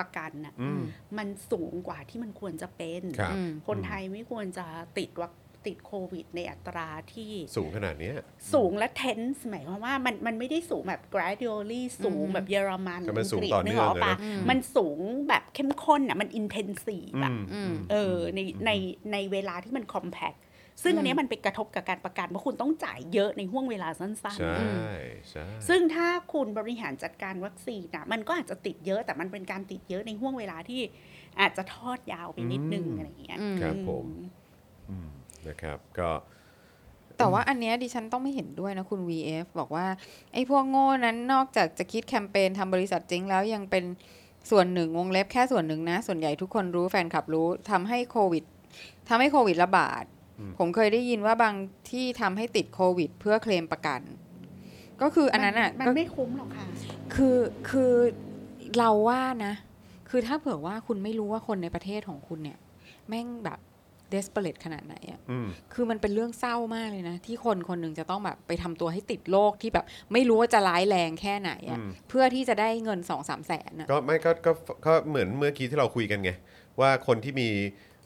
Speaker 4: ประกันน่ะ
Speaker 1: อืม
Speaker 4: มันสูงกว่าที่มันควรจะเป็น
Speaker 1: ครับ
Speaker 2: อืม
Speaker 4: คนไทยไม่ควรจะติดวัคติดโควิดในอัตราที่
Speaker 1: สูงขนาดเนี้ย
Speaker 4: สูงและ tense หมายความว่ามันมันไม่ได้สูงแบบ gradually สูงแบบเยอรมัน
Speaker 1: แต่มันสูง
Speaker 4: กฤษ
Speaker 1: ต่อเนื่อง
Speaker 4: กกปะ
Speaker 1: เลยนะอืม
Speaker 4: มันสูงแบบเข้มข้นอ่ะมัน intensive
Speaker 1: อื
Speaker 4: อะ
Speaker 1: ม
Speaker 2: อืม
Speaker 4: เออในในในเวลาที่มันคอมแพคซึ่งอันเนี้ยมันไปกระทบกับการประกันเพราะคุณต้องจ่ายเยอะในห่วงเวลาสั้น
Speaker 1: ใช่
Speaker 4: ๆ
Speaker 1: ใช่
Speaker 4: ซึ่งถ้าคุณบริหารจัดการวัคซีนนะมันก็อาจจะติดเยอะแต่มันเป็นการติดเยอะในห่วงเวลาที่อาจจะทอดยาวไปนิดนึง
Speaker 1: อืม
Speaker 4: อะไรอย่างเงี้ย
Speaker 2: อืม
Speaker 1: ครับผม อืมนะครับก็
Speaker 2: แต่ว่าอันเนี้ยดิฉันต้องไม่เห็นด้วยนะคุณ VF บอกว่า ไอ้พวกโง่นั้นนอกจากจะคิดแคมเปญทำบริษัทเจ๊งแล้วยังเป็นส่วนหนึ่งวงเล็บแค่ส่วนหนึ่งนะ ส่วนใหญ่ทุกคนรู้แฟนคลับรู้ทำให้โควิดทำให้โควิดระบาด
Speaker 1: อืม
Speaker 2: ผมเคยได้ยินว่าบางที่ทำให้ติดโควิด เพื่อเคลมประกัน ก็คืออันนั้นอ่ะ
Speaker 4: มั
Speaker 2: ก็
Speaker 4: นไม่คุ้มหรอกค่ะ
Speaker 2: คือคือเราว่านะ คือถ้าเผื่อว่าคุณไม่รู้ว่าคนในประเทศของคุณเนี่ย แม่งแบบ desperate ขนาดไหนอะ
Speaker 1: อืม
Speaker 2: คือมันเป็นเรื่องเศร้ามากเลยนะ ที่คนคนหนึ่งจะต้องแบบไปทำตัวให้ติดโรคที่แบบ ไม่รู้ว่าจะร้ายแรงแค่ไหนอะ
Speaker 1: อืม
Speaker 2: เพื่อที่จะได้เงินสองสามแสนอะ
Speaker 1: ก็ไม่ก็ก็ก็เหมือนเมื่อกี้ที่เราคุยกันไง ว่าคนที่มี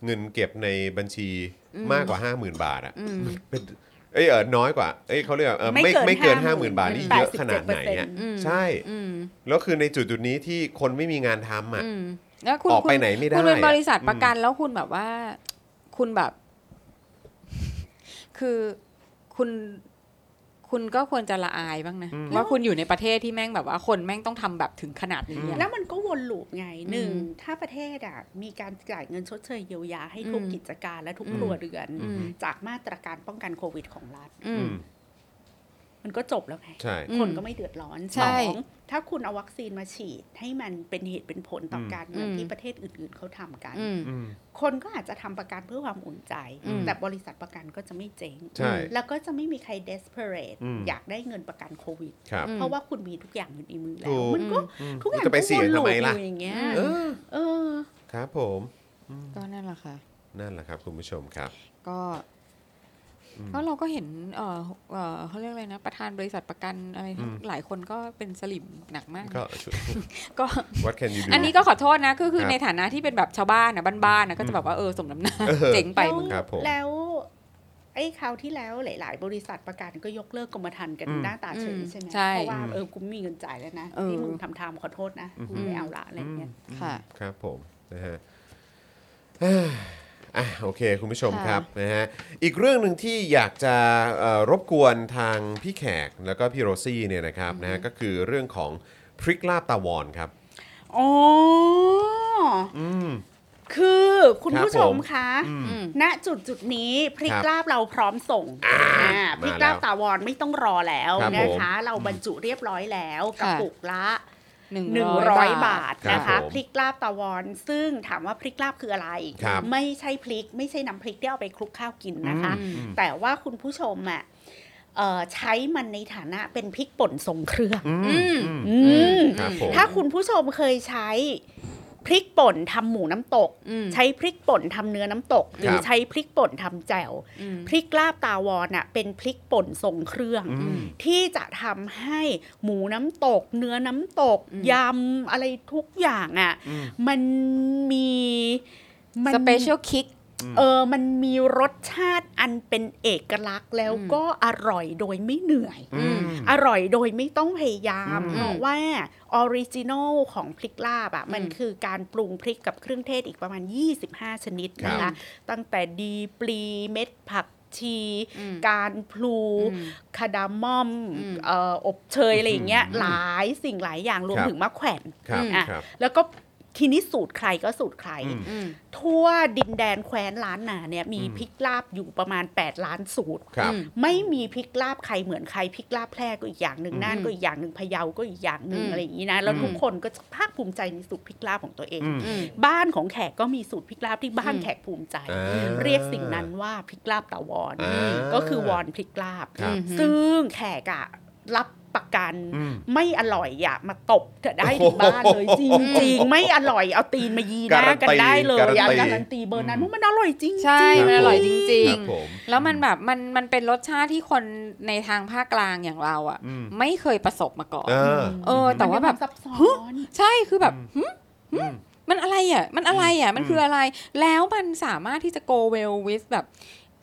Speaker 1: เงินเก็บในบัญชีมากกว่า 50,000 บาทอ่ะ
Speaker 2: อืม
Speaker 1: เป็นเอ้ยเออน้อยกว่าเอ้ยเขาเรียกว่าเออ
Speaker 4: ไม่
Speaker 1: ไม่
Speaker 4: เกิน
Speaker 1: ไม่เกิน
Speaker 4: 50,000
Speaker 1: 50,000 บาทนี่เยอะขนาดไหนอ่ะ
Speaker 2: อืม
Speaker 1: ใช่
Speaker 2: อืม
Speaker 1: แล้วคือในจุดจุดนี้ที่คนไม่มีงานทำอ่ะ
Speaker 2: อืมแล้วคุณ
Speaker 1: ออกไป
Speaker 2: คุณ
Speaker 1: ไหนไม่ได้
Speaker 2: คุณเป็น
Speaker 1: อะ
Speaker 2: บริษัท
Speaker 1: อืม
Speaker 2: ประกันแล้วคุณแบบว่า คุณแบบ คือคุณคุณก็ควรจะละอายบ้างนะว่าคุณอยู่ในประเทศที่แม่งแบบว่าคนแม่งต้องทำแบบถึงขนาดนี้อะ
Speaker 4: แล้วมันก็วนลูปไงหนึ่ง
Speaker 2: อืม
Speaker 4: ถ้าประเทศอ่ะมีการจ่ายเงินชดเชยเยียวยาให้ทุก
Speaker 2: อืม
Speaker 4: กิจการและทุก
Speaker 2: อืม
Speaker 4: ครัวเรือน
Speaker 2: อืม
Speaker 4: จากมาตรการป้องกันโควิดของรัฐ
Speaker 2: อืม
Speaker 1: อืม
Speaker 4: มันก็จบแล้วไง
Speaker 1: ใช่
Speaker 2: อืม
Speaker 4: คนก็ไม่เดือดร้อน
Speaker 2: ใช่
Speaker 4: สองถ้าคุณเอาวัคซีนมาฉีด ให้มันเป็นเหตุเป็นผลต่ออ
Speaker 1: ม
Speaker 4: การเมือง
Speaker 2: อืม
Speaker 4: ที่ประเทศอื่น ๆเขาทำกัน
Speaker 2: อืม
Speaker 1: อืม
Speaker 4: คนก็อาจจะทำประกันเพื่อความอุ่นใจ
Speaker 2: อืม
Speaker 4: แต่บริษัทประกันก็จะไม่เจ๊ง
Speaker 1: ใช่
Speaker 4: แล้วก็จะไม่มีใคร desperate
Speaker 1: อืม
Speaker 4: อยากได้เงินประกันโควิด
Speaker 1: ครับ
Speaker 4: เพราะว่าคุณมีทุกอย่างอยู่ในมือแล้
Speaker 1: ถู
Speaker 4: ว
Speaker 1: ก
Speaker 4: มันก็
Speaker 1: อืม
Speaker 4: ทุกอย่าง
Speaker 1: จะไปเสี่ยง
Speaker 4: ก็ว
Speaker 1: ทำ
Speaker 4: น
Speaker 1: ไม
Speaker 4: ลูป
Speaker 1: ล่ะ
Speaker 4: อยู่อย่างเงี้ย
Speaker 1: เออ
Speaker 4: เออ
Speaker 1: ครับผม
Speaker 2: ก็นั่นแหละค่ะ
Speaker 1: นั่นแหละครับคุณผู้ชมครับ
Speaker 2: ก็แล้วเราก็เห็น เออเอ่อเขาเรียกอะไรนะ ประธานบริษัทประกันอะไรทั้ง
Speaker 1: อืม
Speaker 2: หลายคนก็เป็นสลิมหนักมากนะ
Speaker 1: ก็
Speaker 2: ก็
Speaker 1: what can you do
Speaker 2: อันนี้ก็ขอโทษนะก็คื
Speaker 1: ค
Speaker 2: อ
Speaker 1: รับ
Speaker 2: ในฐานะที่เป็นแบบชาวบ้านนะบ้านๆนะก็จะแบบว่าเออสมน้ำหน้า
Speaker 1: เออ
Speaker 2: เจ๋งไป
Speaker 4: แล้ว
Speaker 2: มึง
Speaker 1: ครับผม
Speaker 4: แล้วไอ้คราวที่แล้วหลาย ๆ บริษัทประกันก็ยกเลิกกรมธรรม์กัน
Speaker 1: อืม
Speaker 4: หน้าตาเฉย
Speaker 2: อืม
Speaker 4: ใช่ไหม
Speaker 2: ใช่
Speaker 4: เพราะว่า
Speaker 1: อืม
Speaker 4: เออกูไม่มีเงินจ่ายแล้วนะ
Speaker 2: เออ
Speaker 4: ที่มึงทำทำขอโทษนะกู
Speaker 1: อื
Speaker 4: ไม่
Speaker 1: ม
Speaker 4: เอาละอะไรเงี้ย
Speaker 2: ค่ะ
Speaker 1: ครับผมนะฮะเอ้ยอ่ะโอเค คุณผู้ชม
Speaker 2: ค่ะ
Speaker 1: ครับนะฮะอีกเรื่องหนึ่งที่อยากจะเอ่อรบกวนทางพี่แขกแล้วก็พี่โรซี่เนี่ยนะครับนะฮะก็คือเรื่องของพริกลาบตาวอนครับ
Speaker 4: อ๋อ
Speaker 1: อืม
Speaker 4: คือคุณ
Speaker 1: ครับ
Speaker 4: ผู้ช
Speaker 1: ผ
Speaker 4: ม
Speaker 1: ม
Speaker 4: คะ
Speaker 1: อืม
Speaker 4: ณจุดจุดนี้พริ
Speaker 1: ค
Speaker 4: ก
Speaker 1: รับ
Speaker 4: ลาบเราพร้อมส่งอ่าพริกลาบตาวอนไม่ต้องรอแล้ว
Speaker 1: ครับผม
Speaker 4: นะคะ เราบรรจุเรียบร้อยแล้วกระ
Speaker 2: ค่ะ
Speaker 4: ปุกละ
Speaker 2: หนึ่งร้อย
Speaker 4: 100 บา
Speaker 2: บาท
Speaker 4: ทนะคะ
Speaker 1: ครับผม
Speaker 4: พริกลาบตาวอนซึ่งถามว่าพริกลาบคืออะไร
Speaker 1: ครับ
Speaker 4: ไม่ใช่พริกไม่ใช่น้ำพริกที่เอาไปคลุกข้าวกินนะคะ
Speaker 2: อืม
Speaker 4: แต่ว่าคุณผู้ชมอ่ะเอ่อใช้มันในฐานะเป็นพริกป่นทรงเครื่อง
Speaker 2: อืม
Speaker 4: อืม
Speaker 1: ครับผม
Speaker 4: ถ้าคุณผู้ชมเคยใช้พริกป่นทำหมูน้ำตก
Speaker 2: อืม
Speaker 4: ใช้พริกป่นทำเนื้อน้ำตก หรือ
Speaker 1: ครับ
Speaker 4: ใช้พริกป่นทำแจ่ว
Speaker 2: อืม
Speaker 4: พริกลาบตาวอนน่ะเป็นพริกป่นทรงเครื่อง
Speaker 1: อืม
Speaker 4: ที่จะทำให้หมูน้ำตก เนื้อน้ำตก
Speaker 2: อืม
Speaker 4: ยำอะไรทุกอย่างอะ่ะ
Speaker 1: อืม
Speaker 4: มันมีมัน
Speaker 2: สเปเชียลคิก
Speaker 4: เออมันมีรสชาติอันเป็นเอกลักษณ์แล้ว
Speaker 2: อืม
Speaker 4: ก็อร่อยโดยไม่เหนื่อย
Speaker 1: อืม
Speaker 4: อร่อยโดยไม่ต้องพยายาม
Speaker 1: อืม
Speaker 4: เพราะว่าออริจินอลของพริกลาบอะ่ะมัน
Speaker 2: อืม
Speaker 4: คือการปรุงพริกกับเครื่องเทศอีกประมาณ 25 ชนิด
Speaker 2: ครับ
Speaker 4: นะคะตั้งแต่ดีปลีเม็ดผักชี
Speaker 2: อืม
Speaker 4: การพลู
Speaker 2: อืม
Speaker 4: คาดามอม
Speaker 2: อืม
Speaker 4: เอ่ออบเชยอะไรอย่างเงี้ย
Speaker 1: อืม
Speaker 4: หลายสิ่งหลายอย่างรวม
Speaker 1: ครับ
Speaker 4: ถึงมะแขวน
Speaker 1: ครับ
Speaker 4: อ่ะ
Speaker 1: ครับ
Speaker 4: แล้วก็ทีนี้สูตรใครก็สูตรใคร
Speaker 1: อืม
Speaker 2: อืม
Speaker 4: ทั่วดินแดนแคว้นล้านนาเนี่ยมี
Speaker 1: อืม
Speaker 4: พริกลาบอยู่ประมาณ 8 ล้านสูตร
Speaker 1: ครับ
Speaker 4: ไม่มีพริกลาบใครเหมือนใครพริกลาบแพร่ก็อีกอย่างหนึ่ง
Speaker 1: อืม
Speaker 4: น่านก็อีกอย่างหนึ่งพะเยาก็อีกอย่างหนึ่ง
Speaker 2: อืม
Speaker 4: อะไรอย่างนี้นะแล้ว
Speaker 1: อืม
Speaker 4: ทุกคนก็จะภาคภูมิใจในสูตรพริกลาบของตัวเอง
Speaker 1: อืม
Speaker 2: อืม
Speaker 4: บ้านของแขกก็มีสูตรพริกลาบที่บ้านแขกภูมิใจ
Speaker 1: อ่า
Speaker 4: เรียกสิ่งนั้นว่าพริกลาบตาวอน
Speaker 1: อ่า
Speaker 4: ก็คือวอนพริกลาบ
Speaker 1: ครับ
Speaker 4: ซึ่งแขกอะรับประกัน
Speaker 1: อืม
Speaker 4: ไม่อร่อยอย่ามาตบเธอได้ถึงบ้านเลยจริงๆไม่อร่อยเอาตีนมายีหน้ากันได้เลย
Speaker 1: การันตี
Speaker 4: อย่าการันตีเบอร์นั้นเพราะมันอร่อยจริงๆ
Speaker 2: ใช่ มันอร่อยจริง
Speaker 1: ครับผม
Speaker 2: ๆ แล้วมันแบบมันมันเป็นรสชาติที่คนในทางภาคกลางอย่างเราอ่ะ
Speaker 1: อืม
Speaker 2: ไม่เคยประสบมาก่อน
Speaker 1: เออ
Speaker 2: เออ แต่ว่าแบบ
Speaker 4: มันมีคซับซ้อน
Speaker 2: ใช่คือแบบหึ
Speaker 1: อืม
Speaker 2: มันอะไรอ่ะ มันอะไรอ่ะ มันคืออะไร แล้วมันสามารถที่จะ go well with แบบ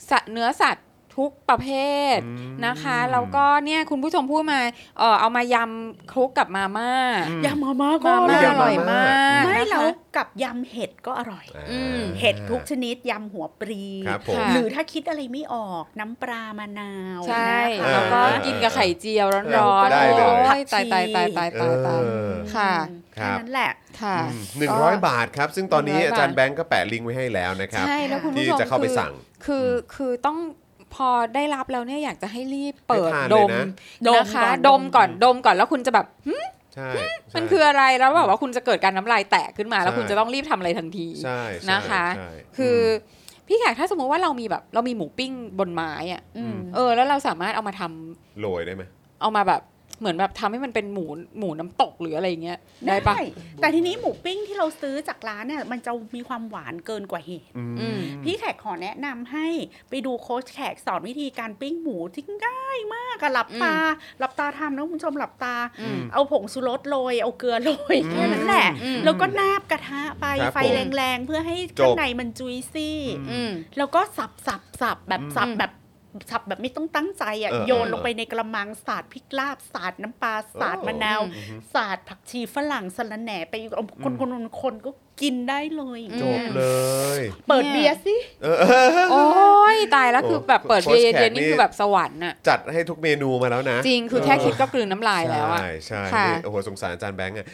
Speaker 2: สัตว์เนื้อสัตว์ทุกประเภท
Speaker 1: อืม
Speaker 2: นะคะ แล้วก็เนี่ยคุณผู้ชมพูดมา เออเอามายำคลุกกับมาม่า
Speaker 1: อืม
Speaker 4: ยำมาม่าก็
Speaker 2: มา
Speaker 4: อร่
Speaker 2: ม่า
Speaker 4: อย
Speaker 2: อร่อยมาก
Speaker 4: ไม่
Speaker 2: นะคะ
Speaker 4: แล้วกับยำเห็ดก็อร่อย
Speaker 1: อ่า
Speaker 2: อืม
Speaker 4: เห็ดทุกชนิดยำหัวปลี
Speaker 1: ครับผม
Speaker 2: ค่ะ
Speaker 4: หรือถ้าคิดอะไรไม่ออกน้ำปลามะนาว
Speaker 2: ใช่
Speaker 4: นะคะ
Speaker 2: แล้วก็
Speaker 1: เออ
Speaker 2: กินกับไข่เจียวร้อน
Speaker 1: ได้
Speaker 2: ๆ
Speaker 1: เลย
Speaker 2: โอ้ยตายตายตายตาย
Speaker 1: เอ
Speaker 2: ตายตาย
Speaker 1: อ
Speaker 2: ค่ะ
Speaker 1: ครั
Speaker 4: แค่
Speaker 1: บ
Speaker 4: นั้นแหละ
Speaker 2: ค่ะ
Speaker 1: หนึ่งร้อยบาทครับ ซึ่งตอนนี้
Speaker 2: หนึ่งร้อยบาท
Speaker 1: อาจารย์แบงก์ก็แปะลิงก์ไว้ให้แล้วนะครับ
Speaker 2: ใช่แล้วคุณผู้
Speaker 1: ที่
Speaker 2: ชม
Speaker 1: จะเข้าไป
Speaker 2: คือ
Speaker 1: สั่ง
Speaker 2: คือคือต้องพอได้รับแล้วเนี่ยอยากจะให้รีบเปิด
Speaker 1: ให้ทาน
Speaker 2: ด
Speaker 1: เลย
Speaker 2: ม
Speaker 1: นะ
Speaker 2: นะคะ
Speaker 4: ด
Speaker 2: ด
Speaker 4: ม
Speaker 2: ม
Speaker 4: ก่
Speaker 2: ก่
Speaker 4: อ
Speaker 2: อน นดมก่อนแล้วคุณจะแบบหึ
Speaker 1: ใช่
Speaker 2: มัน
Speaker 1: ใช่
Speaker 2: คืออะไรแล้วแบบว่าคุณจะเกิดการน้ำลายแตกขึ้นมา แล้ว
Speaker 1: ใช่
Speaker 2: คุณจะต้องรีบทำอะไรทันที
Speaker 1: ใช่ใช่
Speaker 2: นะคะ
Speaker 1: ใช่
Speaker 2: คืออพี่แขกถ้าสมมติว่าเรามีแบบ เรามีหมูปิ้งบนไม้อะ
Speaker 4: อืม
Speaker 2: เออแล้วเราสามารถเอามาทำ
Speaker 1: โรยได้ไหม
Speaker 2: เอามาแบบเหมือนแบบทำให้มันเป็นหมูหมูน้ำตกหรืออะไรอย่างเงี้ยได้ปะ
Speaker 4: แต่ทีนี้หมูปิ้งที่เราซื้อจากร้านเนี่ยมันจะมีความหวานเกินกว่าเหตุ
Speaker 2: อืม
Speaker 4: พี่แขกขอแนะนำให้ไปดูโค้ชแขกสอนวิธีการปิ้งหมูที่ง่ายมากอะหลับตาหลับตาทำนะคุณผู้ชมหลับตา
Speaker 2: อืม
Speaker 4: เอาผงสุรสโรยเอาเกลือโรย
Speaker 1: อืม
Speaker 4: แค่นั้นแหละ
Speaker 2: อืม
Speaker 4: แล้วก็นาบกระทะไป
Speaker 1: ครับ
Speaker 4: ไฟ
Speaker 1: ผม
Speaker 4: แรงๆ เพื่อให้
Speaker 1: จบ
Speaker 4: ข้างในมันจุยซี่
Speaker 1: อื
Speaker 2: อืม
Speaker 4: แล้วก็สับสับสับแบบ
Speaker 1: อืม
Speaker 4: สับแบบสับแบบไม่ต้องตั้งใจอ่ะ
Speaker 1: เออ
Speaker 4: โยน
Speaker 1: เออ
Speaker 4: ลงไปในกระมังสาดพริกลาบสาดน้ำปลาสาด
Speaker 1: โอ้
Speaker 4: มะนาว
Speaker 2: อื
Speaker 1: ม
Speaker 4: สาดผักชีฝรั่งสะระแหน่ไปเอาคน
Speaker 1: อื
Speaker 4: คน
Speaker 1: ม
Speaker 4: คนๆก็กินได้เลย
Speaker 2: อืม
Speaker 1: จบเลย
Speaker 4: เปิด
Speaker 2: เนี่
Speaker 4: เบี
Speaker 2: ย
Speaker 4: ยร์สิ
Speaker 1: เอ อ
Speaker 2: โอ้ยตายแล้วคือแบบเปิด
Speaker 1: โอ้
Speaker 2: เบีย
Speaker 1: โค้
Speaker 2: ร์
Speaker 1: ชแขก
Speaker 2: เย็น
Speaker 1: นี่
Speaker 2: นี่คือแบบสวรรค์อะ
Speaker 1: จัดให้ทุกเมนูมาแล้วนะ
Speaker 2: จริงคือแค่คิดก็กลืนน้ำลายแล้วอะ
Speaker 1: ใช่ใช่
Speaker 2: ค่ะ
Speaker 1: นี่โอ้โหสงสารอาจารย์แบงค์อะ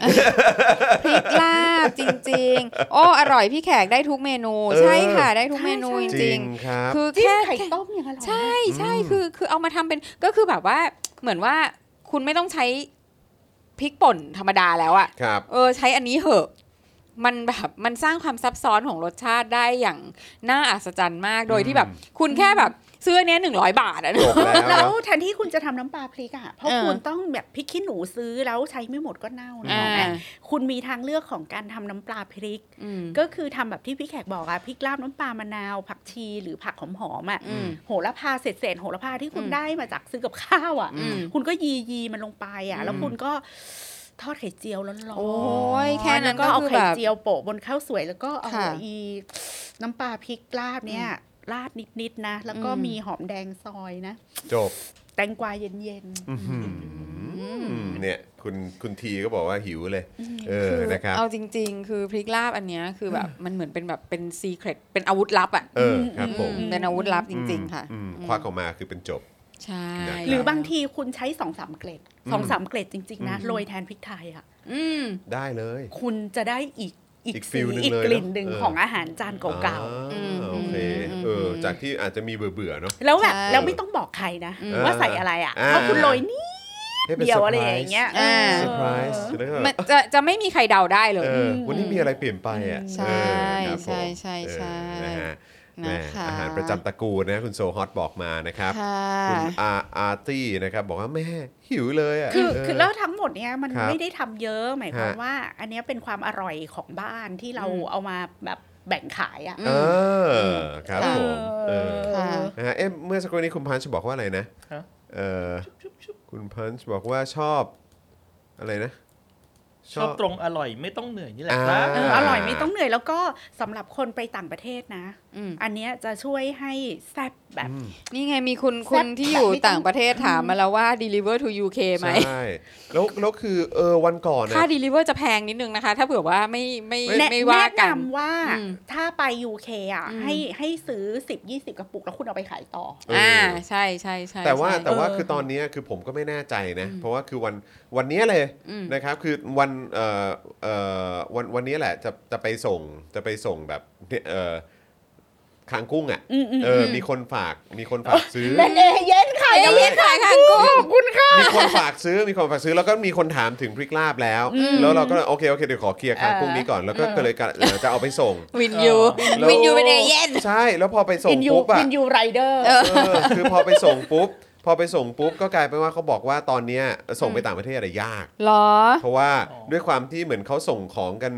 Speaker 2: พริกลาบจริง ๆ โอ้อร่อยพี่แขกได้ทุกเมนู
Speaker 1: เออ
Speaker 2: ใช่ค่ะได้ทุกเมนู
Speaker 4: ใช่
Speaker 2: จ
Speaker 4: ใช่
Speaker 1: จริ
Speaker 2: ริ
Speaker 1: ง
Speaker 2: ง
Speaker 1: ครับ
Speaker 2: ๆ คือ
Speaker 4: จิ้ม
Speaker 2: แค่
Speaker 4: ไข่ต้มอย่างอร่อยนะ
Speaker 2: ใช่ใช่
Speaker 1: อืม
Speaker 2: คือคือเอามาทำเป็นก็คือแบบว่าเหมือนว่าคุณไม่ต้องใช้พริกป่นธรรมดาแล้วอะ
Speaker 1: ครับ
Speaker 2: เออใช้อันนี้เหอะ มันแบบมันสร้างความซับซ้อนของรสชาติได้อย่างน่าอัศจรรย์มากโดยที่แบบ คุณแค่แบบซื้ออนเนี้หนึ่งร้อย100 บาทอะ
Speaker 1: จบแล้ว
Speaker 4: แล้
Speaker 1: นะ
Speaker 4: วแทนที่คุณจะทำน้ำปลาพริกอะเพราะ
Speaker 2: เออ
Speaker 4: คุณต้องแบบพริกขี้หนูซื้อแล้วใช้ไม่หมดก็เน่านะ
Speaker 2: อ่า
Speaker 4: แม่คุณมีทางเลือกของการทำน้ำปลาพริก
Speaker 2: อืม
Speaker 4: ก็คือทำแบบที่พี่แขกบอกอะพริกลาบน้ำปลามะนาว ผักชีหรือผักหอมๆอะ
Speaker 2: อืม
Speaker 4: โหระพาเศษเศษๆโหระพาที่คุณ
Speaker 2: อืม
Speaker 4: ได้มาจากซื้อกับข้าวอะ
Speaker 2: อืม
Speaker 4: คุณก็ยียีมันลงไปอะแล้ว
Speaker 1: อืม
Speaker 4: คุณก็ทอดไข่เจียวร้อนๆ
Speaker 2: โอ้ยแค่นั้น
Speaker 4: ล้วก็
Speaker 2: ก็
Speaker 4: เอา
Speaker 2: คือ
Speaker 4: ไข่
Speaker 2: แบบ
Speaker 4: เจียวโปะบนข้าวสวยแล้วก็เอา
Speaker 2: ค่ะ
Speaker 4: อีน้ำปลาพริกลาบเนี่ยราดนิดๆนะ แล้วก็
Speaker 2: อืม
Speaker 4: มีหอมแดงซอยนะ
Speaker 1: จบ
Speaker 4: แตงกวาเย็น
Speaker 1: อื้อหือเนี่ยคุณคุณทีก็บอกว่าหิวเลย เออ
Speaker 2: คือ
Speaker 1: นะครับ
Speaker 2: เอาจริง ๆ คือพริกลาบอันเนี้ยคือแบบมันเหมือนเป็นแบบเป็นซีเครตเป็นอาวุธลับอ่ะ
Speaker 1: เออครับผม
Speaker 2: อืมเป็นอาวุธลับจริง ๆ ค่ะ
Speaker 1: อืม
Speaker 2: อืม
Speaker 1: ควักออกมาคือเป็นจบ
Speaker 2: ใช่
Speaker 1: นะครับ
Speaker 4: ๆ หรือบางทีคุณใช้สองสามเกล็ดสองสามเกล็ดจริง ๆ นะ
Speaker 1: อืม
Speaker 4: โรยแทนพริกไทยอ่ะ
Speaker 2: อืม
Speaker 1: ได้เลย
Speaker 4: คุณจะได้อีก อีก
Speaker 1: อีก
Speaker 4: สี
Speaker 1: ฟีลหนึ่ง
Speaker 4: อีก
Speaker 1: เลย
Speaker 4: กลิ่นหนึ่ง
Speaker 1: เนอะ
Speaker 4: ของอาหารจานเก่า
Speaker 1: อ่
Speaker 4: ๆอืม
Speaker 1: โอเค
Speaker 4: อืม
Speaker 1: เออ
Speaker 4: ม
Speaker 1: อจากที่อาจจะมีเบื่อๆเนาะ
Speaker 4: แล้วแบบ
Speaker 2: ใช่
Speaker 4: แล้วไม่ต้องบอกใครนะ
Speaker 2: อืม
Speaker 4: ว่าใส่อะไรอ่ะ
Speaker 1: อ่า
Speaker 4: เพราะคุณโรยนิด
Speaker 1: ให้ป็น
Speaker 4: เดียว
Speaker 1: ซ
Speaker 4: อะไร
Speaker 1: พ
Speaker 4: อย่างเงี้ย
Speaker 2: อ่า
Speaker 1: เซอร์ไพรส์
Speaker 4: เออ
Speaker 1: แล้วก็
Speaker 2: มันจะจะไม่มีใครเดาได้เลย
Speaker 1: เออวันนี้มีอะไรเปลี่ยนไปอ่ะ
Speaker 2: ใช่
Speaker 1: เออครับผม
Speaker 2: ใช่ใช่ใช่
Speaker 1: เออนะฮะแหม่
Speaker 2: นะคะ
Speaker 1: อาหารประจำตระกูลนะคุณโซฮอตบอกมานะครับ
Speaker 2: ค่ะ
Speaker 1: คุณอาอาร์ตี้นะครับบอกว่าแม่หิวเลยอ่ะ
Speaker 4: คือ
Speaker 1: เ
Speaker 4: คือแล้วทั้งหมดเนี้ยมัน
Speaker 1: ครับ
Speaker 4: ไม่ได้ทำเยอะหมายความ
Speaker 1: ฮะ
Speaker 4: ว่า อันเนี้ยเป็นความอร่อยของบ้านที่เรา
Speaker 2: อืม
Speaker 4: เอามาแบบแบ่งขายอ่ะ
Speaker 1: เออครับผมเออ
Speaker 4: เออ
Speaker 1: นะฮะเอ๊ะเมื่อสักครู่นี้คุณพันช์บอกว่าอะไรนะ
Speaker 3: ฮะ
Speaker 1: เออคุณพันช์บอกว่าชอบอะไรนะ
Speaker 3: ชอบตรงอร่อยไม่ต้องเหนื่อยนี่แหละ
Speaker 1: อ่า
Speaker 3: ครับ
Speaker 4: เอออร่อยไม่ต้องเหนื่อยแล้วก็สำหรับคนไปต่างประเทศนะ
Speaker 2: อืม
Speaker 4: อันเนี้ยจะช่วยให้แซ่บแบบ
Speaker 1: อืม
Speaker 2: นี่ไงมีคุณคุณที่อยู่ต่างประเทศถามมาแล้วว่า deliver to UK ไหม
Speaker 1: ใช่แล้วแล้วคือเออวันก่อนนะ
Speaker 2: ค่า deliver จะแพงนิดนึงนะคะ ถ้าเผื่อว่าไม่ไม่
Speaker 4: แนะ
Speaker 2: ไม่ว่า
Speaker 4: แนะ
Speaker 2: กัน
Speaker 4: นำว่า
Speaker 2: อืม
Speaker 4: ถ้าไป UK อ่ะ
Speaker 2: อืม
Speaker 4: ให้ให้ซื้อ 10 20 กระปุกแล้วคุณเอาไปขายต่อ
Speaker 1: เอออ่
Speaker 2: อ่าใช่ใช่ใช่
Speaker 1: แต่ว่า
Speaker 2: ใช่
Speaker 1: แต่ว่า
Speaker 4: เออ
Speaker 1: คือตอนเนี้ยคือผมก็ไม่แน่ใจนะ
Speaker 2: อืม
Speaker 1: เพราะว่าคือวันวันเนี้ยเลย
Speaker 2: อืม
Speaker 1: นะครับคือวันเอ่อเอ่อวันวันเนี้ยแหละจะจะไปส่งจะไปส่งแบบเนี่ยเอ่อคางกุ้งอ่ะ
Speaker 4: อืมอืม
Speaker 1: เอออมีคนฝากมีคนฝากซื้อ
Speaker 4: เล่นเอเย็นค่ะ
Speaker 2: เอ
Speaker 4: เอ
Speaker 2: เย่
Speaker 4: เย็
Speaker 2: น
Speaker 4: น
Speaker 2: ขายคางกุ้ง
Speaker 1: มีคนฝากซื้อมีคนฝากซื้อแล้วก็มีคนถามถึงพริกลาบแล้ว
Speaker 2: อืม
Speaker 1: แล้วเราก็เลยโอเคโอเคเดี๋ยวขอเคลียร์คางกุ้งนี้ก่อนแล้วก็ก็เลยกะเดี๋ยวจะเอาไปส่ง
Speaker 2: วินยู
Speaker 1: แล้ว
Speaker 2: วินยูเป็นเอเย่น
Speaker 1: ใช่แล้วพอไปส่
Speaker 4: วิ
Speaker 1: ง
Speaker 4: นยู
Speaker 1: ปุ๊บอะ
Speaker 4: วินยูไรเดอร์
Speaker 1: เออคือพอไปส่งปุ๊บ พอไปส่งปุ๊บ ก็กลายเป็นว่าเขาบอกว่าตอนเนี้ยส่งไป
Speaker 2: อืม
Speaker 1: ต่างประเทศอะไรยาก
Speaker 2: หรอ
Speaker 1: เพราะว่า
Speaker 3: อ๋อ
Speaker 1: ด้วยความที่เหมือนเขาส่งของกัน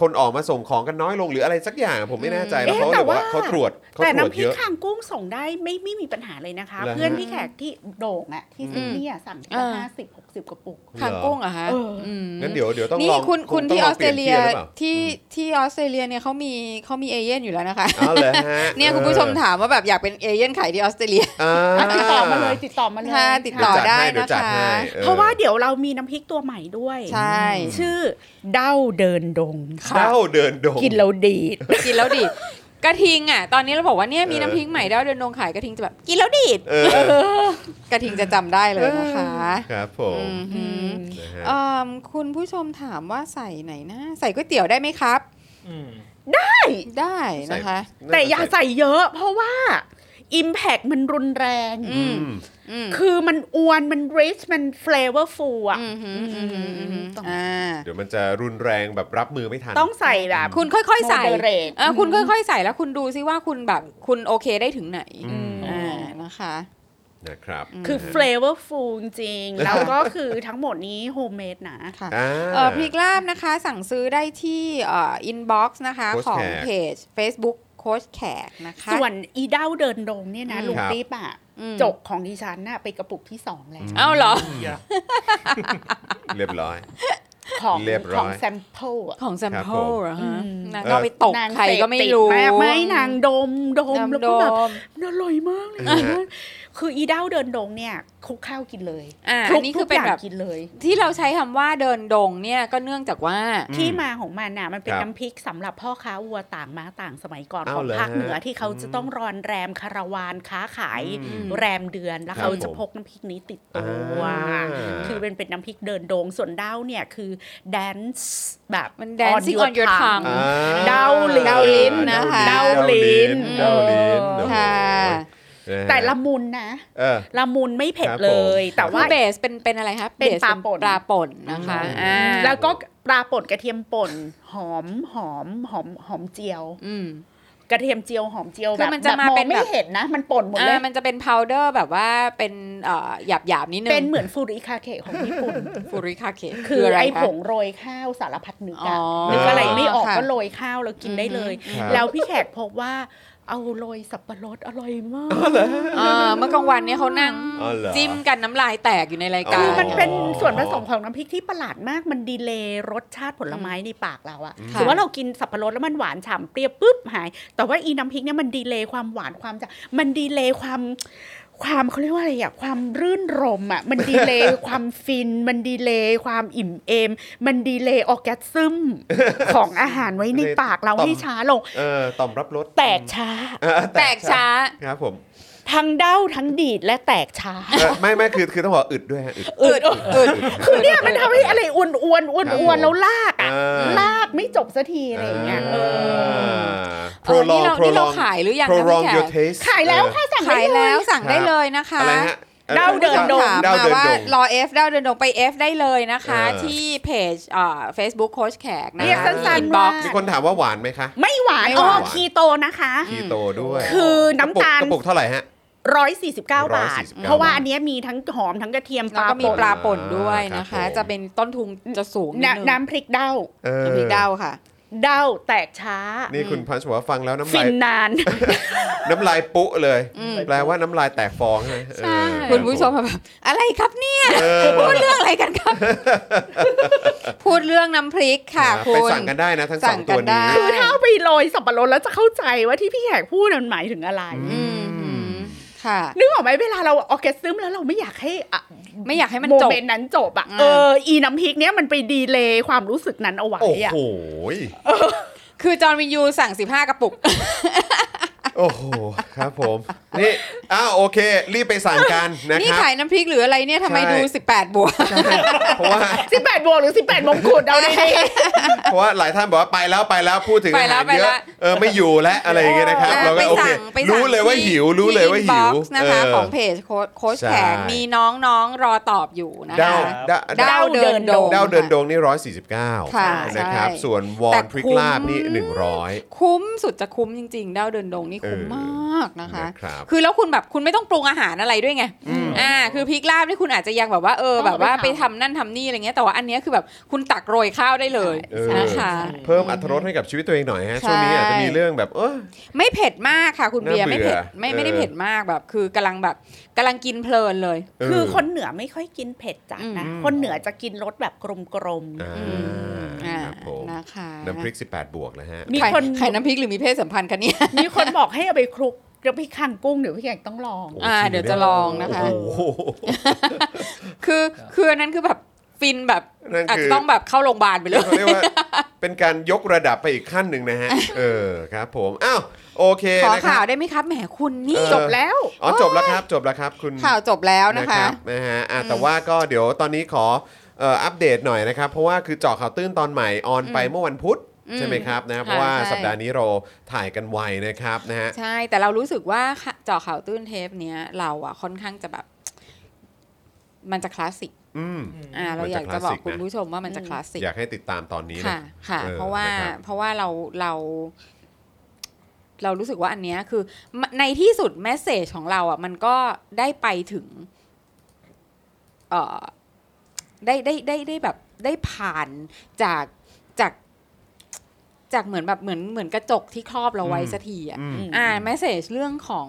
Speaker 1: คนออกมาส่งของกันน้อยลงหรืออะไรสักอย่างผมไม่แน่ใจแล้ว
Speaker 4: เอ๊ะ
Speaker 1: เขาก็เลย
Speaker 4: แต่
Speaker 1: บอก
Speaker 4: ว่า
Speaker 1: ว่าเขาตรวจเขา
Speaker 4: แต่
Speaker 1: ตรวจ
Speaker 4: น้ำพริ
Speaker 1: เย
Speaker 4: ก
Speaker 1: อะ
Speaker 4: คางกุ้งส่งได้ไม่ไม่มีปัญหาเลยนะคะ
Speaker 1: เหรอฮะ
Speaker 4: เพื่อนพี่แขกที่โด่งอ่ะที่ซิดนีย์อะสั่ง
Speaker 2: อ่า
Speaker 4: ห้าสิบหกสิบกระปุก
Speaker 2: คางกุ้งเหรอฮะ
Speaker 4: เอออื
Speaker 2: ม
Speaker 1: งั้นเดี๋ยวเดี๋ยวต้อง
Speaker 2: นี่
Speaker 1: ลอง
Speaker 2: คุณคุณ
Speaker 1: ต้ง
Speaker 2: ที่
Speaker 1: ล
Speaker 2: อง อสเตรเลีย
Speaker 1: ปนที่หอปา
Speaker 2: ที่ที่ออสเตรเลียเนี่ยเขามีเขามีเอเย่นอยู่แล้วนะคะ
Speaker 1: อ๋อเหรอฮะ
Speaker 2: เนี่ยคุณผู้ชมถามว่าแบบอยากเป็นเอเย่นขายที่ออสเตรเลีย
Speaker 1: อ่า
Speaker 4: อ่ะติดต่อมาเลยติดต่อมาเลย
Speaker 2: ค่ะติดต่อ
Speaker 1: เยวจัให้
Speaker 2: ได้นะ
Speaker 1: เยว
Speaker 2: คะ
Speaker 1: จัให้ออ
Speaker 4: เพราะว่าเดี๋ยวเรามีน้ำพริกตัวใหม่ด้วย
Speaker 2: ใช่
Speaker 4: ชื่อเด้าเดินดง
Speaker 1: เด้าเดินดง
Speaker 4: กินแล้วดีด
Speaker 2: กิน แล้วดีดกระทิงอ่ะ ตอนนี้เราบอกว่าเนี่ยมี
Speaker 1: เออ
Speaker 2: น้ำพริกใหม่ดาวเดินดงขายกระทิงจะแบบกินแล้วดีด
Speaker 1: เออ
Speaker 2: กระทิงจะจำได้เลยนะคะ
Speaker 1: ครับผม
Speaker 2: อือหือ
Speaker 1: นะฮะ
Speaker 2: เอิ่มคุณผู้ชมถามว่าใส่ไหนนะใส่ก๋วยเตี๋ยวได้ไหมครับ
Speaker 3: อืม
Speaker 2: ได้นะคะ
Speaker 4: แต่อย่าใส่เยอะ เพราะว่า Impact มันรุนแรง
Speaker 2: อื
Speaker 1: อืม
Speaker 2: อืม
Speaker 4: คือมันอวนมัน rich มัน flavorful อ่ะ
Speaker 2: อืมฮึอืมฮึอืมฮึ
Speaker 4: ต้อง
Speaker 2: อ่า
Speaker 1: เดี๋ยวมันจะรุนแรงแบบรับมือไม่ทัน
Speaker 4: ต้องใส่แบบ
Speaker 2: คุณค่อยๆใส่
Speaker 4: moderate
Speaker 2: อ่าคุณค่อยๆใส่แล้วคุณดูซิว่าคุณแบบคุณโอเคได้ถึงไหน
Speaker 1: อืม
Speaker 2: อ่านะคะ
Speaker 1: นะครับ
Speaker 4: คือ
Speaker 1: นะฮะ
Speaker 4: flavorful จริงๆแล้วก็คือทั้งหมดนี้ homemade นะ
Speaker 2: ค่ะ
Speaker 1: อ่า
Speaker 2: เอ่อพริกลาบนะคะสั่งซื้อได้ที่เอ่อินบ็อกซ์นะคะ
Speaker 1: โค้ช
Speaker 2: ของ
Speaker 1: แขก
Speaker 2: เพจ Facebook โค้ชแขกนะคะ
Speaker 4: ส่วนอีเด้าเดินดงเนี่ยนะ
Speaker 2: อืม
Speaker 4: ลุงปิ๊บอ่ะ
Speaker 2: อืม
Speaker 4: จกของดิฉันน่ะไปกระปุกที่สองแล้ว
Speaker 2: เอ้าเหรอ
Speaker 1: เรียบร้อย
Speaker 4: ของ
Speaker 1: เรียบร้อย
Speaker 4: ของ sample อ่ะ
Speaker 2: ของแซม
Speaker 1: ครับ
Speaker 2: โพ
Speaker 1: ผ
Speaker 2: ล
Speaker 1: ม
Speaker 2: เหรอฮะ
Speaker 4: อืม
Speaker 2: นางก็เอาไปตกใครก็ไม่รู้
Speaker 4: นางเสพติดากไม่นางดมดมแล้วก็แบบ
Speaker 2: ดม
Speaker 4: อร่อยมากเลย
Speaker 1: เออ
Speaker 4: นะคืออีเด้าเดินดงเนี่ยคลุกข้าวกินเลย
Speaker 2: อ่า
Speaker 4: คลุ
Speaker 2: อั
Speaker 4: ก
Speaker 2: นนี้
Speaker 4: ทุ
Speaker 2: คือ
Speaker 4: กอ
Speaker 2: เป็น
Speaker 4: ย่าง
Speaker 2: แบบ
Speaker 4: กินเลย
Speaker 2: ที่เราใช้คำว่าเดินดงเนี่ยก็เนื่องจากว่า
Speaker 1: อืม
Speaker 4: ที่มาของมันน่ะมันเป็น
Speaker 1: ครับ
Speaker 4: น้ำพริกสำหรับพ่อค้าวัวต่างม้าต่างสมัยก่อน
Speaker 1: เอา
Speaker 4: ของ
Speaker 1: เหรอ
Speaker 4: ภาคเหนือ
Speaker 1: ฮะ
Speaker 4: ที่เขาจะต้องรอนแรมคาราวานค้าขาย
Speaker 1: อืม
Speaker 4: แรมเดือนแล้ว
Speaker 1: ครับ
Speaker 4: เขาจะ
Speaker 1: ผม
Speaker 4: พกน้ำพริกนี้ติดตัว
Speaker 1: อ่า
Speaker 4: คือเป็นเป็นน้ำพริกเดินดงส่วนเด้าเนี่ยคือแดนซ์แบบ
Speaker 2: มัน dancing on your tongue
Speaker 1: อ่า
Speaker 4: เด้าลิ้น
Speaker 2: เดาลิ้นนะคะ
Speaker 4: เด้าลิ้น
Speaker 1: เดาลิ้น
Speaker 4: เออ
Speaker 2: ค่ะ
Speaker 1: นะฮะ
Speaker 4: แต่ละมุนนะ
Speaker 1: เออ
Speaker 4: ละมุนไม่เผ็ด
Speaker 1: ครับผม
Speaker 4: เลย แต่
Speaker 2: คือ
Speaker 4: ว่า
Speaker 2: เบสเป็นเป็นอะไรคะ
Speaker 4: เป็น
Speaker 2: บส
Speaker 4: ปลาป่น
Speaker 2: ปลาป่นนะคะอ่า
Speaker 4: แล้วก็ปลาป่นกระเทียมป่นหอมหอมหอมหอมเจียว
Speaker 2: อืม
Speaker 4: กระเทียมเจียวหอมเจียว
Speaker 2: คือ
Speaker 4: แบบ
Speaker 2: มันจะมา
Speaker 4: แบบมอง
Speaker 2: เป็นแบบ
Speaker 4: ไม่เห็นนะ มันป่นหมดเลย
Speaker 2: อ่ามันจะเป็น powder แบบว่าเป็นเอ่อหยาบหยาบๆนิดนึง
Speaker 4: เป็นเหมือนฟูริคาเคะของญี่ปุ่น
Speaker 2: ฟูริคาเคะ
Speaker 4: คือไอ้
Speaker 2: ะ
Speaker 4: ผ
Speaker 2: คะ
Speaker 4: งโรยข้าวสารพัดนึก
Speaker 2: อ๋
Speaker 4: อะ
Speaker 2: อ
Speaker 4: นึกอะไรไม่ออก
Speaker 2: ค่ะ
Speaker 4: ก็โรยข้าวแล้วกินได้เลย
Speaker 1: อืม
Speaker 4: แล้วพี่แขกพบว่าเอาโรยสับปะรดอร่อยมาก
Speaker 2: เออเมื่อกลางวันเนี่ยเขานั่ง
Speaker 1: อ๋อเหรอ
Speaker 2: จิ้มกันน้ำลายแตกอยู่ในรายการ
Speaker 4: คือมันเป็น
Speaker 1: อ๋อ
Speaker 4: ส่วนผสมของน้ำพริกที่ประหลาดมาก มันดีเลย์รสชาติผลไม้ในปากเราอะ
Speaker 1: อืม
Speaker 4: สมมติว่าเรากินสับปะรดแล้วมันหวานฉ่ำเปรี้ยวปุ๊บหาย แต่ว่าอีน้ำพริกเนี่ยมันดีเลย์ความหวานความจะมันดีเลย์ความความเขาเรียกว่าอะไรอะความรื่นรมอะมันดีเลย์ ความฟิน มันดีเลย์ความอิ่มเอม มันดีเลย์ออร์แกซึมของอาหารไว้ในปากเราให้ช้าลง
Speaker 1: เออต่อมรับรส
Speaker 4: แตกช้า
Speaker 1: เออ
Speaker 2: แตกช้า
Speaker 1: ครับผม
Speaker 4: ท ทั้งเด้าทั้งดีดและแตกช้า
Speaker 1: เอ่อไม่ไม่คือคือต้องบอกอึดด้วยฮะอึด
Speaker 2: อึดอึด
Speaker 4: คือเนี่ยมันทำให้อะไรอ้วนอ้วนอ้วนอ้วนแล้วลากอ่ะ
Speaker 1: เออ
Speaker 4: ลากไม่จบสักทีอะไรอย่างเงี้ยเออ
Speaker 1: โป
Speaker 2: เอ
Speaker 1: ร
Speaker 2: อ
Speaker 1: ลอ
Speaker 2: นี่
Speaker 1: ง
Speaker 2: เรา
Speaker 1: โปร
Speaker 2: นี่
Speaker 1: ล
Speaker 2: เรา
Speaker 1: อง
Speaker 2: ขายหรือยัง
Speaker 1: p r o
Speaker 2: นะ
Speaker 1: l o
Speaker 2: พี่
Speaker 1: n g your
Speaker 2: แขก
Speaker 1: taste
Speaker 4: ขายแล้วค่ะสั่งได้
Speaker 2: ขาย
Speaker 4: เล
Speaker 2: แล้
Speaker 4: ย
Speaker 2: วสั่งได้เลยนะ
Speaker 1: เออ
Speaker 2: คะ
Speaker 1: อะไรฮะอ่อ
Speaker 4: เด้าเดินดง
Speaker 2: ถาม
Speaker 1: เด้า
Speaker 2: มา
Speaker 1: เดิน
Speaker 2: ว่า
Speaker 1: ดง
Speaker 2: รอ F เด้าเดินดงไป F ได้เลยนะคะ
Speaker 1: เออ
Speaker 2: ที่เพจเฟซบุ๊กโค้ชแขกนะ
Speaker 4: เรียก
Speaker 2: คะ
Speaker 4: สั้น
Speaker 2: อิ
Speaker 4: ๆ
Speaker 2: บ็
Speaker 4: ว่า
Speaker 1: มีคนถามว่าหวานไหมคะ
Speaker 4: ไม่หวาน
Speaker 2: ไม่ห
Speaker 4: อ๋อ
Speaker 2: วาน
Speaker 4: คีโตนะคะ
Speaker 1: คีโตด้วย
Speaker 4: คือน้ำตาล
Speaker 1: กระปุกกระปุกเท่าไหร่ฮะ
Speaker 4: 149 บาท
Speaker 1: 149
Speaker 4: เพราะว่าอันเนี้ยมีทั้งหอมทั้งกระเทียมป
Speaker 2: แล้ว
Speaker 4: ลา
Speaker 2: ก็มี
Speaker 4: ป่น
Speaker 2: ปลาป่นด้วยนะ
Speaker 1: ครับ
Speaker 2: คะ
Speaker 1: ผม
Speaker 2: จะเป็นต้นทุนจะสูงนิดนึง
Speaker 4: น้ำน้ำพริกเด้า
Speaker 1: เออ
Speaker 2: น้ำพริกเด้าค่ะ
Speaker 4: เด้าแตกช้า
Speaker 1: นี่คุณพันช์บอกว่าฟังแล้วน้ำ
Speaker 4: ฟิ
Speaker 1: ลาย
Speaker 4: นนาน
Speaker 1: น้ำลายปุ๊เลย
Speaker 2: อืม
Speaker 1: แปลว่าน้ำลายแตกฟองใช่ไหมเออ
Speaker 2: คุณผู้ชมแบบอะไรครับ เนี่ย
Speaker 1: เออ
Speaker 2: พูดเรื่องอะไรกันครับ พูดเรื่องน้ำพริกค่ะ
Speaker 1: อ่า
Speaker 2: คุ
Speaker 1: ไป
Speaker 2: ณ
Speaker 1: สั่งกันได้นะทั้ง
Speaker 2: สั่
Speaker 1: สอง ง
Speaker 2: กัน
Speaker 1: ตัวนี้
Speaker 2: ได้
Speaker 4: คือถ้าเอาไปโรยสับปะรดแล้วจะเข้าใจว่าที่พี่แขกพูดมันหมายถึงอะไร
Speaker 2: อืมค่ะ
Speaker 4: นึกออกไหมเวลาเราออร์แกซึมแล้วเราไม่อยากให้อะ
Speaker 2: ไม่อยากให้มัน
Speaker 4: โม
Speaker 2: จบ
Speaker 4: เมนต์นั้นจบอะ
Speaker 2: อ่า
Speaker 4: เอออีน้ำพริกเนี้ยมันไปดีเลย์ความรู้สึกนั้นเอาไว้
Speaker 1: โอ้
Speaker 4: อะ
Speaker 1: โห
Speaker 2: คือจอห์นวินยูสั่ง 15 กระปุก
Speaker 1: โอ้โห ครับผม นี่อ้าวโอเค รีบไปสั่งกันนะ
Speaker 2: นี่
Speaker 1: ครับ
Speaker 2: ขายน้ำพริกหรืออะไรเนี่ยทำไม
Speaker 1: ใช่
Speaker 2: ดู 18 บวก
Speaker 1: เพราะว่า
Speaker 4: สิบแปดบวกหรือสิบแปดมงกุฎเอาได้
Speaker 1: เพราะว่าหลายท่านบอกว่าไปแล้วไปแล้วพูดถึง
Speaker 2: ไป
Speaker 1: อา
Speaker 2: แล้
Speaker 1: หาว รเยอะ
Speaker 2: ไปแล้ว
Speaker 1: เออไม่อยู่แล้วอะไรอย่างเงี้ยนะครับ
Speaker 2: เออ
Speaker 1: เราก็
Speaker 2: ไป
Speaker 1: โอเค
Speaker 2: สั่งไปสั่ง
Speaker 1: รู้เลยว่า
Speaker 2: ที่
Speaker 1: หิวรู้เลยว่า
Speaker 2: ที่
Speaker 1: หิว
Speaker 2: inbox นะคะ
Speaker 1: เออ
Speaker 2: ของเพจโค้ชโค้ช
Speaker 1: ใช่
Speaker 2: แขกมีน้องๆรอตอบอยู่นะ
Speaker 1: เด้า
Speaker 2: คะ
Speaker 1: เด้า
Speaker 2: เด้าเดินดง
Speaker 1: เด้าเดินดงนี่ร้อยสี่สิบเก้า
Speaker 2: ค่ะ
Speaker 1: นะครับ
Speaker 2: ใช่
Speaker 1: ส่วนวอ
Speaker 2: แต่
Speaker 1: นพริก
Speaker 2: คุ้ม
Speaker 1: ลาบนี่หนึ่งร้อย
Speaker 2: คุ้มสุดจะคุ้มจริงๆ เด้าเดินดงนี่คุ้ม
Speaker 1: เออ
Speaker 2: มากนะคะ
Speaker 1: นะครับ
Speaker 2: คือแล้วคุณแบบคุณไม่ต้องปรุงอาหารอะไรด้วยไงอ่าคือพริกลาบนี่คุณอาจจะยังแบบว่าเออ
Speaker 4: ต้อง
Speaker 2: แบบว่า
Speaker 4: เอา
Speaker 2: ไป
Speaker 4: ไป
Speaker 2: ทำ
Speaker 4: ทำ
Speaker 2: นั่นทำนี่อะไรเงี้ยแต่ว่าอันเนี้ยคือแบบคุณตักโรยข้าวได้เลย
Speaker 1: เออ
Speaker 2: นะคะ
Speaker 1: เพิ่มอัตรถรสให้กับชีวิตตัวเองหน่อยฮะช่วงนี้อาจจะมีเรื่องแบบเออ
Speaker 2: ไม่เผ็ดมากค่ะ คุณเบียร์
Speaker 1: น่าเบื่อ
Speaker 2: ไม่เผ็ดไม่ไม่ได้
Speaker 1: เออ
Speaker 2: เผ็ดมากแบบ คือกำลังแบบกำลังกินเพลินเลย
Speaker 1: เ
Speaker 4: คือคนเหนือไม่ค่อยกินเผ็ดจัดนะ
Speaker 2: อืม
Speaker 4: คนเหนือจะกินรสแบบกลม
Speaker 1: อ่า
Speaker 2: อ่า
Speaker 1: ครับผม
Speaker 2: นะคะ
Speaker 1: น้ำพริก 18 บวกนะฮะ
Speaker 4: ๆ มี
Speaker 2: ใร
Speaker 4: คน
Speaker 2: ใครน้ำพริกหรือมีเพศสัมพันธ์กันเนี่ย
Speaker 4: มีคนบอกให้เอาไปคลุกกระพริกคางกุ้งเดี๋ยวพี่แขกต้องลอง
Speaker 1: โอ้
Speaker 2: อ่า
Speaker 1: จริง
Speaker 2: เดี๋ยว
Speaker 1: นี่
Speaker 2: จะลองนะคะ
Speaker 1: โอ้โห
Speaker 2: คือคืออันนั้นคือแบบฟินแบบ
Speaker 1: นั่นคืออ
Speaker 2: อาจจะต้องแบบเข้าโรงพยาบาลไปเลย
Speaker 1: เขาเรียกว่า เป็นการยกระดับไปอีกขั้นหนึ่งนะฮะ เออครับผม อ้าว โอเค
Speaker 2: ขอ
Speaker 1: นะค
Speaker 2: ข่า
Speaker 1: รั
Speaker 2: ว
Speaker 1: บ
Speaker 2: ได้ไหมครับแหมคุณนี่
Speaker 1: เออ
Speaker 2: จ
Speaker 4: จ
Speaker 2: บบ
Speaker 4: แล้ว
Speaker 1: อ๋อจบแล้วครับ จบแล้วครับ คุณ
Speaker 2: ข่าวจบแล้วนะคะ
Speaker 1: รับนะฮะอ่ะแต่ว่าก็เดี๋ยวตอนนี้ขอเอ่ออัปเดตหน่อยนะครับ เพราะว่าคือเจาะข่าวตื้นตอนใหม่ออนไปเมื่อวันพุธ
Speaker 2: อืม
Speaker 1: ใช่ไหมครับนะ
Speaker 2: ค่ะ
Speaker 1: เพราะว่า
Speaker 2: ใช่
Speaker 1: สัปดาห์นี้เราถ่ายกันไวนะครับนะฮะ
Speaker 2: ใช่แต่เรารู้สึกว่าค่ะเจาะข่าวตื้นเทปเนี้ยเราอะค่อนข้างจะแบบ มันจะคลาสสิก
Speaker 1: อืม
Speaker 2: อ่า เราอยาก
Speaker 1: มันจะ
Speaker 2: จะ
Speaker 1: ค
Speaker 2: บ
Speaker 1: ลาส
Speaker 2: อ
Speaker 1: สิ
Speaker 2: ก
Speaker 1: กนะ
Speaker 2: คุณผู้ชมว่ามันจะคลาสสิก
Speaker 1: อยากให้ติดตามตอนนี้นะ
Speaker 2: ค่ะ ค่ะ
Speaker 1: เออ
Speaker 2: เพราะว่า
Speaker 1: นะครับ
Speaker 2: เพราะว่าเราเราเรารู้สึกว่าอันเนี้ยคือในที่สุดแมสเซจของเราอะมันก็ได้ไปถึง เอ่อได้ได้ได้ได้แบบได้ผ่านจากจากจากเหมือนแบบเหมือนเหมือนกระจกที่ครอบเราไว้
Speaker 1: อืม
Speaker 2: สักทีอ่ะ
Speaker 1: อืม
Speaker 2: อ่าแมสเซจเรื่องของ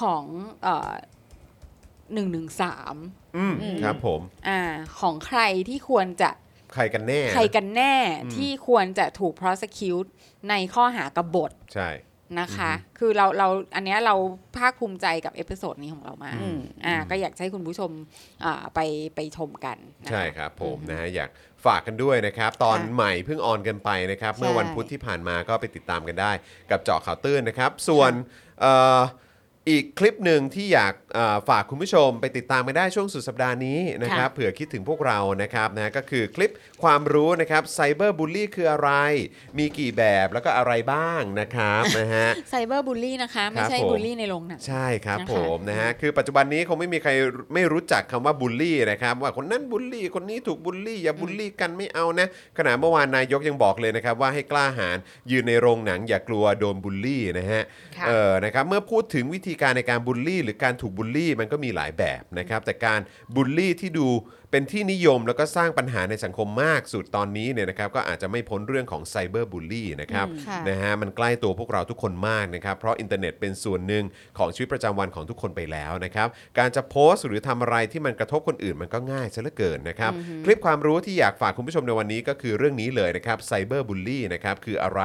Speaker 2: ของเอ่อหนึ่งหนึ่งสาม
Speaker 1: อืม
Speaker 4: อืม
Speaker 1: ครับผม
Speaker 2: อ่าของใครที่ควรจะ
Speaker 1: ใครกันแน่
Speaker 2: ใครกันแน่
Speaker 1: อืม
Speaker 2: ที่ควรจะถูก prosecute ในข้อหากบฏ
Speaker 1: ใช่
Speaker 2: นะคะ คือเราเราอันเนี้ยเราภาคภูมิใจกับเอพิโซดนี้ของเรามาก
Speaker 4: อืม
Speaker 2: อ่าก็อยากจะให้คุณผู้ชมอ่าไปไปชมกันนะะ
Speaker 1: ใช่ครับผมนะฮะอยากฝากกันด้วยนะครับ ตอน
Speaker 2: ค่ะ
Speaker 1: ใหม่เพิ่งออนกันไปนะครับ
Speaker 2: ใช่
Speaker 1: เมื่อวันพุธที่ผ่านมาก็ไปติดตามกันได้ กับเจาะข่าวตื้นนะครับ ส่วนเอ่ออีกคลิปหนึ่งที่อยากเอ่อฝากคุณผู้ชมไปติดตามกันได้ช่วงสุดสัปดาห์นี้นะครับ เผื่อคิดถึงพวกเรานะครับนะก็คือคลิปความรู้นะครับไซเบอร์บูลลี่คืออะไร มีกี่แบบแล้วก็อะไรบ้างนะครับ นะฮะ
Speaker 2: ไซเบอร์บูลลี่นะคะ ไม่ใช่
Speaker 1: ผม
Speaker 2: บูลลี่ในโรงหนัง
Speaker 1: ใช่ครับ
Speaker 2: นะคะ
Speaker 1: ผมนะฮะคือปัจจุบันนี้คงไม่มีใครไม่รู้จักคำว่าบูลลี่นะครับ ว่าคนนั้นบูลลี่คนนี้ถูกบูลลี่อย่าบูลลี่กันไม่เอานะขณะเมื่อวานนายกยังบอกเลยนะครับ ว่าให้กล้าหาญยืนในโรงหนังอย่ากลัวโดนบูลลี่นะฮะ
Speaker 4: ค่ะ
Speaker 1: เออนะครับเมื่อพูดถึงวิธีการในการบูลลี่ หรือการถูกบูลลี่มันก็มีหลายแบบนะครับ แต่การบูลลี่ที่ดูเป็นที่นิยมแล้วก็สร้างปัญหาในสังคมมากสุดตอนนี้เนี่ยนะครับก็อาจจะไม่พ้นเรื่องของไซเบอร์บูลลี่นะครับ
Speaker 2: อืมค่ะ
Speaker 1: นะฮะมันใกล้ตัวพวกเราทุกคนมากนะครับเพราะอินเทอร์เน็ตเป็นส่วนหนึ่งของชีวิตประจำวันของทุกคนไปแล้วนะครับการจะโพสต์หรือทำอะไรที่มันกระทบคนอื่นมันก็ง่ายซะเหลือเกินนะครับคลิปความรู้ที่อยากฝากคุณผู้ชมในวันนี้ก็คือเรื่องนี้เลยนะครับไซเบอร์บูลลี่นะครับคืออะไร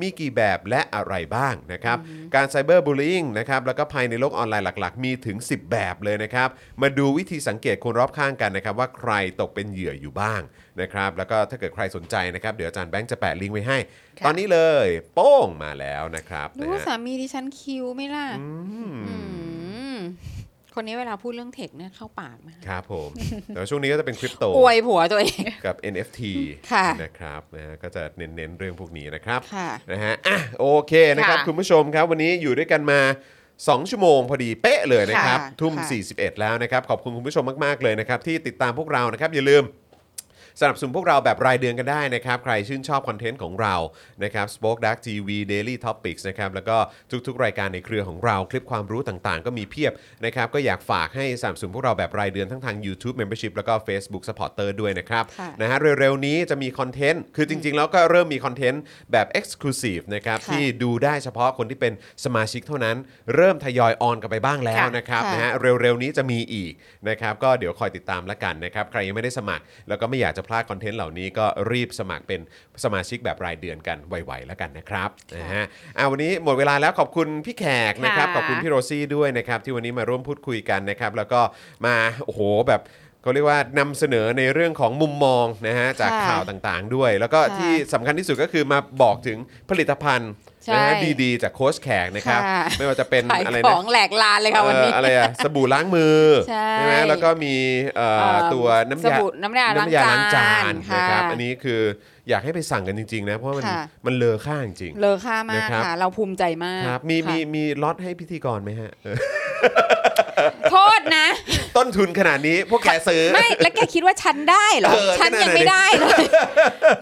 Speaker 1: มีกี่แบบและอะไรบ้างนะครับการไซเบอร์บูลลี่นะครับแล้วก็ภายในโลกออนไลน์หลัก ๆ มีถึง 10 แบบเลยนะครับมาดูวิธีสังเกตคนรอบข้างกันนะครับว่าใครตกเป็นเหยื่ออยู่บ้างนะครับแล้วก็ถ้าเกิดใครสนใจนะครับเดี๋ยวอาจารย์แบงค์จะแปะลิงก์ไว้ให้
Speaker 4: ค่ะ
Speaker 1: ตอนนี้เลยโป้งมาแล้วนะครับ
Speaker 2: ดู
Speaker 1: นะ
Speaker 2: ว่า
Speaker 1: ฮะ
Speaker 2: สามีดิฉันคิวไหม่ล่ะ
Speaker 1: อืม
Speaker 2: อืม คนนี้เวลาพูดเรื่องเทคเนี่ยเข้าปากมาก
Speaker 1: ครับผม แต่ว่าช่วงนี้ก็จะเป็นคริปโต
Speaker 2: อวยผัวตัวเอง
Speaker 1: กับ NFT
Speaker 2: ค่ะ
Speaker 1: นะครับนะฮะก็จะเน้นๆเรื่องพวกนี้นะครับ
Speaker 2: ค่ะ
Speaker 1: นะฮะอ่ะโอเคนะครับ
Speaker 2: ค่ะ
Speaker 1: คุณผู้ชมครับ วันนี้อยู่ด้วยกันมา 2 ชั่วโมงพอดีเป๊ะเลยนะครับ
Speaker 2: ค่ะ
Speaker 1: ทุ่ม
Speaker 2: ค่ะ
Speaker 1: 41 แล้วนะครับ ขอบคุณคุณผู้ชมมาก ๆ เลยนะครับ ที่ติดตามพวกเรานะครับ อย่าลืม สนับสนุนพวกเราแบบรายเดือนกันได้นะครับ ใครชื่นชอบคอนเทนต์ของเรานะครับ Spoke Dark TV Daily Topics นะครับ แล้วก็ทุกๆ รายการในเครือของเราคลิปความรู้ต่างๆ ก็มีเพียบนะครับ ก็อยากฝากให้สนับสนุนพวกเราแบบรายเดือนทั้งทาง YouTube Membership แล้วก็ Facebook Supporter ด้วยนะครับ
Speaker 2: ค่ะ
Speaker 1: นะฮะเร็วๆ นี้จะมีคอนเทนต์ คือจริงๆ แล้วก็เริ่มมีคอนเทนต์แบบ Exclusive นะครับ
Speaker 2: ค่ะ
Speaker 1: ที่ดูได้เฉพาะคนที่เป็นสมาชิกเท่านั้น เริ่มทยอยออนกันไปบ้างแล้ว
Speaker 4: ค่ะ
Speaker 1: นะครับ
Speaker 2: ค่ะ
Speaker 1: นะฮะ นะฮะเร็วๆนี้จะมีอีกนะครับก็เดี๋ยวคอยติดตามละกันนะครับใครยังไม่ได้สมัคร แล้วก็ไม่อยากจะพลาดคอนเทนต์เหล่านี้ก็รีบสมัครเป็นสมาชิกแบบรายเดือนกันไวๆแล้วกันนะครับนะฮะอ่ะวันนี้หมดเวลาแล้วขอบคุณพี่แขกนะครับ
Speaker 4: ค่ะ
Speaker 1: ขอบคุณพี่โรซี่ด้วยนะครับที่วันนี้มาร่วมพูดคุยกันนะครับแล้วก็มาโอ้โหแบบเขาเรียกว่านำเสนอในเรื่องของมุมมองนะฮะจาก
Speaker 2: ค่ะ
Speaker 1: ข่าวต่างๆด้วย แล้วก็
Speaker 2: ค่ะ
Speaker 1: ที่สำคัญที่สุดก็คือมาบอกถึงผลิตภัณฑ์นะฮะ
Speaker 2: ใช่
Speaker 1: ดีๆ จากโค้ชแขกนะครับ
Speaker 2: ค่ะ
Speaker 1: ไม่ว่าจะเป็น
Speaker 2: ขาย
Speaker 1: อะไร
Speaker 2: ข
Speaker 1: นะ
Speaker 2: องแหลกลานเลยค่ะวันนี้
Speaker 1: เอ่ออะไรอะสบู่ล้างมือ
Speaker 2: ใช่
Speaker 1: ไหมแล้วก็มีเอ่อ
Speaker 2: เอ่อ
Speaker 1: ตัวน้ำ
Speaker 2: ส
Speaker 1: ยา
Speaker 2: บู่น้ำยาล้างจานค่ะ
Speaker 1: นะครับอันนี้คืออยากให้ไปสั่งกันจริง ๆ นะ เพราะมัน
Speaker 2: ค่ะ
Speaker 1: มันเลอค่าจริง
Speaker 2: เลอค่ามาก
Speaker 1: นะครับ
Speaker 2: ค่ะ เราภูมิใจมาก
Speaker 1: ๆครับมี
Speaker 2: ค่ะ
Speaker 1: มีมีล็อตให้พิธีกรไหมฮะเออ
Speaker 2: โทษนะ
Speaker 1: ต้นทุนขนาดนี้พวกแกซื้อ
Speaker 2: ไม่แล้วแกคิดว่าฉันได้เหรอ
Speaker 1: เออ
Speaker 2: ฉัน
Speaker 1: นั่น
Speaker 2: ยัง
Speaker 1: น่ะดิ
Speaker 2: ไม่ได้ เลย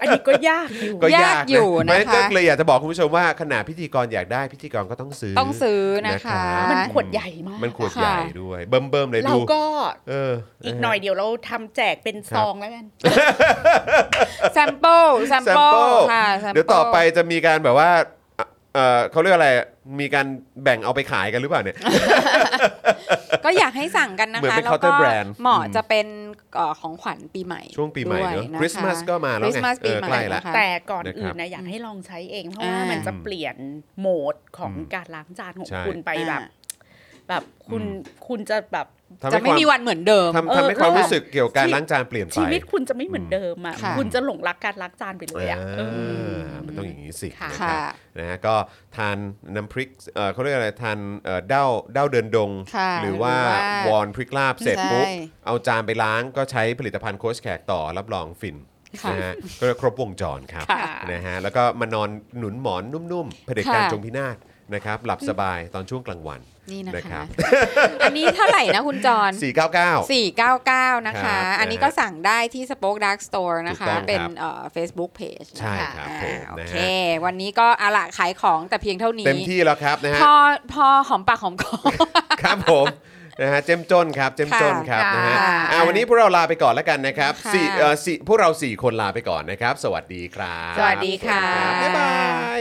Speaker 4: อันนี้ก็ยากอยู่
Speaker 1: ก็
Speaker 2: ยากอยู่
Speaker 1: นะไม่
Speaker 2: นะคะ
Speaker 1: ก็เลยอยากจะบอกคุณผู้ชมว่าขนาดพิธีกรอยากได้พิธีกรก็ต้องซื้อ
Speaker 2: ต้องซื้อนะ
Speaker 1: นะ
Speaker 2: คะ
Speaker 1: ครับ
Speaker 4: มันขวดใหญ่มาก
Speaker 1: มันขวด
Speaker 4: อะ
Speaker 1: ใหญ่
Speaker 2: ค่ะ
Speaker 1: ด้วยเบิ่มเบิ่มๆเลย
Speaker 4: เรา
Speaker 1: ดู
Speaker 4: ก็
Speaker 1: เออ
Speaker 4: อีก
Speaker 1: ะฮะ
Speaker 4: หน่อยเดี๋ยวเราทำแจกเป็น
Speaker 1: ครั
Speaker 4: ซ
Speaker 1: บ
Speaker 4: องแล้วกัน
Speaker 2: แซมเปิลแซม
Speaker 1: แซม
Speaker 2: เปิ
Speaker 1: เปิ
Speaker 2: ล
Speaker 1: ล
Speaker 2: ค่ะ sample
Speaker 1: เดี๋ยวต่อไปจะมีการแบบว่าอ่ะเอ่อเขาเรียกอะไรมีการแบ่งเอาไปขายกันหรือเปล่าเนี่ย
Speaker 2: ก็อยากให้สั่งกันนะ
Speaker 1: เหมือน
Speaker 2: คะ
Speaker 1: เป็น
Speaker 2: แล้วก็
Speaker 1: counter brand
Speaker 2: เหมาะ
Speaker 1: อืม
Speaker 2: จะเป็นเอ่อของขวัญปีใหม่
Speaker 1: ช่วงปีใหม่
Speaker 2: ด้วย
Speaker 1: เนอะ
Speaker 2: ค
Speaker 1: คริสต์มาสก็มาแล้วไง
Speaker 2: Christmas
Speaker 1: เออ
Speaker 2: ปีให
Speaker 1: ใก
Speaker 2: ม่
Speaker 1: ล้ละ
Speaker 2: นะคะ
Speaker 4: แต่ก่อนอื่น
Speaker 1: นะครับ
Speaker 4: นะอยากให้ลองใช้เอง เพราะว่า
Speaker 2: อ่ามั
Speaker 4: มันจะเปลี่ยนโหมดของการล้างจานของ
Speaker 1: ใช่
Speaker 4: คุณไปแบบ
Speaker 2: อ่า
Speaker 4: แบบคุณ
Speaker 1: อืม
Speaker 4: คุณจะแบบ
Speaker 1: ทำ
Speaker 2: จะ
Speaker 1: ให้
Speaker 2: ไม่
Speaker 1: ควา
Speaker 2: มีวันเหมือนเดิม
Speaker 1: ทำทำให้ความรู้สึกเกี่ยวกับการ
Speaker 4: ชีวิต
Speaker 1: ล้างจานเปลี่ยนไป
Speaker 4: ชีวิตคุณจะไม่เหมือนเดิมอ่ะ
Speaker 2: ค่ะ
Speaker 4: คุณจะหลงรักการล้างจานไปเลยอ่ะ
Speaker 1: อ่า
Speaker 4: เออ
Speaker 1: มันต้องอย่างนี้สิ
Speaker 4: ค่ะ
Speaker 1: นะครับ
Speaker 2: ค่ะ
Speaker 1: นะฮะก็ทานน้ำพริกเอ่อเขาเรียกอะไรทานเอ่อเด้าเด้าเดินดง
Speaker 2: ค่ะ
Speaker 1: หรือว่า
Speaker 2: หรือว่าว
Speaker 1: อนพริกลาบเสร็จปุ๊บ
Speaker 2: ใช่
Speaker 1: เอาจานไปล้างก็ใช้ผลิตภัณฑ์โค้ชแขกต่อรับรองฟิน
Speaker 2: ค่ะ
Speaker 1: นะฮะก็เรียกครบวงจรครับ
Speaker 2: ค่ะ
Speaker 1: นะฮะแล้วก็มานอนหนุนหมอนนุ่มๆเผด็จการ
Speaker 2: ค่ะ
Speaker 1: จงพินาศนะครับ หลับสบายตอนช่วงกลางวัน
Speaker 2: นี่นะ
Speaker 1: นะครั
Speaker 2: คะ
Speaker 1: บ
Speaker 2: อันนี้เท่าไหร่นะคุณจอน
Speaker 1: 499
Speaker 2: 499 นะ
Speaker 1: ครั
Speaker 2: คะ
Speaker 1: บ
Speaker 2: อันนี้ก็สั่งได้ที่ Spoke Dark Store นะ
Speaker 1: ถู
Speaker 2: คะ
Speaker 1: กต้องครับ
Speaker 2: เป็นเอ่อ Facebook Page
Speaker 1: ใช่
Speaker 2: นะ
Speaker 1: ค
Speaker 2: คะ
Speaker 1: รับ
Speaker 2: อ่า
Speaker 1: ผม
Speaker 2: โอ
Speaker 1: นะฮะ
Speaker 2: เค วันนี้ก็อะละขายของแต่เพียงเท่านี้
Speaker 1: เต็มที่แล้วครับนะฮะ
Speaker 2: พอพอหอมปากหอมคอ
Speaker 1: ครับผมนะฮะเจ้มจนครับเจ้มจนครับ
Speaker 4: ค่ะ
Speaker 1: นะฮะ
Speaker 4: ค่ะ
Speaker 1: อ่าวันนี้พวกเราลาไปก่อนแล้วกันนะครับ
Speaker 2: ค่ะ
Speaker 1: สี่เอ่อสี่พวกเราสี่คนลาไปก่อนนะครับ สวัสดีครับ
Speaker 2: สวัสดีค่ะ
Speaker 1: บ๊ายบาย